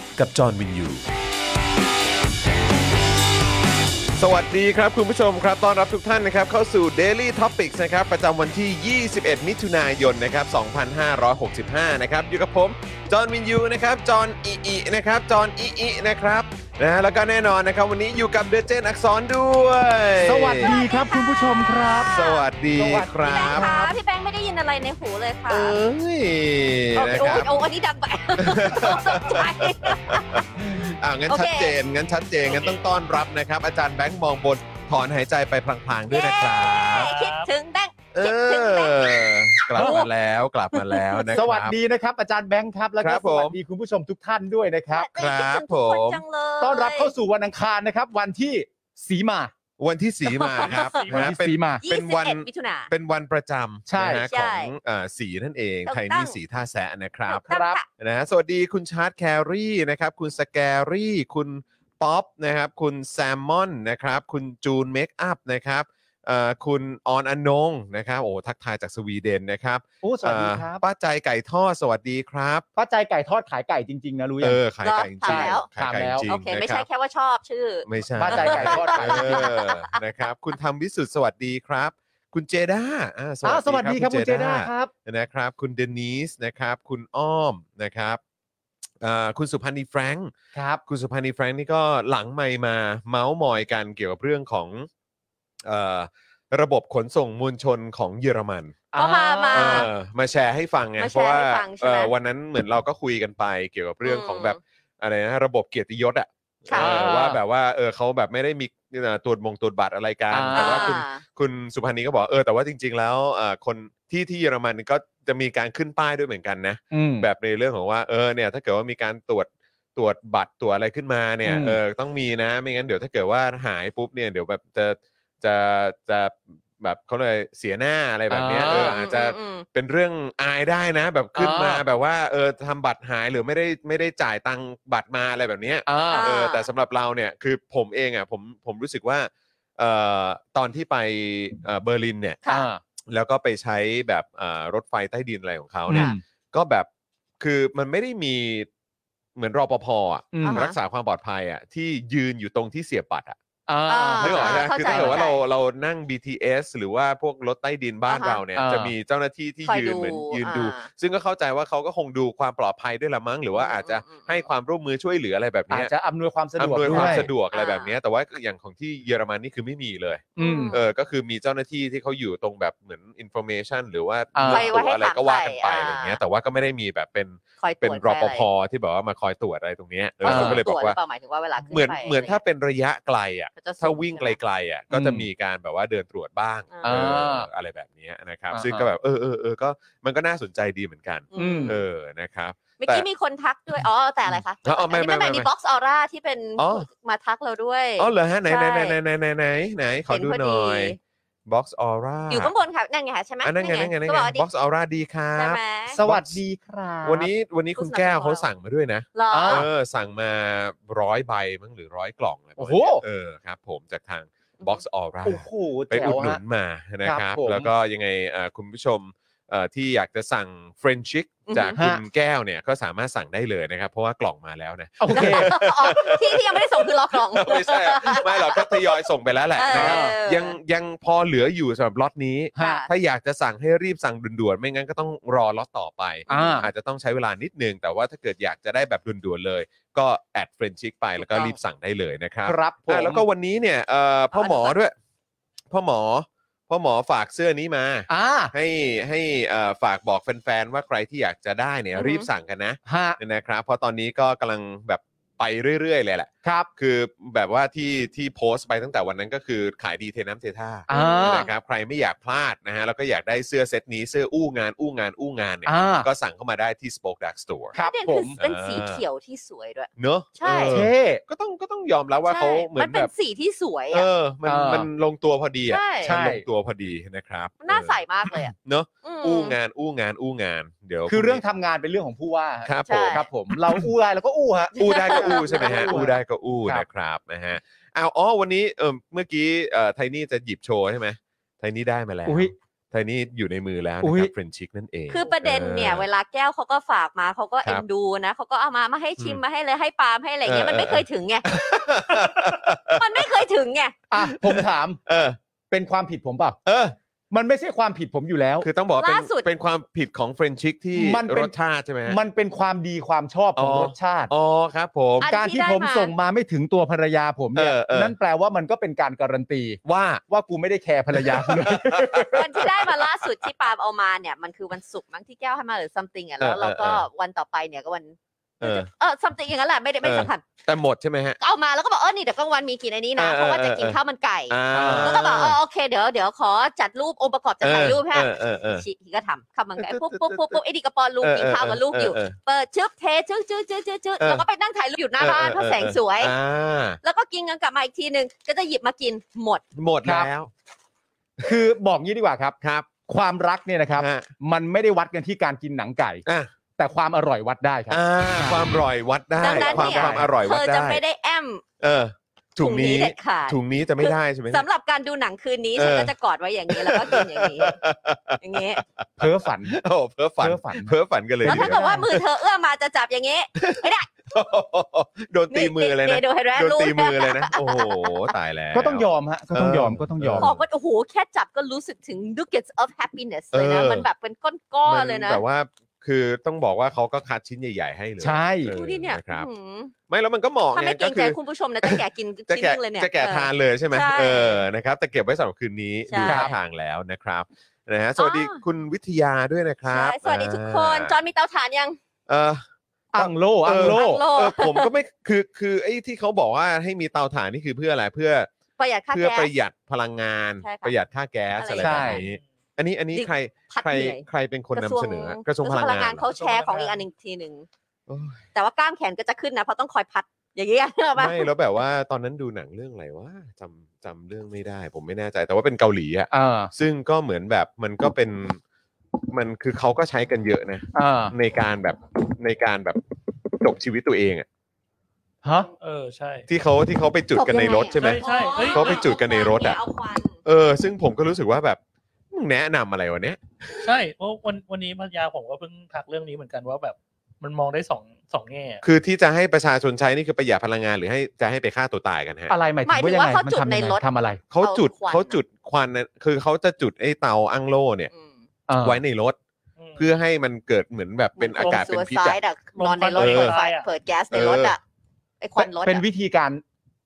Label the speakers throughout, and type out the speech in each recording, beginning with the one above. Speaker 1: กับจอห์นวินยู
Speaker 2: สวัสดีครับคุณผู้ชมครับต้อนรับทุกท่านนะครับเข้าสู่ Daily Topics นะครับประจำวันที่ 21 มิถุนายนนะครับ2565 นะครับอยู่กับผม จอห์นวินยูนะครับจอห์นอีอีนะครับจอห์นอีอีนะครับนะแล้วก็แน่นอนนะครับวันนี้อยู่กับเดเจนอักษรด้วย
Speaker 3: สวัสดีครับคุณผู้ชมครับ
Speaker 2: สวัสดีค
Speaker 3: สวัสดี
Speaker 2: รับ
Speaker 4: พี่แบงค์คะพี่แบงค์ไม่ได้ยินอะไรในหูเลยค่ะ
Speaker 2: เอ้ย
Speaker 4: โอ้
Speaker 2: นะ
Speaker 4: ย
Speaker 2: ค
Speaker 4: โอ้
Speaker 2: รั
Speaker 4: ย
Speaker 2: บ
Speaker 4: โอ้ยอันนี้ดัง ไปตกใจ
Speaker 2: อ่างั้น
Speaker 4: โอเค
Speaker 2: ชัดเจนงั้นชัดเจนงั้นต้องต้อนรับนะครับอาจารย์แบงค์มองบนถอนหายใจไปพลางๆด้วยนะครับ
Speaker 4: คิดถึงแบงค์
Speaker 2: เอ
Speaker 4: คิดถึงแบงค์
Speaker 2: อกลับมาแล้วกลับมาแล้วนะครับ
Speaker 3: สวัสดีนะครับ อาจารย์แบงค์ครับ แล้ว
Speaker 2: ค
Speaker 3: ก็
Speaker 2: รับ
Speaker 3: ส
Speaker 2: ผม
Speaker 3: วัสดีคุณผู้ชมทุกท่านด้วยนะครับ
Speaker 4: แต่คิดถึงทุกคนจังเลย
Speaker 3: ต้อนรับเข้าสู่วันอังคารนะครับ วันที่สีมา
Speaker 2: วันที่สีมาครับ
Speaker 3: วัน
Speaker 2: นะ
Speaker 3: ที่
Speaker 2: เป็น
Speaker 3: สีมา
Speaker 2: เป็นวัน
Speaker 4: 21มิถุนา
Speaker 2: เป็นวันประจำ
Speaker 3: ใช่
Speaker 2: นะฮะข
Speaker 4: ใช่
Speaker 2: องเอ่อสีนั่นเอง
Speaker 4: ถูกต้อง
Speaker 2: ไทยนี่สีท่าแซะนะครับ
Speaker 4: ถูกต้องะ
Speaker 2: นะฮะสวัสดีคุณชาร์ตแครี่นะครับ คุณสแกรี่ คุณป๊อปนะครับ คุณแซมมอนนะครับ คุณจูนเมคอัพนะครับเอ่อคุณออนอนงนะครับโอ้ทักทายจากสวีเดนนะครับ
Speaker 3: โอ้สวัสดีครับ
Speaker 2: เอ่อป้าใจไก่ทอดสวัสดีครับ
Speaker 3: ป้าใจไก่ทอดขายไก่จริง ๆ นะรู้ยั
Speaker 2: เอง อขายไก่จริงๆขายไก่จริง
Speaker 4: โอเค ไม่
Speaker 2: นะค
Speaker 4: ใช่
Speaker 2: รับ
Speaker 4: แค่ว่าชอบชื่อ
Speaker 2: ไม่ใช่
Speaker 3: บ้านใจไก่ทอดขาย
Speaker 2: เอนะครับ คุณทำวิสุทธ์สวัสดีครับ คุณเจด้าอ่า
Speaker 3: อ้าวสวัสดีครับคุณเจด้าครับ
Speaker 2: นะครับ คุณเดนิสนะครับ คุณอ้อมนะครับเอ่อคุณสุพันธ์นีแฟรงค์
Speaker 3: ครับ
Speaker 2: คุณสุพันธ์นีแฟรงค์นี่ก็หลังไมค์มาเมาส์มอยกันเกี่ยวกับเรื่องของเอ่อระบบขนส่งมวลชนของเยอรมัน
Speaker 4: ก็มามา
Speaker 2: เออมาแชร์ให้ฟังไง
Speaker 4: มา
Speaker 2: เพ
Speaker 4: แช
Speaker 2: ราะ
Speaker 4: ร์
Speaker 2: ว่า
Speaker 4: ให้ฟังใช่ไหม
Speaker 2: เอ่อวันนั้นเหมือนเราก็คุยกันไปเกี่ยวกับเรื่องของแบบอะไรนะระบบเกียรติยศอะ
Speaker 4: ค่ะ
Speaker 2: เออว่าแบบว่าเออเขาแบบไม่ได้มีเอ่อตรวจมงตรวจบัตรอะไรกัน
Speaker 3: อ่า
Speaker 2: แต่ว่าคุณคุณสุพันธ์นีก็บอกเออแต่ว่าจริง ๆ แล้วเอ่อคนที่ที่เยอรมันก็จะมีการขึ้นป้ายด้วยเหมือนกันนะ
Speaker 3: อืม
Speaker 2: แบบในเรื่องของว่าเออเนี่ยถ้าเกิดว่ามีการตรวจตรวจบัตรตรวจอะไรขึ้นมาเนี่ย
Speaker 3: อืม
Speaker 2: เออต้องมีนะไม่งั้นเดี๋ยวถ้าเกิดว่าหายปุ๊บเนี่ยเดี๋ยวแบบจะจะจะแบบเขาเลยกเสียหน้าอะไรแบบเนี้ยเอออาจจะ
Speaker 4: มม
Speaker 2: เป็นเรื่องอายได้นะ แบบขึ้นมา
Speaker 3: อ่า
Speaker 2: แบบว่าเออทำบัตรหายหรือไม่ได้ไม่ได้จ่ายตังค์บัตรมาอะไรแบบเนี้ย
Speaker 3: อ่า
Speaker 2: เออ
Speaker 4: อ่า
Speaker 2: แต่สำหรับเราเนี่ยคือผมเองอ่ะผมผมรู้สึกว่าเอ่อตอนที่ไปเอ่อเบอร์ลินเนี่ย
Speaker 4: ค่ะ
Speaker 2: แล้วก็ไปใช้แบบเอ่อรถไฟใต้ดินอะไรของเขา
Speaker 3: อื
Speaker 2: เนี่ย
Speaker 3: ม
Speaker 2: ก็แบบคือมันไม่ได้มีเหมือนรอปภอะ
Speaker 3: อืม
Speaker 2: รักษาความปลอดภัยอ่ะที่ยืนอยู่ตรงที่เสียบบัตรอ่ะ
Speaker 3: อ่า
Speaker 4: อ่
Speaker 2: นึกออกไหม
Speaker 4: เข้า
Speaker 2: คือ
Speaker 4: ใจ
Speaker 2: ถ้าเกิดว่า
Speaker 4: เข้าใจ
Speaker 2: เราเรานั่ง BTS หรือว่าพวกรถใต้ดินบ้าน
Speaker 4: อ่าฮะ
Speaker 2: เราเนี่ย
Speaker 3: อ่า
Speaker 2: จะมีเจ้าหน้าที่ที่
Speaker 4: คอย
Speaker 2: ยืนเหมือน
Speaker 4: ดู
Speaker 2: ยืนดู
Speaker 4: อ่า
Speaker 2: ซึ่งก็เข้าใจว่าเขาก็คงดูความปลอดภัยด้วยละมั้งหรือว่า
Speaker 4: อืม
Speaker 2: อาจจะ
Speaker 4: อืมอืม
Speaker 2: ให้ความร่วมมือช่วยเหลืออะไรแบบ
Speaker 3: อาจ
Speaker 2: เนี้ย
Speaker 3: จะอำนวยความสะดวก
Speaker 2: อำนวย
Speaker 3: ด้
Speaker 2: คว วาม
Speaker 3: ย
Speaker 2: สะดวกอะไร
Speaker 4: อ่า
Speaker 2: แบบเนี้ยแต่ว่าอย่างของที่เยอรมันนี่คือไม่มีเลย
Speaker 3: อืม
Speaker 2: เออ ก็คือมีเจ้าหน้าที่ที่เขาอยู่ตรงแบบเหมือน information หรือว่า
Speaker 3: อ่า
Speaker 2: เรื่องตัวอะไรก็ว่ากันไป
Speaker 4: ไว้ให้
Speaker 2: อะ
Speaker 4: ถามไป
Speaker 2: ไรเงี้ย แต่ว่าก็ไม่ได้มีแบบเป็น
Speaker 4: คอยตรวจ
Speaker 2: เป็น
Speaker 4: คอย
Speaker 2: ร
Speaker 4: อะ
Speaker 2: ป
Speaker 4: ไร
Speaker 2: ภที่แบบว่ามาคอยตรวจอะไรตรงเนี้ยเออ
Speaker 3: เออ
Speaker 2: ผมก็เลยบอกว่า
Speaker 4: ตรจหรืเปล่หมายถึงว่าเวลาขึ้
Speaker 2: เหมือน
Speaker 4: ไป
Speaker 2: เหมือนถ้าเป็นระยะไกลอ่ะ
Speaker 4: เขาจะ
Speaker 2: ถ้าวิ่งไกลๆอ่ะก็จะ
Speaker 3: อืม
Speaker 2: มีการแบบว่าเดินตรวจบ้าง
Speaker 3: อ่า
Speaker 2: เอ
Speaker 4: ม
Speaker 2: อ อะไรแบบเนี้ยนะครับ
Speaker 3: อ่า
Speaker 2: ซึ่งก็แบบเออเออเออก็มันก็น่าสนใจดีเหมือนกัน
Speaker 3: อืม
Speaker 2: เออ นะครับ
Speaker 4: เมื่อกี้มีคนทักด้วย อ๋อ แต่อะไรคะ
Speaker 2: อ๋อไม่
Speaker 4: อันนี้
Speaker 2: ไม่
Speaker 4: เป็
Speaker 2: ไม่
Speaker 4: นแบบ
Speaker 2: ไม่
Speaker 4: ดีบ็อกซ์ออร่าที่เป็น
Speaker 2: อ๋อ
Speaker 4: มาทักเราด้วย
Speaker 2: อ๋อเหรอฮะไหนไหน
Speaker 4: ใช่
Speaker 2: ไหนไหนไหนไหนไหนไหนขอดู
Speaker 4: เห็น
Speaker 2: ห
Speaker 4: พอดี
Speaker 2: น่อย box aura
Speaker 4: อยู่ข้างบนค่ะนั่นไงค่ะใช่ไหม
Speaker 2: อันนั้นไงนั่นไงนั่น
Speaker 4: ก็
Speaker 2: ไง
Speaker 4: บอกว่าดี
Speaker 2: บ็อกซ์ออร่าดีครั
Speaker 4: ใช่
Speaker 2: บ
Speaker 4: ไหม
Speaker 3: สวัสดีครับ
Speaker 2: วันนี้วันนี้คุณแก้วเขาสั่งมาด้วยนะ
Speaker 4: หรอ
Speaker 3: า
Speaker 2: เออ สั่งมาร้อยใบมั้งหรือร้อยกล่องอะไรประมาณ
Speaker 3: โอ้
Speaker 2: เนี้ย
Speaker 3: โห
Speaker 2: เออครับผมจากทาง Box Aura
Speaker 3: โอ้โห
Speaker 2: ไป
Speaker 3: แจ๋
Speaker 2: อุ
Speaker 3: ว
Speaker 2: ดหนุ
Speaker 3: ฮะ
Speaker 2: นมานะค
Speaker 3: ครั
Speaker 2: รับ
Speaker 3: บผม
Speaker 2: แล้วก็ยังไงเอ่อคุณผู้ชม เอ่อที่อยากจะสั่งเฟรนชิก
Speaker 4: อือฮึ
Speaker 2: จากคุณแก้วเนี่ยก็สามารถสั่งได้เลยนะครับ เพราะว่ากล่องมาแล้วนะ
Speaker 3: โอเค
Speaker 4: อ๋อที่ที่ยังไม่ได้ส่งคือรอกล่อง
Speaker 2: ไม่ใช่อะไม่หรอกก็ทยอยส่งไปแล้วแหละนะครับ
Speaker 4: เออ
Speaker 2: ยังยังพอเหลืออยู่สำหรับล็อตนี้
Speaker 4: ค่ะ
Speaker 2: ถ้าอยากจะสั่งให้รีบสั่งด่วนๆ ไม่งั้นก็ต้องรอล็อตต่อไป
Speaker 3: อ่า
Speaker 2: จจะต้องใช้เวลานิดนึง แต่ว่าถ้าเกิดอยากจะได้แบบด่วนๆเลย ก็แอดเฟรนชิกไปแล้วก็รีบสั่งได้เลยนะครับ
Speaker 3: ครับผม
Speaker 2: อ่ะแล้วก็วันนี้เนี่ยเอ่อพ่อหมอด้วย พ่อหมอ พ่อหมอฝากเสื้อนี้มา
Speaker 3: อ่า
Speaker 2: ให้ให้เอ่อฝากบอกแฟนๆว่าใครที่อยากจะได้เนี่ย
Speaker 4: อือฮึ
Speaker 2: รีบสั่งกันนะ
Speaker 3: ฮะ
Speaker 2: นะครับ เพราะตอนนี้ก็กำลังแบบไปเรื่อยๆเลยแหละ
Speaker 3: ครับ
Speaker 2: คือแบบว่าที่ที่โพสต์ไปตั้งแต่วันนั้นก็คือขายดีเทน้ำเทท่า
Speaker 3: อ่า
Speaker 2: นะครับใครไม่อยากพลาดนะฮะแล้วก็อยากได้เสื้อเซตนี้เสื้ออู้งานอู้งานอู้งานเนี่ย
Speaker 3: อ่า
Speaker 2: ก็สั่งเข้ามาได้ที่ Spoke Dark Store
Speaker 3: ครับ
Speaker 4: เด่น
Speaker 3: ผ
Speaker 4: คื
Speaker 3: ม
Speaker 4: อเป็นสีเขียวที่สวยด้วย
Speaker 2: เนอะ
Speaker 4: ใช่
Speaker 2: เออ
Speaker 3: เท่
Speaker 2: ก็ต้องก็ต้องยอมรับว่า
Speaker 4: ใช่
Speaker 2: เขาเหมือ
Speaker 4: มัน
Speaker 2: น
Speaker 4: เป็
Speaker 2: แบ
Speaker 4: น
Speaker 2: บ
Speaker 4: สีที่สวย
Speaker 2: เอ
Speaker 4: อ่ะ
Speaker 2: อ มัน
Speaker 3: เออ
Speaker 2: มันลงตัวพอดีอ่ะ
Speaker 4: ใช่
Speaker 3: ใช่
Speaker 2: มันลงตัวพอดีนะครับ
Speaker 4: มันน่า
Speaker 2: เออ
Speaker 4: ใส่มากเลยอ่ะ
Speaker 2: เนอะ
Speaker 4: ม
Speaker 2: อู้งานอู้งานอู้งาน เดี๋ยว
Speaker 3: คือเรื่องทำงานเป็นเรื่องของผู้ว่า
Speaker 2: ครับ
Speaker 4: ใช่
Speaker 2: ผม
Speaker 3: ครับผม เราอู้อะไรเราก็อู้ฮะ
Speaker 2: อู้ได้ก็อู้ใช่ไหมฮะ
Speaker 3: อู้
Speaker 2: อู้ได้ก็อู้
Speaker 3: ครับ
Speaker 2: นะครับนะฮะเอาอ๋อวันนี้เออเมื่อกี้เอ่อไทนี่จะหยิบโชว์ใช่ไหมไทนี่ได้มาแล้ว
Speaker 5: อุ๊ย
Speaker 2: ไทนี่อยู่ในมือแล้ว
Speaker 5: อุ๊
Speaker 2: นะค
Speaker 5: ย
Speaker 2: รับเฟรนชิกนั่นเอง
Speaker 4: คือประเด็นเนี่ยเวลาแก้วเขาก็ฝากมาเขาก็
Speaker 2: ครับ
Speaker 4: เอ็นดูนะเขาก็เอามามาให้ชิม
Speaker 2: อืม
Speaker 4: มาให้เลยให้ปาล์มให้อะไรเงี้ย
Speaker 2: เออ
Speaker 4: มันไม่
Speaker 2: เออ
Speaker 4: เคยถึงไงมันไม่เคยถึงไง
Speaker 3: อ่ะผมถาม
Speaker 2: เออ
Speaker 3: เป็นความผิดผมเปล่า
Speaker 2: เออ
Speaker 3: มันไม่ใช่ความผิดผมอยู่แล้ว
Speaker 2: คือต้องบอกว่าเป็
Speaker 4: าน สุด
Speaker 2: เป็นความผิดของเฟรนชิกที่
Speaker 3: มันเป็น
Speaker 2: รสชาติใช่ไหมฮะ
Speaker 3: มันเป็นความดีความชอบของ
Speaker 2: อ๋อ
Speaker 3: รสชาติ
Speaker 2: อ๋อครับผม
Speaker 4: อัน
Speaker 3: การที่
Speaker 4: ที่ได้
Speaker 3: ผม
Speaker 4: มา
Speaker 3: ส่งมาไม่ถึงตัวภรรยาผมเนี่ย
Speaker 2: เออเออ
Speaker 3: นั่นแปลว่ามันก็เป็นการการันตี
Speaker 2: ว่า
Speaker 3: ว่ากูไม่ได้แคร์ภรรยากูเลย
Speaker 4: วันที่ได้มาล่าสุดที่ปาล์มเอามาเนี่ยมันคือวันศุกร์มั้งที่แก้วให้มาหรือ something อ่ะแล้ว
Speaker 2: เออเออ
Speaker 4: เราก็
Speaker 2: เออ
Speaker 4: วันต่อไปเนี่ยก็วัน
Speaker 2: เออ
Speaker 4: เออ something อย่างนั้นแหละไม่ได้ไม่
Speaker 2: เออ
Speaker 4: สำคัญ
Speaker 2: แต่หมดใช่ไหมฮะ
Speaker 4: เอามาแล้วก็บอกเออนี่เดี๋ยวกลางวันมีกินอันนี้นะ
Speaker 2: เออเออ
Speaker 4: เพราะว่าจะกิน
Speaker 2: เออ
Speaker 4: ข้าวมันไก่
Speaker 2: อ่า
Speaker 4: แล้วก็บอกเออโอเคเดี๋ยวเดี๋ยวขอจัดรูปองค์ประกอบจัดถ่ายรูปให้
Speaker 2: เออเออเออ
Speaker 4: ชิก็ทำข้าวมันไก่ปุ๊บปุ๊บปุ๊บปุ๊บไอ้ดีกระปอนลูก
Speaker 2: เออ
Speaker 4: กินข้าวกับลูกอยู่
Speaker 2: เเ
Speaker 4: เปิดชึบเทชึบชึบชึบชึบชึบ
Speaker 2: เออ
Speaker 4: แล้วก็ไปนั่งถ่ายรูปอยู่หน้าบ้านเพราะแสงสวย
Speaker 2: อ่า
Speaker 4: แล้วก็กินกันกลับมาอีกทีหนึ่งก็จะหยิบมากินหมด
Speaker 2: หมด
Speaker 3: ครับ
Speaker 2: แล้ว
Speaker 3: คือบอกงี้ดีกว่าครับ
Speaker 2: ครับ
Speaker 3: ความรักเนี่ยนะครับ
Speaker 2: ฮะ
Speaker 3: มันไม่ได้วัดกันที่การกินหนังไก่
Speaker 2: อ่ะ
Speaker 3: แต่ความอร่อยวัดได้ครับ
Speaker 2: อ่าความอร่อยวัดได้
Speaker 4: ดังนั้น
Speaker 2: ความ
Speaker 4: เนี่ย
Speaker 2: ความอร่อย
Speaker 4: เธ
Speaker 2: วัด
Speaker 4: อ
Speaker 2: ได้
Speaker 4: จะไม่ได้แอม
Speaker 2: เออถุงนี้
Speaker 4: เด็ดขาด
Speaker 2: ถุงนี้จะไม่ได้ใช่ไหม
Speaker 4: สำหรับการดูหนังคืนนี้
Speaker 2: เออ
Speaker 4: ฉันก็จะกอดไว้อย่างนี้แล้วก็กินอย่างนี้ อย่างนี้
Speaker 3: เพ้อฝัน
Speaker 2: โอ้เพ้อฝัน
Speaker 3: เพ้อฝัน
Speaker 2: เพ้อฝันกันเลย
Speaker 4: แล้ว
Speaker 2: ที
Speaker 4: ถ้า
Speaker 2: เดีย
Speaker 4: เกิ
Speaker 2: ว
Speaker 4: ดว่ามือเธอเอื้อมมาจะจับอย่างนี้
Speaker 2: โดนตีมือเลยนะ
Speaker 4: โดน
Speaker 2: โดน
Speaker 4: รูป
Speaker 2: ตีมือเลยนะโอ้โหตายแล้ว
Speaker 3: ก็ต้องยอมฮะก็ต้องยอม
Speaker 2: เออ
Speaker 3: ก็ต้องยอม
Speaker 4: บอกว่าโอ้โหแค่จับก็รู้สึกถึง nuggets of happiness เลยนะ
Speaker 2: เออ
Speaker 4: มันแบบเป็นก้อนๆเลยนะ
Speaker 2: แต่ว่าคือต้องบอกว่าเขาก็คัดชิ้นใหญ่ ๆ ให้เลย
Speaker 3: ใช่
Speaker 2: ออ
Speaker 4: ดูดิเนี่ย
Speaker 2: นะครับ
Speaker 4: อื้อหือ
Speaker 2: ไม่แล้วมันก็เหมาะ
Speaker 4: ถ้า
Speaker 2: ไง
Speaker 4: ไม่เกร
Speaker 2: ก็
Speaker 4: งใจ
Speaker 2: คือ
Speaker 4: คุณผู้ชมนะจะแกะกิน
Speaker 2: จะ
Speaker 4: ชิ้น
Speaker 2: แกะ
Speaker 4: นึงเลยเนี่ย
Speaker 2: จะแกะ
Speaker 4: เออ
Speaker 2: ทานเลยใช่ไหม
Speaker 4: ใช่
Speaker 2: เออนะครับ แต่เก็บไว้สำหรับคืนนี้
Speaker 4: ใช่
Speaker 2: ดูท่าทางแล้วนะครับนะฮะสวัสดี
Speaker 4: อ๋อ
Speaker 2: คุณวิทยาด้วยนะครับ
Speaker 4: ใช่สวัสดีทุกคนจอห์นมีเตาถ่านยัง
Speaker 2: เออ
Speaker 3: อังโลอังโล
Speaker 4: อังโล
Speaker 2: เออผมก็ไม่คือคือไอ้ที่เขาบอกว่าให้มีเตาถ่านนี่คือเพื่ออะไรเพื่อ
Speaker 4: ประหยัดค่า
Speaker 2: เพื่อ
Speaker 4: แก๊
Speaker 2: ป
Speaker 4: ส
Speaker 2: ระหยัดพลังงาน
Speaker 4: ใช่ค่ะ
Speaker 2: ประหยัดค่าแก๊ส
Speaker 4: อะ
Speaker 2: อะไร ไร
Speaker 3: ใช่
Speaker 2: แบบนี้ อันนี้อันนี้
Speaker 4: จริง
Speaker 2: ใคร
Speaker 4: พัด
Speaker 2: ใคร
Speaker 4: เหนื่อย
Speaker 2: ใครเป็นคนนำเสนอ กระทรวงพลังงานเหร
Speaker 4: เขา
Speaker 2: อ
Speaker 4: แชร์ของอีกอันหนึ่งทีหนึ่ง
Speaker 2: โอ้ย
Speaker 4: แต่ว่ากล้ามแขนก็จะขึ้นนะเพราะต้องคอยพัด อย่างเงี้ยเหรอปะ
Speaker 2: ไม่แล้วแบบว่าตอนนั้นดูหนังเรื่องอะไรวะจำจำเรื่องไม่ได้ ผมไม่แน่ใจแต่ว่าเป็นเกาหลีอะ
Speaker 3: เออ
Speaker 2: ซึ่งก็เหมือนแบบมันก็เป็นมันคือเขาก็ใช้กันเยอะนะ
Speaker 3: เออ
Speaker 2: ในการแบบในการแบบจบชีวิตตัวเองอะ
Speaker 3: ฮะ
Speaker 6: เออ ใช่
Speaker 2: ที่เขาที่เขาไปจุดกันในรถใช่ไหม
Speaker 6: ใช่ใช่เฮ้ย
Speaker 2: เขาไปจุดกันในรถอะ
Speaker 4: เอาควัน
Speaker 2: เออซึ่งผมก็รู้สึกว่าแบบมึงแนะนำอะไรวะเนี้ย
Speaker 6: ใช่เพราะวันวันนี้ภรรยาผมก็เพิ่งทักเรื่องนี้เหมือนกันว่าแบบมันมองได้สองสองแง่อะ
Speaker 2: คือที่จะให้ประชาชนใช้นี่คือประหยัดพลังงานหรือให้จะให้ไปฆ่าตัวตายกันฮะ
Speaker 3: อะไรหมายถึงว่ายังไง
Speaker 4: หมายถึงว่าเขา
Speaker 3: มัน
Speaker 4: จุด
Speaker 3: ทำ
Speaker 4: ใน
Speaker 3: ยัง
Speaker 4: ร
Speaker 3: ไง
Speaker 4: ถ
Speaker 3: ทำอะไร
Speaker 2: เขาจุด
Speaker 4: เอาควัน
Speaker 2: เขาจุดควันน่ะคือเขาจะจุดไอ้เตาอั้งโล่เนี่ย
Speaker 4: อืม
Speaker 3: เออ
Speaker 2: ไว้ในรถ
Speaker 6: ม
Speaker 2: เพื่อให้มันเกิดเหมือนแบบเป็นอากาศเป็นพิษ
Speaker 4: ซั
Speaker 2: อะ
Speaker 4: วไซด์อะนอนในรถ
Speaker 2: เออ
Speaker 4: เปิดไฟเปิดแก๊สในรถอะไอควันรถอะ
Speaker 3: เป็นวิธีการ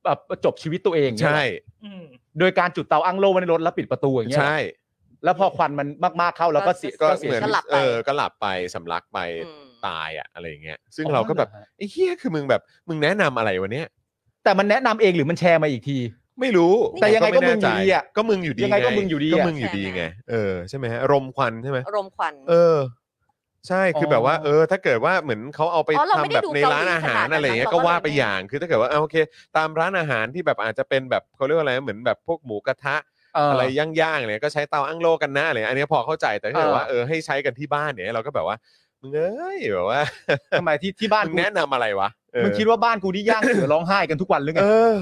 Speaker 3: แบบจบชีวิตตัวเองเนี่ย
Speaker 2: ใช่
Speaker 6: อืม
Speaker 3: โดยการจุดเตาอังโลไว้ในรถแล้วปิดประตูอย่างเงี้ย
Speaker 2: ใช่
Speaker 3: แล้วพอควันมันมากๆเข้าแล้วก็เสีย
Speaker 2: ก็
Speaker 3: เสี
Speaker 2: เหมื
Speaker 3: ย
Speaker 2: อน
Speaker 3: ชีวิต
Speaker 2: เออก็หลับไปสำลักไป
Speaker 4: อืม
Speaker 2: ตายอะอะไรอย่างเงี้ยซึ่งเราก็แบบไอ้เฮียคือมึงแบบมึงแนะนำอะไรวะเนี้ย
Speaker 3: แต่มันแนะนำเองหรือมันแชร์มาอีกที
Speaker 2: ไม่รู้
Speaker 3: แต่ยังไงก็
Speaker 2: แน่ใจ
Speaker 3: มึงอยู่ดีอะ
Speaker 2: ก็มึงอยู่ดี
Speaker 3: ยังไงก็มึงอยู่ดีอะ
Speaker 2: ก็มึงอยู่ดีไงเออใช่ไหมฮะรมควันใช่ไหม
Speaker 4: อารมณ์ควัน
Speaker 2: เออ ใช่คืออ
Speaker 3: อ
Speaker 2: แบบว่าเออ ถ้าเกิดว่าเหมือนเขาเอาไป
Speaker 4: อ๋อเรา
Speaker 2: ทำ
Speaker 4: ไม่ได้
Speaker 2: แบบ
Speaker 4: ดู
Speaker 2: ในร้านอาหาร
Speaker 4: เกาหลีขนาดนั้น
Speaker 2: อะไรอย่างเงี้ย
Speaker 4: เรา
Speaker 2: ก็
Speaker 4: ก็
Speaker 2: ว่า
Speaker 4: เลย
Speaker 2: ไป
Speaker 4: ไม่
Speaker 2: อย่างคือถ้าเกิดว่าเอาโอเค ตามร้านอาหารที่แบบอาจจะเป็นแบบเขาเรียกว่าอะไรเหมือนแบบพวกหมูกระทะ
Speaker 3: เอออ
Speaker 2: อะไรย่างๆเนี่ยก็ใช้เตาอั้งโลกันนะอะไรเงี้ยอันเนี้ยพอเข้าใจแต่ถ้าเกิด
Speaker 3: เออ
Speaker 2: ว่าเออให้ใช้กันที่บ้านเนี่ยเราก็แบบว่ามึงเอ้ยแบบว่า
Speaker 3: ทำไมที่ที่บ้าน
Speaker 2: มึง
Speaker 3: กู
Speaker 2: แนะนำอะไรวะเออ
Speaker 3: มึงคิดว่าบ้านกูที่ย่างเสือร้องไห้กันทุกวันหรือไง
Speaker 2: เออ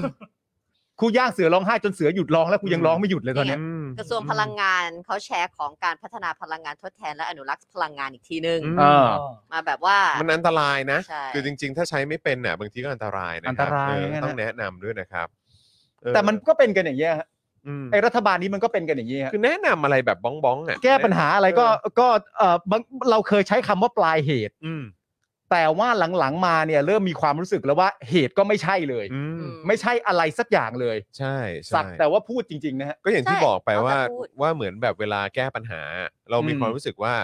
Speaker 3: ครูย่างเสือร้องไห้จนเสือหยุดร้องแล้วกูยังร้องไม่หยุดเลยตอนเนี้ย
Speaker 2: อืม
Speaker 4: กระทรวงพลังงานเขาแชร์ของการพัฒนาพลังงานทดแทนและอนุรักษ์พลังงานอีกทีนึง
Speaker 2: อืม
Speaker 3: เออ
Speaker 4: มาแบบว่า
Speaker 2: มันอันตรายนะ
Speaker 4: ใช่
Speaker 2: คือจริงๆ ถ้าใช้ไม่เป็นเนี่ยบางทีก็อันตรายนะคบ
Speaker 3: อันตราย
Speaker 2: เออ
Speaker 3: นะ
Speaker 2: ต้องแนะนำด้วยนะครับเออ
Speaker 3: แต่มันก็เป็นกันอย่างเงี้ยฮะ
Speaker 2: อืม
Speaker 3: ไอรัฐบาลนี้มันก็เป็นกันอย่างเงี้ยฮะ
Speaker 2: คือแนะนำอะไรแบบบ้องบ้องๆอ่ะ
Speaker 3: แก้ปัญหาอะไรก็ก็เออบางเราเคยใช้คำว่าปลายเหตุ
Speaker 2: อืม
Speaker 3: แต่ว่าหลังๆมาเนี่ยเริ่มมีความรู้สึกแล้วว่าเหตุก็ไม่ใช่เลย
Speaker 2: อืม
Speaker 4: อืม
Speaker 3: ไม่ใช่อะไรสักอย่างเลย
Speaker 2: ใช่ใช่
Speaker 3: สักแต่ว่าพูดจริงๆนะฮะ
Speaker 2: ก็อย่างที่
Speaker 4: ใช่
Speaker 2: บอกไป
Speaker 4: เอาแต่
Speaker 2: ว่า
Speaker 4: พูด
Speaker 2: ว่าเหมือนแบบเวลาแก้ปัญหา เรามี
Speaker 3: อืม
Speaker 2: ความรู้สึกว่า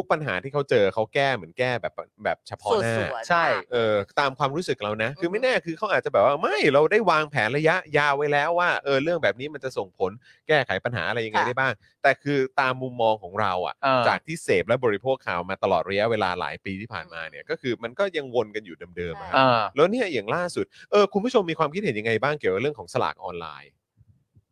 Speaker 2: ทุกปัญหาที่เขาเจอเขาแก้เหมือนแก้แบบแบบเฉพาะหน้า
Speaker 4: สูตรสวน
Speaker 3: ใช่
Speaker 4: มาก
Speaker 2: เออตามความรู้สึกเรานะ คือ
Speaker 4: อือฮึ
Speaker 2: ไม่แน่คือเขาอาจจะแบบว่าไม่เราได้วางแผนระยะยาวไว้แล้วว่าเออเรื่องแบบนี้มันจะส่งผลแก้ไขปัญหาอะไรยังไงได้บ้าง แต่คือตามมุมมองของเราอะ
Speaker 3: เออ
Speaker 2: จากที่เสพและบริโภคข่าวมาตลอดระยะเวลาหลายปีที่ผ่านมาเนี่ยก็คือมันก็ยังวนกันอยู่เดิมๆอะครับ
Speaker 3: อ่า
Speaker 2: แล้วเนี่ยอย่างล่าสุดเออคุณผู้ชมมีความคิดเห็นยังไงบ้างเกี่ยวกับเรื่องของสลากออนไลน์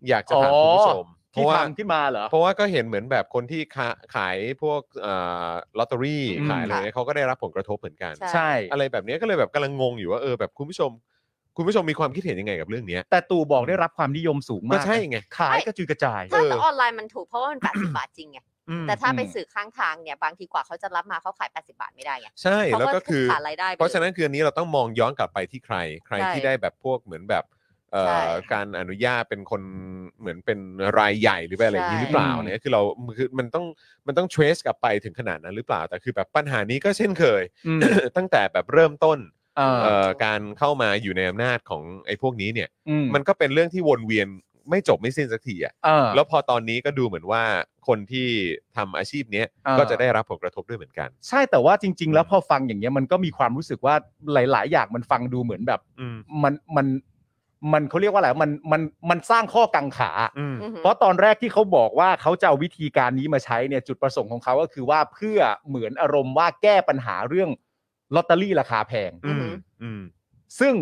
Speaker 2: อยากจะถาม
Speaker 3: อ๋อ
Speaker 2: คุณผู้ชมเพ
Speaker 3: ที่
Speaker 2: ราะว่า
Speaker 3: ทำขึ้นมาเหรอ
Speaker 2: เพราะว่าก็เห็นเหมือนแบบคนที่ขาขายพวกเอ่อลอตเตอรี่
Speaker 3: อืม
Speaker 2: ขายอะไรเนี่ยเขาก็ได้รับผลกระทบเหมือนกัน
Speaker 4: ใช่
Speaker 3: ใช่
Speaker 2: อะไรแบบเนี้ยก็เลยแบบกำลังงงอยู่ว่าเออแบบคุณผู้ชม คุณผู้ชมมีความคิดเห็นยังไงกับเรื่องเนี้ย
Speaker 3: แต่ตู่บอกได้รับความนิยมสูงมาก
Speaker 2: ก็ใช่ไง
Speaker 3: ขายกระจุยกระจาย
Speaker 2: เอ
Speaker 4: ถ้า
Speaker 2: อ
Speaker 4: แต่ออนไลน์มันถูกเพราะ ว่ามัน 80 บาทจริงไง
Speaker 2: อืม
Speaker 4: แต่ถ้าไป
Speaker 3: อืม
Speaker 4: สื่อข้างทางเนี่ยบางทีกว่าเขาจะรับมาเขาขาย 80 บาทไม่ได้ไง
Speaker 2: ใช่
Speaker 4: เขา
Speaker 2: แล้ว
Speaker 4: ก็
Speaker 2: ก็คือ
Speaker 4: ขาดรายได้ไป
Speaker 2: เพราะฉะนั้นคืออันนี้เราต้องมองย้อนกลับไปที่ใคร ใคร
Speaker 4: ใช่
Speaker 2: ที่ได้แบบพวกเหมือนแบบเอ่อ
Speaker 4: ใช่
Speaker 2: การอนุญาตเป็นคนเหมือนเป็นรายใหญ่หรือเป็นอะไรอย่างนี้หรือเปล่า
Speaker 3: ใช่
Speaker 2: เนี่ยคือเราคือมันต้องมันต้อง trace กลับไปถึงขนาดนั้นหรือเปล่าแต่คือแบบปัญหานี้ก็เช่นเคย
Speaker 3: อืม
Speaker 2: ตั้งแต่แบบเริ่มต้น
Speaker 3: เออ
Speaker 2: เอ่อการเข้ามาอยู่ในอำนาจของไอ้พวกนี้เนี่ย
Speaker 3: อืม
Speaker 2: มันก็เป็นเรื่องที่วนเวียนไม่จบไม่สิ้นสักทีอะ
Speaker 3: เออ
Speaker 2: แล้วพอตอนนี้ก็ดูเหมือนว่าคนที่ทำอาชีพเนี้ย
Speaker 3: อ่า
Speaker 2: ก็จะได้รับผลกระทบด้วยเหมือนกัน
Speaker 3: ใช่แต่ว่าจริง ๆ แล้วพอฟังอย่างเงี้ยมันก็มีความรู้สึกว่าหลาย ๆ อย่างมันฟังดูเหมือนแบบ
Speaker 2: อืม
Speaker 3: มันมันมันเขาเรียกว่าอะไรมันมันมันสร้างข้อกังขา
Speaker 2: อืม
Speaker 4: อือหือ
Speaker 3: เพราะตอนแรกที่เขาบอกว่าเขาจะเอาวิธีการนี้มาใช้เนี่ยจุดประสงค์ของเขาก็คือว่าเพื่อเหมือนอารมณ์ว่าแก้ปัญหาเรื่องลอตเตอรี่ราคาแพง
Speaker 2: อืม อืม
Speaker 3: ซึ่ง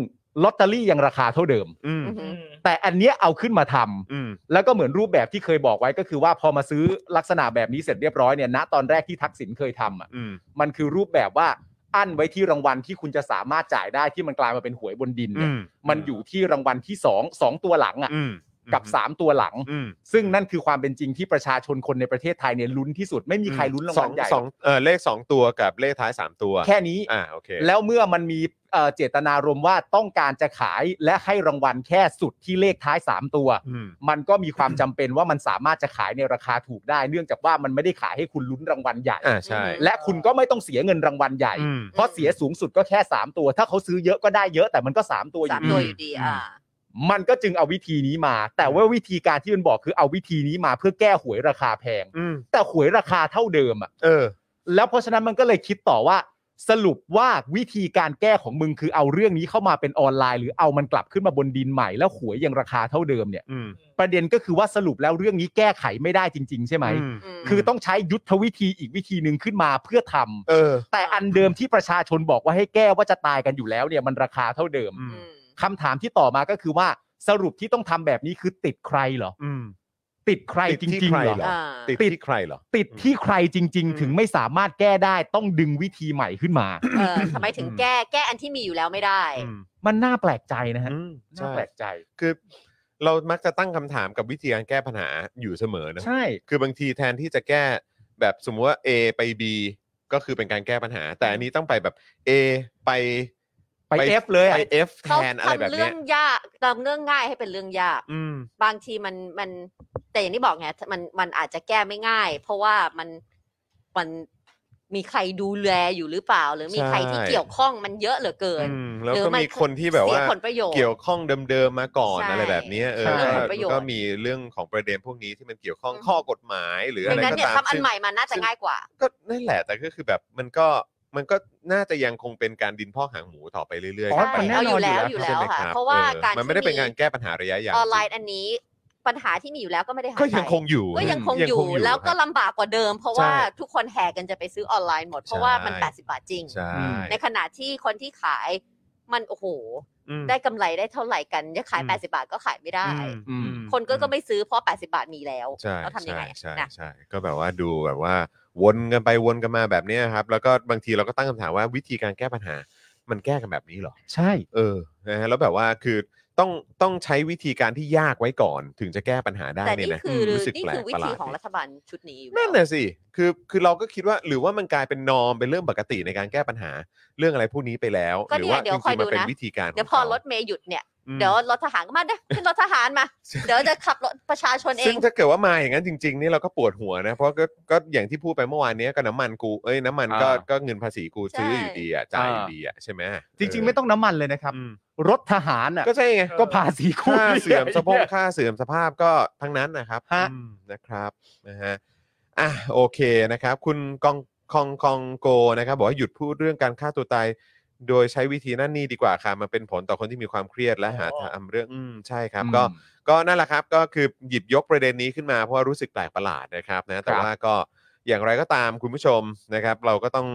Speaker 3: ลอตเตอรี่ยังราคาเท่าเดิม
Speaker 2: อืม
Speaker 4: อือ
Speaker 6: อื
Speaker 4: หือ
Speaker 6: ม
Speaker 3: แต่อันเนี้ยเอาขึ้นมาทำ
Speaker 2: อืม
Speaker 3: แล้วก็เหมือนรูปแบบที่เคยบอกไว้ก็คือว่าพอมาซื้อลักษณะแบบนี้เสร็จเรียบร้อยเนี่ยณตอนแรกที่ทักษิณเคยทำอ่ะ
Speaker 2: อืม
Speaker 3: มันคือรูปแบบว่าอั้นไว้ที่รางวัลที่คุณจะสามารถจ่ายได้ที่มันกลายมาเป็นหวยบนดิน
Speaker 2: อื
Speaker 3: เนี่ย
Speaker 2: ม
Speaker 3: มันอยู่ที่รางวัลที่สองสองตัวหลังอ่ะ
Speaker 2: อืม
Speaker 3: กับสามตัวหลัง
Speaker 2: อืม
Speaker 3: ซึ่งนั่นคือความเป็นจริงที่ประชาชนคนในประเทศไทยเนี่ยลุ้นที่สุดไม่มีใครลุ้นรางวัลใหญ่
Speaker 2: สองสองเออเลขสองตัวกับเลขท้ายสามตัว
Speaker 3: แค่นี้
Speaker 2: อ่าโอเค
Speaker 3: แล้วเมื่อมันมีเอ่อเจตนารมณ์ว่าต้องการจะขายและให้รางวัลแค่สุดที่เลขท้ายสามตัว
Speaker 2: อืม
Speaker 3: มันก็มีความจำเป็นว่ามันสามารถจะขายในราคาถูกได้ เนื่องจากว่ามันไม่ได้ขายให้คุณลุ้นรางวัลใหญ่
Speaker 2: อ่าใช่
Speaker 3: และคุณก็ไม่ต้องเสียเงินรางวัลใหญ่
Speaker 2: อืม
Speaker 3: เพราะเสียสูงสุดก็แค่ 3 ตัว ถ้าเขาซื้อเยอะก็ได้เยอะแต่มันก็ 3 ตัวอ
Speaker 4: สาม
Speaker 3: ยู่
Speaker 4: ตัว
Speaker 3: ดี
Speaker 4: อยู่ดีอ่า
Speaker 3: มันก็จึงเอาวิธีนี้มา แต่ว่าวิธีการที่มันบอกคือเอาวิธีนี้มาเพื่อแก้หวยราคาแพง
Speaker 2: อืม
Speaker 3: แต่หวยราคาเท่าเดิมอะ
Speaker 2: เออ
Speaker 3: แล้วเพราะฉะนั้นมันก็เลยคิดต่อว่า สรุปว่าวิธีการแก้ของมึงคือเอาเรื่องนี้เข้ามาเป็นออนไลน์ หรือเอามันกลับขึ้นมาบนดินใหม่แล้วหวยยังราคาเท่าเดิมเนี่ย
Speaker 2: อืม
Speaker 3: ประเด็นก็คือว่าสรุปแล้วเรื่องนี้แก้ไขไม่ได้จริง ๆ ใช่ไหม
Speaker 2: อื
Speaker 4: อืม
Speaker 3: คือต้องใช้ยุทธวิธีอีกวิธีหนึ่งขึ้นมาเพื่อทำ
Speaker 2: เออ
Speaker 3: แต่อันเดิมที่ประชาชนบอกว่าให้แก้ว่าจะตายกันอยู่แล้วเนี่ยมันราคาเท่าเดิม
Speaker 2: อืม
Speaker 4: อืม
Speaker 3: คำถามที่ต่อมาก็คือว่าสรุปที่ต้องทำแบบนี้คือติดใครเหรอ
Speaker 2: อืม
Speaker 3: ติดใคร
Speaker 2: ติด
Speaker 3: จ
Speaker 2: ที่
Speaker 3: ริง
Speaker 2: ใคร
Speaker 3: ๆเหรอ
Speaker 2: เหรอ
Speaker 4: อ่า
Speaker 2: ติดที่ใครเหรอ
Speaker 3: ติดที่ใครจริง
Speaker 2: อืม
Speaker 3: ๆ ถึงไม่สามารถแก้ได้ต้องดึงวิธีใหม่ขึ้นมา
Speaker 4: เออทำไมถึงแก้แก้อันที่มีอยู่แล้วไม่ได้
Speaker 2: อืม
Speaker 3: มันน่าแปลกใจนะฮะ
Speaker 2: อืม
Speaker 3: น่า
Speaker 2: ใช่
Speaker 3: แปลกใจ
Speaker 2: คือ เรามักจะตั้งคำถามกับวิธีการแก้ปัญหาอยู่เสมอนะ
Speaker 3: ใช่
Speaker 2: คือบางทีแทนที่จะแก้แบบสมมติว่า A ไป B ก็คือเป็นการแก้ปัญหา แต่อันนี้ต้องไปแบบ A ไป
Speaker 3: ไป F เลยอะ
Speaker 2: ไป F แท
Speaker 4: เขา
Speaker 2: นอะไรแบบ
Speaker 4: ทำเรื่
Speaker 2: เนี้
Speaker 4: อย งยากทำเรื่องง่ายให้เป็นเรื่องยาก
Speaker 2: อืม
Speaker 4: บางทีมันมัน แต่อย่างที่บอกไงมันมันอาจจะแก้ไม่ง่าย เพราะว่ามันมันมีใครดูแลอยู่หรือเปล่า หรือมีใครที่
Speaker 2: ใช่
Speaker 4: เกี่ยวข้องมันเยอะเหลือเกิน
Speaker 2: อืมแล้ว
Speaker 4: หรือ
Speaker 2: ก็
Speaker 4: ไม่
Speaker 2: มีคนที่แบบว่า
Speaker 4: เสียผลประโยชน์
Speaker 2: เกี่ยวข้องเดิมๆมาก่อน
Speaker 4: ใช่
Speaker 2: อะไรแบบเนี้ยเออ
Speaker 4: ใช่
Speaker 2: แล้วก็
Speaker 4: ผลประโยชน์
Speaker 2: ก็มีเรื่องของประเด็นพวกนี้ที่มันเกี่ยวข้อง
Speaker 4: อืม
Speaker 2: ข้อกฎหมายหรือ
Speaker 4: ดั
Speaker 2: อะไร
Speaker 4: งนั้น
Speaker 2: ก็
Speaker 4: เนี่ย
Speaker 2: ตาม
Speaker 4: ทำอัน
Speaker 2: ซึ่ง
Speaker 4: ใหม่มาน่าจะง่ายกว่า
Speaker 2: ก็นั่นแหละแต่ก็คือแบบมันก็มันก็น่าจะยังคงเป็นการดินพอกหางหมูต่อไปเรื่อย
Speaker 3: อ๋อ
Speaker 2: ๆครับ
Speaker 3: มันแน่นอนอยู่แล้ว
Speaker 4: อยู่แล้ว
Speaker 2: ใช่ไหม
Speaker 4: ค่ะ
Speaker 2: บ
Speaker 4: เพราะว่า
Speaker 2: ออ
Speaker 4: การ
Speaker 2: มันไม่ได้
Speaker 4: ที่
Speaker 2: เป็นการแก้ปัญหาระยะยาว
Speaker 4: ออนไลน์อันนี้ปัญหาที่มีอยู่แล้วก็ไม่ได้หาย
Speaker 2: ก็
Speaker 4: ไป
Speaker 2: ยังคงอยู่
Speaker 4: ก็ยังคงอยู่แล้วก็
Speaker 2: ครับ
Speaker 4: ลำบากกว่าเดิม เพราะว่า
Speaker 2: ใช่
Speaker 4: ทุกคนแห่กันจะไปซื้อออนไลน์หมด เพราะ
Speaker 2: ใช่
Speaker 4: ว่ามัน 80 บาทจริง
Speaker 2: ใช่
Speaker 4: ในขณะที่คนที่ขายมันโอ้โห
Speaker 2: อืม
Speaker 4: ได้กำไรได้เท่าไหร่กัน จะขาย
Speaker 2: อืม
Speaker 4: 80 บาทก็ขายไม่ได้
Speaker 2: อืม
Speaker 4: คนก็ก็ไม่ซื้อเพราะ 80 บาทมีแล้ว
Speaker 2: ใช่
Speaker 4: เราทำยัง
Speaker 2: ใช่
Speaker 4: ไงอะ
Speaker 2: ใช่
Speaker 4: นะ
Speaker 2: ใช่ก็แบบว่าดูแบบว่า วนกันไปวนกันมาแบบเนี้ยครับ แล้วก็บางทีเราก็ตั้งคำถามว่าวิธีการแก้ปัญหา มันแก้กันแบบนี้เหรอ
Speaker 3: ใช่
Speaker 2: เออนะฮะแล้วแบบว่าคือ ต้องต้องใช้วิธีการที่ยากไว้ก่อน ถึงจะแก้ปัญหาได้
Speaker 4: แต่
Speaker 2: เนี่ย
Speaker 4: นี่
Speaker 2: นะ
Speaker 4: คือ
Speaker 2: รู้สึก
Speaker 4: นี่
Speaker 2: แปล
Speaker 4: คื
Speaker 2: ก
Speaker 4: อวิ
Speaker 2: ประหลา
Speaker 4: ธี
Speaker 2: ด
Speaker 4: ของรัฐบาลชุดนี้อยู่
Speaker 2: นั่น
Speaker 4: แล้ว
Speaker 2: น่ะสิคือคือเราก็คิดว่าหรือว่ามันกลายเป็นนอมเป็นเรื่องปกติในการแก้ปัญหาเรื่องอะไรพวกนี้ไปแล้ว
Speaker 4: ก็
Speaker 2: หรื
Speaker 4: เนี่ย
Speaker 2: ว่า
Speaker 4: เดี๋ยว
Speaker 2: จ
Speaker 4: คอ
Speaker 2: ริ
Speaker 4: ย
Speaker 2: งๆมั
Speaker 4: ดู
Speaker 2: นเป็น
Speaker 4: นะ
Speaker 2: วิธีการขง
Speaker 4: เดี๋ยวพอ
Speaker 2: ขาร
Speaker 4: ถเมย์หยุดเนี่ย
Speaker 2: อืม
Speaker 4: เดี๋ยวรถทหารก็มาเด้อขึ้นรถทหาร มา เดี๋ยวจะขับรถประชาชนเอ
Speaker 2: ซึ่
Speaker 4: ง
Speaker 2: งถ้าเกิดว่ามาอย่างนั้นจริงๆนี่เราก็ปวดหัวนะ เพราะก็ก็อย่างที่พูดไปเมื่อวานเนี้ยก็น้ำมันกูเอ้ยน้ำมันก็
Speaker 3: อ่า
Speaker 2: ก็เงินภาษีกูซื้ออยู่ดีอ่ะจ่ายอยู่ดีอ่ะใช่ไหม
Speaker 3: จริง ๆ ไม่ต้องน้ำมันเลยนะครับ
Speaker 2: อืม
Speaker 3: รถทหารอ่ะ
Speaker 2: ก็ใช่ไง
Speaker 3: ก็ภาษีคู่
Speaker 2: ค่าเสื่อมสะโพก
Speaker 3: นี่ย
Speaker 2: ค่าเสื่อมสภาพก็ทั้งนั้นนะครับ
Speaker 3: ฮะ
Speaker 2: อืมนะครับนะฮะอ่ะโอเคนะครับ คุณกองคองคองโกนะครับบอกว่าหยุดพูดเรื่องการฆ่าตัวตายโดยใช้วิธีนั่นนี่ดีกว่าค่ะมันเป็นผลต่อคนที่มีความเครียดและหาทำเรื่องอืมใช่ครับก็ ก็นั่นแหละครับก็คือหยิบยกประเด็นนี้ขึ้นมาเพราะว่ารู้สึกแปลกประหลาดนะครับนะแต่
Speaker 3: ครับ
Speaker 2: ว่าก็อย่างไรก็ตามคุณผู้ชมนะครับ เราก็ต้อง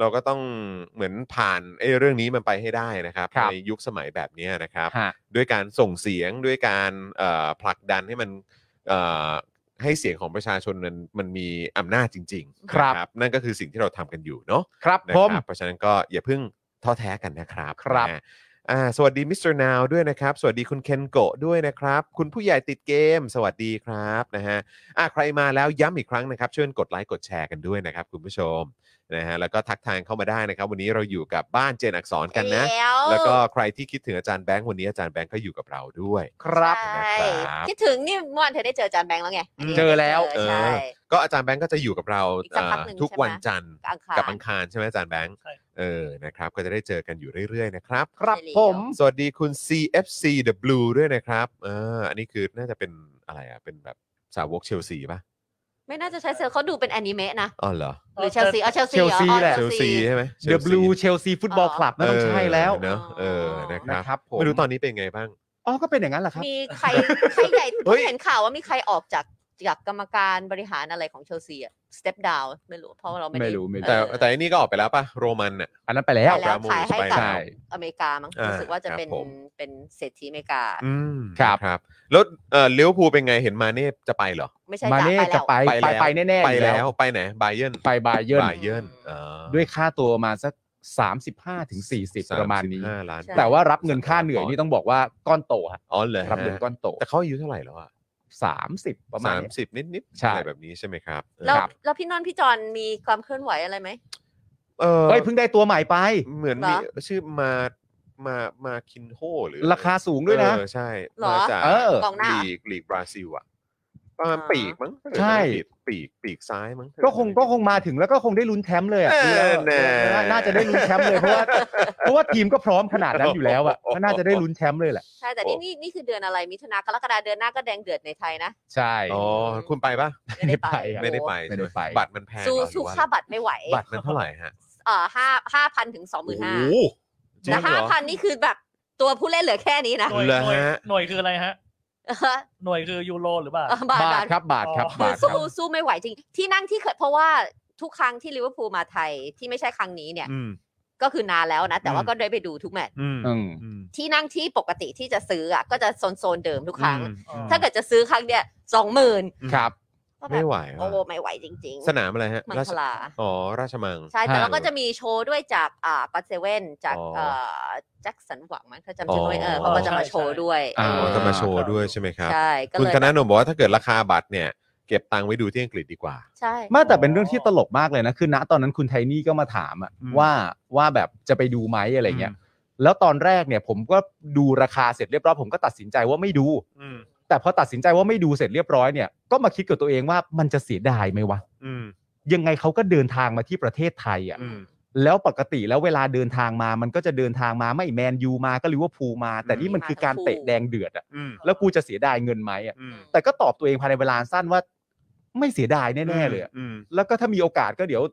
Speaker 2: เราก็ต้องเหมือนผ่านไอ้เรื่องนี้มันไปให้ได้นะครับในยุคสมัยแบบเนี้ยนะครับ
Speaker 3: ฮะ
Speaker 2: ด้วยการส่งเสียงด้วยการเอ่อผลักดันให้มันเอ่อให้เสียงของประชาชนมันมันมีอำนาจจริงๆ
Speaker 3: ครับ
Speaker 2: นะนั่นก็คือสิ่งที่เราทำกันอยู่เนาะ
Speaker 3: ครับ
Speaker 2: นะ
Speaker 3: ผ
Speaker 2: ค
Speaker 3: ม
Speaker 2: รับเพราะฉะนั้นก็อย่าเพิ่งท้อแท้กันนะครับ
Speaker 3: ครับ
Speaker 2: นะฮะอ่าสวัสดีมิสเตอร์นาวด้วยนะครับ สวัสดีคุณเคนโกะด้วยนะครับ คุณผู้ใหญ่ติดเกม สวัสดีครับนะฮะอ่ะใครมาแล้วย้ำอีกครั้งนะครับช่วยกดไลค์กดแชร์กันด้วยนะครับ คุณผู้ชมนะฮะแล้วก็ทักทายเข้ามาได้นะครับ วันนี้เราอยู่กับบ้านเจนอักษรกันนะ
Speaker 4: เดี๋ยว
Speaker 2: แล้วก็ใครที่คิดถึงอาจารย์แบงค์วันนี้อาจารย์แบงค์ก็อยู่กับเราด้วย
Speaker 3: ครับ
Speaker 4: ใช่
Speaker 2: นะครับ
Speaker 4: คิดถึงนี่เมื่อวานเธอได้เจออาจารย์แบงค์แล้วไง
Speaker 2: อืม
Speaker 3: เจอแล้ว
Speaker 4: เใช่
Speaker 2: เออก็อาจารย์แบงค์ก็จะอยู่กับเรา
Speaker 4: อีกสักพักหนึ่ง
Speaker 2: เอ่อทุก
Speaker 4: ใช่ไหม
Speaker 2: วันจันทร์
Speaker 4: อังคาร
Speaker 2: กับอังคารใช่ไหมอาจารย์แบงค์
Speaker 6: ใช่
Speaker 2: เออนะครับก็จะได้เจอกันอยู่เรื่อยๆนะครับ
Speaker 3: ครับ
Speaker 4: ใช่แล้ว
Speaker 3: ผม
Speaker 2: สวัสดีคุณ CFC The Blue ด้วยนะครับเอออันนี้คือน่าจะเป็นอะไรอ่ะ เป็นแบบสาวกเชลซีป่ะ
Speaker 4: ไม่น่าจะใช้เซอร์เขาดูเป็นอนิเมะนะ
Speaker 2: อ๋อเหรอ
Speaker 4: หรือเชลซีเอาเชลซี
Speaker 3: Chelsea แหละ
Speaker 2: เชลซีใช่ไหม
Speaker 3: The
Speaker 2: Chelsea
Speaker 3: Blue Chelsea Football Club
Speaker 2: เอ
Speaker 3: นั่นต้องใช่แล้ว
Speaker 2: เนอะเออ นะค
Speaker 3: นะ
Speaker 2: รับ
Speaker 3: ครับผม
Speaker 2: ไม่รู้ตอนนี้เป็นไงบ้าง
Speaker 3: อ๋อก็เป็นอย่างนั้นแหละครับ
Speaker 4: มีใครใครใหญ่
Speaker 2: เฮ้ย
Speaker 4: เห็นข่าวว่ามีใครออกจากจากกรรมการบริหารอะไรของเชลซีอะสเต็ปดาวไม่รู้เพราะว่าเราไม่
Speaker 3: ไม่
Speaker 4: ด้
Speaker 3: รู้ไม่รู้
Speaker 2: แต่
Speaker 4: เออ
Speaker 2: แต่อันนี้ก็ออกไปแล้วป่ะ โรมันน่ะ
Speaker 3: อันนั้นไปแล้ว
Speaker 4: ไปแล้ว
Speaker 2: Ramones
Speaker 4: ขายให้
Speaker 2: ไป
Speaker 4: กับ
Speaker 2: แล้
Speaker 3: ใช่
Speaker 2: ว
Speaker 4: อเมริกามั้ง
Speaker 2: อ่ารู้
Speaker 4: รู้สึกว่าจะ
Speaker 2: ครับ
Speaker 4: เป็น
Speaker 2: ผม
Speaker 4: เป็นเศรษฐีอเมริกา
Speaker 2: อืม
Speaker 3: ครับ
Speaker 2: ครับ แล้วเอ่อเลี้ยวภูลเป็นไง เห็นมาเน่จะไปเหรอ
Speaker 4: ไม่ใช่
Speaker 3: มา
Speaker 4: จะไป
Speaker 3: เน่จะ
Speaker 4: แล้ว
Speaker 3: ไป
Speaker 2: ไปแล้ว
Speaker 3: ไปแน่ๆ
Speaker 2: ไป
Speaker 3: อยู่
Speaker 2: แล้ว ไปไหน บาเยน
Speaker 3: ไปบาเยิร์น
Speaker 2: บาเยิร์นอ่า
Speaker 3: ด้วยค่าตัวประมาณสัก 35ถึง40 ประมาณนี้
Speaker 2: 35ล้าน
Speaker 4: ใช่
Speaker 3: แต่ว่ารับเงินค่าเหนื่อยนี่ต้องบอกว่าก้อนโตฮะ
Speaker 2: อ๋อเลย
Speaker 3: รับเงินก้อนโต
Speaker 2: แต่เขาอายุเท่าไหร่แล้วอ่ะ
Speaker 3: 30 ประมาณ
Speaker 2: สาม
Speaker 3: เนี้ย
Speaker 2: สิบนิดๆ
Speaker 3: ใช่
Speaker 2: อะไรแบบนี้ใช่ไหมครับ
Speaker 4: แล้ว
Speaker 3: ครับ
Speaker 4: แล้วพี่นนท์พี่จอนมีความเคลื่อนไหวอะไรไหม
Speaker 2: เออ
Speaker 3: เฮ้ยเพิ่งได้ตัวใหม่ไป
Speaker 2: เหมือน
Speaker 4: เหร
Speaker 2: มี
Speaker 4: อ
Speaker 2: ชื่อมามามาคินโฮหรือ
Speaker 3: ราคาสูงด้วยนะ
Speaker 2: เออใช่
Speaker 4: เหรอ
Speaker 2: มาจาก
Speaker 3: เออ
Speaker 4: กองหน้าเหรอ
Speaker 2: ลีกลีกบราซิลอะประมาณ
Speaker 4: อ๋อ
Speaker 2: ปีกมั้งถ้าเกิด
Speaker 3: ใช่
Speaker 2: ไม่ผิดปีกปีกซ้ายมั้ง
Speaker 3: ก็คงก็คงมาถึงแล้วก็คงได้ลุ้นแชมป์เลยอ่ะ
Speaker 2: แน่
Speaker 3: ดูแล้ว
Speaker 2: แน่
Speaker 3: น่าจะได้ลุ้นแชมป์เลยเพราะว่าเพราะว่าทีมก็พร้อมขนาดนั้นอยู่แล้วอ่ะก็น่าจะได้ลุ้นแชมป์เลยแหละ
Speaker 4: ใช่แต่นี่นี่นี่คือเดือนอะไรมิถุนากรกฎาเดือนหน้าก็แดงเดือดในไทยนะ
Speaker 3: ใช่
Speaker 2: อ๋อคุณไปปะ
Speaker 4: ไม่ได้ไป
Speaker 3: ครับ
Speaker 2: ไม่ได้ไป
Speaker 3: ไม่ได้ไป
Speaker 2: บัตรมันแพงเหร
Speaker 4: สู้
Speaker 2: อหรื
Speaker 4: สู้
Speaker 2: อว่า
Speaker 4: ค่าบัตรไม่ไหว
Speaker 2: บัตรมันเท่าไหร่ฮะ
Speaker 4: เอ่อห้าห้าพันถึงสองหมื่นห้า
Speaker 2: โอ้โจริง
Speaker 4: แต่
Speaker 2: เหร
Speaker 4: ห้า
Speaker 2: อ
Speaker 4: พันนี่คือแบบตัวผู้เล่นเหลือแค่นี้นะ
Speaker 6: หน่วย
Speaker 2: เหรอ
Speaker 6: หน่วย
Speaker 2: ฮะ
Speaker 6: หน่วยคืออะไรฮะ
Speaker 4: เออ
Speaker 6: หน่วยคือยูโรหรือเปล่า
Speaker 4: เออบาท
Speaker 3: บา
Speaker 4: บา
Speaker 3: ท
Speaker 4: ท
Speaker 3: ครับบาทครับ
Speaker 4: คื
Speaker 3: บา
Speaker 4: อ
Speaker 3: ทครั
Speaker 4: สู้
Speaker 3: บ
Speaker 4: สู้ไม่ไหวจริง ที่นั่งที่เคยเพราะว่าทุกครั้งที่ลิเวอร์พูลมาไทยที่ไม่ใช่ครั้งนี้เนี่ย
Speaker 2: อืม
Speaker 4: ก็คือนานแล้วนะ แต่ว่า
Speaker 2: อืม
Speaker 4: ก็ได้ไปดูทุกแมตช์
Speaker 2: อืม
Speaker 3: อืม
Speaker 2: อืม
Speaker 4: ที่นั่งที่ปกติที่จะซื้ออ่ะก็จะโซนโซนๆเดิมทุกครั้ง
Speaker 2: อืม
Speaker 6: อ๋อ
Speaker 4: ถ้าเกิดจะซื้อครั้งเนี่ยสองหมื่น
Speaker 3: ครับ
Speaker 4: ก็แบ
Speaker 2: ไม่
Speaker 4: บ
Speaker 2: ไหว
Speaker 4: โอ้
Speaker 2: ว่ะ
Speaker 4: โหไม่ไหวจริง
Speaker 2: สนามอะไรฮะ
Speaker 4: มัง
Speaker 2: ราช
Speaker 4: คลา
Speaker 2: อ๋อราชมัง
Speaker 4: ๆ ใช่แต่
Speaker 3: ห้า
Speaker 4: เราก็จะมีโชว์ด้วยจากอ่าก็เซเว่นจาก
Speaker 2: อ๋อ
Speaker 4: เอ่อแจ็คสันหวังมั้งเขาจำชื่อไม่เออ
Speaker 2: อ๋อ
Speaker 4: เขาก็จะมาโชว์ด้วย
Speaker 3: อ่า
Speaker 2: อ๋อจะมาโชว์ด้วยใช่ไหมครับ
Speaker 4: ใช่ก็
Speaker 2: คุณ
Speaker 4: เลย
Speaker 2: ธนาโนมบอกว่าถ้าเกิดราคาบัตรเนี่ยเก็บตังค์ไว้ดูที่อังกฤษดีกว่า
Speaker 4: ใช่
Speaker 3: มาแต่เป็นเรื่องที่ตลกมากเลยนะ คือณตอนนั้นคุณไทนี่ก็มาถามอะ
Speaker 2: อืม
Speaker 3: ว่าว่าแบบจะไปดูไหมอะไรเงี้ย แล้วตอนแรกเนี่ยผมก็ดูราคาเสร็จเรียบร้อยผมก็ตัดสินใจว่าไม่ดู
Speaker 2: อืม
Speaker 3: แต่พอตัดสินใจว่าไม่ดูเสร็จเรียบร้อยเนี่ยก็มาคิดกับตัวเองว่ามันจะเสียดายไหมวะ
Speaker 2: อืม
Speaker 3: ยังไงเขาก็เดินทางมาที่ประเทศไทยอ่ะ
Speaker 2: อืม
Speaker 3: แล้วปกติแล้วเวลาเดินทางมามันก็จะเดินทางมาไม่แมนยูมาก็ลิเวอร์พูลมา แต่นี่มันคือการเตะแดงเดือดอ่ะ
Speaker 2: อืม
Speaker 3: แล้วกูจะเสียดายเงินไหมอ่ะ
Speaker 2: อืม
Speaker 3: แต่ก็ตอบตัวเองภายในเวลาสั้นว่า ไม่เสียดายแน่ๆเลยอะ
Speaker 2: อืม
Speaker 3: แล้วก็ถ้ามีโอกาสก็เดี๋ยว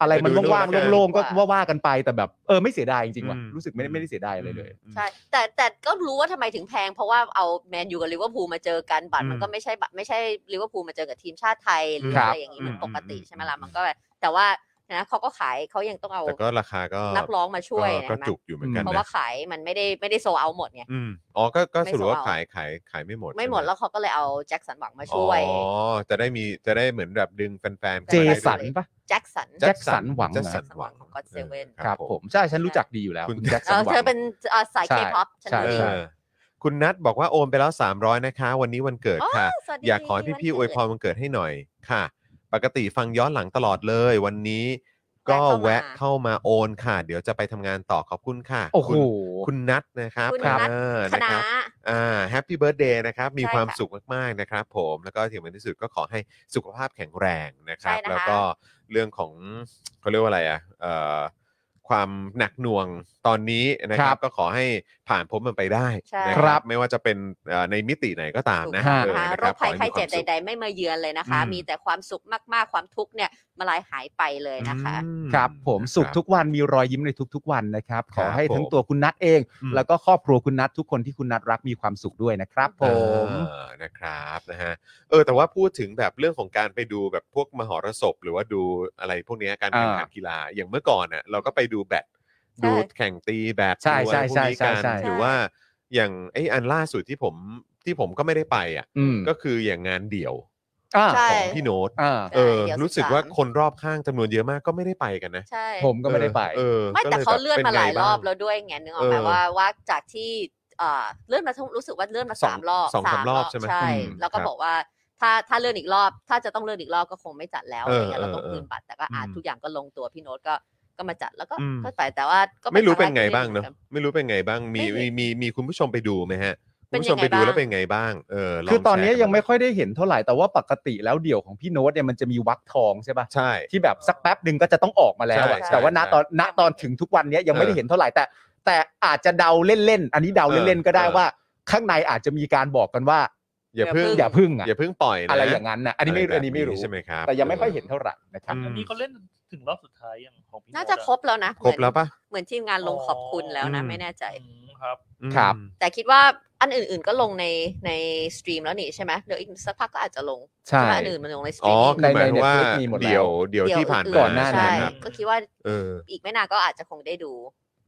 Speaker 3: อะไรมัน
Speaker 2: ไปดู
Speaker 3: ว่าง
Speaker 2: ด้วยละกั
Speaker 3: ๆ
Speaker 2: น
Speaker 3: โล่งๆก็ว่าว่ากันไปแต่แบบเออไม่เสียดายจริงๆว่ะ
Speaker 2: อืม
Speaker 3: รู้สึกไม่ได้ไม่ได้เสียดายอะไรเลย
Speaker 4: ใช่แต่แต่ก็รู้ว่าทำไมถึงแพง เพราะว่าเอาแมนยูกับลิเวอร์พูลมาเจอกันบัตรมัน
Speaker 2: อืม
Speaker 4: ก็ไม่ใช่บัตรไม่ใช่ลิเวอร์พูลมาเจอกับทีมชาติไทยหรือ
Speaker 3: ครับ
Speaker 4: อะไรอย่างนี้มัน
Speaker 2: อืม
Speaker 4: ปกติ
Speaker 2: อืม
Speaker 4: ใช่ไหมล่ะมันก็แบบแต่ว่านะเขาก็ขายเขายังต้องเอา
Speaker 2: แต่ก็ราคาก็
Speaker 4: นักร้องมาช่วย
Speaker 2: ก็ก็
Speaker 4: นะเห็นไหม
Speaker 2: จุกอยู่เหมือนกัน
Speaker 4: เพราะ
Speaker 2: นะ
Speaker 4: ว่าขายมันไม่ได้ไม่ได้โซเอาหมดไง
Speaker 2: อืมอ๋อก็ก็
Speaker 4: ไม่
Speaker 2: สรุปว่า
Speaker 4: ส่งออก
Speaker 2: ขายขายขายไม่หมด
Speaker 4: ไม่หมด
Speaker 2: ใช่
Speaker 4: แล้วเขาก็เลยเอาแจ็คสันหวังมาช่วย
Speaker 2: อ๋อจะได้มีจะได้เหมือนแบบดึงแฟนๆ
Speaker 3: เจ
Speaker 2: ข้ามาได้ด้วย
Speaker 3: สันปะ
Speaker 4: แจ็คสัน
Speaker 3: แจ็คสันหวัง
Speaker 2: แจ็คสันหวัง
Speaker 4: ของ God Seven
Speaker 2: ออ
Speaker 3: ครับผมใช่ฉันรู้จักดีอยู่แล้ว
Speaker 2: คุณ
Speaker 3: คุณแจ็ค
Speaker 4: เอ
Speaker 3: สัน
Speaker 4: อ
Speaker 3: หวัง
Speaker 4: เธอเป็นเอ่อสาย
Speaker 3: ใช่
Speaker 4: เคป๊อปฉัน
Speaker 3: ใช่
Speaker 2: เอ
Speaker 4: รู้
Speaker 2: อ
Speaker 4: ดี
Speaker 2: คุณนัทบอกว่าโอนไปแล้ว 300 นะคะ วันนี้วันเกิดค่ะ
Speaker 4: สวัสดี
Speaker 2: อยากขอให้พี่ๆอวยพรวันเกิดให้หน่อยค่ะ ปกติฟังย้อนหลังตลอดเลย วันนี้ก็แวะเข้ามาโอนค่ะ เดี๋ยวจะไปทำงานต่อขอบคุณค่ะ
Speaker 3: โอ้โห
Speaker 2: คุณคุณนัทนะครับ
Speaker 4: คุณ
Speaker 2: ครับ
Speaker 4: นัท
Speaker 2: เออนะ
Speaker 4: ค
Speaker 2: ค
Speaker 4: ณะ
Speaker 2: รับ อ่าแฮปปี้เบิร์ดเดย์นะครับ มี
Speaker 4: ใช่
Speaker 2: ความ
Speaker 4: ค่ะ
Speaker 2: สุขมากๆนะครับผมแล้วก็ที่สำคัญที่สุดก็ขอให้สุขภาพแข็งแรงนะครับ
Speaker 4: ใช่นะคะ
Speaker 2: แล้วก็เรื่องของเขาเรียกว่าอะไรอ่ะเอ่อความหนักหน่วงตอนนี้นะค
Speaker 3: ค
Speaker 2: รั
Speaker 3: รั
Speaker 2: บบ ก็ขอให้ผ่านพ้นมันไปได้
Speaker 4: ใช่
Speaker 2: นะไม่ว่าจะเป็นเอ่อในมิติไหนก็ตามนะ
Speaker 3: ถูก
Speaker 2: เออ
Speaker 4: นะคะ
Speaker 2: นะ
Speaker 4: โร
Speaker 2: รับ
Speaker 4: คภัย
Speaker 2: ขอ
Speaker 4: ไข้
Speaker 2: ให้มี
Speaker 4: เจ็บ
Speaker 2: วามสุข
Speaker 4: ใด ๆ ไม่มาเยือนเลยนะคะ
Speaker 2: อืม
Speaker 4: มีแต่ความสุขมากๆ ความทุกข์เนี่ยมาลายหายไปเลยนะคะ
Speaker 2: อืม
Speaker 3: ครับผมสุขทุกวันมีรอยยิ้มในทุกๆวันนะครับ ขอให้
Speaker 2: ครับผม
Speaker 3: ทั้งตัวคุณนัทเอง
Speaker 2: อืม
Speaker 3: แล้วก็ครอบครัวคุณนัททุกคนที่คุณนัทรักมีความสุขด้วยนะครับ ผม
Speaker 2: เออนะครับนะฮะเออแต่ว่าพูดถึงแบบเรื่องของการไปดูแบบพวกมหรสพ หรือว่าดูอะไรพวกเนี้ยการแข่งขันกีฬาอย่างเมื่อก่อนน่ะเราก็ไปดูแบด
Speaker 4: ใช่
Speaker 2: ดูแข่งตีแบด
Speaker 3: ใช่
Speaker 2: ดูอะไรพวกนี้
Speaker 3: ใช่
Speaker 2: กัน
Speaker 3: ใช่ใช่
Speaker 2: หรือว่าอย่างไออันล่าสุดที่ผมที่ผมก็ไม่ได้ไปอ่ะ
Speaker 3: อืม
Speaker 2: ก็คืออย่างงานเดี่ยว
Speaker 3: อ่า
Speaker 4: ใช่
Speaker 2: ของพี่โน้ต
Speaker 3: อ่า
Speaker 2: เออ
Speaker 4: เดี่ยว
Speaker 2: รู้สึก
Speaker 4: สิบสาม
Speaker 2: ว่าคนรอบข้างจำนวนเยอะมากก็ไม่ได้ไปกันนะ
Speaker 4: ใช่
Speaker 3: ผมก็ไม่ได้ไป
Speaker 2: เออ
Speaker 4: ไม่แต่
Speaker 2: ก็ย
Speaker 4: เขา
Speaker 2: บบ
Speaker 4: เลื่อนมาหลายรอบ
Speaker 2: เป็นไงง
Speaker 4: แล้วด้วยไงนึกออกไหม
Speaker 2: เออ
Speaker 4: ว่าว่าจากที่เอ่อเลื่อนมาทั้งรู้สึกว่าเลื่อนมา
Speaker 2: สอง
Speaker 4: สามรอบ
Speaker 2: สองสามรอบใช่ไหม
Speaker 4: ใช่
Speaker 2: อืม
Speaker 4: แล้วก็
Speaker 2: ครับ
Speaker 4: บอกว่าถ้าถ้าเลื่อนอีกรอบ ถ้าจะต้องเลื่อนอีกรอบก็คงไม่จัดแล้ว
Speaker 2: เอ
Speaker 4: อะไร
Speaker 2: อ
Speaker 4: เงี้ยเราต้อง
Speaker 2: เออ
Speaker 4: คืนบัตรแต่ก็อ่า
Speaker 2: อืม
Speaker 4: ทุกอย่างก็ลงตัวพี่โน้ตก็ก็มาจัดแล้วก็
Speaker 2: อืม
Speaker 4: ก็ไปแต่ว่าก็
Speaker 2: ไม่รู้เป็น
Speaker 4: ค
Speaker 2: ไง
Speaker 4: แรกที่
Speaker 2: บ้างเนอะ
Speaker 4: กั
Speaker 2: ไม่รู้เป็นไงบ้างมี
Speaker 4: ไม่เห็
Speaker 2: มี
Speaker 4: น
Speaker 2: มีมีคุณผู้ชมไปดูไหมฮะคุ
Speaker 4: เป็
Speaker 2: ณ
Speaker 4: น
Speaker 2: ผู้
Speaker 4: ยัง
Speaker 2: ชม
Speaker 4: ไง
Speaker 2: ไปดู
Speaker 4: บ้าง
Speaker 2: แล้วเป็นไงบ้างเออล
Speaker 3: คือตอนนี้
Speaker 2: แชร์กั
Speaker 3: ยังไม่ค่อยได้เห็นเท่าไหร่แต่ว่าปกติแล้วเดี่ยวของพี่โน้ตเนี่ยมันจะมีวักทองใช่ปะ
Speaker 2: ใช่
Speaker 3: ที่แบบสักแป๊บหนึ่งก็จะต้องออกมาแล้วอะ
Speaker 2: ใช่ใช่
Speaker 3: แต่ว่าณ
Speaker 2: ใช่
Speaker 3: ตอนณตอนถึงทุกวันเนี้ยยังไม่ได้เห็นเท่าไหร่แต่ แต่อาจจะเดาเล่นๆอันนี้เดาเล่นๆก็ได้
Speaker 2: เออ
Speaker 3: ว่า ข้างในอาจจะมีการบอกกันว่า
Speaker 2: อย่าเพิ่ง
Speaker 3: อย่าพึ่งอะ
Speaker 2: อย่าเพิ่งปล่อยนะ
Speaker 3: อะไรอย่างนั้นนะอันนี้ไม่
Speaker 2: ะรแบบ
Speaker 3: อันนี้ไม่รู้
Speaker 2: ใช่ไหมครับ
Speaker 3: แต่ยังไม่ค่อยเห็นเท่าไหร่นะครับ
Speaker 6: อันนี้เขาเล่นถึงรอบสุดท้ายยังของพี่
Speaker 4: น่าจะ
Speaker 6: โตอ
Speaker 4: ครบแล้วนะ
Speaker 2: ครบแล้วปะ
Speaker 4: เหมือนทีมงานลง
Speaker 6: อ๋อ
Speaker 4: ขอบคุณแล้วนะ ไม่แน่ใจ
Speaker 6: อืมครับ
Speaker 2: อืม
Speaker 3: ครับ
Speaker 4: แต่คิดว่าอันอื่น ๆ ก็ลงในในสตรีมแล้วนี่ใช่ไหมเดี๋ยวอีกสักพักก็อาจจะลง
Speaker 3: ใช่
Speaker 4: แต่ว่าอันอื่นมันลงในสต
Speaker 2: อ๋
Speaker 4: รี
Speaker 2: อ
Speaker 4: ม
Speaker 2: คือหมายถึงว่า
Speaker 3: ใน Netflix มีหมดแล้ว
Speaker 2: เดี๋ยวเดี๋ยวที่ผ่านมา
Speaker 3: ก่อนหน้านั้น
Speaker 4: ใช่
Speaker 2: ครับ
Speaker 4: ก็คิดว่า
Speaker 2: เออ
Speaker 4: อีกไม่นานก็อาจจะคงได้ดู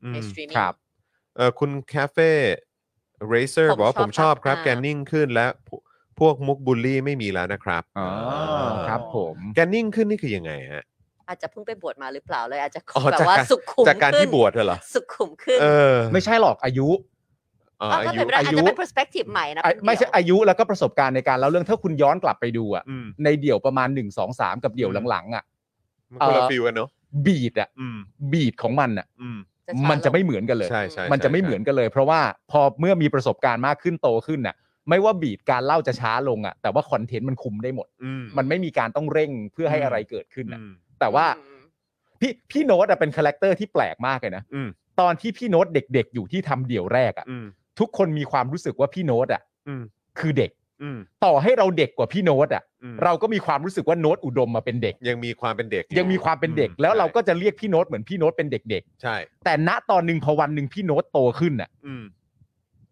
Speaker 2: อืม
Speaker 4: ในสตรีม
Speaker 3: ค
Speaker 4: มิ่ง
Speaker 3: รับ
Speaker 2: เออคุณคาเฟ่เรเซอร์
Speaker 4: ผม
Speaker 2: บอกว่า
Speaker 4: ชอบ
Speaker 2: ผมชอบครับ
Speaker 4: อ่า
Speaker 2: แกนิ่งขึ้นและพวพวกมุกบูลลี่ไม่มีแล้วนะครับ
Speaker 3: อ๋อครับผม
Speaker 2: แกนิ่งขึ้นนี่คือยังไงฮะ
Speaker 4: อาจจะเพิ่งไปบวชมาหรือเปล่าเลยอาจจะ
Speaker 2: อ๋อ
Speaker 4: แบบว่า
Speaker 2: จากการ
Speaker 4: สุขุม
Speaker 2: จากการที่
Speaker 4: ขึ้น
Speaker 2: บวชเหรอ
Speaker 4: สุขุมขึ้น
Speaker 2: เออ
Speaker 3: ไม่ใช่หรอกอายุ
Speaker 2: อ๋อ
Speaker 4: เอา
Speaker 2: อา
Speaker 4: ก็
Speaker 2: ยุ
Speaker 4: เป็นไปได้อาจ
Speaker 3: อายุ
Speaker 4: จะเป็น perspective ใหม่นะ
Speaker 3: อ่ะ
Speaker 4: เป็น
Speaker 3: ไม่ใช่
Speaker 4: เดี่ยว
Speaker 3: อายุแล้วก็ประสบการณ์ในการเล่าเรื่องถ้าคุณย้อนกลับไปดูอะ
Speaker 2: อืม
Speaker 3: ในเดี่ยวประมาณ1 2 3 กับเดี่ยวหลังๆอะ
Speaker 2: มันคนละ
Speaker 3: เอ่อ
Speaker 2: ฟิลกันเนอะ
Speaker 3: บีดอะ
Speaker 2: อืม
Speaker 3: บีดของมันอะ
Speaker 2: อืม
Speaker 4: ช้า
Speaker 3: มันจะ
Speaker 4: ลง
Speaker 3: ไม่เหมือนกันเลย
Speaker 2: ใช่ใช่
Speaker 3: มันจะไม่เหมือนกันเลย เพราะว่าพอเมื่อมีประสบการณ์มากขึ้นโตขึ้นน่ะ ไม่ว่าบีดการเล่าจะช้าลงอะแต่ว่าคอนเทนต์มันคุมได้หมด
Speaker 2: อืม
Speaker 3: มันไม่มีการต้องเร่งเพื่อให้อะไรเกิดขึ้นน่ะ
Speaker 2: อืม
Speaker 3: แต่ว่าพี่พี่โน้ตอะเป็นคาแรคเตอร์ที่แปลกมากเลยนะ
Speaker 2: อืม
Speaker 3: ตอนที่พี่โน้ตเด็ก ๆ อยู่ที่ทำเดี่ยวแรกอะ
Speaker 2: อืม
Speaker 3: ทุกคนมีความรู้สึกว่าพี่โน้ตอะ
Speaker 2: อืม
Speaker 3: คือเด็ก
Speaker 2: อืม
Speaker 3: ต่อให้เราเด็กกว่าพี่โน้ตอะ
Speaker 2: อืม
Speaker 3: เราก็มีความรู้สึกว่าโน้ตอุดมมาเป็นเด็ก
Speaker 2: ยังมีความเป็นเด็กอ
Speaker 3: ยังมีความเป็นเด็ก แล้วเราก็จะเรียกพี่โน้ตเหมือนพี่โน้ตเป็นเด็ก
Speaker 2: ใช่
Speaker 3: ๆ แต่ณตอนหนึ่งพอวันหนึ่งพี่โน้ตโตขึ้นน่ะ
Speaker 2: อืม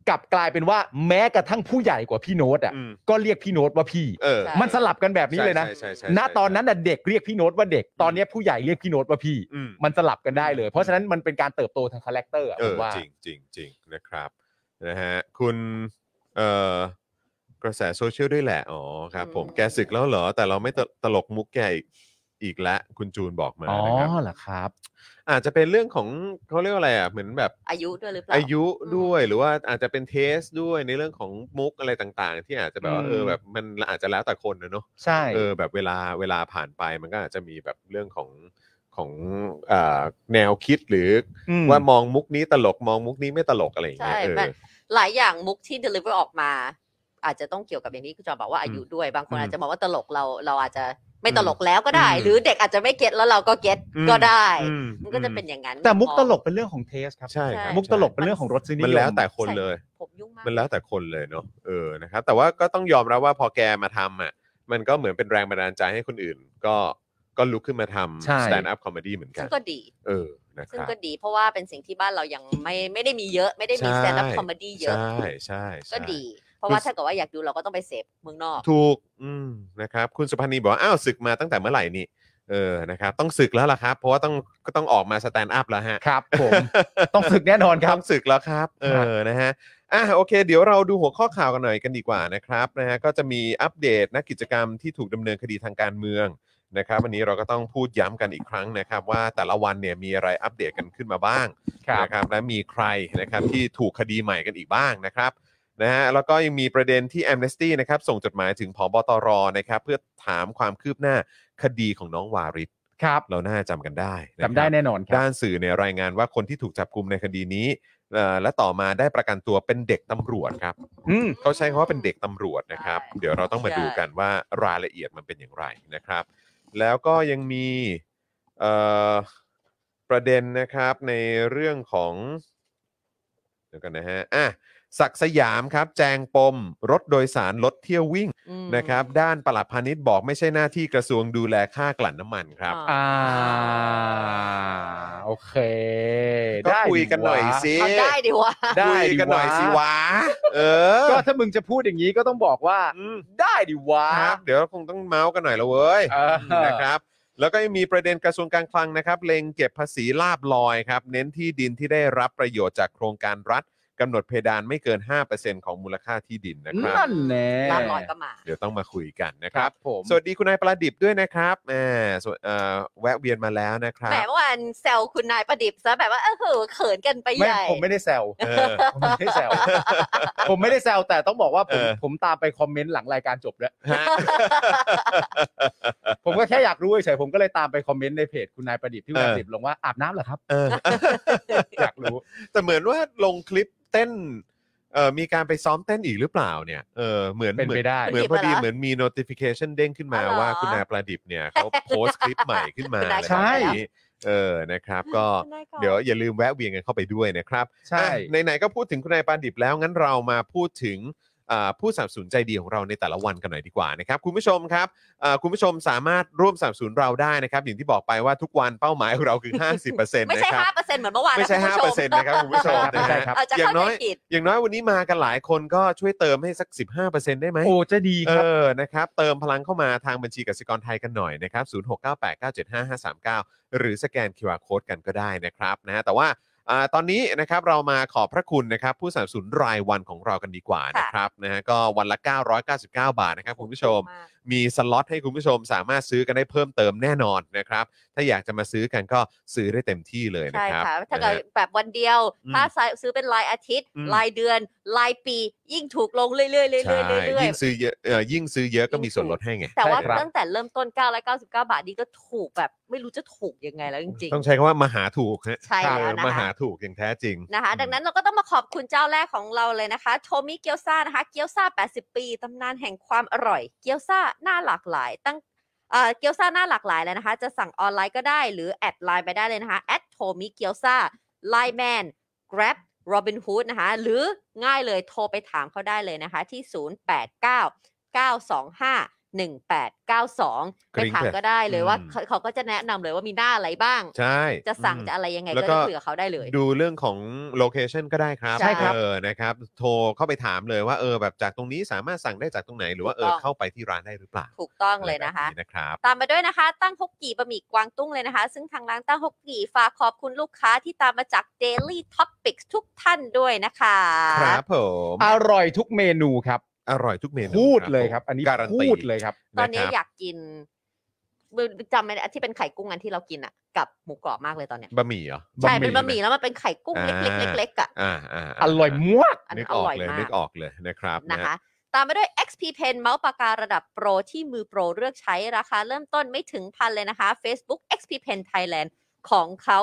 Speaker 3: กลับกลายเป็นว่าแม้กระทั่งผู้ใหญ่กว่าพี่โน้ตอ่ะ
Speaker 2: อืม
Speaker 3: ก็เรียกพี่โน้ตว่าพี่
Speaker 2: เออ
Speaker 4: ใช่
Speaker 3: มันสลับกันแบบนี้เลยนะ
Speaker 2: ใช่ใช่ใช่
Speaker 3: ณ
Speaker 2: ใช่
Speaker 3: ตอนนั้นน่ะเด็กเรียกพี่โน้ตว่าเด็กตอนเนี้ยผู้ใหญ่เรียกพี่โน้ตว่าพี่
Speaker 2: อืม
Speaker 3: มันสลับกันได้เลย เพราะฉะนั้นมันเป็นการเติบโตทางคาแรคเตอร์อะ
Speaker 2: เอ
Speaker 3: ผ
Speaker 2: อ
Speaker 3: มว่า
Speaker 2: จริงจริงจริงนะครับนะฮะคุณเอ่อกระแสโซเชียลด้วยแหละ อ๋อครับ ผม
Speaker 4: อืม
Speaker 2: แกศึกแล้วเหรอ แต่เราไม่ตตลกมุกแกอีกอีกละคุณจูนบอกมา
Speaker 3: อ๋อ
Speaker 2: นะครับ
Speaker 3: เหรอครับ
Speaker 2: อาจจะเป็นเรื่องของเขาเรียกว่าอะไรอ่ะเหมือนแบบ
Speaker 4: อายุด้วยหรือเปล่า
Speaker 2: อายุด้วยหรือว่าอาจจะเป็นเทสด้วยในเรื่องของมุกอะไรต่างๆ ที่อาจจะแบบว่า
Speaker 3: อืม
Speaker 2: เออแบบมันอาจจะแล้วแต่คนนะเนอะ
Speaker 3: ใช่
Speaker 2: เออแบบเวลาเวลาผ่านไปมันก็อาจจะมีแบบเรื่องของของเอ่อแนวคิดหรืออ
Speaker 3: ม
Speaker 2: ว่ามองมุกนี้ตลกมองมุกนี้ไม่ตลกอะไรอย่างเงี้ย
Speaker 4: ใช่
Speaker 2: เออ
Speaker 4: มัน หลายอย่างมุกที่ deliver ออกมา อาจจะต้องเกี่ยวกับอย่างที่คุณจอมบอกว่าอายุด้วยบางคนอาจจะมองว่าตลกเราเราอาจจะไม่ตลกแล้วก็ได้
Speaker 2: อืม
Speaker 4: หรือเด็กอาจจะไม่เก็ตแล้วเราก็เก็ต
Speaker 2: อืม
Speaker 4: ก็ได้
Speaker 2: อื
Speaker 4: มันก็จะเป็นอย่างนั้น
Speaker 3: แต่มุกตลกเป็นเรื่องของเทสครับ
Speaker 2: ใช่ครับ
Speaker 3: มุกตลกเป็นเรื่องของรสนิยม
Speaker 2: มันแล้วแต่คนเลย
Speaker 4: ผมยุ่งมาก
Speaker 2: มันแล้วแต่คนเลยเนาะเออนะครับ แต่ว่าก็ต้องยอมรับว่าพอแกมาทำอ่ะมันก็เหมือนเป็นแรงบันดาลใจให้คนอื่น ก็ก็ลุกขึ้นมาท
Speaker 3: ใช่
Speaker 2: ำ stand up comedy เหมือนกั
Speaker 4: ซึ่
Speaker 2: น
Speaker 4: งก็ดี
Speaker 2: เออนะค
Speaker 4: ซึ่ง
Speaker 2: รับ
Speaker 4: ก็ดีเพราะว่าเป็นสิ่งที่บ้านเรายังไม่ไม่ได้มีเยอะไม่ได้มี
Speaker 2: ใช่
Speaker 4: สแตนด์อัพคอมเมดี้เยอะ
Speaker 2: ใช่ใช่ใช่
Speaker 4: ก็ดี เพราะว่าถ้าเกิดว่าอยากดูเราก็ต้องไปเสพเมืองนอก
Speaker 2: ถูกอืมนะครับ คุณสุพันธ์นีบอกว่า อ้าวศึกมาตั้งแต่เมื่อไหร่นี่ เออนะครับ ต้องศึกแล้วล่ะครับ เพราะว่าต้องก็ต้องออกมาสแตนด์อัพแล้วฮะ
Speaker 3: ครับ ผม ต้องฝึกแน่นอนครับ
Speaker 2: ต้องศึกแล้วครับ เออนะฮะอ่ะโอเค เดี๋ยวเราดูหัวข้อข่าวกันหน่อยกันดีกว่านะครับนะฮะก็จะมีอัปเดตนักกิจกรรมที่ถูกดำเนินคดีทางการเมืองนะครับ วันนี้เราก็ต้องพูดย้ำกันอีกครั้งนะครับ ว่าแต่ละวันเนี่ยมีอะไรอัปเดตกันขึ้นมาบ้าง นะครับและมีใครนะครับที่ถูกคดีใหม่กันอีกบ้างนะครับ นะฮะแล้วก็ยังมีประเด็นที่ Amnesty นะครับส่งจดหมายถึงผอบตรนะครับเพื่อถามความคืบหน้าคดีของน้องวาริศ
Speaker 3: ครับ
Speaker 2: เราน่าจำกันได้นะครั
Speaker 3: จำ
Speaker 2: บ
Speaker 3: ได้แน่นอนครับ
Speaker 2: ด้านสื่อเนี่ยรายงานว่าคนที่ถูกจับกลุมในคดีนี้เอ่อและต่อมาได้ประกันตัวเป็นเด็กตำรวจครับ
Speaker 3: อืม
Speaker 2: เขาใช้คำว่าเป็นเด็กตำรวจนะครับ
Speaker 4: ใช่
Speaker 2: เดี๋ยวเราต้องมาดูกันว่ารายละเอียดมันเป็นอย่างไรนะครับ แล้วก็ยังมีเอ่อประเด็นนะครับในเรื่องของเดี๋ยวกันนะฮะอ่ะศักดิ์สยามครับ แจงปม รถโดยสารลดเที่ยววิ่ง
Speaker 4: อืม
Speaker 2: นะครับ ด้านปลัดพาณิชย์บอกไม่ใช่หน้าที่กระทรวงดูแลค่ากลั่นน้ำมันครับ
Speaker 3: อ่า โอเค
Speaker 2: ก็
Speaker 3: ได้
Speaker 2: คุยกันหน่อย
Speaker 3: ดีวะ
Speaker 2: สิ
Speaker 4: เอาได้ดิวะ
Speaker 3: ได้
Speaker 2: คุย
Speaker 3: ดิ
Speaker 2: กันหน่อยสิ
Speaker 3: วะ
Speaker 2: วะ เออ
Speaker 3: ก็ถ้ามึงจะพูดอย่างนี้ก็ต้องบอกว่า
Speaker 2: อืม
Speaker 3: ได้ดิวะ
Speaker 2: ครับ เดี๋ยวเราคงต้องเมาส์กันหน่อยละเว้ย
Speaker 3: เออ
Speaker 2: นะครับ แล้วก็ยังมีประเด็นกระทรวงการคลังนะครับเล็งเก็บภาษีลาบลอยครับ เน้นที่ดินที่ได้รับประโยชน์จากโครงการรัฐกำหนดเพดานไม่เกิน 5%ของมูลค่าที่ดินนะครับ
Speaker 3: นั่นแน่
Speaker 4: ลาบลอยก็มา
Speaker 2: เดี๋ยวต้องมาคุยกันนะค
Speaker 3: ค
Speaker 2: รั
Speaker 3: รับ บผม
Speaker 2: สวัสดีคุณนายประดิบด้วยนะครับแหมสวเอ่อแวะเวียนมาแล้วนะครั
Speaker 4: แหม
Speaker 2: บ
Speaker 4: เมื่อวานแซวคุณนายประดิษฐ์ซะแบบว่าเออเหอะเขินกันไปให
Speaker 3: ไม่
Speaker 4: ญ่
Speaker 3: ผมไม่ได้แซว
Speaker 2: เออ
Speaker 3: ผมไม่ได้แซว ผมไม่ได้แซวแต่ต้องบอกว่าผม
Speaker 2: เออ
Speaker 3: ผมตามไปคอมเมนต์หลังรายการจบด้วย
Speaker 2: ฮะ
Speaker 3: ผมก็แค่อยากรู้เฉยๆผมก็เลยตามไปคอมเมนต์ในเพจคุณนายประดิษฐ์ที่คุณนาย
Speaker 2: เออ
Speaker 3: ประดิษฐ์ลงว่าอาบน้ำเหรอครับ
Speaker 2: เออ
Speaker 3: อยากรู้
Speaker 2: แต่เหมือนว่าลงคลิปเต้นเอ่อมีการไปซ้อมเต้นอีกหรือเปล่าเนี่ยเออเหมือน
Speaker 3: เป็นไป
Speaker 2: หมือ
Speaker 3: ได้
Speaker 2: เหมือนพอดีเหมือนมี notification เด้งขึ้นมา
Speaker 4: อ๋อเหรอ
Speaker 2: ว่าคุณนายประดิบเนี่ยเขาโพสต์คลิปใหม่ขึ้นมา
Speaker 4: คุณนาย
Speaker 2: อะไรแบบนี้เออนะครับ ก็
Speaker 4: ได้ก่อน
Speaker 2: เดี๋ยวอย่าลืมแวะเวียนกันเข้าไปด้วยนะครับ
Speaker 3: ใช่
Speaker 2: อ่ะไหนๆก็พูดถึงคุณนายประดิบแล้วงั้นเรามาพูดถึงอ่าผู้สนับสนุนใจดีของเราในแต่ละวันกันหน่อยดีกว่านะครับคุณผู้ชมครับอ่าคุณผู้ชมสามารถร่วมสนับสนุนเราได้นะครับ อย่างที่บอกไปว่าทุกวันเป้าหมายของเราคือ 50%
Speaker 4: ไม่ใช่
Speaker 2: นะครับ
Speaker 4: ห้าเปอร์เซ็นต์เหมือนเมื่อวานนะ
Speaker 2: ไม่ใช่
Speaker 4: คุณ
Speaker 2: ห้า
Speaker 4: ผู้ช
Speaker 2: เปอร์เซ็นต์นะครับคุณผู้ชม
Speaker 3: ใช่ครับ
Speaker 2: นะ
Speaker 3: ใช่
Speaker 2: ฮะ
Speaker 3: ครับ
Speaker 4: เอาจะ
Speaker 2: อย่างน้
Speaker 4: เข้าใจ
Speaker 2: อย
Speaker 4: ผิด
Speaker 2: อย่างน้อยวันนี้มากันหลายคนก็ช่วยเติมให้สัก 15%ได้ไหม
Speaker 3: โอ้จะดี
Speaker 2: เอ
Speaker 3: ครับ
Speaker 2: อนะครับ เติมพลังเข้ามาทางบัญชีกสิกรไทยกันหน่อยนะครับ 0698975539 หรือสแกน QR Code กันก็ได้นะครับนะฮะแต่ว่าอ่าตอนนี้นะครับเรามาขอบพระคุณนะครับ ผู้สนับสนุนรายวันของเรากันดีกว่า
Speaker 4: ค่ะ
Speaker 2: นะครับนะฮะก็วันละ 999 บาทนะครับคุณผู้ชม
Speaker 4: มาก
Speaker 2: มีสล็อตให้คุณผู้ชมสามารถซื้อกันได้เพิ่มเติมแน่นอนนะครับ ถ้าอยากจะมาซื้อกันก็ซื้อได้เต็มที่เลยนะ
Speaker 4: ใช่
Speaker 2: ครับ
Speaker 4: ค่ะ ถ้า
Speaker 2: นะ
Speaker 4: เกิด
Speaker 2: ฮะ
Speaker 4: แบบวันเดียว
Speaker 2: อืม
Speaker 4: ถ้าซื้อเป็นรายอาทิตย์
Speaker 2: อืม
Speaker 4: รายเดือน รายปี ยิ่งถูกลงเรื่อยๆเรื่อยๆ
Speaker 2: ใช่
Speaker 4: เรื่อยๆเรื่อย
Speaker 2: ยิ่งซื้อเยอะเอ่อยิ่งซื้อเยอะก็มีส่วนลดให้ไง
Speaker 4: ๆแต่ว่า
Speaker 3: ใช่ครับ
Speaker 4: ตั้งแต่เริ่มต้น 999 บาทนี่ก็ถูกแบบไม่รู้จะถูกยังไงแล้วจริง
Speaker 2: ต้องใช้คำว่ามหาถูกฮะ
Speaker 4: ใช่แล้ว
Speaker 2: เอ
Speaker 4: นะคะ
Speaker 2: อมหาถูกอย่างแท้จริง
Speaker 4: ๆนะคะ ดังนั้นเราก็ต้องมาขอบคุณเจ้าแรกของเราเลยนะคะ โทมิเกียวซานะคะ เกียวซา80 ปีตำนานแห่งความอร่อย เกียวซาหน้าหลากหลาย ตั้งเอ่อเกียวซาหน้าหลากหลายแล้วนะคะ จะสั่งออนไลน์ก็ได้หรือแอดไลน์ไปได้เลยนะคะแอดโทมิเกียวซา ไลแมน Grab Robinhood นะคะ หรือง่ายเลยโทรไปถามเขาได้เลยนะคะ ที่ 089-925-1892 ไปถามก็ได้เลยว่าเขาเขาก็จะแนะนำเลยว่ามีหน้าอะไรบ้าง
Speaker 2: ใช่
Speaker 4: จะสั่ง
Speaker 2: อืม
Speaker 4: จะอะไรยังไง
Speaker 2: แล้
Speaker 4: ก็
Speaker 2: วก็
Speaker 4: ได้คุยกับเขาได้เลย
Speaker 2: ดูเรื่องของโลเคชันก็ได้ครับ
Speaker 4: ใช่ครับ
Speaker 2: เออนะครับ โทรเข้าไปถามเลยว่าเออแบบจากตรงนี้สามารถสั่งได้จากตรงไหน หรือว่าเออ
Speaker 4: ถูกต้อง
Speaker 2: เข้าไปที่ร้านได้หรือเปล่า
Speaker 4: ถูกต้องเลยนะคะ
Speaker 2: อไรแบบนะครับ
Speaker 4: ตามมาด้วยนะคะ ตั้งฮกกี่บะหมี่กวางตุ้งเลยนะคะ ซึ่งทางร้านตั้งฮกกี่ฝากขอบคุณลูกค้าที่ตามมาจาก Daily Topics ทุกท่านด้วยนะคะ
Speaker 2: ครับผม
Speaker 3: อร่อยทุกเมนูครับ
Speaker 2: อร่อยทุกเมนู
Speaker 3: พูดเลยครับ
Speaker 2: ผม
Speaker 3: อันนี้
Speaker 2: การันตี
Speaker 3: พูดเลยครับ
Speaker 4: ตอน
Speaker 2: ะ
Speaker 4: นี้
Speaker 2: ครับ
Speaker 4: อยากกินจำไม่ได้ที่เป็นไข่กุ้งอันที่เรากินอ่ะ กับหมูกรอบมากเลยตอนเนี้ย
Speaker 2: บะหมี่เหรอ
Speaker 4: ใช่ เป็นบะหมี่แล้วมันเป็นไข่กุ้ง
Speaker 2: อ่า
Speaker 4: เล็กๆเล็กๆอ่ะ
Speaker 2: อ่าอ่า
Speaker 3: อร่อยมาก
Speaker 4: อัน
Speaker 2: นึ
Speaker 4: นั้
Speaker 2: ก
Speaker 4: นอ
Speaker 2: ออก
Speaker 4: ร่อย
Speaker 2: เลย
Speaker 4: มา
Speaker 2: นึ
Speaker 4: ก
Speaker 2: กออกเลยนะครับ
Speaker 4: นะ
Speaker 2: ฮ
Speaker 4: คะ ตามมาด้วย XP Pen เมาส์ปากการะดับโปรที่มือโปรเลือกใช้ราคาเริ่มต้นไม่ถึงพันเลยนะคะ Facebook XP Pen Thailand ของเขา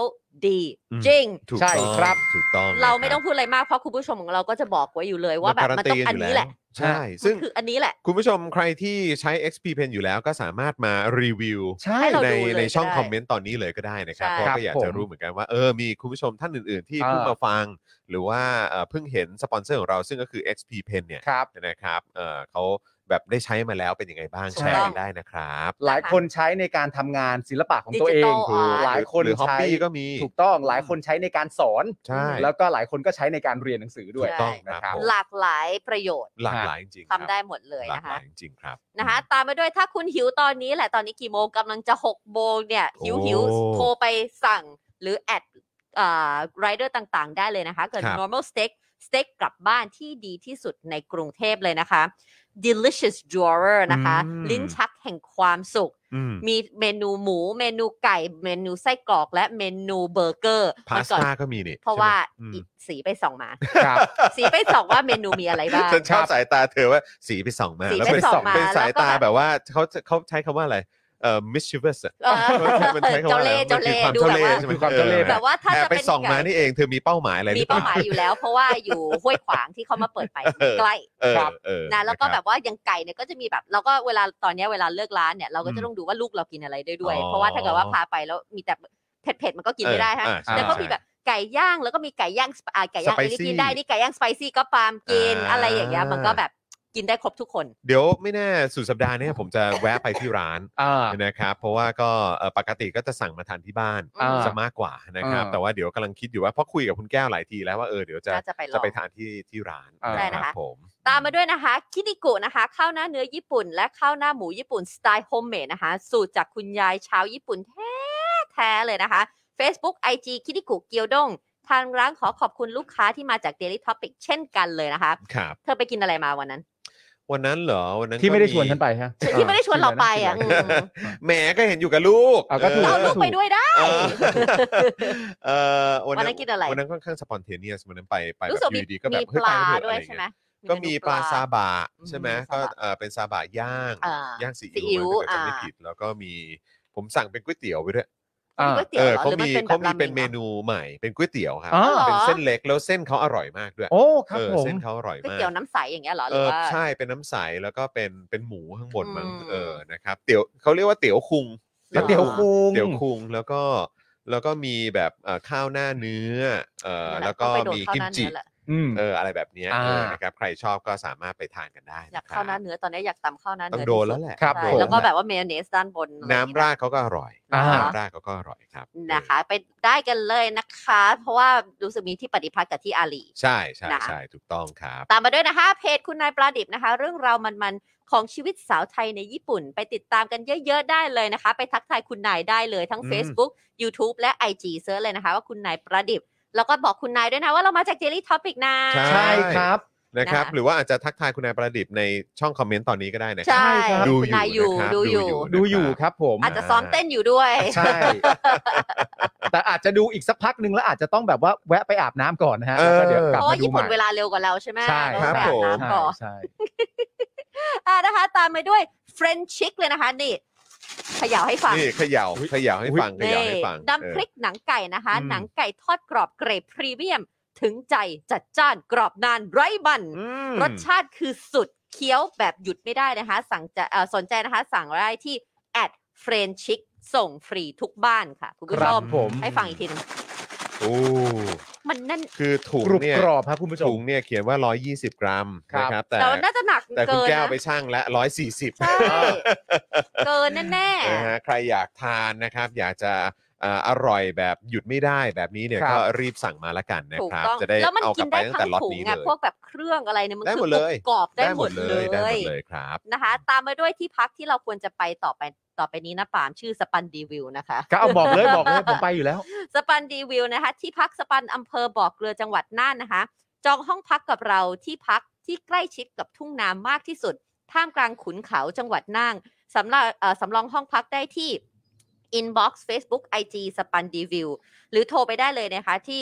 Speaker 4: ดี
Speaker 2: อืม
Speaker 4: จริง
Speaker 2: ถูก
Speaker 3: ใช่
Speaker 2: ต้อง
Speaker 3: ครับ
Speaker 2: ถูกต้อง
Speaker 4: เราไม่ต้อง
Speaker 2: นะคบ
Speaker 4: พูดอะไรมากเพราะคุณผู้ชมของเราก็จะบอกไว้อยู่เลยว่าแบบ
Speaker 2: เรก
Speaker 4: มัน
Speaker 2: รั
Speaker 4: ต้อง
Speaker 2: ยู่
Speaker 4: อันนี้แหละ
Speaker 2: ใช่
Speaker 4: มั
Speaker 2: ซึ่
Speaker 4: น
Speaker 2: ง
Speaker 4: คืออันนี้แหละ
Speaker 2: คุณผู้ชมใครที่ใช้ XP Pen อยู่แล้วก็สามารถมารีวิว
Speaker 3: ใช่
Speaker 4: ให้เรา
Speaker 2: ใน
Speaker 4: ดูเลย
Speaker 2: ในช่อง
Speaker 4: ก็ได้
Speaker 2: คอมเมนต์ตอนนี้เลยก็ได้นะครับ
Speaker 4: ใช่
Speaker 2: เพราะ
Speaker 3: ครับ
Speaker 2: ก็อยากจะรู้เหมือนกันว่าเออมีคุณผู้ชมท่านอื่น ๆ ที่
Speaker 3: เออ
Speaker 2: เพิ่งมาฟัง หรือว่าเอ่อเพิ่งเห็นสปอนเซอร์ของเราซึ่งก็คือ XP Pen เนี่ย
Speaker 3: ครับ
Speaker 2: นะครับเอ่อเขาแบบได้ใช้มาแล้วเป็นยังไงบ้าง
Speaker 4: ถูก
Speaker 2: แชร์
Speaker 4: ต้
Speaker 2: กั
Speaker 4: อนง
Speaker 2: ได้นะครับ
Speaker 3: หลายคนใช้ในการทำงานศิลปะของตัวเอง
Speaker 4: Digital
Speaker 3: ถูก
Speaker 4: Art
Speaker 3: หลายคน
Speaker 2: หรือฮอป
Speaker 3: ใช้
Speaker 2: ปี้ก็มี
Speaker 3: ถูกต้องหลายคนใช้ในการสอน
Speaker 2: ใช่
Speaker 3: แล้วก็หลายคนก็ใช้ในการเรียนหนังสือด้วย
Speaker 4: ใช่
Speaker 2: ต้อง
Speaker 3: นะ
Speaker 2: ค
Speaker 3: ค
Speaker 2: รั
Speaker 3: รั
Speaker 2: บบ ผม
Speaker 4: หลากหลายประโยชน์
Speaker 2: หลากหลายจริงๆ
Speaker 4: ทำ
Speaker 2: ครับ
Speaker 4: ได้หมดเลย
Speaker 2: หลาก
Speaker 4: นะ
Speaker 2: หลาย
Speaker 4: คะ
Speaker 2: จริงๆครับ
Speaker 4: นะคะตามมาด้วยถ้าคุณหิวตอนนี้แหละตอนนี้กี่โมงกำลังจะ 6 โมงเนี่ยหิว
Speaker 2: โอ้
Speaker 4: หิวโทรไปสั่งหรือแอดอ่ารายเดอร์ต่างๆ ได้เลยนะคะ เกิด
Speaker 2: ครับ
Speaker 4: normal steak สเต็กกลับบ้านที่ดีที่สุดในกรุงเทพเลยนะคะ delicious drawer นะคะ
Speaker 2: อืม
Speaker 4: ลิ้นชักแห่งความสุข
Speaker 2: อืม
Speaker 4: มีเมนูหมู เมนูไก่ เมนูไส้กรอก และเมนูเบอร์เกอร์
Speaker 2: พาส
Speaker 4: ก่อน
Speaker 2: ต้าก็มีนี่
Speaker 4: เพราะว่า
Speaker 2: ใช่ไหมอืม
Speaker 4: อีสีไปส่องมา
Speaker 3: ครับ
Speaker 4: สีไปส่องว่าเมนูมีอะไรบ้าง
Speaker 2: ฉันชอบสายตาเธอว่าสีไปส่องมา
Speaker 4: สี
Speaker 2: แล้ว
Speaker 4: ไป
Speaker 2: เป็น
Speaker 4: ส่องมา
Speaker 2: เป็นสายตา
Speaker 4: แล้วก็แบบ
Speaker 2: แบบว่าเขาเขาใช้คำว่าอะไรเอ่อ mischievous อะ
Speaker 4: เออ
Speaker 2: มันใช้คำ
Speaker 4: เจ้า
Speaker 2: ว่าอะไร
Speaker 4: เล่ห์เจ้า
Speaker 2: มันคือ
Speaker 4: เล่ห์
Speaker 2: ความ
Speaker 3: ดูความ
Speaker 2: เจ้าเล่ห์ใช่ไห
Speaker 4: ดูแบบว่า
Speaker 3: เจ้าเล่ห์
Speaker 4: แต่ว่าถ้า
Speaker 2: แอบ
Speaker 4: จะ
Speaker 2: ไป
Speaker 4: เป็น
Speaker 2: ส่องมา
Speaker 4: ไก่
Speaker 2: นี่เองเธอมีเป้าหมายอะไรห
Speaker 4: มี
Speaker 2: รือเป
Speaker 4: เป้า
Speaker 2: ล่า
Speaker 4: หมายอยู่แล้ว เพราะว่าอยู่ห้วยขวางที่เขามาเปิดใหม่
Speaker 2: เออ
Speaker 4: ใกล้
Speaker 2: เออ
Speaker 3: ครับ
Speaker 2: เออ
Speaker 4: นะแล้วก็
Speaker 2: ค
Speaker 4: แบ
Speaker 2: รับ
Speaker 4: บว่าอยังไก่เนี่ยก็จะมีแบบเราก็เวลาตอนเนี้ยเวลาเลิกร้านเนี่ยเราก็
Speaker 2: อื
Speaker 4: จะ
Speaker 2: ม
Speaker 4: ต้องดูว่าลูกเรากินอะไรด้วยด้วย
Speaker 2: อ๋อ
Speaker 4: เพราะว่าถ้าเกิดว่าพาไปแล้วมีแต่เผ็ดๆมันก็กินไม่ได้ฮะ
Speaker 2: เอออ่า
Speaker 4: แล้วก็มี
Speaker 2: ใช่
Speaker 4: แบบไก่ย่างแล้วก็มีไก่ย่างสปอ่าไก่ย่างอันนี้
Speaker 2: Spicy
Speaker 4: กินได้นี่ไก่ย่างสไปซี่ก็ปาล์มกิน
Speaker 2: อ่า
Speaker 4: อะไรอย่างเงี้ยมันก็แบบกินได้ครบทุกคน
Speaker 2: เดี๋ยวไม่แน่สุดสัปดาห์เนี้ผมจะแวะไปที่ร้าน
Speaker 3: อ่า
Speaker 2: นะครับเพราะว่าก็เอ่อปกติก็จะสั่งมาทานที่บ้าน
Speaker 3: อ่า
Speaker 2: จะมากกว่านะครับ
Speaker 3: อ่า
Speaker 2: แต่ว่าเดี๋ยวกำลังคิดอยู่ว่าเพราะคุยกับคุณแก้วหลายทีแล้วว่าเออเดี๋ยวจะ
Speaker 4: น่าจะไปลอง
Speaker 2: จะไปทานที่ที่ร้าน
Speaker 4: ใช่นะคะ
Speaker 2: รับผม
Speaker 4: ตามมาด้วยนะคะ คินิกุนะคะ ข้าวหน้าเนื้อญี่ปุ่น และข้าวหน้าหมูญี่ปุ่นสไตล์โฮมเมดนะคะ สูตรจากคุณยายชาวญี่ปุ่นแท้แท้ๆเลยนะคะ Facebook IG คินิกุเกียวด้งทางร้านขอขอบคุณลูกค้าที่มาจาก Daily Topic เช่นกันเลยนะคะ
Speaker 2: ครับ
Speaker 4: เธอไปกินอะไรมาวันนั้น
Speaker 2: วันนั้นเหรอวันนั้น
Speaker 3: ที่ไม่ได้
Speaker 2: ก็
Speaker 3: ชวนฉันไปฮะ
Speaker 4: ที่ไม่ได้ชวนเราไปอ่ะ
Speaker 3: ที่ม่ด้
Speaker 4: อืม
Speaker 2: แหมก็เห็นอยู่กับลูก
Speaker 3: เอาก็ถูก
Speaker 4: เอาลูกไปด้วยได้
Speaker 2: เออเออวัน
Speaker 4: วันนั้
Speaker 2: นั้น
Speaker 4: นกินอะไร
Speaker 2: วันนั้นค่อนข้างสปอนเทเนียสวันนั้นไปไป
Speaker 4: รู้
Speaker 2: แบ
Speaker 4: สึก
Speaker 2: บอ
Speaker 4: มี
Speaker 2: ยู่ดีก็แบ
Speaker 4: มี
Speaker 2: บเฮ้
Speaker 4: ป
Speaker 2: ย
Speaker 4: ลา
Speaker 2: ไปเถอะ
Speaker 4: ด้ว
Speaker 2: อะ
Speaker 4: ย
Speaker 2: ไร
Speaker 4: ใช่ไหม
Speaker 2: เงี้ยก็มีปลาซาบะใช่ไหม
Speaker 4: อืม
Speaker 2: ก็
Speaker 4: ซาบะ
Speaker 2: เออเป็นซาบะย่าง
Speaker 4: อ่า
Speaker 2: ย่างซี
Speaker 4: ซีอิ๊
Speaker 2: อิ๊ว
Speaker 4: ว
Speaker 2: มั้งถ้าเกิดจำไม่
Speaker 4: อ่า
Speaker 2: ผิดแล้วก็มีผมสั่งเป็นก๋วยเตี๋ยวไปด้วย
Speaker 3: อ่า
Speaker 4: ก๋วยเตี๋
Speaker 2: เออ
Speaker 4: ยวเหรอ
Speaker 2: เขา
Speaker 4: หรือมั
Speaker 2: มี
Speaker 4: นเป็นแบ
Speaker 2: เขา
Speaker 4: บ
Speaker 2: มี
Speaker 4: ราเม
Speaker 2: เป็น
Speaker 4: ง
Speaker 2: เม
Speaker 4: เหรอ
Speaker 2: นูใหม่เป็นก๋วยเตี๋ยวครับ
Speaker 3: อ๋อ
Speaker 2: เป็นเส้นเล็กแล้วเส้นเขาอร่อยมากด้วย
Speaker 3: โอ้ครับ
Speaker 2: เออ
Speaker 3: ผม
Speaker 2: เส้นเขาอร่อย
Speaker 4: ก๋วย
Speaker 2: มาก
Speaker 4: เตี๋ยวน้ำใสอย่างเงี้ยเหรอห
Speaker 2: เอ
Speaker 4: รือ
Speaker 2: อ
Speaker 4: ว่า
Speaker 2: ใช่เป็นน้ำใสแล้วก็เป็นเป็นหมูข้างบนมั้ง
Speaker 4: อืม
Speaker 2: เออนะครับเตี๋ยวเขาเรียกว่าเตี๋ยวคุง
Speaker 3: ก๋วยเตี๋ยวคุง
Speaker 2: เดี๋ยวคุงแล้วก็แล้วก็มีแบบเอ่อข้าวหน้าเนื้อเอ่อ
Speaker 4: นั่นหะ
Speaker 2: แล้วก็
Speaker 4: ต้องไปโดน
Speaker 2: มี
Speaker 4: ข้าว
Speaker 2: กิม
Speaker 4: หน้า
Speaker 2: จิ
Speaker 4: เนื้อแหละ
Speaker 3: อืม
Speaker 2: เอออะไรแบบเนี้ย
Speaker 3: อ่า
Speaker 2: เออนะครับใครชอบก็สามารถไปทานกันได้
Speaker 4: อยาก
Speaker 2: นะครั
Speaker 4: ข้าวหน้า
Speaker 2: บ
Speaker 4: เนื้อตอนนี้อยากตำข้าวหน้า
Speaker 2: ต้อ
Speaker 4: เนื้
Speaker 2: ง
Speaker 4: อ
Speaker 2: โดนแล้วแหละ
Speaker 3: ครับ
Speaker 4: ใช่
Speaker 3: ผม
Speaker 4: แล้วก็แบบว่าเมยองเนสด้านบนอะไรอย่งเงี้ย
Speaker 2: น้ำราดเขาก็อร่อย
Speaker 3: อ่า
Speaker 2: น้ำราดเขาก็อร่อยครับ
Speaker 4: นะคะไปได้กันเลยนะคะ เพราะว่ารู้สึกมีที่ปฏิพัทธ์กับที่อาลี
Speaker 2: ใช่ใช่
Speaker 4: นะ
Speaker 2: ใช่ถูกต้องครับ
Speaker 4: ตามมาด้วยนะคะ เพจคุณนายปลาดิบนะคะ เรื่องราวมันๆ ของชีวิตสาวไทยในญี่ปุ่น ไปติดตามกันเยอะ ๆ ได้เลยนะคะ ไปทักทายคุณนายได้เลยทั้ง
Speaker 2: อืม
Speaker 4: Facebook YouTube และ IG เซิร์ชเลยนะคะ ว่าคุณนายประดิบ แล้วก็บอกคุณนายด้วยนะว่าเรามาจาก Daily Topic นะ
Speaker 2: ใช่
Speaker 3: ใช่ครับ
Speaker 2: นะครับ
Speaker 4: นะคะ
Speaker 2: หรือว่าอาจจะทักทายคุณนายประดิษฐ์ในช่องคอมเมนต์ตอนนี้ก็ได้นะครั
Speaker 4: ใช่
Speaker 3: ครับ
Speaker 2: ดู
Speaker 4: คุณนาย
Speaker 2: อ
Speaker 4: อยู่ ยู่
Speaker 2: นะครับ
Speaker 4: ดูอยู่
Speaker 3: ดูอยู่
Speaker 2: นะ
Speaker 3: ครับผม
Speaker 4: อาจจะซ้อมเต้นอยู่ด้วย
Speaker 3: ใช่ แต่อาจจะดูอีกสักพักหนึ่งแล้วอาจจะต้องแบบว่าแวะไปอาบน้ำก่อนนะฮะ
Speaker 2: เออ
Speaker 3: แล้วก็เดี๋ยวกลับมาดู
Speaker 4: เพราะว่าญี่
Speaker 3: ให
Speaker 4: ปุ่
Speaker 3: ม่
Speaker 4: นเวลาเร็วกว่าเราใช่ไหม
Speaker 3: ใช่
Speaker 4: เา
Speaker 2: ครั
Speaker 4: ต้อบงไป
Speaker 2: ผ
Speaker 4: อาบ
Speaker 2: ม
Speaker 4: น้ำก่อน
Speaker 3: ใช่
Speaker 4: อ่ะนะคะ ตามไปด้วยเฟรนชิกเลยนะคะ นี่เขย่าให้ฟัง
Speaker 2: นี่เขย่าเขย่าให้ฟังเขย่าให้ฟัง
Speaker 4: น้ำพริกหนังไก่นะคะ
Speaker 3: อืม
Speaker 4: หนังไก่ทอดกรอบเกรดพรีเมียม ถึงใจจัดจ้านกรอบนานไร้มัน
Speaker 2: อืม
Speaker 4: รสชาติคือสุดเคี้ยวแบบหยุดไม่ได้นะคะ สั่งจะเอ่อสนใจนะคะ สั่งได้ที่แอดเฟรนชิกส่งฟรีทุกบ้านค่ะ คุณ
Speaker 3: ค
Speaker 4: ผู้
Speaker 3: รั
Speaker 4: ช
Speaker 3: บ
Speaker 4: ม
Speaker 3: ผม
Speaker 4: ให้ฟังอีกทีหนึง
Speaker 2: โอ้
Speaker 4: มันแนั่น
Speaker 2: คือถุง
Speaker 3: กรุบ
Speaker 2: เนี่ย
Speaker 3: กรอบครับคุณผู้ชม
Speaker 2: ถุงเนี่ยเขียนว่า 120 กรัม
Speaker 3: ครับ
Speaker 2: นะครับแต่
Speaker 4: แต่ว่าน่าจะหนัก
Speaker 2: แต่คุณ
Speaker 4: เกิน
Speaker 2: แก้ว
Speaker 4: นะ
Speaker 2: ไปช่างและ 140
Speaker 4: ใช่เกินแน่ๆ
Speaker 2: นะฮะใครอยากทานนะครับ อยากจะเอ่ออร่อยแบบหยุดไม่ได้แบบนี้เนี่ย
Speaker 3: ครับ
Speaker 2: ก็รีบสั่งมาละกันนะ
Speaker 4: ถูก
Speaker 2: ครับ
Speaker 4: ต้อง
Speaker 2: จะได้
Speaker 4: แล้วมัน
Speaker 2: เอาก
Speaker 4: กิ
Speaker 2: ลับ
Speaker 4: น
Speaker 2: ไปตั้
Speaker 4: ได้
Speaker 2: ง
Speaker 4: ทั้
Speaker 2: แต่
Speaker 4: ง
Speaker 2: ล็อต
Speaker 4: ถุง
Speaker 2: นี้
Speaker 4: ไง
Speaker 2: เลย
Speaker 4: พวกแบบเครื่องอะไรเนี่ยมัน
Speaker 2: ได้
Speaker 4: คื
Speaker 2: หมด
Speaker 4: อ
Speaker 2: เลย
Speaker 4: กรอบได้หมดเล
Speaker 2: ได้หม
Speaker 4: ย
Speaker 2: ดเลยครับ
Speaker 4: นะคะ ตามมาด้วยที่พักที่เราควรจะไปต่อไปต่อไปนี้นะปาล์มชื่อสปันดีวิวนะคะ
Speaker 3: ก็เอาบอกเลยบอกเลยผมไปอยู่แล้ว
Speaker 4: สปันดีวิวนะคะ ที่พักสปันอำเภอบ่อเกลือจังหวัดน่านนะคะ จองห้องพักกับเราที่พักที่ใกล้ชิดกับทุ่งนามมากที่สุด ท่ามกลางขุนเขาจังหวัดน่านสำหรับเอ่อสำรองห้องพักได้ที่ inbox facebook ig สปันดีวิว หรือโทรไปได้เลยนะคะที่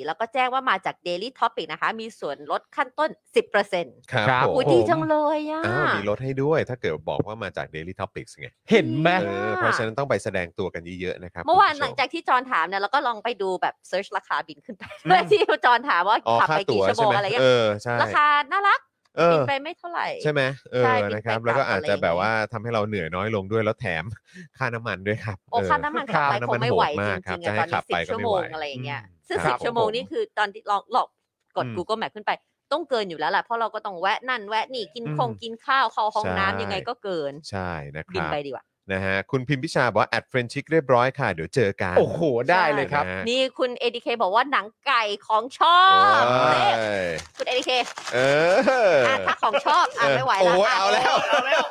Speaker 4: 0909512194 แล้วก็แจ้งว่ามาจาก Daily Topic นะคะ มีส่วนลดขั้นต้น 10%
Speaker 2: ครับ
Speaker 3: ครับ
Speaker 2: ผม
Speaker 4: อุ้ยดีจังเลยอ่ะ
Speaker 2: อ้าวมีลดให้ด้วยถ้าเกิดบอกว่ามาจาก Daily Topics ไง
Speaker 3: เห็นไหม
Speaker 2: เออเพราะฉะนั้นต้องไปแสดงตัวกันเยอะๆนะครับ
Speaker 4: เมื่อวาน
Speaker 2: คุณผู้ช
Speaker 4: หลังจากที่จอนถามเนี่ยเราก็ลองไปดูแบบเซิร์ชราคาบินขึ้นไปเพื่อที่จอนถามว่า
Speaker 2: อ๋อ
Speaker 4: ขับ
Speaker 2: ค่า
Speaker 4: ไป
Speaker 2: ตั๋
Speaker 4: กี่
Speaker 2: วใช่
Speaker 4: ชั่วโม
Speaker 2: ไห
Speaker 4: ง
Speaker 2: ม
Speaker 4: อะไรเงี้
Speaker 2: เอย อใช่
Speaker 4: ราคาน่ารัก
Speaker 2: เอ
Speaker 4: บิน
Speaker 2: อ
Speaker 4: ไปไม่เท่าไหร่
Speaker 2: ใช่ไหมเออ
Speaker 4: ใช่บินไป
Speaker 2: นะครับ
Speaker 4: กลับ
Speaker 2: แล้วก็อาจจะแบบว่า
Speaker 4: อะ
Speaker 2: ทำ
Speaker 4: ไรอย่างเงี้ย
Speaker 2: ให้เราเหนื่อยน้อยลงด้วยแล้วแถมค่าน้ำมันด้วยครับ
Speaker 4: โอ้
Speaker 2: เ
Speaker 4: ค่าน้ำมันขับไป
Speaker 2: ค่าน้ำ
Speaker 4: ค
Speaker 2: มั
Speaker 4: ง
Speaker 2: น
Speaker 4: ไม่ไหว
Speaker 2: โหด
Speaker 4: จ
Speaker 2: มากครั
Speaker 4: ริ
Speaker 2: บ
Speaker 4: งๆอะ
Speaker 2: จะให้
Speaker 4: ต
Speaker 2: ขั
Speaker 4: อนนี้
Speaker 2: บ
Speaker 4: สิ
Speaker 2: ไป
Speaker 4: บ
Speaker 2: ก็
Speaker 4: ชั่ว
Speaker 2: ไม่
Speaker 4: โม
Speaker 2: ไหว
Speaker 4: งอะไรอย่างเงี้ย
Speaker 2: อืม
Speaker 4: ซึ่ง
Speaker 2: ค
Speaker 4: สิ
Speaker 2: รั
Speaker 4: บบ ชั่วโมง
Speaker 2: ผม
Speaker 4: นี่คือตอนที่ลองลองกด
Speaker 2: อืม
Speaker 4: Google Map ขึ้นไป ต้องเกินอยู่แล้วแหละเพราะเราก็ต้องแวะนั่นแวะนี่กิน
Speaker 2: อืม
Speaker 4: คงกินข้าวเข้าห้องน้ำ
Speaker 2: ใช่
Speaker 4: ยังไงก็เกิน
Speaker 2: ใช่นะค
Speaker 4: บิน
Speaker 2: รับ
Speaker 4: ไปดีกว่า
Speaker 2: นะฮะคุณพิมพิชาบอกว่าแอดเฟรนชิกเรียบร้อยค่ะ เดี๋ยวเจอกัน
Speaker 3: โอ้โห ได้เลยครับ
Speaker 2: นะฮะ
Speaker 4: นี่คุณ ADK บอกว่าหนังไก่ของชอ
Speaker 2: โอ้
Speaker 4: บ
Speaker 2: ย
Speaker 4: นี่คุณ ADK
Speaker 2: เออ
Speaker 4: อ่ะถ้าของชอบอ่ะไม่ไหว
Speaker 2: โอ้
Speaker 4: แล้ว
Speaker 2: ย
Speaker 4: ค่ะ
Speaker 2: เอาแล้ว
Speaker 4: เอาแล้ว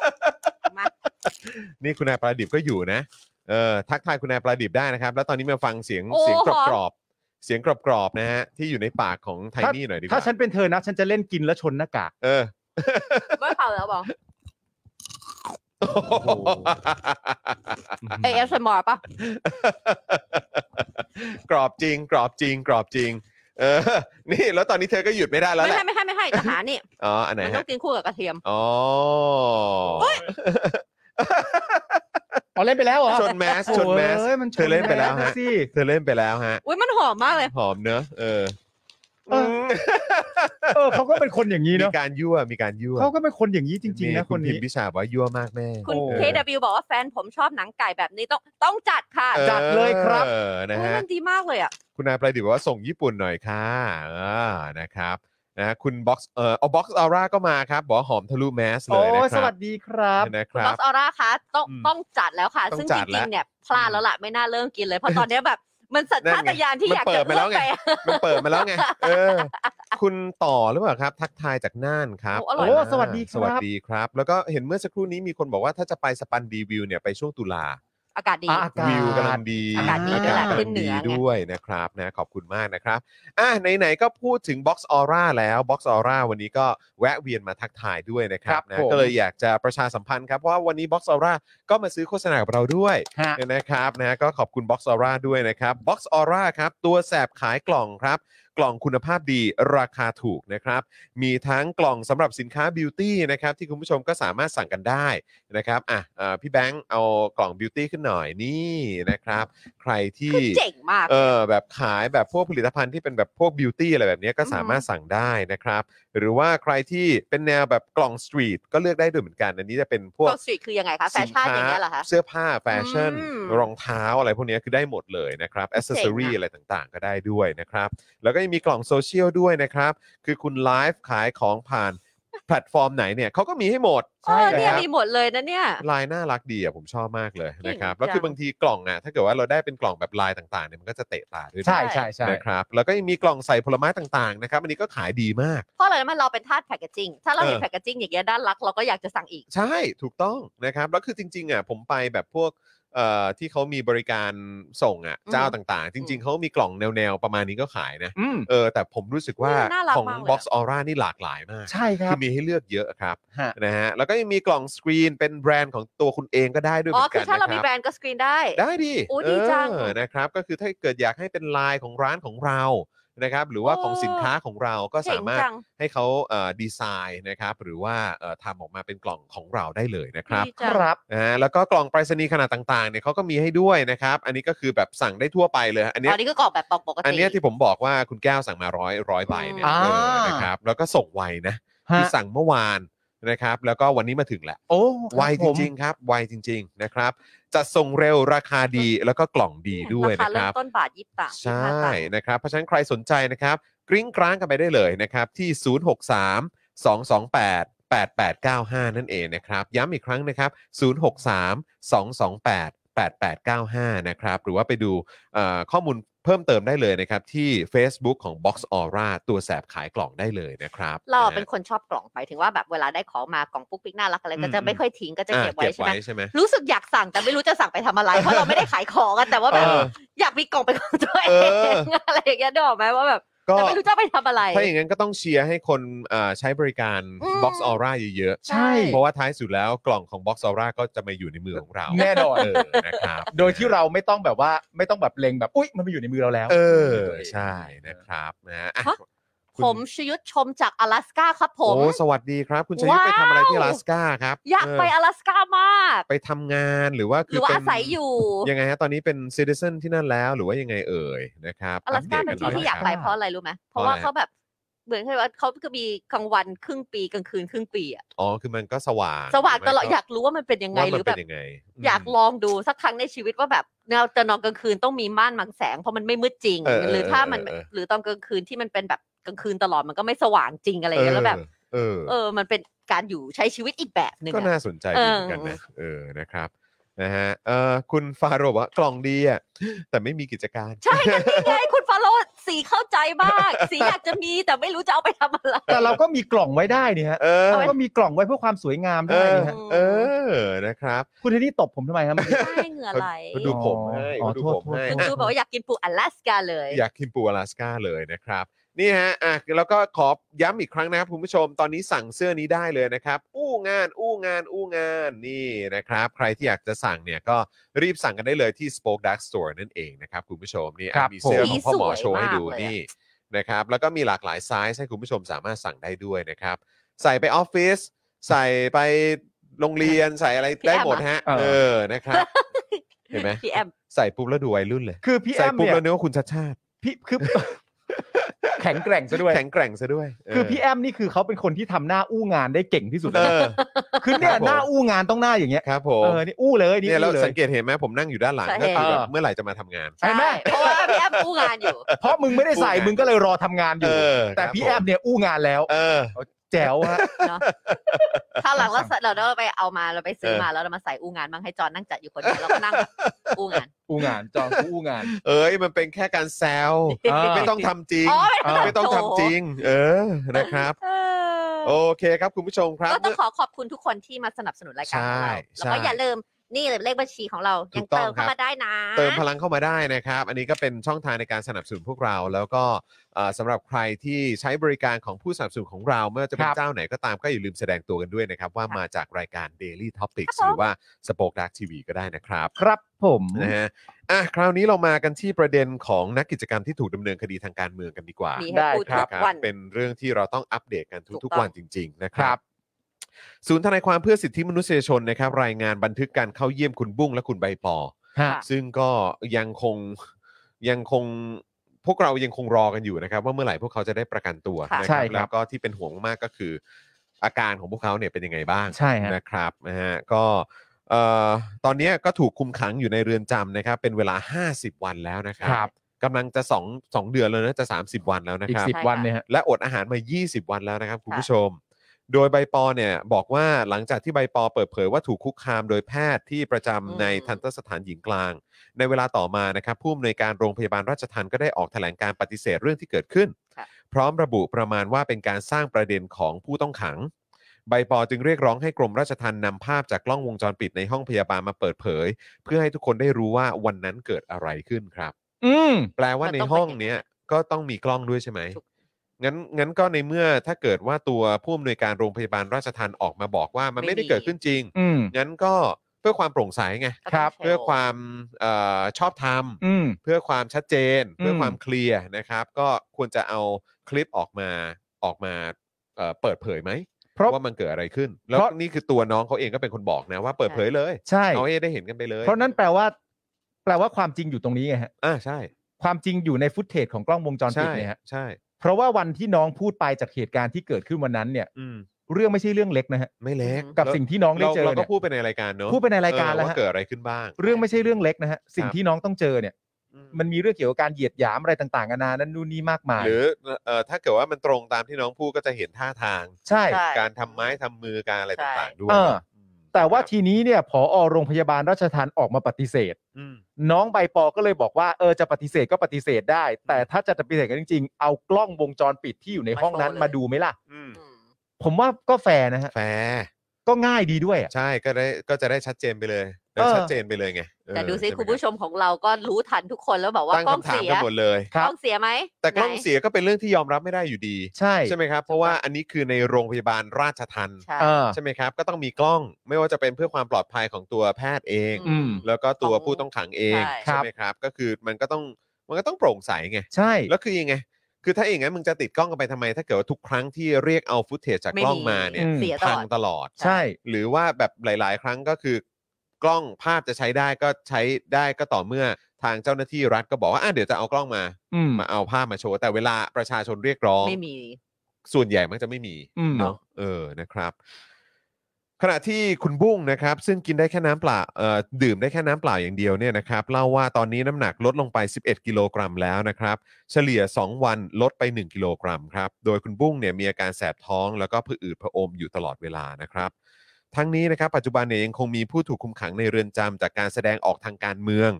Speaker 4: มา
Speaker 2: นี่คุณนายประดิบก็อยู่นะเออทักทายคุณนายประดิบได้นะครับ แล้วตอนนี้มาฟังเสียง
Speaker 4: โอ้
Speaker 2: เสียง
Speaker 4: ห
Speaker 2: ก
Speaker 4: อม
Speaker 2: รอบ เสียงกรอบๆนะฮะที่อยู่ในปากของไทนี่หน่อยดีก
Speaker 3: ถ้า
Speaker 2: ว่า
Speaker 3: ฉันเป็นเธอนะ ฉันจะเล่นกินแล้วชนหน้ากาก
Speaker 2: เออ
Speaker 4: ไม่เผาแล้วบอก เอเอสมอปะ
Speaker 2: กรอบจริง กรอบจริง กรอบจริง เออ นี่ แล้วตอนนี้เธอก็หยุดไม่ได้แล้ว
Speaker 4: ไม่
Speaker 2: แห
Speaker 4: ใช่
Speaker 2: ละ
Speaker 4: ไม่ใช่ไม่ใช่จะหานี่
Speaker 2: อ๋ออันไหน
Speaker 4: มันต้อ
Speaker 2: ฮะ
Speaker 4: งกินคู่กับกระเทียม
Speaker 2: อ๋อ
Speaker 3: อ๋อเล่นไปแล้วเหรอ
Speaker 2: ชนแมสชนแมส
Speaker 3: โอ้ยนชน
Speaker 2: เธอเล่นไปแล้วฮะ
Speaker 3: มสสิ
Speaker 2: เธอเล่นไปแล้วฮะ
Speaker 4: อุ้ยมันหอมมากเลย
Speaker 2: หอมเนอะเออ
Speaker 3: เออเออเขาก็เป็นคนอย่างนี้
Speaker 2: มี
Speaker 3: เนาะ
Speaker 2: การยั่วมีการยั่ว
Speaker 3: เขาก็เป็นคนอย่างนี้จริง ๆ นะ
Speaker 2: คุ
Speaker 3: ค
Speaker 2: ณ
Speaker 3: น
Speaker 2: พิม
Speaker 3: นี้
Speaker 2: พ์พิชาบอกว่ายั่วมากแม่
Speaker 4: คุณ
Speaker 3: โอ้
Speaker 4: KW บอกว่าแฟนผมชอบหนังไก่แบบนี้ต้องต้องจัดค่ะ
Speaker 2: ออ
Speaker 3: จัดเลยครับ
Speaker 2: เออนะ
Speaker 4: เฮ้ย
Speaker 2: ฮะ
Speaker 4: มันดีมากเลยอ่ะ
Speaker 2: คุณนายประดิษฐ์บอกว่าส่งญี่ปุ่นหน่อยค่ะอ่านะครับนะคุณบ็อกซ์เอ่อเอาบ็อกซ์ออร่าก็มาครับ บอกว่าหอมทะลุแมสเล
Speaker 3: โอ้
Speaker 2: ย
Speaker 3: ย
Speaker 2: นะค
Speaker 3: ส
Speaker 2: รั
Speaker 3: วั
Speaker 2: บ
Speaker 3: สดีครับ
Speaker 2: นะค
Speaker 4: คุณ
Speaker 2: รั
Speaker 4: ลอบ สออร่าคะต้อง
Speaker 2: อืม
Speaker 4: ต้องจัดแล้วค่ะ
Speaker 2: ต้อง
Speaker 4: ซึ่ง
Speaker 2: จั
Speaker 4: จ
Speaker 2: ด
Speaker 4: ริง
Speaker 2: แล้ว
Speaker 4: ๆเนี่ยพลาดแล้วล่ะไม่น่าเริ่มกินเลย เพราะตอนเนี้ยแบบ มันสัญชาตญาณที่
Speaker 2: นั่
Speaker 4: อน
Speaker 2: ไง
Speaker 4: ยาก
Speaker 2: มันเปิด
Speaker 4: จะ
Speaker 2: ไปแล้
Speaker 4: เริ่
Speaker 2: ว
Speaker 4: ม
Speaker 2: ไง
Speaker 4: ไป
Speaker 2: มันเปิดมาแล้วไง เออ คุณต่อหรือเปล่าครับ ทักทายจากน่านครับ
Speaker 4: โอ้อร่อย
Speaker 3: โอ้
Speaker 4: มาก
Speaker 3: สวัสดีครับ
Speaker 2: สวัสดีครับ แล้วก็เห็นเมื่อสักครู่นี้มีคนบอกว่าถ้าจะไปสปันดีวิวเนี่ยไปช่วงตุลา
Speaker 4: อากาศดี
Speaker 3: อ่ะอากาศ
Speaker 2: วิวกำลังดี
Speaker 4: อากาศดีด้วยแหละขึ้นเหนือไง
Speaker 2: ากาศดีด้วยนะครับนะขอบคุณมากนะครับอ่ะไหนๆก็พูดถึง Box Aura แล้ว Box Aura วันนี้ก็แวะเวียนมาทักทายด้วยนะครับ
Speaker 3: ครับ
Speaker 2: นะ
Speaker 3: ผม
Speaker 2: ก็เลยอยากจะประชาสัมพันธ์ครับเพราะว่าวันนี้ Box Aura ก็มาซื้อโฆษณากับเราด้วย
Speaker 3: ฮะ
Speaker 2: นะครับนะก็ขอบคุณ Box Aura ด้วยนะครับ Box Aura ครับตัวแสบขายกล่องครับ กล่องคุณภาพดีราคาถูกนะครับ มีทั้งกล่องสำหรับสินค้าบิวตี้นะครับที่คุณผู้ชมก็สามารถสั่งกันได้นะครับอ่ะเอ่อพี่แบงค์เอากล่องบิวตี้ขึ้นหน่อยนี่นะครับ ใครที่
Speaker 4: เจ๋งมาก
Speaker 2: เออแบบขายแบบพวกผลิตภัณฑ์ที่เป็นแบบพวกบิวตี้อะไรแบบเนี้ยก็
Speaker 4: อือฮึ
Speaker 2: สามารถสั่งได้นะครับ หรือว่าใครที่เป็นแนวแบบกล่องสตรีทก็เลือกได้ด้วยเหมือนกัน อันนี้จะเป็นพวก
Speaker 4: โกสตรีทคือยังไงคะแฟชั่นอย่างเงี้ยเหรอคะ
Speaker 2: เสื้อผ้าแฟชั่น
Speaker 4: อืม
Speaker 2: รองเท้าอะไรพวกเนี้ยคือได้หมดเลยนะครับอ c เซสซอรี
Speaker 4: เจ๋งอะ
Speaker 2: อะไรต่างๆ ก็ได้ด้วยนะครับ แล้วก็ยังมีกล่องโซเชียลด้วยนะครับ คือคุณไลฟ์ขายของผ่านแพลตฟอร์มไหนเนี่ยเขาก็มีให้หมด
Speaker 4: เออ
Speaker 2: นะ
Speaker 4: เนี่ย
Speaker 2: ครับ
Speaker 4: มีหมดเลยนะเนี่ย
Speaker 2: ลายน่ารักดีอ่ะผมชอบมากเลย
Speaker 4: จริง
Speaker 2: นะครับ
Speaker 4: จัง
Speaker 2: แล้วคือบางทีกล่องอ่ะถ้าเกิดว่าเราได้เป็นกล่องแบบลายต่างๆเนี่ยมันก็จะเตะตาด้วยนะ
Speaker 3: ใช่ใช่ใช่
Speaker 2: นะครับแล้วก็ยังมีกล่องใส่ผลไม้ต่างๆนะครับอันนี้ก็ขายดีมาก
Speaker 4: เพราะอะไรมันเราเป็นทาสแพคเกจิ้งถ้าเราเห็น
Speaker 2: เออ
Speaker 4: แพคเกจิ้งอย่างเงี้ยด้านรักเราก็อยากจะสั่งอีก
Speaker 2: ใช่ถูกต้องนะครับแล้วคือจริงๆอ่ะผมไปแบบพวกเอ่อที่เขามีบริการส่งอ่ะ
Speaker 4: อืม
Speaker 2: เจ้าต่างๆ จริง ๆเขามีกล่องแนวๆ ประมาณนี้ก็ขายนะ
Speaker 3: อืม
Speaker 2: เออแต่ผมรู้สึกว่า
Speaker 4: เออน่ารัก
Speaker 2: ของ
Speaker 4: มากเลย
Speaker 2: Box Aura นี่หลากหลายมาก
Speaker 3: ใช่ครั
Speaker 2: คื
Speaker 3: บ
Speaker 2: อมีให้เลือกเยอะครับ
Speaker 3: ฮะ
Speaker 2: นะฮะแล้วก็ยังมีกล่องสกรีนเป็นแบรนด์ของตัวคุณเองก็ได้ด้วยเห
Speaker 4: อ๋อ
Speaker 2: มือน
Speaker 4: คื
Speaker 2: กั
Speaker 4: อน ถ้าเรา
Speaker 2: นะค
Speaker 4: มี
Speaker 2: รับ
Speaker 4: แบรนด์ก็สกรีนได้
Speaker 2: ได้ดิ
Speaker 4: โอ้ดีจัง
Speaker 2: เออนะครับ ก็คือถ้าเกิดอยากให้เป็นลายของร้านของเรา นะครับ หรือว่า
Speaker 4: โอ้
Speaker 2: ของสินค้าของเรา ก็
Speaker 4: เจ๋
Speaker 2: สาง มารถ
Speaker 4: จัง
Speaker 2: ให้เขาเอ่อดีไซน์นะครับ หรือว่าเอ่อทำออกมาเป็นกล่องของเราได้เลยนะครับ
Speaker 4: ดี
Speaker 3: ค
Speaker 4: จัง
Speaker 3: รับ
Speaker 2: นะฮะแล้วก็กล่องไปรษณีย์ขนาดต่างๆเนี่ยเขาก็มีให้ด้วยนะครับ อันนี้ก็คือแบบสั่งได้ทั่วไปเลย อันเนี้ย
Speaker 4: อ๋อนี่ก็กรอกแบบปกติ
Speaker 2: อันเนี้ยที่ผมบอกว่าคุณแก้วสั่งมาร้อยร้อยใบเนี่ย
Speaker 3: อ่า
Speaker 2: เออนะครับ แล้วก็ส่งไวนะที่สั่งเมื่อวานนะครับ แล้วก็วันนี้มาถึงแหละ
Speaker 3: โอ้
Speaker 2: ไวจ
Speaker 3: ผม
Speaker 2: ริงๆครับไวจริง ๆนะครับ จัดส่งเร็วราคาดีแล้วก็กล่องดีด้วย
Speaker 4: รา
Speaker 2: นะ
Speaker 4: คา
Speaker 2: ครั
Speaker 4: เริ่ม
Speaker 2: บ
Speaker 4: ต้นบาทยี่สิบสาม
Speaker 2: ใช่
Speaker 4: 25ตังค์
Speaker 2: นะครับ เพราะฉะนั้นใครสนใจนะครับกริ้งกร้างกันไปได้เลยนะครับที่ 063 228 8895 นั่นเองนะครับ ย้ำอีกครั้งนะครับ 063 228 8895 นะครับ หรือว่าไปดูเอ่อข้อมูลเพิ่มเติมได้เลยนะครับ ที่ Facebook ของ Box Aura ตัวแสบขายกล่องได้เลยนะครับ
Speaker 4: เรา
Speaker 2: ะฮะ
Speaker 4: เป็นคนชอบกล่องหมายถึงว่าแบบเวลาได้ของมากล่องปุ๊กปิ๊กน่ารักอะไร
Speaker 2: อืม
Speaker 4: ก็จะไม่
Speaker 2: อืม
Speaker 4: ค่อยทิ้งก็จะ
Speaker 2: อ่ะ
Speaker 4: เก็บไว้ใช่ไหม
Speaker 2: ใช่ไหม
Speaker 4: รู้สึกอยากสั่งแต่ไม่รู้จะสั่งไปทำอะไร เพราะเราไม่ได้ขายของกันแต่ว่าแบบ
Speaker 2: เออ
Speaker 4: อยากมีกล่องเป็นของตัวเอ
Speaker 2: เอง อ
Speaker 4: อะไรอย่างเงี้ยได้ออกไหมว่าแบบ
Speaker 2: ก็
Speaker 4: แต่ไม่รู้จะเอาไปทำอะไร
Speaker 2: ถ้าอย่างนั้นก็ต้องเชียร์ให้คนเอ่อใช้บริการ
Speaker 4: อืม
Speaker 2: Box Aura เยอะ
Speaker 4: ใช่
Speaker 2: ๆ เพราะว่าท้ายสุดแล้วกล่องของ Box Aura ก็จะมาอยู่ในมือของเรา
Speaker 3: แน่นอน
Speaker 2: เออนะครับ
Speaker 3: โดยที่เราไม่ต้องแบบว่าไม่ต้องแบบเล็งแบบ อุ๊ย มันไปอยู่ในมือเราแล้ว
Speaker 2: เออ ใช่นะครับนะฮะอ่ะคุณ
Speaker 4: ผมชยุทธชมจากอลาสก้าครับผม
Speaker 2: โอ้สวัสดีครับ คุณชยุทธไปทำอะไรที่ลาสก้าครับ
Speaker 4: อยากไป
Speaker 2: เอ
Speaker 4: อลาสก้ามาก
Speaker 2: อไปทำงานหรือว่า
Speaker 4: ห
Speaker 2: คื
Speaker 4: รือ อว่า
Speaker 2: เป็น
Speaker 4: อาศัยอยู่
Speaker 2: ยังไงฮะตอนนี้เป็นซิติเซนที่นั่นแล้วหรือว่ายังไงเอ่ยนะครับ
Speaker 4: อลาสก้า
Speaker 2: ปดต
Speaker 4: เป็น
Speaker 2: ห
Speaker 4: ที่
Speaker 2: น่
Speaker 4: ที่อยาก
Speaker 2: ครับ
Speaker 4: ไปเพราะอะไรรู้ไหมเพราะว่าเขาแบบเหมือนกับว่าเขาก็มีกลางวันครึ่งปีกลางคืนครึ่งปีอะ
Speaker 2: อ๋อคือมันก็สว่าง
Speaker 4: สว่างตลอด
Speaker 2: ใช่ไหม
Speaker 4: อยากรู้ว่ามันเป็นยังไง
Speaker 2: ว่า
Speaker 4: ห
Speaker 2: มั
Speaker 4: รื
Speaker 2: น
Speaker 4: อ
Speaker 2: เป็น
Speaker 4: แบบ
Speaker 2: ยังไงม
Speaker 4: อยากลองดูสักครั้งในชีวิตว่าแบบแนวจะนอนกลางคืนต้องมีม่านบังแสง เพราะมันไม่มืดจริง
Speaker 2: เออเออ
Speaker 4: หรือถ้ามัน
Speaker 2: เออเออ
Speaker 4: หรือตอนกลางคืนที่มันเป็นแบบกลางคืนตลอดมันก็ไม่สว่างจริงอะไรอย่างเงี้ยแล้วแบบ
Speaker 2: เออ
Speaker 4: เออมันเป็นการอยู่ใช้ชีวิตอีกแบบหนึ่ง
Speaker 2: ก็
Speaker 4: อะ
Speaker 2: น่าสนใจดีเหมือนกันนะ เออ นะครับ นะฮะ เอ่อ คุณฟาโรห์บอกว่ากล่องดีอ่ะ แต่ไม่มีกิจการ
Speaker 4: ใช่นั่นนี่ไงคุณฟาโรห์ สีเข้าใจมาก สีอยากจะมีแต่ไม่รู้จะเอาไปทำอะไร
Speaker 3: แต่เราก็มีกล่องไว้ได้นี่ฮะ
Speaker 2: เออ
Speaker 3: เราก็มีกล่องไว้เพื่อความสวยงาม
Speaker 2: เอ
Speaker 3: ได้
Speaker 2: อ
Speaker 3: นี่ฮะ
Speaker 2: เออ นะครับ
Speaker 3: คุณเทนี่ตบผมทำไมครับ
Speaker 4: ใช่เหงื่อไหล
Speaker 2: เขาดูผมให้
Speaker 3: อ๋อ
Speaker 2: เขาดูผมให้
Speaker 3: โทษโทษ
Speaker 2: อ่ะ
Speaker 4: ดูบอกว่าอยากกินปูอลาสกาเลย
Speaker 2: อยากกินปูอลาสก้าเลยนะครับ นี่ฮะอ่ะแล้วก็ขอย้ำอีกครั้งนะครับคุณผู้ชมตอนนี้สั่งเสื้อนี้ได้เลยนะครับ อู้งาน อู้งาน อู้งานนี่นะครับ ใครที่อยากจะสั่งเนี่ยก็รีบสั่งกันได้เลยที่ Spoke Dark Store นั่นเองนะครับคุณผู้ชมนี่อ่ะ
Speaker 3: ครับ
Speaker 2: มีเสื้อของพ่อหมอ
Speaker 4: ผม
Speaker 2: โชว์ให้ดู
Speaker 4: สวยมากเลยอะ
Speaker 2: นี่นะครับ แล้วก็มีหลากหลายไซส์ให้คุณผู้ชมสามารถสั่งได้ด้วยนะครับ ใส่ไปออฟฟิศใส่ไปโรงเรียนใส่อะไรได้หมดฮะ
Speaker 3: เออ
Speaker 2: เออนะครับ เห็นไหม
Speaker 4: พี่แอม
Speaker 2: ใส่ปุ๊บแล้วดูวัยรุ่นเลย
Speaker 3: คือพี่แอ
Speaker 2: ใส่
Speaker 3: ม
Speaker 2: ปุ๊บ
Speaker 3: เนี่ย
Speaker 2: แล้วนึกว่าคุณชัดชาติ
Speaker 3: พี่คือ แข็งแกร่งซะด้วย
Speaker 2: แข็งแกร่งซะด้วยเ
Speaker 3: คือพี่แอมนี่คือเขาเป็นคนที่ทำหน้าอู้งานได้เก่งที่สุด
Speaker 2: เออ
Speaker 3: คือเนี่
Speaker 2: ค
Speaker 3: ย
Speaker 2: รับผม
Speaker 3: หน้าอู้งานต้องหน้าอย่างเงี้ย
Speaker 2: ครับผ
Speaker 3: เอ
Speaker 2: ม
Speaker 3: อนี่อู้เลยนี่
Speaker 2: เนี่ยเรา
Speaker 3: อู้เล
Speaker 2: สั
Speaker 3: ย
Speaker 2: งเกตเห็นไหมผมนั่งอยู่ด้านหลัง
Speaker 4: ใช่
Speaker 2: ก็คือ
Speaker 3: เอ
Speaker 2: แบบ
Speaker 3: อ
Speaker 2: เมื่อไหร่จะมาทำงาน
Speaker 3: ใช่ไหม
Speaker 4: เพราะว่าพี่แอมกู้งานอยู่
Speaker 3: เพราะมึงไม่ได้ใส่
Speaker 2: อู้งาน
Speaker 3: มึงก็เลยรอทำงานอยู่
Speaker 2: เออ
Speaker 3: แต่
Speaker 2: ครับ
Speaker 3: พี่
Speaker 2: ผม
Speaker 3: แอมเนี่ยอู้งาน แล้ว
Speaker 2: เออ
Speaker 3: แจ๋วฮะ
Speaker 4: เนาะ คราวหลังเราเราเราไปเอามาเราไปซื้อมาแล้วเรามาใส่อู้งานบ้างให้จอนนั่งจัดอยู่คนเดียวเราก็นั่งแบบอู้งาน
Speaker 3: อู้งานจองกูอู้งาน
Speaker 2: เอ้ยมันเป็นแค่การแซว
Speaker 3: เออ
Speaker 2: ไม่ต้องทำจริง
Speaker 4: อ๋อ
Speaker 2: ไม่ต้องทำจริง เออนะครับ
Speaker 4: เออ
Speaker 2: โอเคครับคุณผู้ชมครับ
Speaker 4: ก็ต้องขอขอบคุณทุกคนที่มาสนับสนุนรายการของเรา
Speaker 2: ใช่
Speaker 4: แล้วก็อย่าลืมนี่เลยเลขบัญชีของเรา
Speaker 2: ถู
Speaker 4: ยัง
Speaker 2: กต้อ
Speaker 4: เติ
Speaker 2: ง
Speaker 4: ม
Speaker 2: ค
Speaker 4: เข้า
Speaker 2: รับ
Speaker 4: มาได้นะ
Speaker 2: เติมพลังเข้ามาได้นะครับ อันนี้ก็เป็นช่องทางในการสนับสนุนพวกเรา แล้วก็เอ่อสำหรับใครที่ใช้บริการของผู้สนับสนุนของเราไม่ว่าจะเป็
Speaker 3: ค
Speaker 2: น
Speaker 3: รับ
Speaker 2: เจ้าไหนก็ตามก็อย่าลืมแสดงตัวกันด้วยนะครับ ว่า
Speaker 4: ครับ
Speaker 2: มาจากรายการ Daily Topics
Speaker 3: ครับผม
Speaker 2: หรือว่า Spoke Dark TV ก็ได้นะครับ
Speaker 3: ครับผม
Speaker 2: นะฮะอ่ะคราวนี้เรามากันที่ประเด็นของนักกิจกรรมที่ถูกดำเนินคดีทางการเมืองกันดีกว่า
Speaker 4: มี
Speaker 3: ได้
Speaker 4: ให้พูด
Speaker 2: ครั
Speaker 4: ทุ
Speaker 2: บ
Speaker 4: กวัน
Speaker 2: เป็นเรื่องที่เราต้องอัปเดตกัน
Speaker 4: ถู
Speaker 2: ทุกๆ
Speaker 4: กต้อง
Speaker 2: วันจริง ๆ นะครับ ศูนย์ทนายความเพื่อสิทธิมนุษยชนนะครับ รายงานบันทึกการเข้าเยี่ยมคุณบุ้งและคุณใบปอ
Speaker 3: ฮะ
Speaker 2: ซึ่งก็ยังคง ยังคงพวกเรายังคงรอกันอยู่นะครับ ว่าเมื่อไหร่พวกเขาจะได้ประกันตัว
Speaker 4: ค่ะ
Speaker 2: นะ
Speaker 3: ใช่
Speaker 2: ครั
Speaker 3: ครั
Speaker 2: บ
Speaker 3: บ
Speaker 2: แล้วก็ที่เป็นห่วงมากก็คือ อาการของพวกเขาเนี่ยเป็นยังไงบ้าง
Speaker 3: ใช่ฮะ
Speaker 2: นะครับนะฮะก็เอ่อตอนเนี้ยก็ถูกคุมขังอยู่ในเรือนจำนะครับ เป็นเวลา 50 วันแล้วนะครั
Speaker 3: ครับ
Speaker 2: กำลังจะ2 2เดือนแล้วนะจะ 30 วันแล้วนะ
Speaker 3: อี
Speaker 2: ค
Speaker 3: ก
Speaker 2: รับ
Speaker 3: สิบ
Speaker 4: ใช่
Speaker 3: วันเนี่ยฮะ
Speaker 2: และอดอาหารมา 20 วันแล้วนะครับคุณผู้
Speaker 4: ค่ะ
Speaker 2: ชม โดยใบปอเนี่ยบอกว่าหลังจากที่ใบปอเปิดเผยว่าถูกคุกคามโดยแพทย์ที่ประจำในทันตสถานหญิงกลาง ในเวลาต่อมานะครับผู้อำนวยการโรงพยาบาลราชทันก็ได้ออกแถลงการปฏิเสธเรื่องที่เกิดขึ้น
Speaker 4: ค่ะ
Speaker 2: พร้อมระบุประมาณว่าเป็นการสร้างประเด็นของผู้ต้องขัง ใบปอจึงเรียกร้องให้กรมราชทัณฑ์นำภาพจากกล้องวงจรปิดในห้องพยาบาลมาเปิดเผย เพื่อให้ทุกคนได้รู้ว่าวันนั้นเกิดอะไรขึ้นครับ
Speaker 3: อืม
Speaker 2: แปลว่าในห้องเนี้ย
Speaker 4: มันต้อง
Speaker 2: ก็ต้อง
Speaker 4: เป็นอย่างนั้น
Speaker 2: มีกล้องด้วยใช่ไหม
Speaker 4: ถูก
Speaker 2: งั้นงั้นก็ในเมื่อถ้าเกิดว่าตัวผู้อำนวยการโรงพยาบาลราชทันออกมาบอกว่ามันไม่ได้เกิดขึ้นจริง
Speaker 3: อืม
Speaker 2: งั้นก็เพื่อความโปร่งใสไง
Speaker 4: ก็ต้อง
Speaker 3: ครับ
Speaker 4: โช
Speaker 2: เพื่อความเออชอบธรรม
Speaker 3: อืม
Speaker 2: เพื่อความชัดเจน
Speaker 3: อืม
Speaker 2: เพื่อความเคลียร์นะครับ ก็ควรจะเอาคลิปออกมาออกมาเอ่อเปิดเผยไหม
Speaker 3: เพราะ
Speaker 2: ว่ามันเกิดอะไรขึ้น แล้ว
Speaker 3: เพราะ
Speaker 2: นี่คือตัวน้องเขาเองก็เป็นคนบอกนะว่าเปิดเผยเลย
Speaker 3: ใช่
Speaker 2: เอาให้ได้เห็นกันไปเลย
Speaker 3: เพราะนั่นแปลว่า แปลว่าความจริงอยู่ตรงนี้ไงฮะ
Speaker 2: อ่าใช่
Speaker 3: ความจริงอยู่ในฟุตเทจของกล้องวงจรปิด
Speaker 2: ใช่
Speaker 3: เนี่ยฮะ
Speaker 2: ใช่
Speaker 3: เพราะว่าวันที่น้องพูดไปจากเหตุการณ์ที่เกิดขึ้นวันนั้นเนี่ย
Speaker 2: อืม
Speaker 3: เรื่องไม่ใช่เรื่องเล็กนะฮะ
Speaker 2: ไม่เล็ก
Speaker 4: อืม
Speaker 3: กับสิ่งที่น้องได้
Speaker 2: เรา
Speaker 3: เจอ
Speaker 2: เราก็
Speaker 3: เนี่ย
Speaker 2: พูดไปในรายการเนอะ
Speaker 3: พูดไปในรายการ
Speaker 2: เออ
Speaker 3: แล้วฮะ
Speaker 2: ว่าเกิดอะไรขึ้นบ้าง
Speaker 3: เรื่องไม่ใช่เรื่องเล็กนะฮะ สิ่งที่น้องต้องเจอเนี่ย
Speaker 2: อืม
Speaker 3: มันมีเรื่องเกี่ยวกับการเหยียดหยามอะไรต่างๆนานานั่นนู่นนี่มากมาย
Speaker 2: หรือเอ่อถ้าเกิดว่ามันตรงตามที่น้องพูดก็จะเห็นท่าทาง
Speaker 3: ใช่
Speaker 4: ใช่
Speaker 2: การทำไม้ทำมือการอะไร
Speaker 4: ใช่
Speaker 2: ต่างๆด้วย
Speaker 3: เออ
Speaker 2: ม
Speaker 3: แต่ว่า
Speaker 2: ครับ
Speaker 3: ทีนี้เนี่ยผอโรงพยาบาลราชทันออกมาปฏิเสธ
Speaker 2: อืม
Speaker 3: น้องใบปอก็เลยบอกว่าเออจะปฏิเสธก็ปฏิเสธได้ แต่ถ้าจะปฏิเสธกันจริงๆ เอากล้องวงจรปิดที่อยู่ในห้องนั้นมาดูไหมล่ะ
Speaker 2: อืม
Speaker 4: อืม
Speaker 3: ผมว่าก็แฟร์นะฮะ
Speaker 2: แฟร์
Speaker 3: ก็ง่ายดีด้วยอะ
Speaker 2: ใช่ก็ได้ก็จะได้ชัดเจนไปเลยแล้ว
Speaker 3: เออ
Speaker 2: ชัดเจนไปเลยไงเออ
Speaker 4: แต่ดูซิ
Speaker 2: ใไห
Speaker 4: คุณผู้ชมของเราก็รู้ทันทุกคนแล้วบอกว่า
Speaker 2: ตั้ง
Speaker 4: กล้อง
Speaker 2: คำถาม
Speaker 4: เสีย
Speaker 2: กันหมดเลย
Speaker 3: ค
Speaker 4: ก
Speaker 3: รับ
Speaker 4: ล้องเสียไหม
Speaker 2: แต่กล้อง
Speaker 4: ไหน
Speaker 2: เสียก็เป็นเรื่องที่ยอมรับไม่ได้อยู่ดี
Speaker 3: ใช่
Speaker 2: ใช่ไหมครับ เพราะว่าอันนี้คือในโรงพยาบาลราชทัน
Speaker 4: ใช่
Speaker 3: เออ
Speaker 2: ใช่ไหมครับ ก็ต้องมีกล้องไม่ว่าจะเป็นเพื่อความปลอดภัยของตัวแพทย์เอง
Speaker 3: อืม
Speaker 2: แล้วก็ตัว
Speaker 4: ของ
Speaker 2: ผู้ต้องขังเอง
Speaker 3: ค
Speaker 4: ใช่
Speaker 3: รับ
Speaker 2: ไหมครับ ก็คือมันก็ต้องมันก็ต้องโปร่งใสไง
Speaker 3: ใช่
Speaker 2: แล้วคือยังไง คือถ้าอย่างนั้นมึงจะติดกล้องกันไปทำไม ถ้าเกิดว่าทุกครั้งที่เรียกเอาฟุตเทจจาก
Speaker 4: ไ
Speaker 2: กล้องมาเนี่ย
Speaker 3: อืม
Speaker 4: เสียต
Speaker 2: พัง
Speaker 4: ลอด
Speaker 2: ตลอด
Speaker 3: ใช่
Speaker 2: หรือว่าแบบหลาย ๆ ครั้งก็คือกล้องภาพจะใช้ได้ก็ใช้ได้ก็ต่อเมื่อทางเจ้าหน้าที่รัฐก็บอกว่าอ่ะเดี๋ยวจะเอากล้องมา
Speaker 3: อืม
Speaker 2: มาเอาภาพมาโชว์แต่เวลาประชาชนเรียกร้อง
Speaker 4: ไม่มี
Speaker 2: ส่วนใหญ่มันจะไม่มี
Speaker 3: อืม
Speaker 2: เนาะเออนะครับ ขณะที่คุณบุ้งนะครับ ซึ่งกินได้แค่น้ำเปล่าเอ่อดื่มได้แค่น้ำเปล่าอย่างเดียวเนี่ยนะครับเล่าว่าตอนนี้น้ำหนักลดลงไป 11 กิโลกรัมแล้วนะครับ เฉลี่ย 2 วันลดไป 1 กิโลกรัมครับ โดยคุณบุ้งเนี่ยมีอาการแสบท้องแล้วก็ผื่อืดผะอมอยู่ตลอดเวลานะครับ ทั้งนี้นะครับ ปัจจุบันเนี่ยยังคงมีผู้ถูกคุมขังในเรือนจำจากการแสดงออกทางการเมือง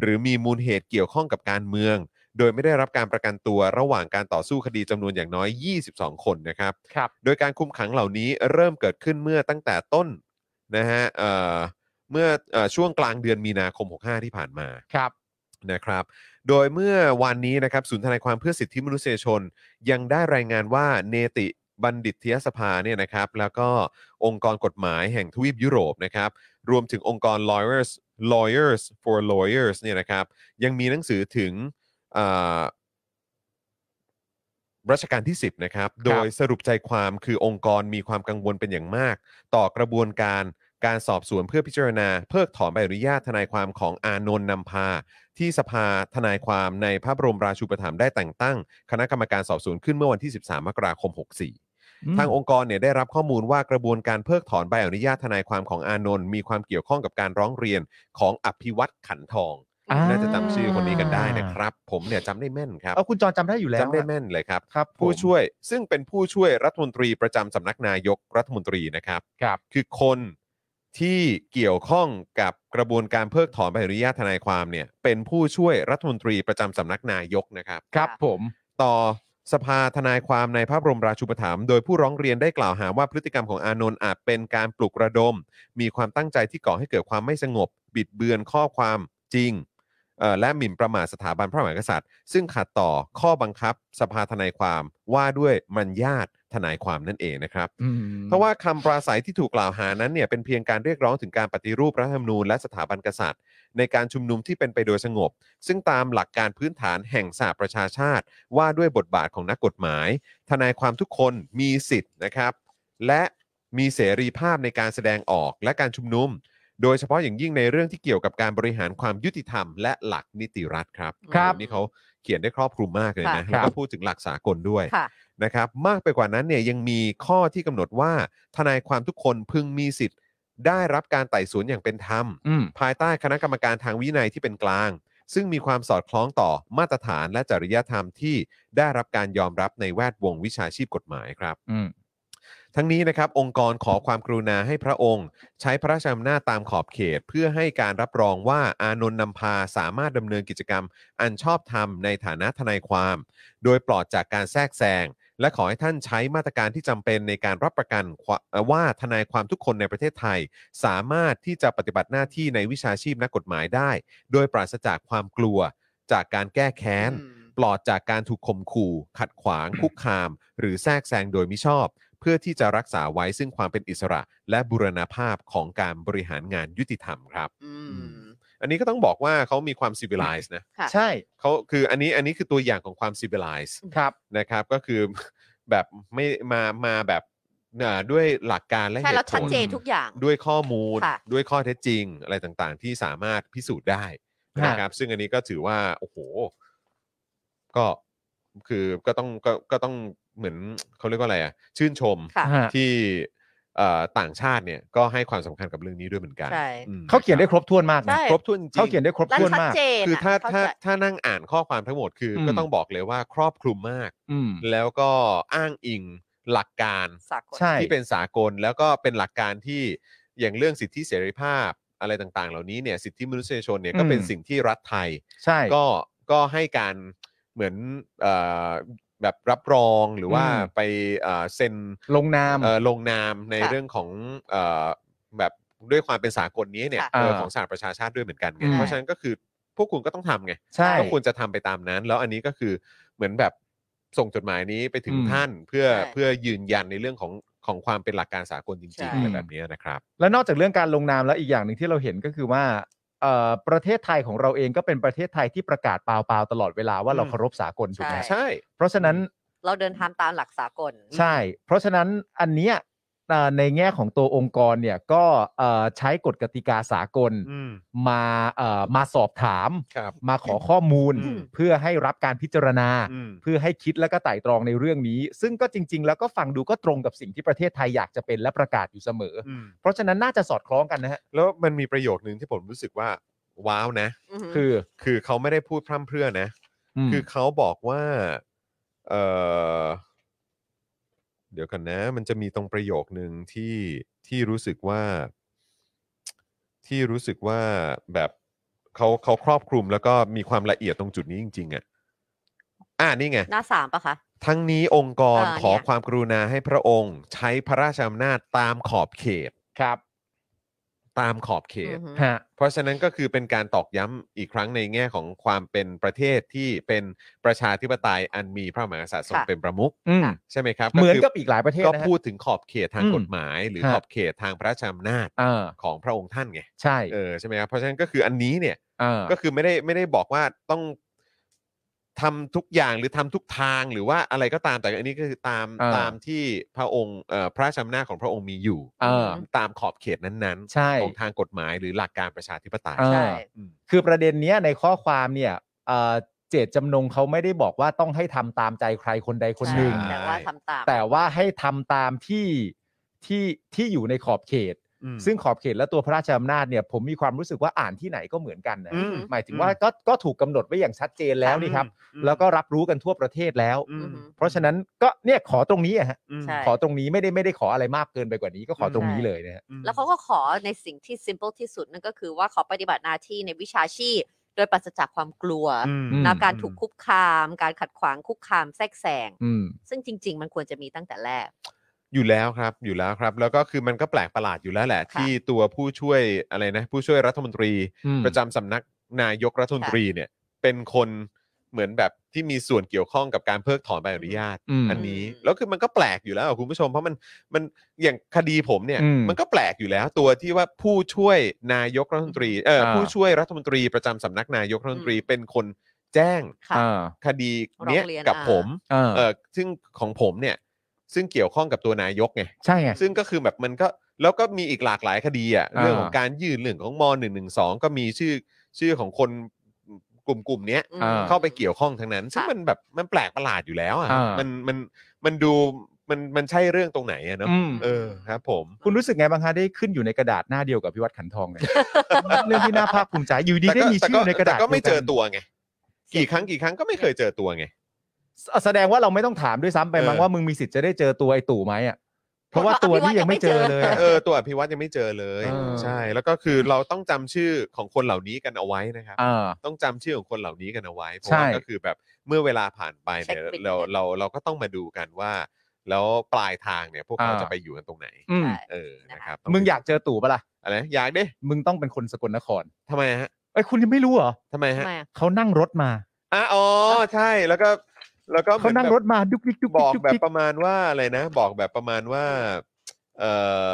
Speaker 2: หรือมีมูลเหตุเกี่ยวข้องกับการเมือง โดยไม่ได้รับการประกันตัวระหว่างการต่อสู้คดีจำนวนอย่างน้อย 22 คนนะครับ
Speaker 3: ครับ
Speaker 2: โดยการคุมขังเหล่านี้เริ่มเกิดขึ้นเมื่อตั้งแต่ต้นนะฮะเอ่อเมื่อเอ่อช่วงกลางเดือนมีนาคม 65 ที่ผ่านมา
Speaker 3: ครับ
Speaker 2: นะครับ โดยเมื่อวานนี้นะครับศูนย์ทนายความเพื่อสิทธิมนุษยชน ยังได้รายงานว่าเนติบัณฑิตยสภาเนี่ยนะครับ แล้วก็องค์กรกฎหมายแห่งทวีปยุโรปนะครับ รวมถึงองค์กร lawyers lawyers for lawyers เนี่ยนะครับ ยังมีหนังสือถึงเอ่อรัชกาลที่ 10 นะครับ โดยสรุปใจความคือองค์กรมีความกังวลเป็นอย่างมาก ต่อกระบวนการการสอบสวนเพื่อพิจารณา เพิกถอนใบอนุญาตทนายความของอานนท์นำพา ที่สภาทนายความในพระบรมราชูปถัมภ์ได้แต่งตั้ง คณะกรรมการสอบสวนขึ้นเมื่อวันที่ 13 มกราคม 64 ทางองค์กรเนี่ยได้รับข้อมูลว่ากระบวนการเพิกถอนใบอนุญาตทนายความของอานนท์มีความเกี่ยวข้องกับการร้องเรียนของอภิวัตขันทอง
Speaker 3: อ่า
Speaker 2: น่าจะจำชื่อคนนี้กันได้นะครับ ผมเนี่ยจำได้แม่นครับ
Speaker 3: เอาคุณจรจำได้อยู่แล้ว
Speaker 2: จำได้แม่นเลยครับ
Speaker 3: ครับ
Speaker 2: ผู้
Speaker 3: ผม
Speaker 2: ช่วยซึ่งเป็นผู้ช่วยรัฐมนตรีประจำสำนักนายกรัฐมนตรีนะครับ
Speaker 3: ครับ
Speaker 2: คือคนที่เกี่ยวข้องกับกระบวนการเพิกถอนใบอนุญาตทนายความเนี่ยเป็นผู้ช่วยรัฐมนตรีประจำสำนักนายกนะครับ
Speaker 3: ครับผม
Speaker 2: ต่อสภาทนายความในพระบรมราชูปถัมภ์โดยผู้ร้องเรียนได้กล่าวหาว่าพฤติกรรมของอานนท์อาจเป็นการปลุกระดม มีความตั้งใจที่ก่อให้เกิดความไม่สงบ บิดเบือนข้อความจริงเอ่อและหมิ่นประมาทสถาบันพระมหากษัตริย์ ซึ่งขัดต่อข้อบังคับสภาทนายความว่าด้วยมัญญาตทนายความนั่นเองนะครับ
Speaker 3: อืม
Speaker 2: เพราะว่าคำปราศัยที่ถูกกล่าวหานั้นเนี่ยเป็นเพียงการเรียกร้องถึงการปฏิรูปรัฐธรรมนูญและสถาบันกษัตริย์ ในการชุมนุมที่เป็นไปโดยสงบ ซึ่งตามหลักการพื้นฐานแห่งสหประชาชาติ ว่าด้วยบทบาทของนักกฎหมาย ทนายความทุกคนมีสิทธิ์นะครับ และมีเสรีภาพในการแสดงออกและการชุมนุม โดยเฉพาะอย่างยิ่งในเรื่องที่เกี่ยวกับการบริหารความยุติธรรมและหลักนิติรัฐครับ
Speaker 4: ครับ
Speaker 2: นี่เขาเขียนได้ครอบคลุมมากเลยนะ
Speaker 4: ค่ะ
Speaker 2: แล้วก็พูดถึงหลักสากลด้วย
Speaker 4: ค่ะ
Speaker 2: นะครับมากไปกว่านั้นเนี่ยยังมีข้อที่กำหนดว่า ทนายความทุกคนพึงมีสิทธิ์ ได้รับการไต่สวนอย่างเป็นธรรม
Speaker 3: อืม
Speaker 2: ภายใต้คณะกรรมการทางวินัยที่เป็นกลาง ซึ่งมีความสอดคล้องต่อมาตรฐานและจริยธรรมที่ได้รับการยอมรับในแวดวงวิชาชีพกฎหมายครับ
Speaker 3: อืม
Speaker 2: ทั้งนี้นะครับองค์กรขอความกรุณาให้พระองค์ ใช้พระราชอำนาจตามขอบเขต เพื่อให้การรับรองว่าอานนท์นำพาสามารถดำเนินกิจกรรม อันชอบธรรมในฐานะทนายความ โดยปลอดจากการแทรกแซงและขอให้ท่านใช้มาตรการที่จำเป็นในการรับประกันควเอ่อว่าทนายความทุกคนในประเทศไทย สามารถที่จะปฏิบัติหน้าที่ในวิชาชีพนักกฎหมายได้ โดยปราศจากความกลัว จากการแก้แค้น ปลอดจากการถูกข่มขู่ ขัดขวาง คุกคาม หรือแทรกแซงโดยมิชอบ เพื่อที่จะรักษาไว้ซึ่งความเป็นอิสระ และบุรณภาพของการบริหารงานยุติธรรมครับ
Speaker 4: อืม
Speaker 2: อันนี้ก็ต้องบอกว่าเขามีความซีวิลไลซ์นะ
Speaker 4: ค่ะ
Speaker 3: ใช่
Speaker 2: เขาคืออันนี้อันนี้คือตัวอย่างของความซีวิลไลซ์
Speaker 3: ครับ
Speaker 2: นะครับ ก็คือ แบบไม่มามาแบบเอ่อด้วยหลักการและเห
Speaker 4: ใช่เรา
Speaker 2: ตุผ
Speaker 4: ชัด
Speaker 2: ล
Speaker 4: เจนทุกอย่าง
Speaker 2: ด้วยข้อมูล
Speaker 4: ค่ะ
Speaker 2: ด้วยข้อเท็จจริง อะไรต่างๆ ที่สามารถพิสูจน์ได้
Speaker 3: ค่ะ
Speaker 2: นะครับซึ่งอันนี้ก็ถือว่า โอ้โห ก็คือก็ต้องก็ก็ต้องเหมือนเขาเรียกว่าอะไรอ่ะ ชื่นชม
Speaker 4: ค่ะ
Speaker 3: ฮะ
Speaker 2: ที่เอ่อต่างชาติเนี่ย ก็ให้ความสำคัญกับเรื่องนี้ด้วยเหมือนกัน
Speaker 4: ใช่
Speaker 2: อืม
Speaker 3: เขาเขียนได้ครบถ้วนมากนะ
Speaker 4: ใช่
Speaker 2: ครบถ้วนจริง
Speaker 3: เขาเขียนได้ครบ
Speaker 4: และ
Speaker 3: ถ้วน
Speaker 4: ชัด
Speaker 3: มาก
Speaker 4: เจน
Speaker 2: คือถ้า
Speaker 4: ะ
Speaker 2: ถ้า
Speaker 4: เข้ใจ
Speaker 2: ถ้านั่งอ่านข้อความทั้งหมดคืออ
Speaker 3: ม
Speaker 2: ก็ต้องบอกเลยว่าครอบคลุมมาก
Speaker 3: อืม
Speaker 2: แล้วก็อ้างอิงหลักการ
Speaker 4: สากล
Speaker 3: ใช่
Speaker 2: ที่เป็นสากลแล้วก็เป็นหลักการที่อย่างเรื่องสิทธิเสรีภาพอะไรต่าง ๆ เหล่านี้เนี่ยสิทธิมนุษยชนเนี่ยก็เป็น
Speaker 3: อืม
Speaker 2: สิ่งที่รัฐไทย
Speaker 3: ใช่
Speaker 2: ก็ก็ให้การเหมือนเอ่อแบบรับรองหรือว่า
Speaker 3: อืม
Speaker 2: ไปเอ่อเซ็น
Speaker 3: ลงนาม
Speaker 2: เอ่อลงนามใน
Speaker 4: ค่ะ
Speaker 2: เรื่องของเอ่อแบบด้วยความเป็นสากลนี้เนี่ย
Speaker 4: ค่ะ
Speaker 2: เออ
Speaker 3: อ่า
Speaker 2: ของสหประชาชาติด้วยเหมือนกันไง
Speaker 3: อืม
Speaker 2: เพราะฉะนั้นก็คือพวกคุณก็ต้องทำไง
Speaker 3: ใช่
Speaker 2: ก็ควรจะทำไปตามนั้น แล้วอันนี้ก็คือเหมือนแบบส่งจดหมายนี้ไปถึง
Speaker 3: อืม
Speaker 2: ท่านเพื่อ
Speaker 4: ใช่
Speaker 2: เพื่อยืนยันในเรื่องของของความเป็นหลักการสากลจริงๆอะไรแบบนี้นะครับ
Speaker 3: แล้วนอกจากเรื่องการลงนามแล้วอีกอย่างหนึ่งที่เราเห็นก็คือว่าเอ่อประเทศไทยของเราเองก็เป็นประเทศไทยที่ประกาศเปล่าๆตลอดเวลาว่าเรา
Speaker 2: อืม
Speaker 3: เคารพสากลถูกไหม
Speaker 4: ใช่
Speaker 2: ใช่
Speaker 3: เพราะฉะนั้น
Speaker 4: เราเดินทางตามหลักสากล
Speaker 3: ใช่ เพราะฉะนั้นอันเนี้ยเอ่อในแง่ของตัวองค์กรเนี่ยก็เอ่อใช้กฎกติกาสากล
Speaker 2: อืม
Speaker 3: มาเอ่อมาสอบถาม
Speaker 2: ครับ
Speaker 3: มาขอข้อมูล
Speaker 2: อืม
Speaker 3: เพื่อให้รับการพิจารณา
Speaker 2: อืม
Speaker 3: เพื่อให้คิดและก็ไต่ตรองในเรื่องนี้ ซึ่งก็จริง ๆ แล้วก็ฟังดูก็ตรงกับสิ่งที่ประเทศไทยอยากจะเป็นและประกาศอยู่เสมอ
Speaker 2: อืม
Speaker 3: เพราะฉะนั้นน่าจะสอดคล้องกันนะฮะ
Speaker 2: แล้วมันมีประโยคนึงที่ผมรู้สึกว่า ว้าวนะ
Speaker 4: อืม
Speaker 3: คือ
Speaker 2: คือเขาไม่ได้พูดพร่ำเพรื่อนะ
Speaker 3: ม
Speaker 2: คือเขาบอกว่าเออเดี๋ยวกันนะ มันจะมีตรงประโยคนึงที่ที่รู้สึกว่า ที่รู้สึกว่าแบบเขาเขาครอบคลุมแล้วก็มีความละเอียดตรงจุดนี้จริง ๆอะ อ่านี่ไง
Speaker 4: หน้าสามปะคะ
Speaker 2: ทั้งนี้องค์กร
Speaker 4: เออ
Speaker 2: ขอ
Speaker 4: เนี่ย
Speaker 2: ความกรุณาให้พระองค์ ใช้พระราชอำนาจตามขอบเขต
Speaker 3: ครับ
Speaker 2: ตามขอบเขต
Speaker 4: อือหือ
Speaker 3: ฮะ
Speaker 2: เพราะฉะนั้นก็คือเป็นการตอกย้ำอีกครั้งในแง่ของความเป็นประเทศที่เป็นประชาธิปไตยอันมีพระมหากษัตริย์ทรง
Speaker 4: ค่ะ
Speaker 2: เป็นประมุข
Speaker 3: อืม
Speaker 2: ใช่ไหมครับ
Speaker 3: เหมือน
Speaker 2: คื
Speaker 3: กับอีกหลายประเทศ
Speaker 2: ก็
Speaker 3: นะฮะ
Speaker 2: พูดถึงขอบเขตทาง
Speaker 3: อืม
Speaker 2: กฎหมาย หรือ
Speaker 3: ฮะ
Speaker 2: ขอบเขตทางพระราชอำนาจ
Speaker 3: เอ่า
Speaker 2: ของพระองค์ท่านไง
Speaker 3: ใช่
Speaker 2: เออใช่ไหมครับเพราะฉะนั้นก็คืออันนี้เนี่ย
Speaker 3: เอ่า
Speaker 2: ก็คือไม่ได้ไม่ได้บอกว่าต้องทำทุกอย่างหรือทำทุกทางหรือว่าอะไรก็ตามแต่อันนี้ก็คือตามตามที่พระองค์เอ่อพระราชอำนาจของพระองค์มีอยู่
Speaker 3: เอ่า
Speaker 2: ตามขอบเขตนั้น
Speaker 3: ใช่
Speaker 2: ๆของทางกฎหมายหรือหลักการประชาธิปไตย
Speaker 3: เอ่า
Speaker 4: ใช่
Speaker 2: อืม
Speaker 3: คือประเด็นเนี้ยในข้อความเนี่ยเอ่อเจตจำนงเขาไม่ได้บอกว่าต้องให้ทำตามใจใครคนใดคนหนึ่ง
Speaker 4: ใช่แต่ว่าทำตาม
Speaker 3: แต่ว่าให้ทำตามที่ที่ที่อยู่ในขอบเขต
Speaker 2: อืม
Speaker 3: ซึ่งขอบเขตและตัวพระราชอำนาจเนี่ยผมมีความรู้สึกว่าอ่านที่ไหนก็เหมือนกันนะ
Speaker 2: อืม
Speaker 3: หมายถึงว่าก็ก็ถูกกำหนดไว้อย่างชัดเจนแล้วนี่ครับ
Speaker 2: อืม
Speaker 3: แล้วก็รับรู้กันทั่วประเทศแล้ว
Speaker 2: อืม
Speaker 4: อืม
Speaker 3: เพราะฉะนั้นก็เนี่ยขอตรงนี้อะฮะ
Speaker 2: อืม
Speaker 4: ใช่
Speaker 3: ขอตรงนี้ไม่ได้ไม่ได้ขออะไรมากเกินไปกว่านี้ก็ขอตรงนี้
Speaker 4: ใช่
Speaker 3: เลยนะฮะ
Speaker 4: แล้วเขาก็ขอในสิ่งที่ simple ที่สุดนั่นก็คือว่าขอปฏิบัติหน้าที่ในวิชาชีพ โดยปราศจากความกลัว
Speaker 2: อืม
Speaker 4: นะการถูกคุกคาม การขัดขวางคุกคามแทรกแซง
Speaker 3: อืม
Speaker 4: ซึ่งจริง ๆ มันควรจะมีตั้งแต่แรก
Speaker 2: อยู่แล้วครับอยู่แล้วครับ แล้วก็คือมันก็แปลกประหลาดอยู่แล้วแหละ
Speaker 4: ค่ะ
Speaker 2: ที่ตัวผู้ช่วยอะไรนะ ผู้ช่วยรัฐมนตรี
Speaker 3: อืม
Speaker 2: ประจำสำนักนายกรัฐมนตรีเนี่ย เป็นคนเหมือนแบบที่มีส่วนเกี่ยวข้องกับการเพิกถอนใบอนุญาต
Speaker 3: อืม
Speaker 2: อันนี้แล้วคือมันก็แปลกอยู่แล้วอะคุณผู้ชมเพราะมันมันอย่างคดีผมเนี่ย
Speaker 3: อืม
Speaker 2: มันก็แปลกอยู่แล้วตัวที่ว่าผู้ช่วยนายกรัฐมนตรีเออ
Speaker 3: อ่า
Speaker 2: ผู้ช่วยรัฐมนตรีประจำสำนักนายกรัฐมนตรีเป็นคนแจ้ง
Speaker 4: ค่ะ
Speaker 3: อ่า
Speaker 2: คดีเนี้ย
Speaker 4: ร้องเรียน
Speaker 2: กับ
Speaker 4: อ่า
Speaker 2: ผม
Speaker 3: อ่า
Speaker 2: เออซึ่งของผมเนี่ยซึ่งเกี่ยวข้องกับตัวนายกไง
Speaker 3: ใช่ไง
Speaker 2: ซึ่งก็คือแบบมันก็แล้วก็มีอีกหลากหลายคดีอ่ะ
Speaker 3: อ่า
Speaker 2: เรื่องของการยื่นเรื่องของม .112 ก็มีชื่อชื่อของคนกลุ่มกลุ่มๆเนี้ย
Speaker 4: อืม
Speaker 3: อ่า
Speaker 2: เข้าไปเกี่ยวข้องทั้งนั้น ซึ่ง
Speaker 4: ค่ะ
Speaker 2: มันแบบมันแปลกประหลาดอยู่แล้วอ่ะ
Speaker 3: อ่ามั
Speaker 2: มันมันมันดูมันมันใช่เรื่องตรงไหนอ่ะเนาะ
Speaker 3: อืม
Speaker 2: เออครับ ผม
Speaker 3: คุณรู้สึกไงบ้างคะได้ขึ้นอยู่ในกระดาษหน้าเดียวกับพี่วัดขันทอง เลย เรื่องที่น่าภาคภูมิใจอยู่ดีได้มีชื่ออยู่ในกระดาษ
Speaker 2: แต่ก็ไม่เจอ
Speaker 3: ดียวกัน
Speaker 2: ตัวไงกี่ครั้งกี่ครั้งก็ไม่เคยเจอตัวไง
Speaker 3: แสแสดงว่าเราไม่ต้องถามด้วยซ้ำไป
Speaker 2: เออ
Speaker 3: มั้งว่ามึงมีสิทธิ์จะได้เจอตัวไอ้ตู่ไหมอ่ะเพราะว่าตัวนี้ยังไม่เจอเลยอะ
Speaker 2: เออตัวอภิวัตยังไม่เจอเลย
Speaker 3: เออ
Speaker 2: ใช่ แล้วก็คือเราต้องจำชื่อของคนเหล่านี้กันเอาไว้นะครับ
Speaker 3: อ่า
Speaker 2: ต้องจำชื่อของคนเหล่านี้กันเอาไว้เพราะ
Speaker 3: ใช่
Speaker 2: ว่าก็คือแบบเมื่อเวลาผ่านไปเนี่ย
Speaker 4: Check with
Speaker 2: เราเราเราก็ต้องมาดูกันว่า แล้วปลายทางเนี่ยพวกเขาจะไปอยู่กันตรงไหน
Speaker 3: อืม
Speaker 4: ใช่
Speaker 2: เออนะครับ
Speaker 3: มึงอยากเจอตู่ปะล่ะ
Speaker 2: อะไรอยากดิ
Speaker 3: มึงต้องเป็นคนสกลนคร
Speaker 2: ทำไมฮะ
Speaker 3: ไอ้ยคุณยังไม่รู้เหรอ
Speaker 2: ทำไมฮะ
Speaker 4: ทำไมอะ
Speaker 3: เขานั่งรถมา
Speaker 2: อ่ะอ๋อใช่แล้วก็แล้วก็หมื
Speaker 3: เขา
Speaker 2: อ
Speaker 3: นั่งรถมาดุกดิกดุก
Speaker 2: บ
Speaker 3: ดิก
Speaker 2: อก
Speaker 3: ดุก
Speaker 2: แบบ
Speaker 3: ดิก
Speaker 2: ประมาณว่าอะไรนะ บอกแบบประมาณว่า เอ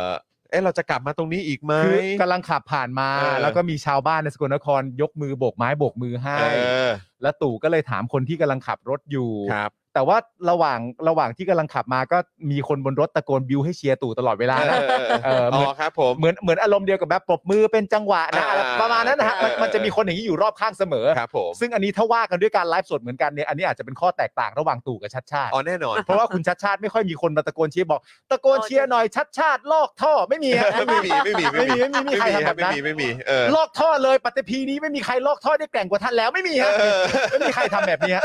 Speaker 2: อเอะเราจะกลับมาตรงนี้อีกไหม
Speaker 3: คือกำลังขับผ่านมา
Speaker 2: เออ
Speaker 3: แล้วก็มีชาวบ้านในสกลนครยกมือโบกไม้โบกมือให้
Speaker 2: เออ
Speaker 3: แล้วตู่ก็เลยถามคนที่กำลังขับรถอยู่
Speaker 2: ครับ
Speaker 3: แต่ว่าระหว่างระหว่างที่กำลังขับมาก็มีคนบนรถตะโกนบิวให้เชียร์ตู่ตลอดเวลานะ
Speaker 2: เออเออเออ
Speaker 3: เออเหมื
Speaker 2: อ๋
Speaker 3: อน
Speaker 2: อครับผม
Speaker 3: เหมือนเหมือนอารมณ์เดียวกับแบบปรบมือเป็นจังหวะนะ
Speaker 2: อ่า
Speaker 3: อะไรประมาณนั้นนะฮะมัน
Speaker 2: เออเออ
Speaker 3: มันจะมีคนอย่างนี้อยู่รอบข้างเสมอ
Speaker 2: ครับผม
Speaker 3: ซึ่งอันนี้ถ้าว่ากันด้วยการไลฟ์สดเหมือนกันเนี่ยอันนี้อาจจะเป็นข้อแตกต่างระหว่างตู่กับชัดชาติ
Speaker 2: อ๋อแน่นอน
Speaker 3: เพราะว่าคุณชัดชาติไม่ค่อยมีคนมาตะโกนเชียร์บอก ตะโกนเชียร์หน่อยชัดชาติลอกท่อไม่มีฮะ
Speaker 2: ไม่มีไม่มี
Speaker 3: ไม่มีไม่มีไม่มีใครทำแบบนั้น
Speaker 2: ไม่มีไม่มีเออ
Speaker 3: ลอกท่อเลยปฏิพีนี้ไม่มีใครลอกท่อได้แกร่งกว่าท่านแล้วไม่มีฮะ
Speaker 2: เออ
Speaker 3: ไม่มีใครทำแบบนี้ฮะ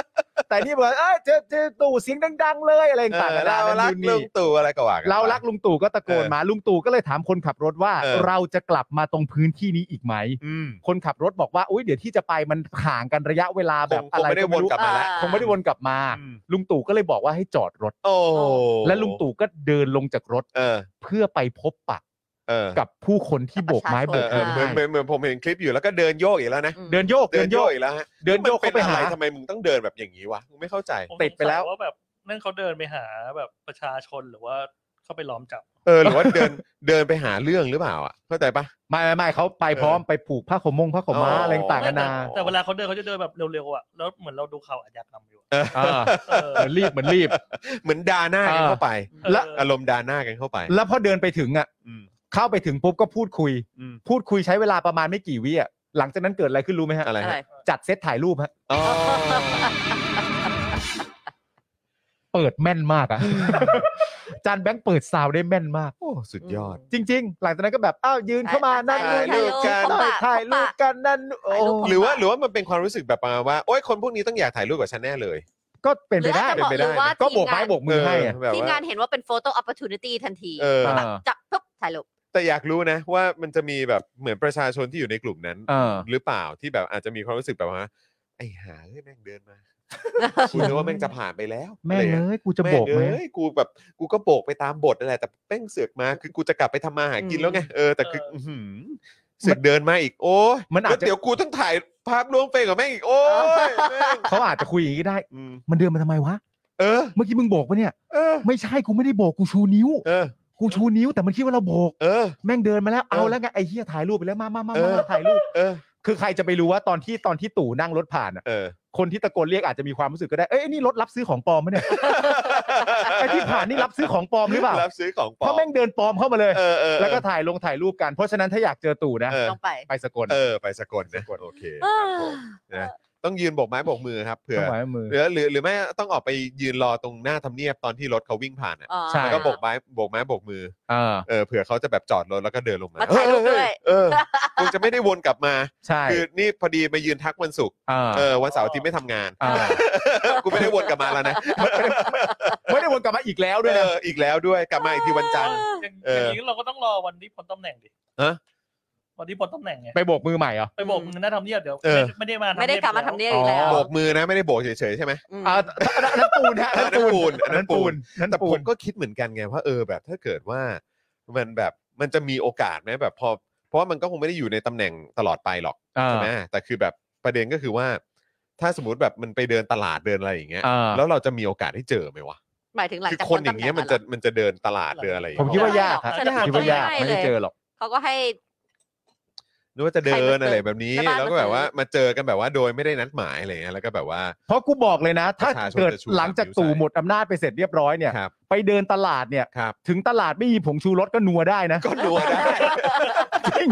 Speaker 3: แต่นี่บอกเอยเจอเจอตู่เสียงดัง ๆ เลยอะไร
Speaker 2: เอ
Speaker 3: ต่าง
Speaker 2: อ
Speaker 3: ๆ
Speaker 2: เรารัก
Speaker 3: น
Speaker 2: ลุ
Speaker 3: นี่
Speaker 2: งตู่อะไรก็ว่ากันไป
Speaker 3: เรารักลุงตู่ก็ตะโกน
Speaker 2: เออ
Speaker 3: มาลุงตู่ก็เลยถามคนขับรถว่า
Speaker 2: เออ
Speaker 3: เราจะกลับมาตรงพื้นที่นี้อีกไหม
Speaker 2: อืม
Speaker 3: คนขับรถบอกว่าอุ้ยเดี๋ยวที่จะไปมันห่างกันระยะเวลาแบบ
Speaker 2: คง
Speaker 3: อะไร
Speaker 2: คงไม่ได้
Speaker 3: ก็ไม่รู้
Speaker 2: วนกลับมาแล้ว
Speaker 3: คงไม่ได้วนกลับมา
Speaker 2: อืม
Speaker 3: ลุงตู่ก็เลยบอกว่าให้จอดรถ
Speaker 2: โอ้
Speaker 3: และลุงตู่ก็เดินลงจากรถ
Speaker 2: เออ
Speaker 3: เพื่อไปพบปะ
Speaker 2: เออ
Speaker 3: กับผู้คนที่โบกไม้
Speaker 4: ประชาชน
Speaker 3: โบ
Speaker 2: เอก อเอ
Speaker 3: มื
Speaker 2: อ
Speaker 3: อ
Speaker 2: เหมือน
Speaker 3: ให้
Speaker 2: เหมือนเหมือนผมเห็นคลิปอยู่แล้วก็เดินโยกอีกแล้วนะ
Speaker 4: อืม
Speaker 3: เดินโยก
Speaker 2: เดิ
Speaker 3: เดิ
Speaker 2: น
Speaker 3: น
Speaker 2: โย
Speaker 3: โย
Speaker 2: ก
Speaker 3: ก
Speaker 2: อีกแล้วฮะ
Speaker 3: เดินโยก
Speaker 2: มั
Speaker 3: เข้าไป
Speaker 2: อะ
Speaker 3: หา
Speaker 2: รทำไมมึงต้องเดินแบบอย่างนี้วะมึงไม่เข้าใจ
Speaker 6: ผม
Speaker 3: ติดไปแล้ว
Speaker 6: สงสัยว่าแบบนั่นเขาเดินไปหาแบบประชาชนหรือว่าเข้าไปล้อมจับ
Speaker 2: เออหรือว่าเดินเดินไปหาเรื่องหรือเปล่าอ่ะเข้าใจปะ
Speaker 3: ไม่ไม่ไม่เขาไปพร้อม
Speaker 2: เออ
Speaker 3: ไปผูกผ้าขาวมงผ้าขาวม้า
Speaker 2: อ๋ออ
Speaker 3: อะไรต่าง
Speaker 6: ไม่
Speaker 3: กันานา
Speaker 6: แต่แต่เวลาเขาเดินเขาจะเดินแบบเร็วๆอ่ะแล้วเหมือนเราดูข่าวอาชญากรรมอยู่อะ
Speaker 2: เออ
Speaker 3: เออเหมือนรีบเหมือนรีบ
Speaker 2: เหมือนดาหน้ากัน
Speaker 3: เออ
Speaker 2: เข้าไป
Speaker 3: และ
Speaker 6: เออ
Speaker 2: อารมณ์ดาหน้ากันเข้าไป
Speaker 3: แล้วพอเดินไปถึงอ่ะ
Speaker 2: อืม
Speaker 3: เข้าไปถึงปุ๊บก็พูดคุย
Speaker 2: อืม
Speaker 3: พูดคุยใช้เวลาประมาณไม่กี่วิอ่ะหลังจากนั้นเกิดอะไรขึ้นรู้ไหมฮะ
Speaker 2: อะไร
Speaker 4: อะไร
Speaker 2: ฮะ
Speaker 3: จัดเซตถ่ายรูปฮะ
Speaker 2: อ๋อ
Speaker 3: เปิดแม่นม ากอ่ะ จานแบงค์เปิดซาวด์ได้แม่นมาก
Speaker 2: โอ้สุดยอด
Speaker 3: จริง ๆ หลังจากนั้นก็แบบอ้าวยืนเข้ามานั่น
Speaker 2: ถ่า
Speaker 3: นู่น
Speaker 2: ยรู
Speaker 3: นี่ถ่ายรู
Speaker 2: ปกัน
Speaker 3: ปถ่ายรูปกันนั่นโอ้
Speaker 4: ถ่ายรูป
Speaker 2: หรือว่าหรือว่ามันเป็นความรู้สึกแบบประมาณว่าโอ๊ยคนพวกนี้ต้องอยากถ่ายรูปกับฉันแน่เลย
Speaker 3: ก็เป็นไปได้
Speaker 4: หรืออาจจะบอกหรือว่า
Speaker 3: ก็โบกไม้
Speaker 4: ทีมงาน
Speaker 3: โบกมือให้อะ
Speaker 2: เแบบว่
Speaker 4: ทีมงานเห็นว่าเป็น photo opportunity ทันที
Speaker 2: เออ
Speaker 3: อ่า
Speaker 4: จับปุ๊บถ่ายรูป
Speaker 2: แต่อยากรู้นะว่ามันจะมีแบบเหมือนประชาชนที่อยู่ในกลุ่มนั้น
Speaker 3: เออ
Speaker 2: หรือเปล่าที่แบบอาจจะมีความรู้สึกแบบว่าไอ้หาเอ้ยแม่งเดินมา คุณนึกว่าแม่งจะผ่านไปแล้ว
Speaker 3: แม่ง
Speaker 2: อะไร
Speaker 3: เอ้
Speaker 2: เงี้ย
Speaker 3: ยกูจะโบกไหม
Speaker 2: แม่งเอ้ยกูแบบกูก็โบกไปตามบทนั่นแหละแต่แป้งเสือกมาคือกูจะกลับไปทำมาหากินแล้วไงเออแต่คืออื้อหือเสือกเดินมาอีกโอ้ย
Speaker 3: มันอาจ
Speaker 2: แล้ว
Speaker 3: จะ
Speaker 2: เดี๋ยวกูต้องถ่ายภาพร่วมเฟรมกับแม่งอีกโอ้ยแม่ง
Speaker 3: เขาอาจจะคุยอย่างนี้ก็ได้
Speaker 2: อืม
Speaker 3: มันเดินมาทำไมวะ
Speaker 2: เออ
Speaker 3: เมื่อกี้มึงโบกปะเนี่ย
Speaker 2: เออ
Speaker 3: ไม่ใช่กูไม่ได้โบกกูชูนิ้ว
Speaker 2: เออ
Speaker 3: กูชูนิ้วแต่มันคิดว่าเราโบก
Speaker 2: เออ
Speaker 3: แม่งเดินมาแล้ว
Speaker 2: เออ
Speaker 3: เอาแล้วไงไอ้เฮียถ่ายรูปไปแล้วมามามา
Speaker 2: เอ
Speaker 3: มา
Speaker 2: อ
Speaker 3: มาถ่ายรูป
Speaker 2: เออ
Speaker 3: คือใครจะไปรู้ว่าตอนที่ตอนที่ตู่นั่งรถผ่านอ่ะ
Speaker 2: เออ
Speaker 3: คนที่ตะโกนเรียกอาจจะมีความรู้สึกก็ได้ เอ้ยไอ้นี่รถรับซื้อของปลอมไหมเนี่ย ไอ้ที่ผ่านนี่รับซื้อของปลอมหรือเปล่า
Speaker 2: รับซื้อของปลอ
Speaker 3: เพราะ
Speaker 2: ม
Speaker 3: แม่งเดินปลอมเข้ามาเลย
Speaker 2: เออเออ
Speaker 3: แล้วก็ถ่ายลงถ่ายรูปกัน เพราะฉะนั้นถ้าอยากเจอตู่นะ
Speaker 2: เออ
Speaker 4: ลงไป
Speaker 3: ไปสกล
Speaker 2: เออ ไปสะกดนะโอเคค
Speaker 4: เอ้
Speaker 2: รับ
Speaker 4: อ
Speaker 2: ผมนะต้องยืนโบกไม้โบกมือครับเผื่อ
Speaker 3: ต้องไว้มือ
Speaker 2: หรือหรือหรือไม่ต้องออกไปยืนรอตรงหน้าทำเนียบตอนที่รถเขาวิ่งผ่านอ่ะ
Speaker 4: อ๋อ
Speaker 3: ใช่
Speaker 2: แล้วก็โบกไม้โบกไม้โบกมือ
Speaker 3: เออ
Speaker 2: เออเผื่อเขาจะแบบจอดรถแล้วก็เดินลงมา
Speaker 4: มาถ่ายรูปด้วย
Speaker 2: เออเออคงจะไม่ได้วนกลับมา
Speaker 3: ใช่
Speaker 2: คือนี่พอดีมายืนทักวันศุกร์
Speaker 3: เออ
Speaker 2: เออวันเสาร์อาที่ไม่ทำงาน
Speaker 3: เออ
Speaker 2: กูไม่ได้วนกลับมาแล้วนะ
Speaker 3: ไม่ได้วนกลับมาอีกแล้วด้วย
Speaker 2: เอ
Speaker 3: นะ
Speaker 2: ออีกแล้วด้วยกลับมาอีกทีวันจันทร์
Speaker 6: อย่าง
Speaker 2: เอออ
Speaker 6: อย่างนี้เราก็ต้องรอวันที่พ้นตำแหน่งดิ
Speaker 2: ฮะ
Speaker 6: วันที่พ้นตำแหน่งไง
Speaker 3: ไปโบกมือใหม่เหรอ
Speaker 6: ไปบอกมึงหน้าทำเนียบเดี๋ยว
Speaker 2: เออ
Speaker 6: ไม่ได้มา
Speaker 4: ไม่ได้กลับมาทำเนียบอีกแล้ว
Speaker 2: โบกมือนะไม่ได้โบกเฉยๆใช่ไหม
Speaker 4: อืม
Speaker 3: อ่านั่นปูนฮะนั่นปูน
Speaker 2: อันนั้นปูน
Speaker 3: นั่น
Speaker 2: แต่
Speaker 3: ปู
Speaker 2: ผม
Speaker 3: น
Speaker 2: ก็คิดเหมือนกันไงว่าเออแบบถ้าเกิดว่ามันแบบมันจะมีโอกาสไหมแบบพอเพราะว่ามันก็คงไม่ได้อยู่ในตำแหน่งตลอดไปหรอกใช่ไหมแต่คือแบบประเด็นก็คือว่า ถ้าสมมติแบบมันไปเดินตลาดเดินอะไรอย่างเงี้ย
Speaker 3: อ่า
Speaker 2: แล้วเราจะมีโอกาสที่เจอไหมวะ
Speaker 4: หมายถึงหลัง
Speaker 2: คือ
Speaker 4: จาก
Speaker 2: คนอย่างเงี้ยมันจะมันจะเดินตลาดเดินอะไรอย่ง
Speaker 3: ผ
Speaker 2: เงี้
Speaker 3: ม
Speaker 2: ย
Speaker 3: คิดว่ายากครับ
Speaker 4: ใช่หรอ
Speaker 3: คิดว่ายาก
Speaker 4: ใช่
Speaker 3: ไม่
Speaker 4: ล
Speaker 3: ได้
Speaker 4: ย
Speaker 3: เจอหรอก
Speaker 4: เขาก็ให้
Speaker 2: นึกว่าจะเดินอะไรแบบนี้
Speaker 4: ใครมาเจอ
Speaker 2: แล้วก็แบบว่ามาเจอกันแบบว่าโดยไม่ได้นัดหมายอะไรเงี้ยแล้วก็แบบว่า
Speaker 3: เพราะกูบอกเลยนะ ถ้า
Speaker 2: ประชาชน
Speaker 3: เกิด
Speaker 2: จะชู
Speaker 3: หลังจาก
Speaker 2: สาม
Speaker 3: ตู่
Speaker 2: นิ้วใส่
Speaker 3: หมดอำนาจไปเสร็จเรียบร้อยเนี่ย
Speaker 2: ครับ
Speaker 3: ไปเดินตลาดเนี่ย
Speaker 2: ครับ
Speaker 3: ถึงตลาดไม่มีผงชูรสก็นัวได้นะ
Speaker 2: ก็นัวได้
Speaker 3: จริง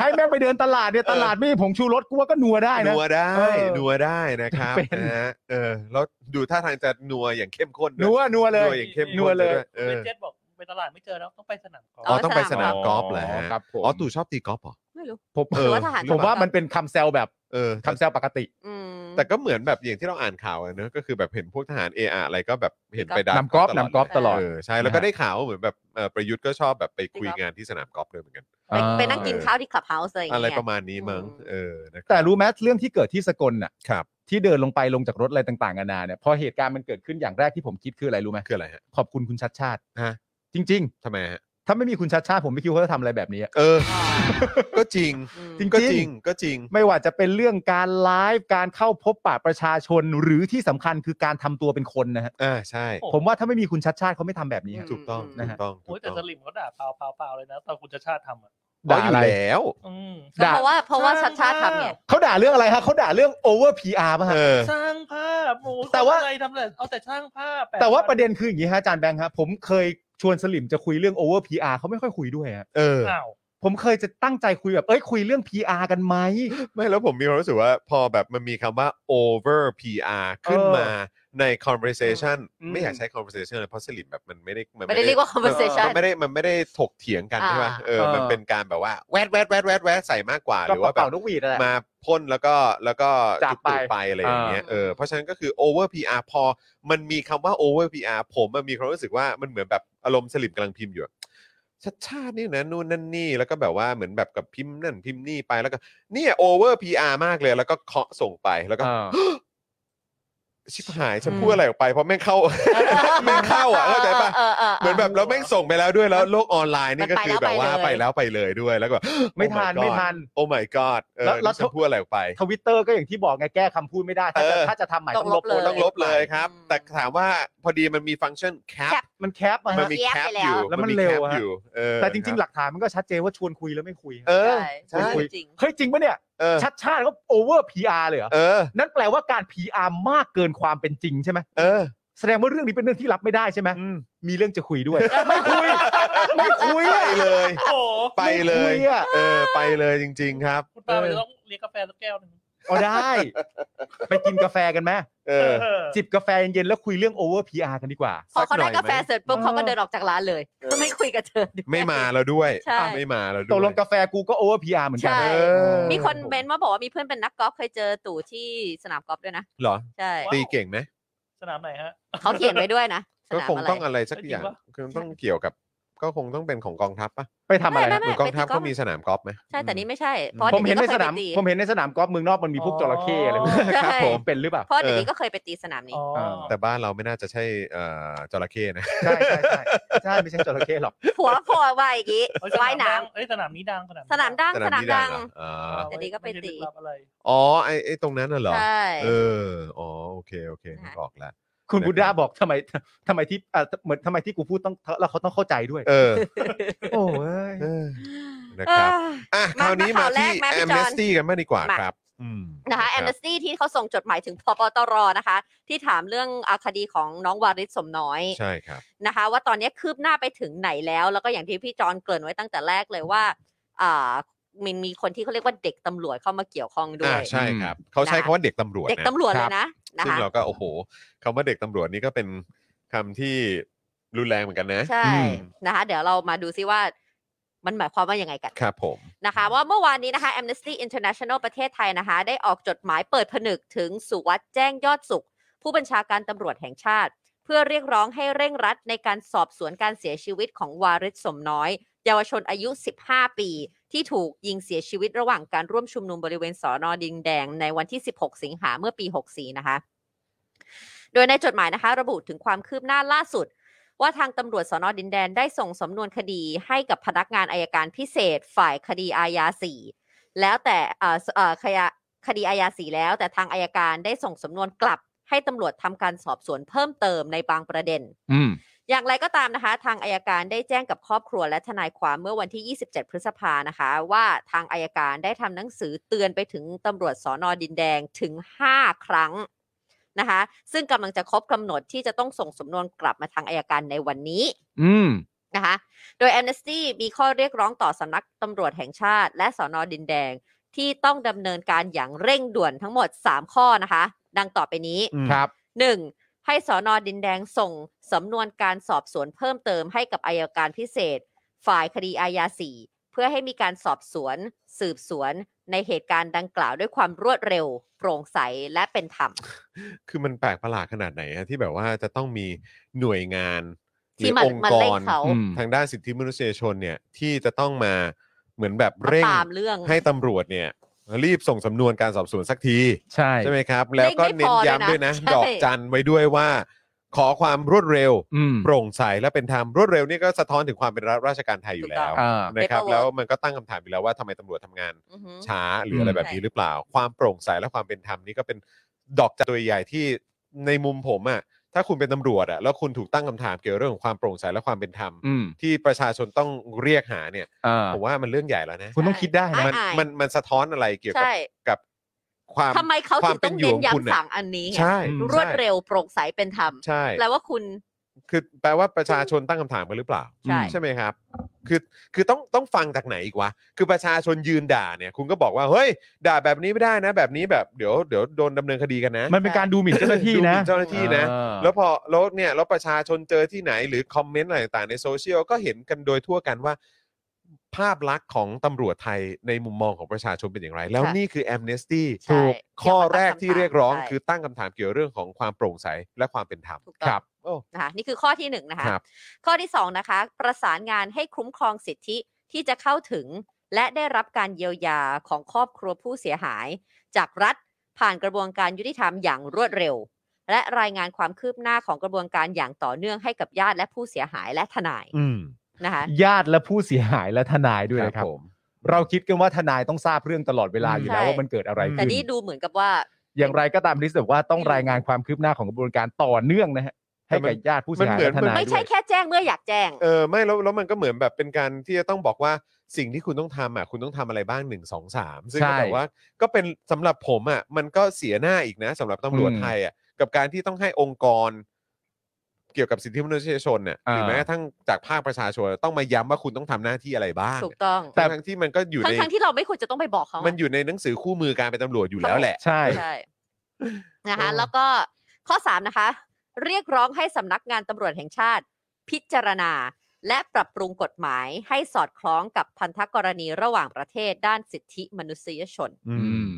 Speaker 3: ให้แม่งไปเดินตลาดเนี่ย
Speaker 2: เออ
Speaker 3: ตลาดไม่มีผงชูรสกูว่าก็นัวได้นะ
Speaker 2: นัวได้
Speaker 3: เออ
Speaker 2: นัวได้นะครับ
Speaker 3: เป็น
Speaker 2: นะฮะเออแล้วดูท่าทางจะนัวอย่างเข้มข้นด้วย
Speaker 3: นัวนัวเล
Speaker 2: นั
Speaker 3: ย
Speaker 2: วอย่างเข้ม
Speaker 3: นัวเลย
Speaker 2: ข้นด้
Speaker 6: เอ
Speaker 2: เอ
Speaker 6: อ
Speaker 2: อ
Speaker 6: เจ็ตบอกไปตลาดไม่เจอแล้วต้องไปสนามกอล์
Speaker 2: อ๋อ
Speaker 6: ฟ
Speaker 4: เาไว้
Speaker 2: ต้องไปสนาม
Speaker 4: สนาม
Speaker 2: ก
Speaker 4: ก
Speaker 2: อ
Speaker 4: อล์
Speaker 2: ล์ฟ
Speaker 4: ฟ
Speaker 2: แหละ
Speaker 3: ครับผม
Speaker 2: อ๋อตู่ชอบตีกอล์ฟเหรอ
Speaker 4: ไม่รู้
Speaker 3: ผม
Speaker 2: เอ
Speaker 4: หรือว่าทหาร
Speaker 3: ผมว่ามันเป็นคำแซวแบบ
Speaker 2: เออ
Speaker 3: คำแซวปกติ
Speaker 4: อืม
Speaker 2: แต่ก็เหมือนแบบอย่างที่เราอ่านข่าวอะเนอะก็คือแบบเห็นพวกทหารเอออะไรก็แบบเห็นไปดั
Speaker 3: นำกอล์ฟ
Speaker 2: ต
Speaker 3: นำกอล์ฟตลอด
Speaker 2: เออใช่แล้วก็ได้ข่าวว่าเหมือนแบบเอ่อประยุทธ์ก็ชอบแบบไปคุย
Speaker 4: ตีกอล์ฟ
Speaker 2: งานที่สนามกอล์ฟด้วยเหมือนกัน
Speaker 4: ไปไปนั่งกินข้าวที่คลับเฮาส์อะไรอย่าง
Speaker 2: อะไร
Speaker 4: เงี้ย
Speaker 2: ประมาณนี้มั้ง
Speaker 4: อืม
Speaker 2: เออนะครับ
Speaker 3: แต่รู้ไหมเรื่องที่เกิดที่สกลน่ะ
Speaker 2: ครับ
Speaker 3: ที่เดินลงไปลงจากรถอะไรต่างๆนานาเนี่ยพอเหตุการณ์มันเกิดขึ้นอย่างแรกที่ผมคิดคืออะไรรู้ไหม
Speaker 2: คืออะไรฮะ
Speaker 3: ขอบคุณคุณชัดชาติ
Speaker 2: ฮะ
Speaker 3: จริง
Speaker 2: ทำไมฮะ
Speaker 3: ๆ ถ้าไม่มีคุณชัดชาติผมไม่คิดว่าเขาจะทำอะไรแบบนี้
Speaker 2: เออ
Speaker 4: อ่า
Speaker 2: ก็จริง
Speaker 4: อืม
Speaker 3: จริง
Speaker 2: ก็จริงก็จริง
Speaker 3: ไม่ว่าจะเป็นเรื่องการไลฟ์การเข้าพบปะประชาชนหรือที่สำคัญคือการทำตัวเป็นคนนะฮะ
Speaker 2: อ่าใช่
Speaker 6: โอ้
Speaker 3: ผมว่าถ้าไม่มีคุณชัดชาติเขาไม่ทำแบบนี้
Speaker 4: อืม
Speaker 3: ฮะ
Speaker 2: ถูกต้อง
Speaker 3: นะ
Speaker 2: ถู
Speaker 3: ฮะ
Speaker 2: กต้องถู
Speaker 6: โอ้ย
Speaker 2: ก
Speaker 6: แต่
Speaker 2: ต้อง
Speaker 6: สลิมเขาด่าเปล่าเปล่าเปล่าเลยนะตอนคุณจะชาติทำอ่ะ
Speaker 2: อ๋ออยู่แล้ว
Speaker 6: อืม
Speaker 4: ก็
Speaker 3: ด่า
Speaker 4: เพราะว่าเพราะว่าชัดชาติทำไง
Speaker 3: เขาด่าเรื่องอะไรฮะเขาด่าเรื่อง over PR ป่ะฮะ
Speaker 2: เออ
Speaker 6: สร้างภาพโอ้โห
Speaker 3: แต่ว่า
Speaker 6: ทำอะไรทำอะไรเอาแต่สร้างภาพ
Speaker 3: แต่ว่าประเด็นคืออย่างนี้ฮะอาจารย์แบงค์ครับผมเคยชวนสลิมจะคุยเรื่อง over PR เขาไม่ค่อยคุยด้วยฮะ
Speaker 2: เออ
Speaker 6: อ้าว
Speaker 3: ผมเคยจะตั้งใจคุยแบบเอ้ยคุยเรื่อง PR กันไหม
Speaker 2: ไม่แล้วผมมีความรู้สึกว่าพอแบบมันมีคำว่า over PR ขึ้นมาใน conversation
Speaker 3: อืม
Speaker 2: ไม่อยากใช้ conversation เลยเพราะสลิปแบบมันไม่ได้น
Speaker 4: ไม่ได้เรียกว่า conversation
Speaker 2: มันไม่ได้มันไม่ได้ถกเถียงกันใช่ไหม
Speaker 4: อ่า
Speaker 2: เออมันเป็นการแบบว่าแวดแวดแวดแวดแวดใส่มากกว่า ห
Speaker 3: ก็
Speaker 2: รือว่าแบ
Speaker 3: เป่า
Speaker 2: บ
Speaker 3: นกหวีดอะไร
Speaker 2: มาพ่นแล้วก็แล้วก็
Speaker 3: จาก
Speaker 2: จุดตูด
Speaker 3: ไป
Speaker 2: ไปอะไรอย่างเงี้ย
Speaker 4: อ่า
Speaker 2: เออเพราะฉะนั้นก็คือ over PR พอมันมีคำว่า over PR ผมมันมีความรู้สึกว่ามันเหมือนแบบอารมณ์สลิปกำลังพิมพ์อยู่อะชัดชาตินี่นะนู่นนั่นนี่แล้วก็แบบว่าเหมือนแบบกับพิมพ์นั่นพิมพ์นี่ไปแล้วก็เนี่ยโอเวอร์พีอาร์มากเลยแล้วก็เคาะส่งไปแล้วก็ ชิบหายฉัน
Speaker 4: อืม
Speaker 2: พูดอะไรออกไปเพราะแม่งเข้า แม่งเข้าอ่ะเข้าใจปะ
Speaker 4: ออออ
Speaker 2: เหมือนแบบแล้วแม่งส่งไปแล้วด้วยแล้วโลกออนไลน์นี่ก็
Speaker 4: มันไป
Speaker 2: คือแบบว่า
Speaker 4: แล้ว
Speaker 2: ไป
Speaker 4: ไปเลย
Speaker 2: แล้วไปเลยด้วยแล้วก็แบบ
Speaker 3: ไม่ทัน
Speaker 2: Oh my god
Speaker 3: ไม่ทัน
Speaker 2: โอ้ my god เออ
Speaker 3: แล้วแล้ว
Speaker 2: นี่ฉันพูดอะไรออกไป
Speaker 3: ทวิตเตอร์ก็อย่างที่บอกไงแก้คำพูดไม่ได้ ถ้าจะ
Speaker 2: เออ
Speaker 3: ถ้าจะทำใหม่ต้องลบ
Speaker 4: ต้องลบเลย
Speaker 2: ต้องลบเลยครับ
Speaker 4: อืม
Speaker 2: แต่ถามว่าพอดีมันมีฟังก์ชันแคป
Speaker 4: cap
Speaker 3: มันแคปมา
Speaker 2: มัน
Speaker 3: ฮะ
Speaker 2: มี
Speaker 4: แยก
Speaker 2: แคป
Speaker 4: ไปแล้
Speaker 2: อ
Speaker 4: ว
Speaker 2: ยู่
Speaker 3: แล้วมัน
Speaker 2: แคป
Speaker 3: เร็วอะ
Speaker 2: อยู่เออ
Speaker 3: แต่จริง ๆ ห
Speaker 2: คบ
Speaker 3: ลักฐานมันก็ชัดเจนว่าชวนคุยแล้วไม่คุย
Speaker 2: เออ
Speaker 3: ชวน
Speaker 4: ใช่
Speaker 3: คุย
Speaker 4: จริง
Speaker 3: เฮ้ยจริงปะเนี่ย
Speaker 2: เออ
Speaker 3: ชัดชาติก็ over PR เลยเหรอ
Speaker 2: เออ
Speaker 3: นั่นแปลว่าการ PR มากเกินความเป็นจริงใช่ไหม
Speaker 2: เออ
Speaker 3: แสดงว่าเรื่องนี้เป็นเรื่องที่รับไม่ได้ใช่ไหม
Speaker 2: อืม
Speaker 3: มีเรื่องจะคุยด้วย ไม่คุยไม่คุย
Speaker 2: ไป
Speaker 3: อะ
Speaker 2: เลย
Speaker 6: โอ้โห
Speaker 2: ไปเลย
Speaker 3: ไม่คุอะ
Speaker 2: เออ ไปเลยจริง ๆ ครับ
Speaker 6: คุณป้าไปต้องเลี้ยงกาแฟสักแก้วหนึง
Speaker 3: เอาได้ ไปกินกาแฟกันไหม
Speaker 2: เออ
Speaker 6: เออ
Speaker 3: จิบกาแฟเย็นๆแล้วคุยเรื่อง over PR กันดีกว่า
Speaker 4: พอเขา
Speaker 2: สักหน่
Speaker 4: ได้
Speaker 2: อย
Speaker 4: กาแฟ
Speaker 2: ไหม
Speaker 4: เสร็จปุ๊บเขาก็เดินออกจากร้านเลยไม่คุยกับเธอด้วย
Speaker 2: ไม่มาแล้วด้วย
Speaker 4: ใช่
Speaker 2: ไม่มาแล้วด้วย
Speaker 3: ตกลงกาแฟกูก็ over PR เหมือนกั
Speaker 4: ใช่
Speaker 3: น
Speaker 2: เออ
Speaker 4: มีคนเม้นต์มาบอกว่ามีเพื่อนเป็นนักกอล์ฟเคยเจอตู่ที่สนามกอล์ฟด้วยนะ
Speaker 2: เหรอ
Speaker 4: ใช่
Speaker 6: ว้าว
Speaker 2: ตีเก่งไหม
Speaker 6: สนามไหนฮะ
Speaker 4: เขาเขียนไว้ด้วยนะส
Speaker 2: ก็
Speaker 4: นาม
Speaker 2: คง
Speaker 4: อะไร
Speaker 2: ต้องอะไรสักอย่าง
Speaker 6: จริงปะ
Speaker 2: คงต้องเกี่ยวกับ ก็คงต้องเป็นของกองทัพปะ
Speaker 3: ไปทำอะไร
Speaker 4: ไม่
Speaker 3: นะ
Speaker 4: ไม่
Speaker 2: หรือกองทัพ
Speaker 4: ไปตีกอล์ฟ
Speaker 2: ก็มีสนามกอล์ฟไหม
Speaker 4: ใช่แต่นี่ไม่ใช่เพ
Speaker 3: ผ
Speaker 4: ราะ
Speaker 3: ม
Speaker 4: เด็
Speaker 3: เห็
Speaker 4: ก
Speaker 3: น
Speaker 4: ๆ
Speaker 3: ใน
Speaker 4: ก็
Speaker 3: ส
Speaker 4: เคยไป
Speaker 3: นาม
Speaker 4: ตี
Speaker 3: ผมเห็นในสนามกอล์ฟเมืองนอกมันมีพวกจระเข้อะไรพวกนี้
Speaker 2: ค
Speaker 4: ใช่
Speaker 2: รับผม
Speaker 3: เป็นหรือเปล่า
Speaker 4: เพราะเด็ก
Speaker 2: เออ
Speaker 4: ๆก็เคยไปตีสนามนี้
Speaker 6: อ๋อ
Speaker 2: แต่บ้านเราไม่น่าจะใช่เอ่อจระเข้นะ
Speaker 3: ใช่ใช่ใช่ใช่ไม่ใช่จระเข้หรอก
Speaker 4: หัว โผล่มาอย่างงี้
Speaker 6: เอ้ย
Speaker 4: ว่ายน้
Speaker 6: ดังเอ้ยสนามนี้ดัง
Speaker 4: ำสนามดังสนามดัง
Speaker 2: เหรออ๋อ
Speaker 4: เดี๋ยวนี้ก็ไป
Speaker 6: ม่ด้
Speaker 4: ตี
Speaker 6: ลึลับอะไร
Speaker 2: อ๋อไอ้ไอ้ตรงนั้นน่ะเหรอ
Speaker 4: ใช่
Speaker 2: เออ อ๋อ โอเค โอเคนึกออกแล้ว
Speaker 3: คุณ
Speaker 2: นะครับ
Speaker 3: บุดาบอกทำไมทำไมที่อ่าเหมือนทำไมที่กูพูดต้องแล้วเขาต้องเข้าใจด้วย
Speaker 2: เออ
Speaker 3: โอ้ย
Speaker 2: เอ อ นะครับ อ่ะ
Speaker 4: มาร
Speaker 2: คาวนี้มา
Speaker 4: มาข่าวแร
Speaker 2: ที่
Speaker 4: กไหมพี่
Speaker 2: แอ
Speaker 4: จอน
Speaker 2: มเนสตี้กันบ้างดีกว่า
Speaker 4: มา
Speaker 2: ครับ อืม
Speaker 4: นะคะแอมเนสตี้ที่เขาส่งจดหมายถึงพปตรนะคะ ที่ถามเรื่องอาคดีของน้องวาริศสมน้อย
Speaker 2: ใช่ครับ
Speaker 4: นะคะ ว่าตอนนี้คืบหน้าไปถึงไหนแล้ว แล้วก็อย่างที่พี่จอนเกริ่นไว้ตั้งแต่แรกเลยว่าอ่ามันมีคนที่เขาเรียกว่าเด็กตำรวจเข้ามาเกี่ยวข้องด้ว
Speaker 2: อ่าย ใช่ครับ เขาใช้
Speaker 4: นะคะ
Speaker 2: คำว่าเด็กตำรวจ
Speaker 4: เด็ก
Speaker 2: นะ
Speaker 4: ตำรวจเลยนะนะ
Speaker 2: ซึ่ง
Speaker 4: คะ
Speaker 2: เราก็ โอ้โหคำว่าเด็กตำรวจนี่ก็เป็นคำที่รุนแรงเหมือนกันนะ
Speaker 4: ใช่
Speaker 2: อืม
Speaker 4: นะคะ เดี๋ยวเรามาดูซิว่ามันหมายความว่ายังไงกัน
Speaker 2: ครับผม
Speaker 4: นะคะว่าเมื่อวานนี้นะคะ Amnesty International ประเทศไทยนะคะ ได้ออกจดหมายเปิดผนึกถึงสุวัสด์แจ้งยอดสุข ผู้บัญชาการตำรวจแห่งชาติ เพื่อเรียกร้องให้เร่งรัดในการสอบสวนการเสียชีวิตของวาริศสมน้อย เยาวชนอายุ 15 ปี ที่ถูกยิงเสียชีวิตระหว่างการร่วมชุมนุมบริเวณสอนอดินแดง ในวันที่ 16 สิงหาเมื่อปี 64 นะคะ โดยในจดหมายนะคะ ระบุถึงความคืบหน้าล่าสุด ว่าทางตำรวจสนดินแดนได้ส่งสำนวนคดีให้กับพนักงานอายการพิเศษฝ่ายคดีอาญาสี่แล้วแต่เอ่อเอ่อคดีคดีอาญาสี่แล้ว แต่ทางอายการได้ส่งสำนวนกลับ ให้ตำรวจทำการสอบสวนเพิ่มเติมในบางประเด็น
Speaker 3: อืม
Speaker 4: อย่างไรก็ตามนะคะ ทางอายการได้แจ้งกับครอบครัวและทนายความเมื่อวันที่ 27 พฤษภานะคะ ว่าทางอายการได้ทำหนังสือเตือนไปถึงตำรวจสอนอดินแดงถึง 5 ครั้งนะคะ ซึ่งกำลังจะครบกำหนดที่จะต้องส่งสำนวนกลับมาทางอายการในวันนี้
Speaker 3: อืม
Speaker 4: นะคะ โดย Amnesty มีข้อเรียกร้องต่อสำนักตำรวจแห่งชาติ และสอนอดินแดง ที่ต้องดำเนินการอย่างเร่งด่วนทั้งหมด 3 ข้อนะคะ ดังต่อไปนี้
Speaker 2: อืม
Speaker 3: ครับ
Speaker 4: 1. ให้สอนอดินแดงส่งสำนวนการสอบสวนเพิ่มเติมให้กับอายการพิเศษ ฝ่ายคดีอาญาสี่เพื่อให้มีการสอบสวน สืบสวน ในเหตุการณ์ดังกล่าวด้วยความรวดเร็ว โปร่งใสและเป็นธรรม
Speaker 2: คือมันแปลกประหลาดขนาดไหนอะที่แบบว่าจะต้องมีหน่วยงานหรือ
Speaker 4: ที่มัน
Speaker 2: องค์
Speaker 4: มัน
Speaker 2: ก
Speaker 4: เร่ง
Speaker 2: ร
Speaker 4: เขา
Speaker 3: อืม
Speaker 2: ทางด้านสิทธิมนุษยชนเนี่ยที่จะต้องมาเหมือนแบบ
Speaker 4: มา
Speaker 2: เร่ง
Speaker 4: ตามเรื่อง
Speaker 2: ให้ตำรวจเนี่ยรีบส่งสำนวนการสอบสวนสักที
Speaker 3: ใช่
Speaker 2: ใช่ไหมครับ แล้วก็
Speaker 4: เร่
Speaker 2: เน้
Speaker 4: ง
Speaker 2: น
Speaker 4: ไม่พอ
Speaker 2: ย้ำด้วยนะ
Speaker 4: ด้วยนะใช่
Speaker 2: ดอกจันไว้ด้วยว่า ขอความรวดเร็ว
Speaker 3: อืม
Speaker 2: โปร่งใสและเป็นธรรมรวดเร็วนี่ก็สะท้อนถึงความเป็นรัฐราชการไทยอยู่แล้ว
Speaker 3: อ่า
Speaker 2: นะครับ
Speaker 4: Paperwork
Speaker 2: แล้วมันก็ตั้งคำถามอยู่แล้วว่าทำไมตำรวจทำงาน
Speaker 4: อือหือ
Speaker 2: ช้าหรืออะไร
Speaker 3: อืม
Speaker 2: แบบนี้หรือเปล่า ความโปร่งใสและความเป็นธรรมนี่ก็เป็นดอกจันตัวใหญ่ที่ในมุมผมอะถ้าคุณเป็นตำรวจอะแล้วคุณถูกตั้งคำถามเกี่ยวเรื่องของความโปร่งใสและความเป็นธรรม
Speaker 3: อืม
Speaker 2: ที่ประชาชนต้องเรียกหาเนี่ย
Speaker 3: อ่า
Speaker 2: ผมว่ามันเรื่องใหญ่แล้วนะ
Speaker 3: คุณต้องคิดได้นะ
Speaker 2: มัน
Speaker 4: อาย
Speaker 2: มันมันสะท้อนอะไรเกี่ยวกับ
Speaker 4: ใช่
Speaker 2: กับความ
Speaker 4: ทำไมเขา
Speaker 2: ควา
Speaker 4: ถึ
Speaker 2: ม
Speaker 4: ง
Speaker 2: เป็
Speaker 4: ต้อน ง
Speaker 2: อยู่ข
Speaker 4: เน้น
Speaker 2: องคุณ
Speaker 4: ย้ำ
Speaker 2: น่ะ
Speaker 4: สามอันนี้ไง
Speaker 2: ใช่
Speaker 4: รวดเร็วโปร่งใสเป็นธรรม
Speaker 2: ใช่
Speaker 4: แปลว่าคุณ
Speaker 2: คือแปลว่าประชาชนตั้งคำถามกันหรือเปล่า
Speaker 4: ใช่
Speaker 2: ใช่ไหมครับ คือคือต้องต้องฟังจากไหนอีกวะ คือประชาชนยืนด่าเนี่ย คุณก็บอกว่าเฮ้ยด่าแบบนี้ไม่ได้นะ แบบนี้แบบเดี๋ยวเดี๋ยวโดนดำเนินคดีกันนะ
Speaker 3: มันเป็นการดูหมิ่นเจ้าหน้าที่นะ
Speaker 2: ดูหมิ่เจ้าหน้าที่นะ
Speaker 3: อ่า
Speaker 2: แล้วพอแล้วเนี่ยแล้วประชาชนเจอที่ไหนหรือคอมเมนต์อะไรต่างๆในโซเชียลก็เห็นกันโดยทั่วกันว่า ภาพลักษณ์ของตำรวจไทยในมุมมองของประชาชนเป็นอย่างไร แล้ว
Speaker 4: ค่ะ
Speaker 2: นี่คือแอมเนสตี้
Speaker 4: ใช่
Speaker 2: ข้อแรกที่เรียกร้อง
Speaker 4: ใช่
Speaker 2: คือตั้งคำถามเกี่ยวเรื่องของความโปร่งใสและความเป็นธรรม
Speaker 4: ถูกต้อง
Speaker 2: ครับโอ้
Speaker 4: นะคะนี่คือข้อที่หนึ่งนะคะ
Speaker 2: ครับ
Speaker 4: ข้อที่สองนะคะ ประสานงานให้คุ้มครองสิทธิที่จะเข้าถึง และได้รับการเยียวยาของครอบครัวผู้เสียหาย จากรัฐผ่านกระบวนการยุติธรรมอย่างรวดเร็ว และรายงานความคืบหน้าของกระบวนการอย่างต่อเนื่องให้กับญาติและผู้เสียหายและทนาย
Speaker 2: อืม
Speaker 4: นะคะ
Speaker 3: ญาติและผู้เสียหายและทนายด้วยนะครับ
Speaker 2: ผม
Speaker 3: เราคิดกันว่าทนายต้องทราบเรื่องตลอดเวลา
Speaker 2: อืม
Speaker 3: อยู่แล้ว
Speaker 4: ใช่
Speaker 3: ว่ามันเกิดอะไร
Speaker 4: แต่
Speaker 3: ขึ้น
Speaker 4: นี่ดูเหมือนกับว่า
Speaker 3: อย่างไรก็ตามริสบอกว่าต้องรายงานความคืบหน้าของกระบวนการต่อเนื่องนะฮะให้กับญาติผู้เสียหายและทนาย
Speaker 4: ไม่
Speaker 3: ด้
Speaker 4: ใช่
Speaker 3: วย
Speaker 4: แค่แจ้งเมื่ออยากแจ้ง
Speaker 2: เออไม่แล้วแล้วมันก็เหมือนแบบเป็นการที่จะต้องบอกว่าสิ่งที่คุณต้องทำอ่ะคุณต้องทำอะไรบ้างหนึ่งสองสามซึ่งก็
Speaker 3: ใช่
Speaker 2: แบบว่าก็เป็นสำหรับผมอ่ะมันก็เสียหน้าอีกนะสำหรับตำรวจ
Speaker 3: อืม
Speaker 2: ไทยอ่ะกับการที่ต้องให้องค์กร เกี่ยวกับสิทธิมนุษยชนเนี่ยหรือ
Speaker 3: เออ
Speaker 2: แม้กระทั่งจากภาคประชาชนต้องมาย้ำว่าคุณต้องทำหน้าที่อะไรบ้าง
Speaker 4: ถูกต้อง
Speaker 2: แต่ทั้งๆที่มันก็อยู่ใน
Speaker 4: ทั้งๆที่เราไม่ควรจะต้องไปบอกเขา
Speaker 2: มั
Speaker 4: มัน
Speaker 2: อยู่ในหนังสือคู่มือการเป็นตำรวจอยู่แล้วแหละ
Speaker 3: ใช่
Speaker 4: ใช่นะคะ
Speaker 2: เออ
Speaker 4: แล้วก็ข้อ 3 นะคะ เรียกร้องให้สำนักงานตำรวจแห่งชาติ พิจารณา และปรับปรุงกฎหมายให้สอดคล้องกับพันธกรณีระหว่างประเทศด้านสิทธิมนุษยชน
Speaker 3: อืม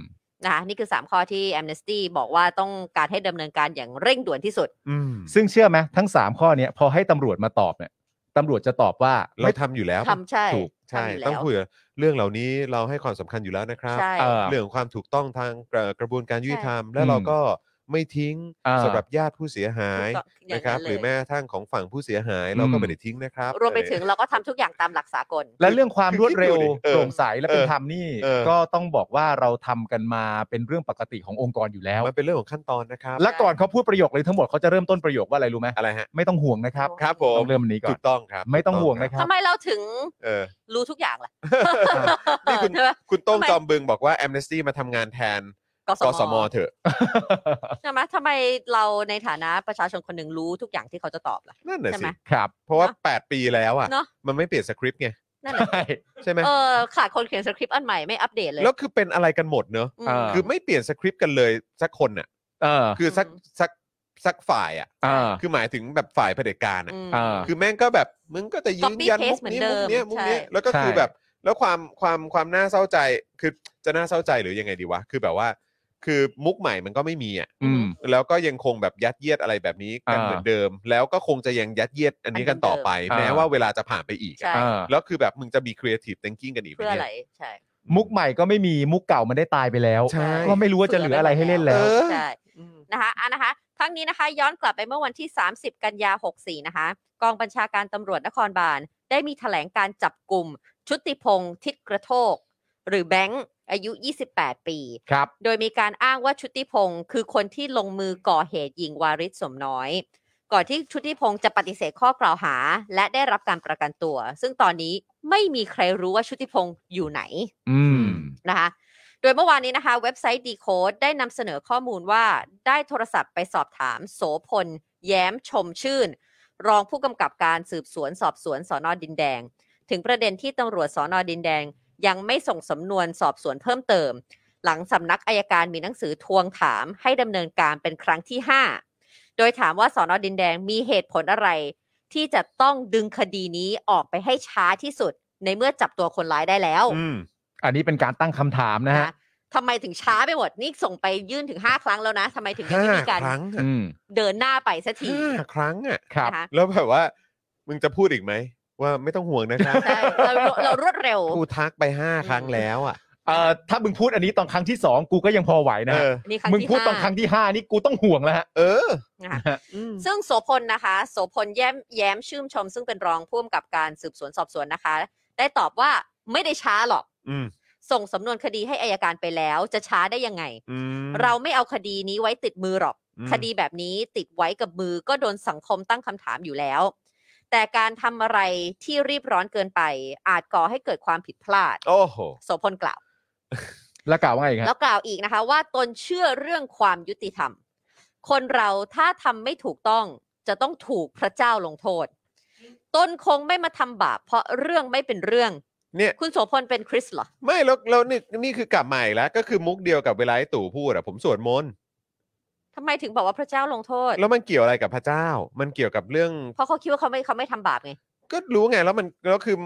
Speaker 4: นะคะนี่คือ 3 ข้อที่ Amnesty บอกว่าต้องการให้ดำเนินการอย่างเร่งด่วนที่สุด
Speaker 2: อืม
Speaker 3: ซึ่งเชื่อไหมทั้ง 3 ข้อเนี้ยพอให้ตำรวจมาตอบเนี่ย ตำรวจจะตอบว่า
Speaker 2: เรา
Speaker 3: ไม่
Speaker 2: ทำอยู่แล้ว
Speaker 4: ทำใช่
Speaker 2: ถูกใช่
Speaker 4: ทำอยู่
Speaker 2: ต้อง
Speaker 4: แล้ว
Speaker 2: คุยกับเรื่องเหล่านี้เราให้ความสำคัญอยู่แล้วนะครับ
Speaker 4: ใช่
Speaker 3: เอ่อ
Speaker 2: เรื่องของความถูกต้องทางเอ่อกระบวนการยุติธรรม และ
Speaker 3: อืม
Speaker 2: เราก็ไม่ทิ้ง
Speaker 3: อ่า
Speaker 2: สำหรับญาติผู้เสียหาย
Speaker 4: ถูกต้องอย่าง
Speaker 2: นะครับ
Speaker 4: นั้นเลย
Speaker 2: หรือแม้กระทั่งของฝั่งผู้เสียหายเราก็
Speaker 3: อืม
Speaker 2: ไม่ได้ทิ้งนะครับ
Speaker 4: รวมไปถึงเราก็ทำทุกอย่างตามหลักสากล
Speaker 3: และเรื่องความรวดเร็ว
Speaker 2: คือคิดดูดิเออ
Speaker 3: โปร่งใสและเป็นธรรมนี่
Speaker 2: เออ
Speaker 3: ก็ต้องบอกว่าเราทำกันมาเป็นเรื่องปกติขององค์กรอยู่แล้ว
Speaker 2: มันเป็นเรื่องของขั้นตอนนะครับ
Speaker 3: และก่อนเขาพูดประโยคเลยทั้งหมดเขาจะเริ่มต้นประโยคว่าอะไรรู้ไหม
Speaker 2: อะไรฮะ
Speaker 3: ไม่ต้องห่วงนะครับ
Speaker 2: ครับผม
Speaker 3: ต้องเริ่มอันนี้ก่อ
Speaker 2: ถู
Speaker 3: น
Speaker 2: กต้องครับ
Speaker 3: ไม่ต้อง
Speaker 2: ถูก
Speaker 3: ห่วงนะครับ
Speaker 4: ทำไมเราถึง
Speaker 2: เออ
Speaker 4: รู้ทุกอย่างล่ะ
Speaker 2: นี่คุณ
Speaker 4: ใช่ไหม
Speaker 2: คุณโต้ง
Speaker 4: ทำไม
Speaker 2: จอมบึงบอกว่าแอมเนสตี้มาทำงานแทน
Speaker 4: ก
Speaker 2: กสมเถอะ
Speaker 4: ใช่ไหมทำไมเราในฐานะประชาชนคนหนึ่งรู้ทุกอย่างที่เขาจะตอบล่ะ
Speaker 2: นั่นน่ะ
Speaker 4: ใช่ไห
Speaker 2: สิ
Speaker 4: ม
Speaker 3: ครับ
Speaker 2: เพราะว่า 8 ปีแล้วอ่ะ
Speaker 4: เนาะ
Speaker 2: มันไม่เปลี่ยนสคริปต์ไง
Speaker 4: นั่นแหละ
Speaker 2: ใช่ไหม
Speaker 4: เออขาดคนเขียนสคริปต์อันใหม่ไม่อัปเดตเลย
Speaker 2: แล้วคือเป็นอะไรกันหมดเนอะ
Speaker 4: อืม
Speaker 3: เอ
Speaker 2: คือไม่เปลี่ยนสคริปต์กันเลยสักคนอ่ะ
Speaker 3: เออ
Speaker 2: คือสัก
Speaker 4: อืม
Speaker 2: สักสักฝ่ายอ่ะ
Speaker 3: เออ
Speaker 2: คือหมายถึงแบบฝ่ายเผด็จการอ่ะ
Speaker 4: ม
Speaker 3: อ่า
Speaker 2: คือแม่งก็แบบ มึงก็จะยืน
Speaker 4: Copy
Speaker 2: ยัน
Speaker 4: paste
Speaker 2: มุกนี้มุกเนี้ย
Speaker 4: เหมื
Speaker 2: มุ
Speaker 4: อก น
Speaker 2: เนี้ย
Speaker 4: เดิมใช่
Speaker 2: แล้วก็คือ
Speaker 3: ใช่
Speaker 2: แบบ แล้วความความความน่าเศร้าใจ คือจะน่าเศร้าใจหรือยังไงดีวะ คือแบบว่า คือมุกใหม่มันก็ไม่มีอ่ะ
Speaker 3: อืม
Speaker 2: แล้วก็ยังคงแบบยัดเยียดอะไรแบบนี้กัน
Speaker 3: อ่า
Speaker 2: เหมือนเดิม แล้วก็คงจะยังยัดเยียดอันนี้กันต่อไป แม้ว่าเวลาจะผ่านไปอีก
Speaker 4: ใช่
Speaker 2: อะ
Speaker 3: เออ
Speaker 2: แล้วคือแบบมึงจะมี creative thinking กันอีกไหม
Speaker 4: เพื่ออะไร
Speaker 2: เนี่ย
Speaker 4: ใช่
Speaker 3: มุกใหม่ก็ไม่มีมุกเก่ามันได้ตายไปแล้ว
Speaker 2: ใช่
Speaker 3: ก็ไม่รู้ว่าจะเหลืออะไรให้เล่นแล้ว
Speaker 2: เออ
Speaker 4: ใช่นะคะอ่ะนะคะทั้งนี้นะคะย้อนกลับไปเมื่อวันที่ 30 กันยา 64 นะคะ กองบัญชาการตำรวจนครบาล ได้มีแถลงการจับกลุ่ม ชุติพงศ์ทิศกระโทก หรือแบงค์อายุ 28 ปี
Speaker 3: ครับ
Speaker 4: โดยมีการอ้างว่าชุติพงศ์คือคนที่ลงมือก่อเหตุยิงวาริศสมน้อย ก่อนที่ชุติพงศ์จะปฏิเสธข้อกล่าวหา และได้รับการประกันตัว ซึ่งตอนนี้ไม่มีใครรู้ว่าชุติพงศ์อยู่ไหน
Speaker 3: อืม
Speaker 4: นะคะ โดยเมื่อวานนี้นะคะ เว็บไซต์ Decode ได้นำเสนอข้อมูลว่าได้โทรศัพท์ไปสอบถามโสพล แย้มชมชื่น รองผู้กำกับการสืบสวนสอบสวนสอนอดินแดง ถึงประเด็นที่ตำรวจสอนอดินแดง ยังไม่ส่งสำนวนสอบสวนเพิ่มเติม หลังสำนักอายการมีหนังสือทวงถามให้ดำเนินการเป็นครั้งที่ 5 โดยถามว่าสอนอดินแดงมีเหตุผลอะไร ที่จะต้องดึงคดีนี้ออกไปให้ช้าที่สุด ในเมื่อจับตัวคนร้ายได้แล้ว
Speaker 2: อืม
Speaker 3: อันนี้เป็นการตั้งคำถามนะฮะ
Speaker 4: นะทำไมถึงช้าไปหมด นี่ส่งไปยื่นถึง 5 ครั้งแล้วนะทำไมถึงยัง
Speaker 2: ห้า
Speaker 4: ไม่มีการ
Speaker 2: ครั้งอะ
Speaker 3: อืม
Speaker 4: เดินหน้าไปสักที
Speaker 2: ห้าครั้งอ่ะ
Speaker 3: ครับ
Speaker 4: นะคะ
Speaker 2: แล้วแบบว่า มึงจะพูดอีกไหม ว่าไม่ต้องห่วงนะครับ
Speaker 4: ใช่เราเราเรารวดเร็ว
Speaker 2: กูทักไปห้าครั้งแล้วอ่ะ
Speaker 3: เอ่อถ้ามึงพูดอันนี้ตอนครั้งที่สองกูก็ยังพอไหวนะ
Speaker 2: เอ
Speaker 3: ฮะ
Speaker 2: อ
Speaker 4: นี่ครั้ง
Speaker 3: มึง
Speaker 4: ที่
Speaker 3: พูด
Speaker 4: ห้า
Speaker 3: ตอนครั้งที่ห้านี่กูต้องห่วงแล้วฮะ
Speaker 2: เออ
Speaker 4: นะคะ
Speaker 2: อืม
Speaker 4: ซึ่งโสพลนะคะโสพลแย้มแย้มชื่นชม ซึ่งเป็นรองผู้กำกับการสืบสวนสอบสวนนะคะ ได้ตอบว่าไม่ได้ช้าหรอก
Speaker 2: อืม
Speaker 4: ส่งสำนวนคดีให้อายการไปแล้ว จะช้าได้ยังไง
Speaker 2: อืม
Speaker 4: เราไม่เอาคดีนี้ไว้ติดมือหรอก
Speaker 2: อืม
Speaker 4: คดีแบบนี้ติดไว้กับมือก็โดนสังคมตั้งคำถามอยู่แล้ว แต่การทำอะไรที่รีบร้อนเกินไป อาจก่อให้เกิดความผิดพลาด
Speaker 2: โอ้โห
Speaker 4: โสพลกล่าว
Speaker 3: แล้วกล่าวว่าไงอีก
Speaker 4: แล้
Speaker 3: ฮะ
Speaker 4: วกล่าวอีกนะคะ ว่าตนเชื่อเรื่องความยุติธรรม คนเราถ้าทำไม่ถูกต้องจะต้องถูกพระเจ้าลงโทษ ตนคงไม่มาทำบาปเพราะเรื่องไม่เป็นเรื่อง
Speaker 2: เนี่ย
Speaker 4: คุณโสพลเป็นคริสต์เหรอ
Speaker 2: ไม่แล้วแล้วนี่นี่คือกลับมาอีกแล้ว ก็คือมุกเดียวกับเวลาไอ้ตู่พูดอะผมสวดมนต์
Speaker 4: ทำไมถึงบอกว่าพระเจ้าลงโทษ
Speaker 2: แล้วมันเกี่ยวอะไรกับพระเจ้า มันเกี่ยวกับเรื่อง
Speaker 4: เพราะเขาคิดว่าเขาไม่เขาไม่ทำบาปไง
Speaker 2: ก็รู้ไงแล้วมันแล้วคือ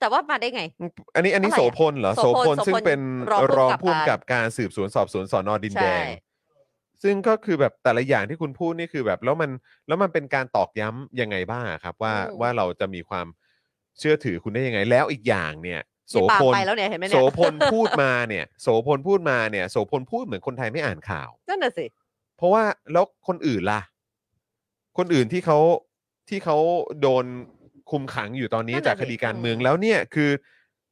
Speaker 4: แต่ว่ามาได้ไง
Speaker 2: อันนี้อันนี้
Speaker 4: อะไรอะ
Speaker 2: โสพลเหรอ
Speaker 4: โส
Speaker 2: โสพ
Speaker 4: พล
Speaker 2: ลซึ่ง
Speaker 4: โสพล
Speaker 2: เป็น
Speaker 4: ร
Speaker 2: ร
Speaker 4: อ
Speaker 2: อง ง
Speaker 4: ผู้
Speaker 2: ผู้
Speaker 4: กำ
Speaker 2: กำ
Speaker 4: กั
Speaker 2: กั
Speaker 4: บบ การ
Speaker 2: การสืบสวนสอบสวนสอนอดินแดง
Speaker 4: ใช่
Speaker 2: ซึ่งก็คือแบบแต่ละอย่างที่คุณพูดนี่คือแบบแล้วมันแล้วมันเป็นการตอกย้ำยังไงบ้างครับ ว่า
Speaker 4: อืม
Speaker 2: ว่าเราจะมีความเชื่อถือคุณได้ยังไง แล้วอีกอย่างเนี่ยโส
Speaker 4: นี่ปา
Speaker 2: พล
Speaker 4: ไปแล้วเนี่ยเห็นไหม
Speaker 2: โส
Speaker 4: เนี่ย
Speaker 2: พลพูดมาเนี่ยโสพลพูดมาเนี่ยโสพลพูดเหมือนคนไทยไม่อ่านข่าว
Speaker 4: นั่นน่ะสิ
Speaker 2: เพราะว่าแล้วคนอื่นล่ะ คนอื่นที่เขาที่เขาโดนคุมขังอยู่ตอนนี้
Speaker 4: นั่นน่ะ
Speaker 2: จากค
Speaker 4: สิ
Speaker 2: ดีการ
Speaker 4: อืม
Speaker 2: เมืองแล้วเนี่ยคือ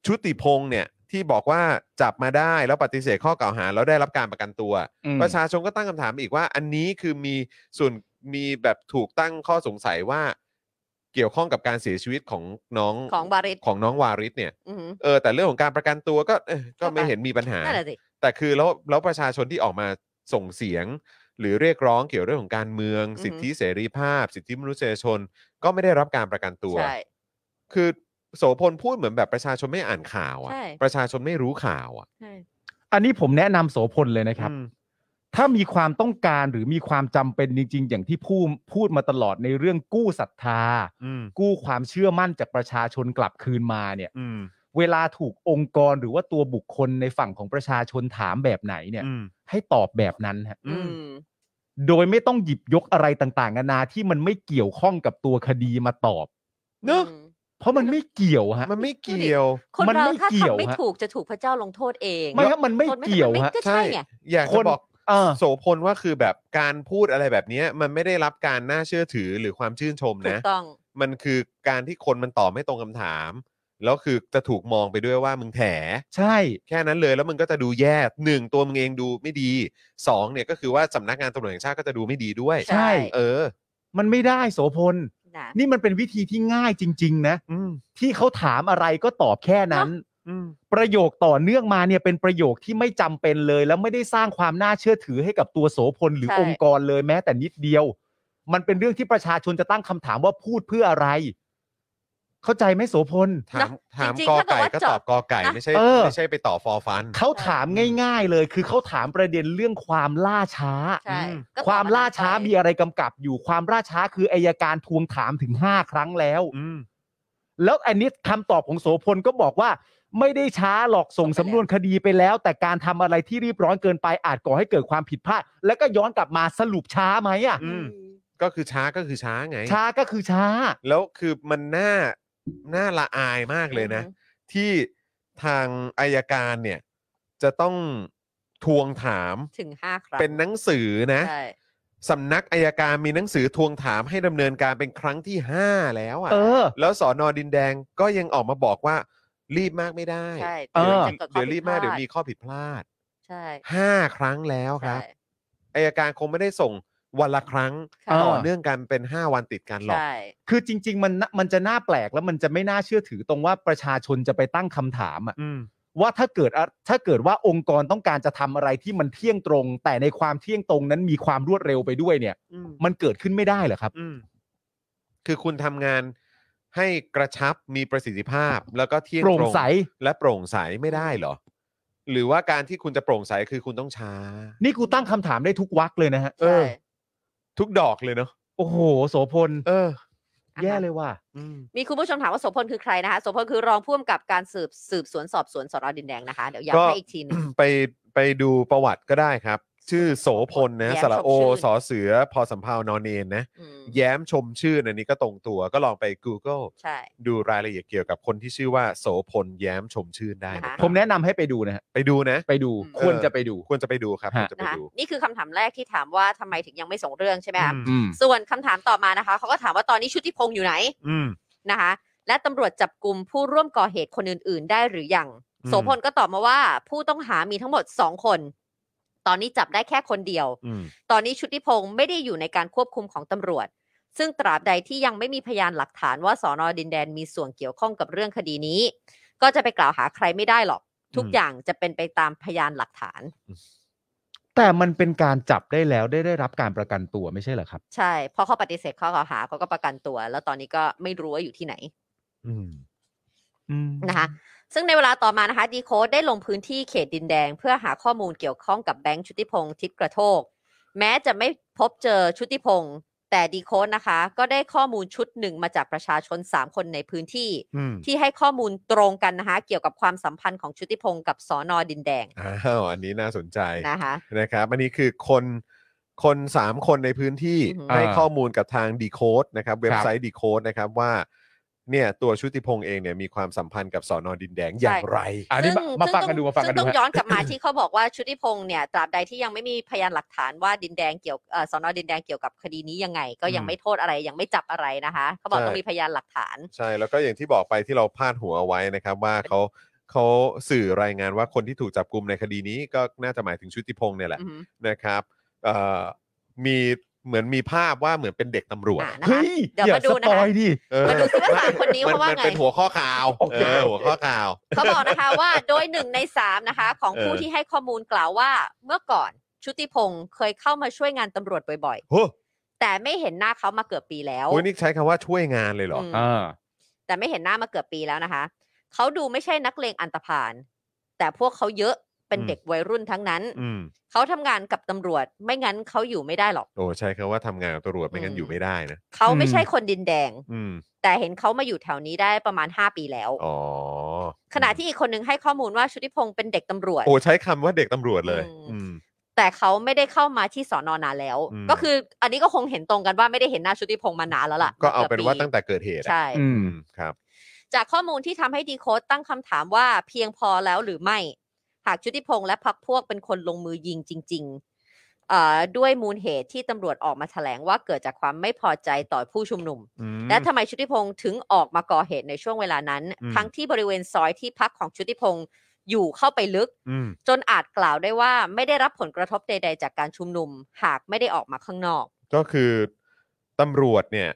Speaker 2: ชุติพงษ์เนี่ยที่บอกว่าจับมาได้แล้วปฏิเสธข้อกล่าวหา แล้วได้รับการประกันตัว
Speaker 3: อืม
Speaker 2: ประชาชนก็ตั้งคำถามอีกว่า อันนี้คือมีส่วนมีแบบถูกตั้งข้อสงสัยว่า เกี่ยวข้องกับการเสียชีวิตของน้อง
Speaker 4: ของบาริส
Speaker 2: ของน้องวาริสเนี่ย
Speaker 4: อือหือ
Speaker 2: เออแต่เรื่องของการประกันตัวก็เออก็ไม่
Speaker 4: ก็ไป
Speaker 2: เห็นมีปัญหา
Speaker 4: นั่นแหละสิ
Speaker 2: แต่คือแล้วแล้วประชาชนที่ออกมาส่งเสียง หรือเรียกร้องเกี่ยวเรื่องของการเมือง
Speaker 4: อือหือ
Speaker 2: สิทธิเสรีภาพ สิทธิมนุษยชน ก็ไม่ได้รับการประกันตัว
Speaker 4: ใช่
Speaker 2: คือโสพลพูดเหมือนแบบประชาชนไม่อ่านข่าวอะ
Speaker 4: ใช่
Speaker 2: ประชาชนไม่รู้ข่าวอะ
Speaker 4: ใช่
Speaker 3: อันนี้ผมแนะนำโสพลเลยนะครับ
Speaker 2: อืม
Speaker 3: ถ้ามีความต้องการหรือมีความจำเป็นจริง ๆ อย่างที่พูดพูดมาตลอดในเรื่องกู้ศรัทธา
Speaker 2: อืม
Speaker 3: กู้ความเชื่อมั่นจากประชาชนกลับคืนมาเนี่ย
Speaker 2: อืม
Speaker 3: เวลาถูกองค์กรหรือว่าตัวบุคคลในฝั่งของประชาชนถามแบบไหนเนี่ย
Speaker 2: อืม
Speaker 3: ให้ตอบแบบนั้นฮะ
Speaker 4: อืม
Speaker 3: โดยไม่ต้องหยิบยกอะไรต่างๆนานาที่มันไม่เกี่ยวข้องกับตัวคดีมาตอบ
Speaker 2: เนอะ
Speaker 4: อืม
Speaker 3: เพราะมันไม่เกี่ยวฮะ
Speaker 2: มันไม่เกี่ยว
Speaker 4: คน
Speaker 3: มัน
Speaker 4: เรา
Speaker 3: ไม่
Speaker 4: ถ้า
Speaker 3: เกี่ยว
Speaker 4: ทำไม่
Speaker 3: ฮะ
Speaker 4: ถูกจะถูกพระเจ้าลงโทษเอง
Speaker 3: ไม่ครับมันไม่
Speaker 4: โทษ
Speaker 3: เกี่ยวฮะ
Speaker 4: ก็ใช่ไง
Speaker 2: อยาก
Speaker 3: ค
Speaker 2: จะ
Speaker 3: น
Speaker 2: บอก
Speaker 3: เออ
Speaker 2: โสพลว่าคือแบบการพูดอะไรแบบเนี้ยมันไม่ได้รับการน่าเชื่อถือหรือความชื่นชม
Speaker 4: ถู
Speaker 2: นะ
Speaker 4: กต้อง
Speaker 2: มันคือการที่คนมันตอบไม่ตรงคำถาม แล้วคือจะถูกมองไปด้วยว่ามึงแถ
Speaker 3: ใช่
Speaker 2: แค่นั้นเลยแล้วมันก็จะดูแย่หนึ่งตัวมึงเองดูไม่ดีสองเนี่ยก็คือว่าสำนักงานตำรวจแห่งชาติก็จะดูไม่ดีด้วย
Speaker 3: ใช่
Speaker 2: เออ
Speaker 3: มันไม่ได้โสพล
Speaker 4: นะ
Speaker 3: นี่มันเป็นวิธีที่ง่ายจริง ๆ นะ
Speaker 2: อืม
Speaker 3: ที่เขาถามอะไรก็ตอบแค่นั้น
Speaker 2: อืม
Speaker 3: ประโยคต่อเนื่องมาเนี่ยเป็นประโยคที่ไม่จำเป็นเลย แล้วไม่ได้สร้างความน่าเชื่อถือให้กับตัวโสพลหรือ
Speaker 4: ใช่
Speaker 3: องค์กรเลยแม้แต่นิดเดียว มันเป็นเรื่องที่ประชาชนจะตั้งคำถามว่าพูดเพื่ออะไร เข้าใจไหมโสพล
Speaker 2: ถามถาม
Speaker 4: จริง
Speaker 2: ก
Speaker 4: ๆ
Speaker 2: อ
Speaker 4: ถ้าเกิด
Speaker 2: ไก่
Speaker 4: ว่า
Speaker 2: ก็ต
Speaker 4: เจาะ
Speaker 2: อบกอไก่
Speaker 4: นะ
Speaker 2: ไม่ใช่
Speaker 3: เออ
Speaker 2: ไม่ใช่ไปต่อฟอฟัน
Speaker 3: เขาถามง่าย ๆ เลย คือเขาถามประเด็นเรื่องความล่าช้า
Speaker 4: ใช่
Speaker 2: อืม
Speaker 4: ก็ตอบ
Speaker 3: ความล่าช้า
Speaker 4: อันนั้นไป
Speaker 3: มีอะไรกำกับอยู่ความล่าช้าคืออายการทวงถามถึงห้าครั้งแล้ว
Speaker 2: อืม
Speaker 3: แล้วอันนี้คำตอบของโสพลก็บอกว่า ไม่ได้ช้าหรอกส่งสำนวนคดีไปแล้ว แต่การทำอะไรที่รีบร้อนเกินไปอาจก่อให้เกิดความผิดพลาด แล้วก็ย้อนกลับมาสรุปช้าไหมอ่ะ
Speaker 2: อืมก็คือช้าก็คือช้าไง
Speaker 3: ช้าก็คือช้า
Speaker 2: แล้วคือมันน่าน่าละอายมากเลยนะ
Speaker 4: อืม
Speaker 2: ที่ทางอายการเนี่ย จะต้องทวงถาม
Speaker 4: ถึงห้าครั้ง
Speaker 2: เป็นหนังสือนะ
Speaker 4: ใช่
Speaker 2: สำนักอายการมีหนังสือทวงถามให้ดำเนินการเป็นครั้งที่ 5 แล้วอะ
Speaker 3: เออ
Speaker 2: แล้วสอนอดินแดงก็ยังออกมาบอกว่า รีบมากไม่ได้
Speaker 4: ใช่
Speaker 3: เออ
Speaker 4: ดี๋ยวจะกิข้อ
Speaker 2: เดี๋ยวรีบมาก
Speaker 4: ผิ
Speaker 2: เดี๋ยวมีข้อผิดพลาด
Speaker 4: ใช่
Speaker 2: 5 ครั้งแล้วครับ
Speaker 4: ใช่
Speaker 2: อายการคงไม่ได้ส่งวันละครั้ง
Speaker 4: ค่ะ
Speaker 2: ต่อเนื่องกันเป็น 5 วันติดกันหรอก
Speaker 4: ใช่
Speaker 3: คือจริง ๆ มันน่ะมันจะน่าแปลกแล้วมันจะไม่น่าเชื่อถือตรงว่าประชาชนจะไปตั้งคำถามอ่ะ
Speaker 2: อืม
Speaker 3: ว่าถ้าเกิดอะถ้าเกิดว่าองค์กรต้องการจะทำอะไรที่มันเที่ยงตรง แต่ในความเที่ยงตรงนั้นมีความรวดเร็วไปด้วยเนี่ย
Speaker 2: อืม
Speaker 3: มันเกิดขึ้นไม่ได้เหรอครับ
Speaker 2: อืมคือคุณทำงานให้กระชับมีประสิทธิภาพ แล้วก็เที่ยง
Speaker 3: โปร่งใส
Speaker 2: และโปร่งใสไม่ได้เหรอ หรือว่าการที่คุณจะโปร่งใสคือคุณต้องช้า
Speaker 3: นี่กูตั้งคำถามได้ทุกวักเลยนะฮะ
Speaker 2: เออ
Speaker 4: ใช่
Speaker 2: ทุกดอกเลยเนาะ
Speaker 3: โอ้โหโสพล
Speaker 2: เออ
Speaker 3: แย่เลยว่ะ
Speaker 2: อืม
Speaker 4: มีคุณผู้ชมถามว่าโสพลคือใครนะคะโสพลคือรองผู้กำกับการสืบสืบสวนสอบสวนสอนอดินแดงนะคะ เดี๋ยว
Speaker 2: ก็
Speaker 4: ย้ำให้อีกทีหนึง
Speaker 2: ไปไปดูประวัติก็ได้ครับ ชื่อโสพลนะ
Speaker 4: แย้ม
Speaker 2: สระโอ
Speaker 4: ชมชื่น
Speaker 2: สอเสือ พอสำเพานอนเนนนะ
Speaker 4: อืม
Speaker 2: แย้มชมชื่นอันนี้ก็ตรงตัวก็ลองไป Google
Speaker 4: ใช่
Speaker 2: ดูรายละเอียดเกี่ยวกับคนที่ชื่อว่าโสพลแย้มชมชื่นได้นะค
Speaker 3: ผ
Speaker 2: รับ
Speaker 3: มแนะนำให้ไปดูนะฮะ
Speaker 2: ไปดูนะ
Speaker 3: ไปดู
Speaker 2: เออ
Speaker 3: ควรจะไปดู
Speaker 2: ควรจะไปดูครับควรจะไป
Speaker 4: นะคะ
Speaker 2: ดู
Speaker 4: นี่คือคำถามแรกที่ถามว่าทำไมถึงยังไม่ส่งเรื่องใช่ไหมคะ
Speaker 2: อืม
Speaker 3: อืม
Speaker 4: ส่วนคำถามต่อมานะคะเขาก็ถามว่าตอนนี้ชุติพงษ์อยู่ไหน
Speaker 2: อืม
Speaker 4: นะคะและตำรวจจับกลุ่มผู้ร่วมก่อเหตุคนอื่น ๆ ได้หรือยัง
Speaker 2: อืม
Speaker 4: โสพลก็ตอบมาว่า ผู้ต้องหามีทั้งหมดสองคน ตอนนี้จับได้แค่คนเดียว
Speaker 2: อืม
Speaker 4: ตอนนี้ชุติพงศ์ไม่ได้อยู่ในการควบคุมของตำรวจ ซึ่งตราบใดที่ยังไม่มีพยานหลักฐานว่าสอนอดินแดนมีส่วนเกี่ยวข้องกับเรื่องคดีนี้ ก็จะไปกล่าวหาใครไม่ได้หรอก ทุก
Speaker 2: อืม
Speaker 4: อย่างจะเป็นไปตามพยานหลักฐาน
Speaker 3: แต่มันเป็นการจับได้แล้วได้ได้รับการประกันตัวไม่ใช่เหรอครับ
Speaker 4: ใช่เพอเขาปฏิเสธข้อกล่าวหาเขาก็ประกันตัว แล้วตอนนี้ก็ไม่รู้ว่าอยู่ที่ไหน
Speaker 2: อืม
Speaker 3: อืม
Speaker 4: นะคะซึ่งในเวลาต่อมานะคะดีโคดได้ลงพื้นที่เขตดินแดง เพื่อหาข้อมูลเกี่ยวข้องกับแบงค์ชุติพงศ์ทิพย์กระโทก แม้จะไม่พบเจอชุติพงศ์แต่ดีโคดนะคะ ก็ได้ข้อมูลชุดหนึ่งมาจากประชาชน 3 คนในพื้นที่
Speaker 2: อืม
Speaker 4: ที่ให้ข้อมูลตรงกันนะคะเกี่ยวกับความสัมพันธ์ของชุติพงศ์กับสอนอดินแดง
Speaker 2: อ้าวอันนี้น่าสนใจ
Speaker 4: นะคะ
Speaker 2: นะครับ อันนี้คือคนคนสามคนในพื้นที่
Speaker 4: อือหือ
Speaker 2: ให้ข้อมูลกับทาง Decode นะครับ เว็บไซต์ Decode นะครับว่า เนี่ยตัวชุติพงษ์เองเนี่ยมีความสัมพันธ์กับสอนอดินแดงอย่างไร
Speaker 3: อันนี้มามาฟังกันดูมาฟังกันดู
Speaker 4: ซึ่งต้องย้อนกลับมาที่เขาบอกว่าชุติพงษ์เนี่ยตราบใดที่ยังไม่มีพยานหลักฐานว่าดินแดงเกี่ยวเอ่อสอนอดินแดงเกี่ยวกับคดีนี้ยังไง ก็ยั
Speaker 2: อื
Speaker 4: ง
Speaker 2: ม
Speaker 4: ไม่โทษอะไรยังไม่จับอะไรนะคะเขาบอก
Speaker 2: ใช่
Speaker 4: ต้องมีพยานหลักฐาน
Speaker 2: ใช่แล้วก็อย่างที่บอกไปที่เราพาดหัวเอาไว้นะครับ ว่าเขาเขาสื่อรายงานว่าคนที่ถูกจับกลุมในคดีนี้ก็น่าจะหมายถึงชุติพงษ์เนี่ยแหละ
Speaker 4: อือหือ
Speaker 2: นะครับเอ่อมีเหมือนมีภาพว่าเหมือนเป็นเด็กตำรวจ
Speaker 4: อ่ะนะคะ
Speaker 3: เฮ้ย
Speaker 4: เดี๋ยว
Speaker 3: อย่า
Speaker 4: มาดู
Speaker 3: ส
Speaker 4: นะ
Speaker 3: ปอ
Speaker 4: คะ
Speaker 3: ยดิ
Speaker 2: เออ
Speaker 4: มาดูซิว่าสามคนนี้
Speaker 2: มั
Speaker 4: เขาว่าไง
Speaker 2: เป็นหัวข้อข่าว
Speaker 3: โอ
Speaker 2: เอ
Speaker 3: เค
Speaker 2: อหัวข้อข่าว
Speaker 4: เขาบอกนะคะว่าโดยหนึ่งในสามนะคะ ของผู้
Speaker 2: เออ
Speaker 4: ที่ให้ข้อมูลกล่าวว่า เมื่อก่อนชุติพงศ์เคยเข้ามาช่วยงานตำรวจบ่อย
Speaker 2: โอ้
Speaker 4: ๆ แต่ไม่เห็นหน้าเขามาเกือบปีแล้ว
Speaker 2: โหนี่ใช้คำว่าช่วยงานเลยเหรอ
Speaker 4: ม
Speaker 3: อ่า
Speaker 4: แต่ไม่เห็นหน้ามาเกือบปีแล้วนะคะ เขาดูไม่ใช่นักเลงอันตพาลแต่พวกเขาเยอะเป็น
Speaker 2: อืม
Speaker 4: เด็กวัยรุ่นทั้งนั้น
Speaker 2: อืม
Speaker 4: เขาทำงานกับตำรวจไม่งั้นเขาอยู่ไม่ได้หรอก
Speaker 2: โอ้ใช้คำว่าทำงานกับตำรวจไม่งั้นอยู่ไม่ได้นะ
Speaker 4: เขาไม่ใช่คนดินแดง
Speaker 2: อืม
Speaker 4: แต่เห็นเขามาอยู่แถวนี้ได้ประมาณ 5 ปีแล้ว
Speaker 2: อ๋อ
Speaker 4: ขณะที่อีกคนหนึ่งให้ข้อมูลว่าชุติพงศ์เป็นเด็กตำรวจ
Speaker 2: โอ้ใช้คำว่าเด็กตำรวจเลย
Speaker 4: อื
Speaker 2: อืม
Speaker 4: ม แต่เขาไม่ได้เข้ามาที่สอนอนานแล้ว
Speaker 2: อืม
Speaker 4: ก็คืออันนี้ก็คงเห็นตรงกันว่าไม่ได้เห็นหน้าชุติพงษ์มานานแล้วล่ะ
Speaker 2: ก็เอาเป็นว่า
Speaker 4: กืบ
Speaker 2: ตั้งแต่เกิดเหตุอะ
Speaker 4: ใช่
Speaker 3: อืม
Speaker 2: ครับ
Speaker 4: จากข้อมูลที่ทำให้ดีโคดตั้งคำถามว่าเพียงพอแล้วหรือไม่ หากชุติพงษ์และพักพวกเป็นคนลงมือยิงจริงๆเอ่อด้วยมูลเหตุที่ตำรวจออกมาแถลงว่าเกิดจากความไม่พอใจต่อผู้ชุมนุม
Speaker 2: อืม
Speaker 4: และทำไมชุติพงษ์ถึงออกมาก่อเหตุในช่วงเวลานั้น
Speaker 2: อืม
Speaker 4: ทั้งที่บริเวณซอยที่พักของชุติพงษ์อยู่เข้าไปลึก
Speaker 2: อืม
Speaker 4: จนอาจกล่าวได้ว่าไม่ได้รับผลกระทบใด ๆ จากการชุมนุม หากไม่ได้ออกมาข้างนอก
Speaker 2: ก็คือตำรวจเนี่ย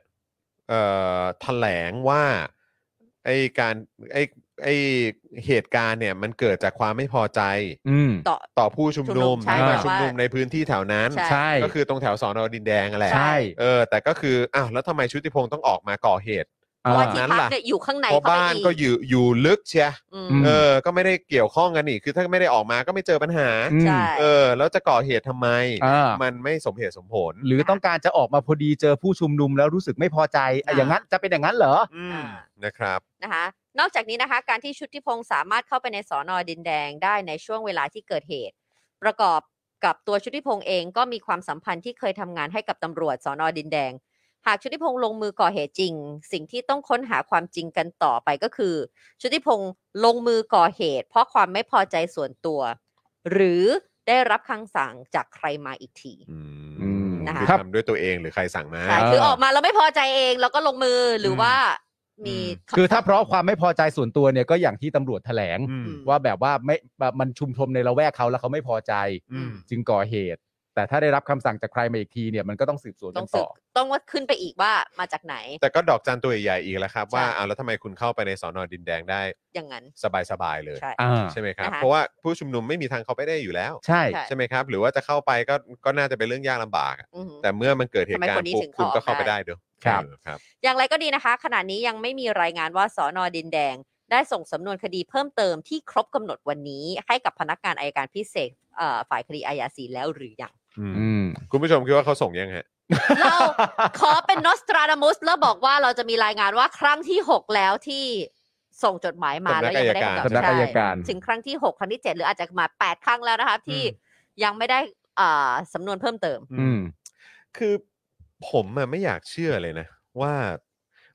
Speaker 2: เอ่อแถลงว่าไอการไอไอเหตุการณ์เนี่ยมันเกิดจากความไม่พอใจ
Speaker 3: อืม
Speaker 4: ต่อ
Speaker 2: ต่อผู้ชุมนุม
Speaker 4: ชุมนุมใช่
Speaker 2: ที่มา
Speaker 3: แต่ว่า
Speaker 2: ชุมนุมในพื้นที่แถวนั้น
Speaker 4: ใช่
Speaker 3: ใช่
Speaker 2: ก็คือตรงแถวสอนอดินแดงนั่นแหละ
Speaker 3: ใช่
Speaker 2: เออแต่ก็คืออ้าวแล้วทำไมชุติพงศ์ต้องออกมาก่อเหตุ
Speaker 4: เพราะว่าที่
Speaker 2: นั้น
Speaker 4: พัก
Speaker 2: ล่ะ
Speaker 4: เนี่ยอยู่ข้างใน
Speaker 2: เพราะบ้าน
Speaker 4: เข้ไป
Speaker 2: ก็อยู่อยู่ลึกเชีย
Speaker 4: อืม
Speaker 3: ม
Speaker 2: เออ ก็ไม่ได้เกี่ยวข้องกันนี่คือถ้าไม่ได้ออกมาก็ไม่เจอปัญหา
Speaker 3: อืม
Speaker 4: ใช่
Speaker 2: เออ แล้วจะก่อเหตุทำไม
Speaker 3: อ่า
Speaker 2: มันไม่สมเหตุสมผล
Speaker 3: หรือต้องการจะออกมาพอดีเจอผู้ชุมนุมแล้วรู้สึกไม่พอใจอ่ะ
Speaker 4: อ่า
Speaker 3: อย่างนั้นจะเป็นอย่างนั้นเหรอ
Speaker 2: อืม
Speaker 4: อ่า
Speaker 2: นะครับ
Speaker 4: นะคะนอกจากนี้นะคะ การที่ชุติพงศ์สามารถเข้าไปในสอนอดินแดงได้ในช่วงเวลาที่เกิดเหตุ ประกอบกับตัวชุติพงศ์เองก็มีความสัมพันธ์ที่เคยทำงานให้กับตำรวจสอนอดินแดง หากชุติพงศ์ลงมือก่อเหตุจริง สิ่งที่ต้องค้นหาความจริงกันต่อไปก็คือ ชุติพงศ์ลงมือก่อเหตุ เพราะความไม่พอใจส่วนตัว หรือได้รับคำสั่งจากใครมาอีกที
Speaker 2: อื
Speaker 3: อื
Speaker 2: ม
Speaker 3: ม
Speaker 4: นะคะ
Speaker 2: คือทำด้วยตัวเองหรือใครสั่งมา
Speaker 4: ใช่คือออกมาแล้วไม่พอใจเองแล้วก็ลงมือหรืออ
Speaker 2: ม
Speaker 4: ว่ามีำ
Speaker 3: คือถ้าเพราะความไม่พอใจส่วนตัวเนี่ยก็อย่างที่ตำรวจแถลง
Speaker 2: อืม
Speaker 3: ว่าแบบว่าไม่แบบมันชุมชมในละแวกเขาแล้วเขาไม่พอใจ
Speaker 2: อืม
Speaker 3: จึงก่อเหตุ แต่ถ้าได้รับคำสั่งจากใครมาอีกทีเนี่ยมันก็ต้องสืบสวน
Speaker 4: ต้
Speaker 3: กั
Speaker 4: อน งสื
Speaker 3: ต่
Speaker 4: บ
Speaker 3: อ
Speaker 4: ต้องว่าขึ้นไปอีกว่ามาจากไหน
Speaker 2: แต่ก็ดอกจันตัวใหญ่ๆอีกแล้วครับ ว่า
Speaker 4: ใช่
Speaker 2: เอาแล้วทำไมคุณเข้าไปในสอนอดินแดงได้
Speaker 4: อย่างนั้น
Speaker 2: สบายๆเลย
Speaker 4: ใช่
Speaker 3: อ่า
Speaker 2: ใช่ไหมครับ
Speaker 4: นะคะ
Speaker 2: เพราะว่าผู้ชุมนุมไม่มีทางเข้าไปได้อยู่แล้ว
Speaker 3: ใช่
Speaker 4: ใช่
Speaker 2: ใช่ไหมครับ หรือว่าจะเข้าไปก็ก็น่าจะเป็นเรื่องยากลำบากอะ
Speaker 4: อือหือ
Speaker 2: แต่เมื่อมันเกิดเหตุการ
Speaker 4: ทำไมคน
Speaker 2: ณ์
Speaker 4: นี้
Speaker 2: ปุ๊บ
Speaker 4: ถึง
Speaker 2: คุณก็
Speaker 4: เข้า
Speaker 2: เข้า
Speaker 4: ออก
Speaker 2: ไป
Speaker 4: ได้
Speaker 2: ได้เด้อ
Speaker 3: ครับ
Speaker 2: เออครับ
Speaker 4: อย่างไรก็ดีนะคะ ขณะนี้ยังไม่มีรายงานว่าสอนอดินแดง ได้ส่งสำนวนคดีเพิ่มเติมที่ครบกำหนดวันนี้ ให้กับพนักงานอายการพิเศษเอ่อฝ่ายคดีอาญาสีแล้วหรือยัง
Speaker 2: อืม
Speaker 3: อืม
Speaker 2: คุณผู้ชมคิดว่าเขาส่งยังฮะ
Speaker 4: เราขอเป็นนอสตราดามุสแล้วบอกว่าเราจะมีรายงานว่าครั้งที่ 6 แล้วที่ส่งจดหมายมาแล้วยังไม่ได้คำตอบ
Speaker 3: สำนักอัยการ
Speaker 4: ใช่ถึงครั้งที่ 6 ครั้งที่ 7 หรืออาจจะมา 8 ครั้งแล้วนะคะที่ยังไม่ได้เอ่อสำนวนเพิ่มเติม
Speaker 3: อืม
Speaker 2: คือผมอะไม่อยากเชื่อเลยนะ ว่า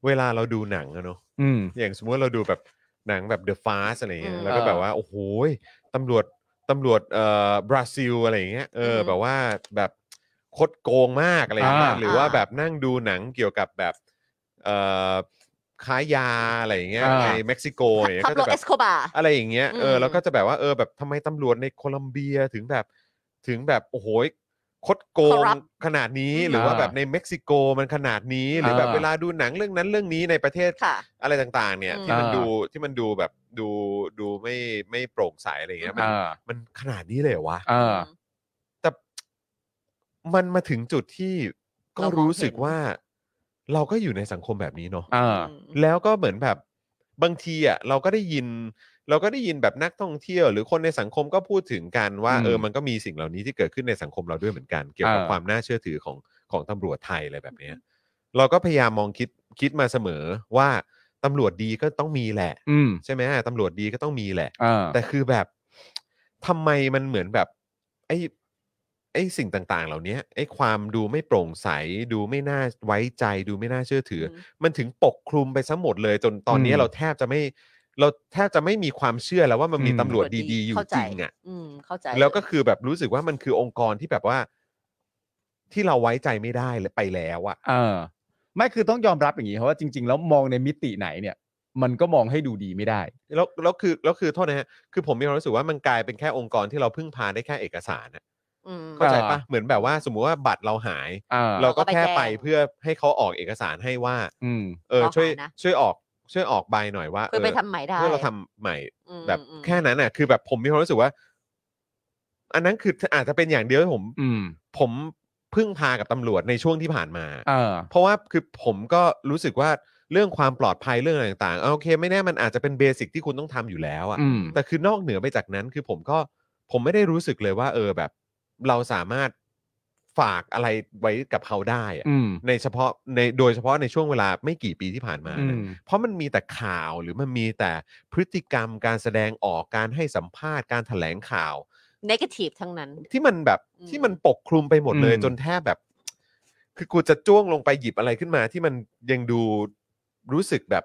Speaker 2: เวลาเราดูหนังอะเนอะ
Speaker 3: อืม
Speaker 2: อย่างสมมติเราดูแบบหนังแบบ The Fast อะไรอย่างเงี้ย
Speaker 4: อืม
Speaker 2: แล้วก็แบบว่า โอ้โหยตำรวจตำรวจเอ่อบราซิลอะไรอย่างเงี้ยเอออ
Speaker 4: ม
Speaker 2: แบบว่าแบบคดโกงมากอะไรอย่างเงี้ย
Speaker 3: อ่า
Speaker 2: หรือว่า
Speaker 4: อ่า
Speaker 2: แบบนั่งดูหนังเกี่ยวกับแบบเอ่อค้ายาอะไรอย่างเงี้ย
Speaker 3: อ่า
Speaker 2: ในเม็กซิโกอย่างเงี้ย
Speaker 4: พา
Speaker 2: ก็
Speaker 4: บ
Speaker 2: จะ
Speaker 4: โล
Speaker 2: แบ
Speaker 4: เอบ สโคบา
Speaker 2: อะไรอย่างเงี้ย เออ
Speaker 4: อืม
Speaker 2: แล้วก็จะแบบว่า เออ แบบทำไมตำรวจในโคลัมเบียถึงแบบ ถึงแบบ โอ้โหยคดโกง
Speaker 4: Corrupt
Speaker 2: ขนาดนี้ หรือว่าแบบในเม็กซิโกมันขนาดนี้ หรือแบบ
Speaker 3: อ่า
Speaker 2: เวลาดูหนังเรื่องนั้นเรื่องนี้ในประเทศ
Speaker 4: ค่ะ
Speaker 2: อะไรต่าง ๆ เนี่ย
Speaker 4: อืม
Speaker 2: ที่มัน
Speaker 3: อ่า
Speaker 2: ดู ที่มันดูแบบ ดู ดูไม่ ไม่โปร่งใสอะไรเงี้ย มัน
Speaker 3: อ่า
Speaker 2: มันขนาดนี้เลยเหรอวะ
Speaker 3: อ่า
Speaker 4: ม
Speaker 2: แต่ มันมาถึงจุดที่ก็
Speaker 4: เรามอง
Speaker 2: รู้สึก
Speaker 4: เห็น
Speaker 2: ว่า เราก็อยู่ในสังคมแบบนี้เนาะ
Speaker 3: อ่า
Speaker 4: อืม
Speaker 2: แล้วก็เหมือนแบบบางทีอ่ะเราก็ได้ยิน เราก็ได้ยินแบบนักท่องเที่ยว หรือคนในสังคมก็พูดถึงกันว่า
Speaker 3: อืม
Speaker 2: เออมันก็มีสิ่งเหล่านี้ที่เกิดขึ้นในสังคมเราด้วยเหมือนกัน เกี่ยวกับ
Speaker 3: เออ
Speaker 2: ความน่าเชื่อถือของของตำรวจไทยอะไรแบบเนี้ยเราก็พยายามมองคิดคิดมาเสมอว่าตำรวจดีก็ต้องมีแหละ
Speaker 3: อืม
Speaker 2: ใช่ไหมตำรวจดีก็ต้องมีแหละ
Speaker 3: อ่า
Speaker 2: แต่คือแบบทำไมมันเหมือนแบบไอ้ไอ้สิ่งต่าง ๆ เหล่านี้ไอ้ความดูไม่โปร่งใส ดูไม่น่าไว้ใจ ดูไม่น่าเชื่อถืออ
Speaker 4: ม
Speaker 2: มันถึงปกคลุมไปซะหมดเลย จนตอนนี้
Speaker 3: อืม
Speaker 2: เราแทบจะไม่เราแทบจะไม่มีความเชื่อแล้วว่ามันมี
Speaker 3: อืม
Speaker 2: ตำรวจดีๆอยู่
Speaker 4: เข้า
Speaker 2: จ
Speaker 4: ใ
Speaker 2: ริงอ่ะ
Speaker 4: อืมเข้าใจ
Speaker 2: แล้วก็คือแบบรู้สึกว่ามันคือองค์กรที่แบบว่า ที่เราไว้ใจไม่ได้เลยไปแล้วอ่ะ
Speaker 3: อ่าไม่คือต้องยอมรับอย่างนี้เพราะว่าจริง ๆ แล้วมองในมิติไหนเนี่ย มันก็มองให้ดูดีไม่ได้
Speaker 2: แล้วแล้วคือแล้วคือโทษนะฮะคือผมมีความรู้สึกว่ามันกลายเป็นแค่องค์กรที่เราพึ่งพาได้แค่เอกสารอะ
Speaker 4: อืม
Speaker 2: เข้าใจ
Speaker 3: อ่า
Speaker 2: ปะเหมือนแบบว่า สมมุติว่าบัตรเราหาย
Speaker 3: อ่า
Speaker 2: เราก็แค่
Speaker 4: เราก็
Speaker 2: ไป
Speaker 4: ไปแจ้ง
Speaker 2: เพื่อให้เขาออกเอกสารให้ว่า
Speaker 3: อืม
Speaker 2: เออ
Speaker 4: เราหา
Speaker 2: ช่วย
Speaker 4: นะ
Speaker 2: ช่วยออกช่วยออกใบหน่อยว่า
Speaker 4: เพื่อไปทำใหม่ได้
Speaker 2: เพื่อเราทำใหม่
Speaker 4: อืม
Speaker 2: แบบ
Speaker 4: อืม
Speaker 2: แค่นั้นน่ะ คือแบบผมมีความรู้สึกว่า อันนั้นคืออาจจะเป็นอย่างเดียวที่ผม
Speaker 3: อืม
Speaker 2: ผมพึ่งพากับตำรวจในช่วงที่ผ่านมา
Speaker 3: อ่า
Speaker 2: เพราะว่าคือผมก็รู้สึกว่าเรื่องความปลอดภัยเรื่องอะไรต่างๆเอาโอเค ไม่แน่มันอาจจะเป็นเบสิกที่คุณต้องทำอยู่แล้วอะ
Speaker 3: อืม
Speaker 2: แต่คือนอกเหนือไปจากนั้น คือผมก็ผมไม่ได้รู้สึกเลยว่า เออแบบ เราสามารถฝากอะไรไว้กับเขาได้อะ
Speaker 3: อืม
Speaker 2: ในเฉพาะในโดยเฉพาะในช่วงเวลาไม่กี่ปีที่ผ่านมานะ
Speaker 3: อืม
Speaker 2: เพราะมันมีแต่ข่าวหรือมันมีแต่พฤติกรรมการแสดงออกการให้สัมภาษณ์การถแถลงข่าว
Speaker 4: เนกาทีฟทั้งนั้น
Speaker 2: ที่มันแบบ
Speaker 4: อืม
Speaker 2: ที่มันปกคลุมไปหมดเลย
Speaker 3: อืม
Speaker 2: จนแทบแบบ คือกูจะจ้วงลงไปหยิบอะไรขึ้นมา ที่มันยังดูรู้สึกแบบ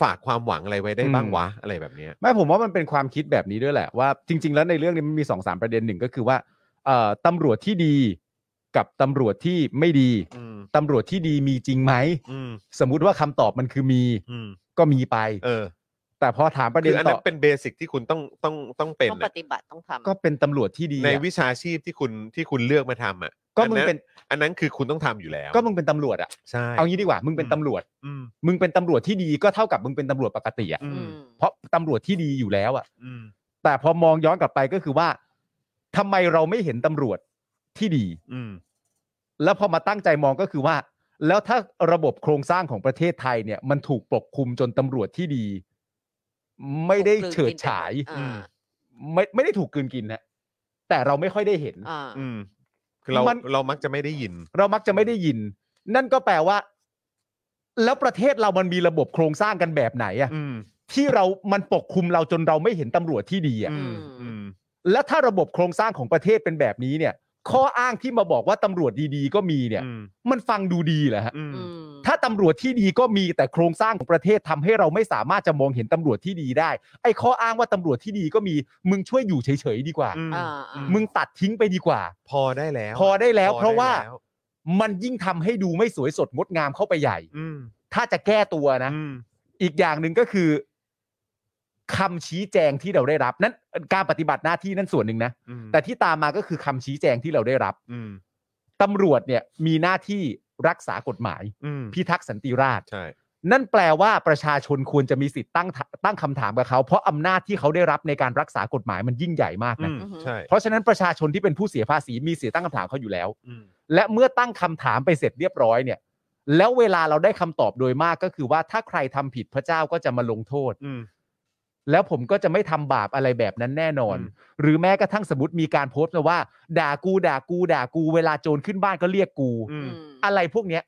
Speaker 2: ฝากความหวังอะไรไว้ได้บ้างวะอะไรแบบเนี้ย
Speaker 3: ไม่ผมว่ามันเป็นความคิดแบบนี้ด้วยแหละว่าจริง ๆ แล้วในเรื่องนี้มันมีสองสามประเด็นหนึ่งก็คือว่าเอ่อตำรวจที่ดีกับตำรวจที่ไม่ดี
Speaker 2: อืม
Speaker 3: ตำรวจที่ดีมีจริงไหม
Speaker 2: อืม
Speaker 3: สมมุติว่าคำตอบมันคือมี
Speaker 2: อืม
Speaker 3: ก็มีไป
Speaker 2: เออ
Speaker 3: แต่พอถามประเด็
Speaker 2: คื
Speaker 3: น
Speaker 2: ออัน
Speaker 3: ต่
Speaker 2: นั้
Speaker 3: อน
Speaker 2: เป็นเบสิกที่คุณต้องต้องต้องเป็น
Speaker 4: ต้องป
Speaker 2: อะ
Speaker 4: ฏิบัติต้องทำ
Speaker 3: ก็เป็นตำรวจที่ดีอะ
Speaker 2: ในวิชาชีพที่คุณที่คุณเลือกมาทำอ่ะ
Speaker 3: ก็มึงเป็น
Speaker 2: อันนั้นคือคุณต้องทำอยู่แล้ว
Speaker 3: ก็มึงเป็นตำรวจอ่ะ
Speaker 2: ใช่
Speaker 3: เอางี้ดีกว่ามึงเป็นตำรวจ
Speaker 2: อืม
Speaker 3: มึงเป็นตำรวจที่ดีก็เท่ากับมึงเป็นตำรวจปกติอ่ะ
Speaker 2: อื
Speaker 4: อื
Speaker 2: ม
Speaker 4: ม
Speaker 3: เพราะตำรวจที่ดีอยู่แล้วอ่ะ
Speaker 2: อืม
Speaker 3: แต่พอมองย้อนกลับไปก็คือว่าทำไมเราไม่เห็นตำรวจที่ดี
Speaker 2: อืม
Speaker 3: แล้วพอมาตั้งใจมองก็คือว่า แล้วถ้าระบบโครงสร้างของประเทศไทยเนี่ย มันถูกปกคลุมจนตำรวจที่ดี ไม่ได้เฉิดฉาย
Speaker 4: อ่า
Speaker 3: ไม่ไม่ได้ถูกกลืนกินนะแต่เราไม่ค่อยได้เห็น
Speaker 4: อ่า
Speaker 2: อืมคือเราม
Speaker 3: น
Speaker 2: เรามักจะไม่ได้ยิน
Speaker 3: เรามักจะไม่ได้ยิน นั่นก็แปลว่า แล้วประเทศเรามันมีระบบโครงสร้างกันแบบไหนอะ
Speaker 2: อืม
Speaker 3: ที่เรามันปกคลุมเราจนเราไม่เห็นตำรวจที่ดีอะ
Speaker 2: อืมอืม
Speaker 3: และถ้าระบบโครงสร้างของประเทศเป็นแบบนี้เนี่ย ข้ออ้างที่มาบอกว่าตำรวจดีๆ ก็มีเนี่ย
Speaker 2: อืม
Speaker 3: มันฟังดูดีเหรอฮะ
Speaker 2: อืม
Speaker 4: อืม
Speaker 3: ถ้าตำรวจที่ดีก็มีแต่โครงสร้างของประเทศทำให้เราไม่สามารถจะมองเห็นตำรวจที่ดีได้ ไอ้ข้ออ้างว่าตำรวจที่ดีก็มี มึงช่วยอยู่เฉยๆดีกว่า
Speaker 2: อืม
Speaker 4: อ่าอ่า
Speaker 3: มึงตัดทิ้งไปดีกว่า
Speaker 2: พอได้แล้ว
Speaker 3: พอได้แล้ว
Speaker 2: พอ
Speaker 3: เพราะว่า
Speaker 2: ได้แล้
Speaker 3: มันยิ่งทำให้ดูไม่สวยสดงดงามเข้าไปใหญ่
Speaker 2: อืม
Speaker 3: ถ้าจะแก้ตัวนะ
Speaker 2: อืม
Speaker 3: อีกอย่างหนึ่งก็คือคำชี้แจงที่เราได้รับ นั้นการปฏิบัติหน้าที่นั่นส่วนหนึ่งนะ
Speaker 2: อืม
Speaker 3: แต่ที่ตามมาก็คือคำชี้แจงที่เราได้รับ
Speaker 2: อืม
Speaker 3: ตำรวจเนี่ยมีหน้าที่รักษากฎหมาย
Speaker 2: อืม
Speaker 3: พิทักษ์สันติราษฎร์
Speaker 2: ใช่
Speaker 3: นั่นแปลว่าประชาชนควรจะมีสิทธิ์ตั้งตั้งคำถามกับเขาเพราะอำนาจที่เขาได้รับในการรักษากฎหมายมันยิ่งใหญ่มาก
Speaker 2: อื
Speaker 3: นะ
Speaker 2: มใช่
Speaker 3: เพราะฉะนั้นประชาชนที่เป็นผู้เสียภาษีมีสิทธิ์ตั้งคำถามเขาอยู่แล้ว
Speaker 2: อืม
Speaker 3: และเมื่อตั้งคำถามไปเสร็จเรียบร้อยเนี่ย แล้วเวลาเราได้คำตอบโดยมากก็คือว่าถ้าใครทำผิดพระเจ้าก็จะมาลงโทษ
Speaker 2: อืม
Speaker 3: แล้วผมก็จะไม่ทำบาปอะไรแบบนั้นแน่นอน
Speaker 2: อืม
Speaker 3: หรือแม้กระทั่งสมมติมีการโพสต์มาว่า ด่ากูด่ากูด่ากู เวลาโจรขึ้นบ้านก็เรียกกู
Speaker 2: อืม
Speaker 3: อะไรพวกเนี้ย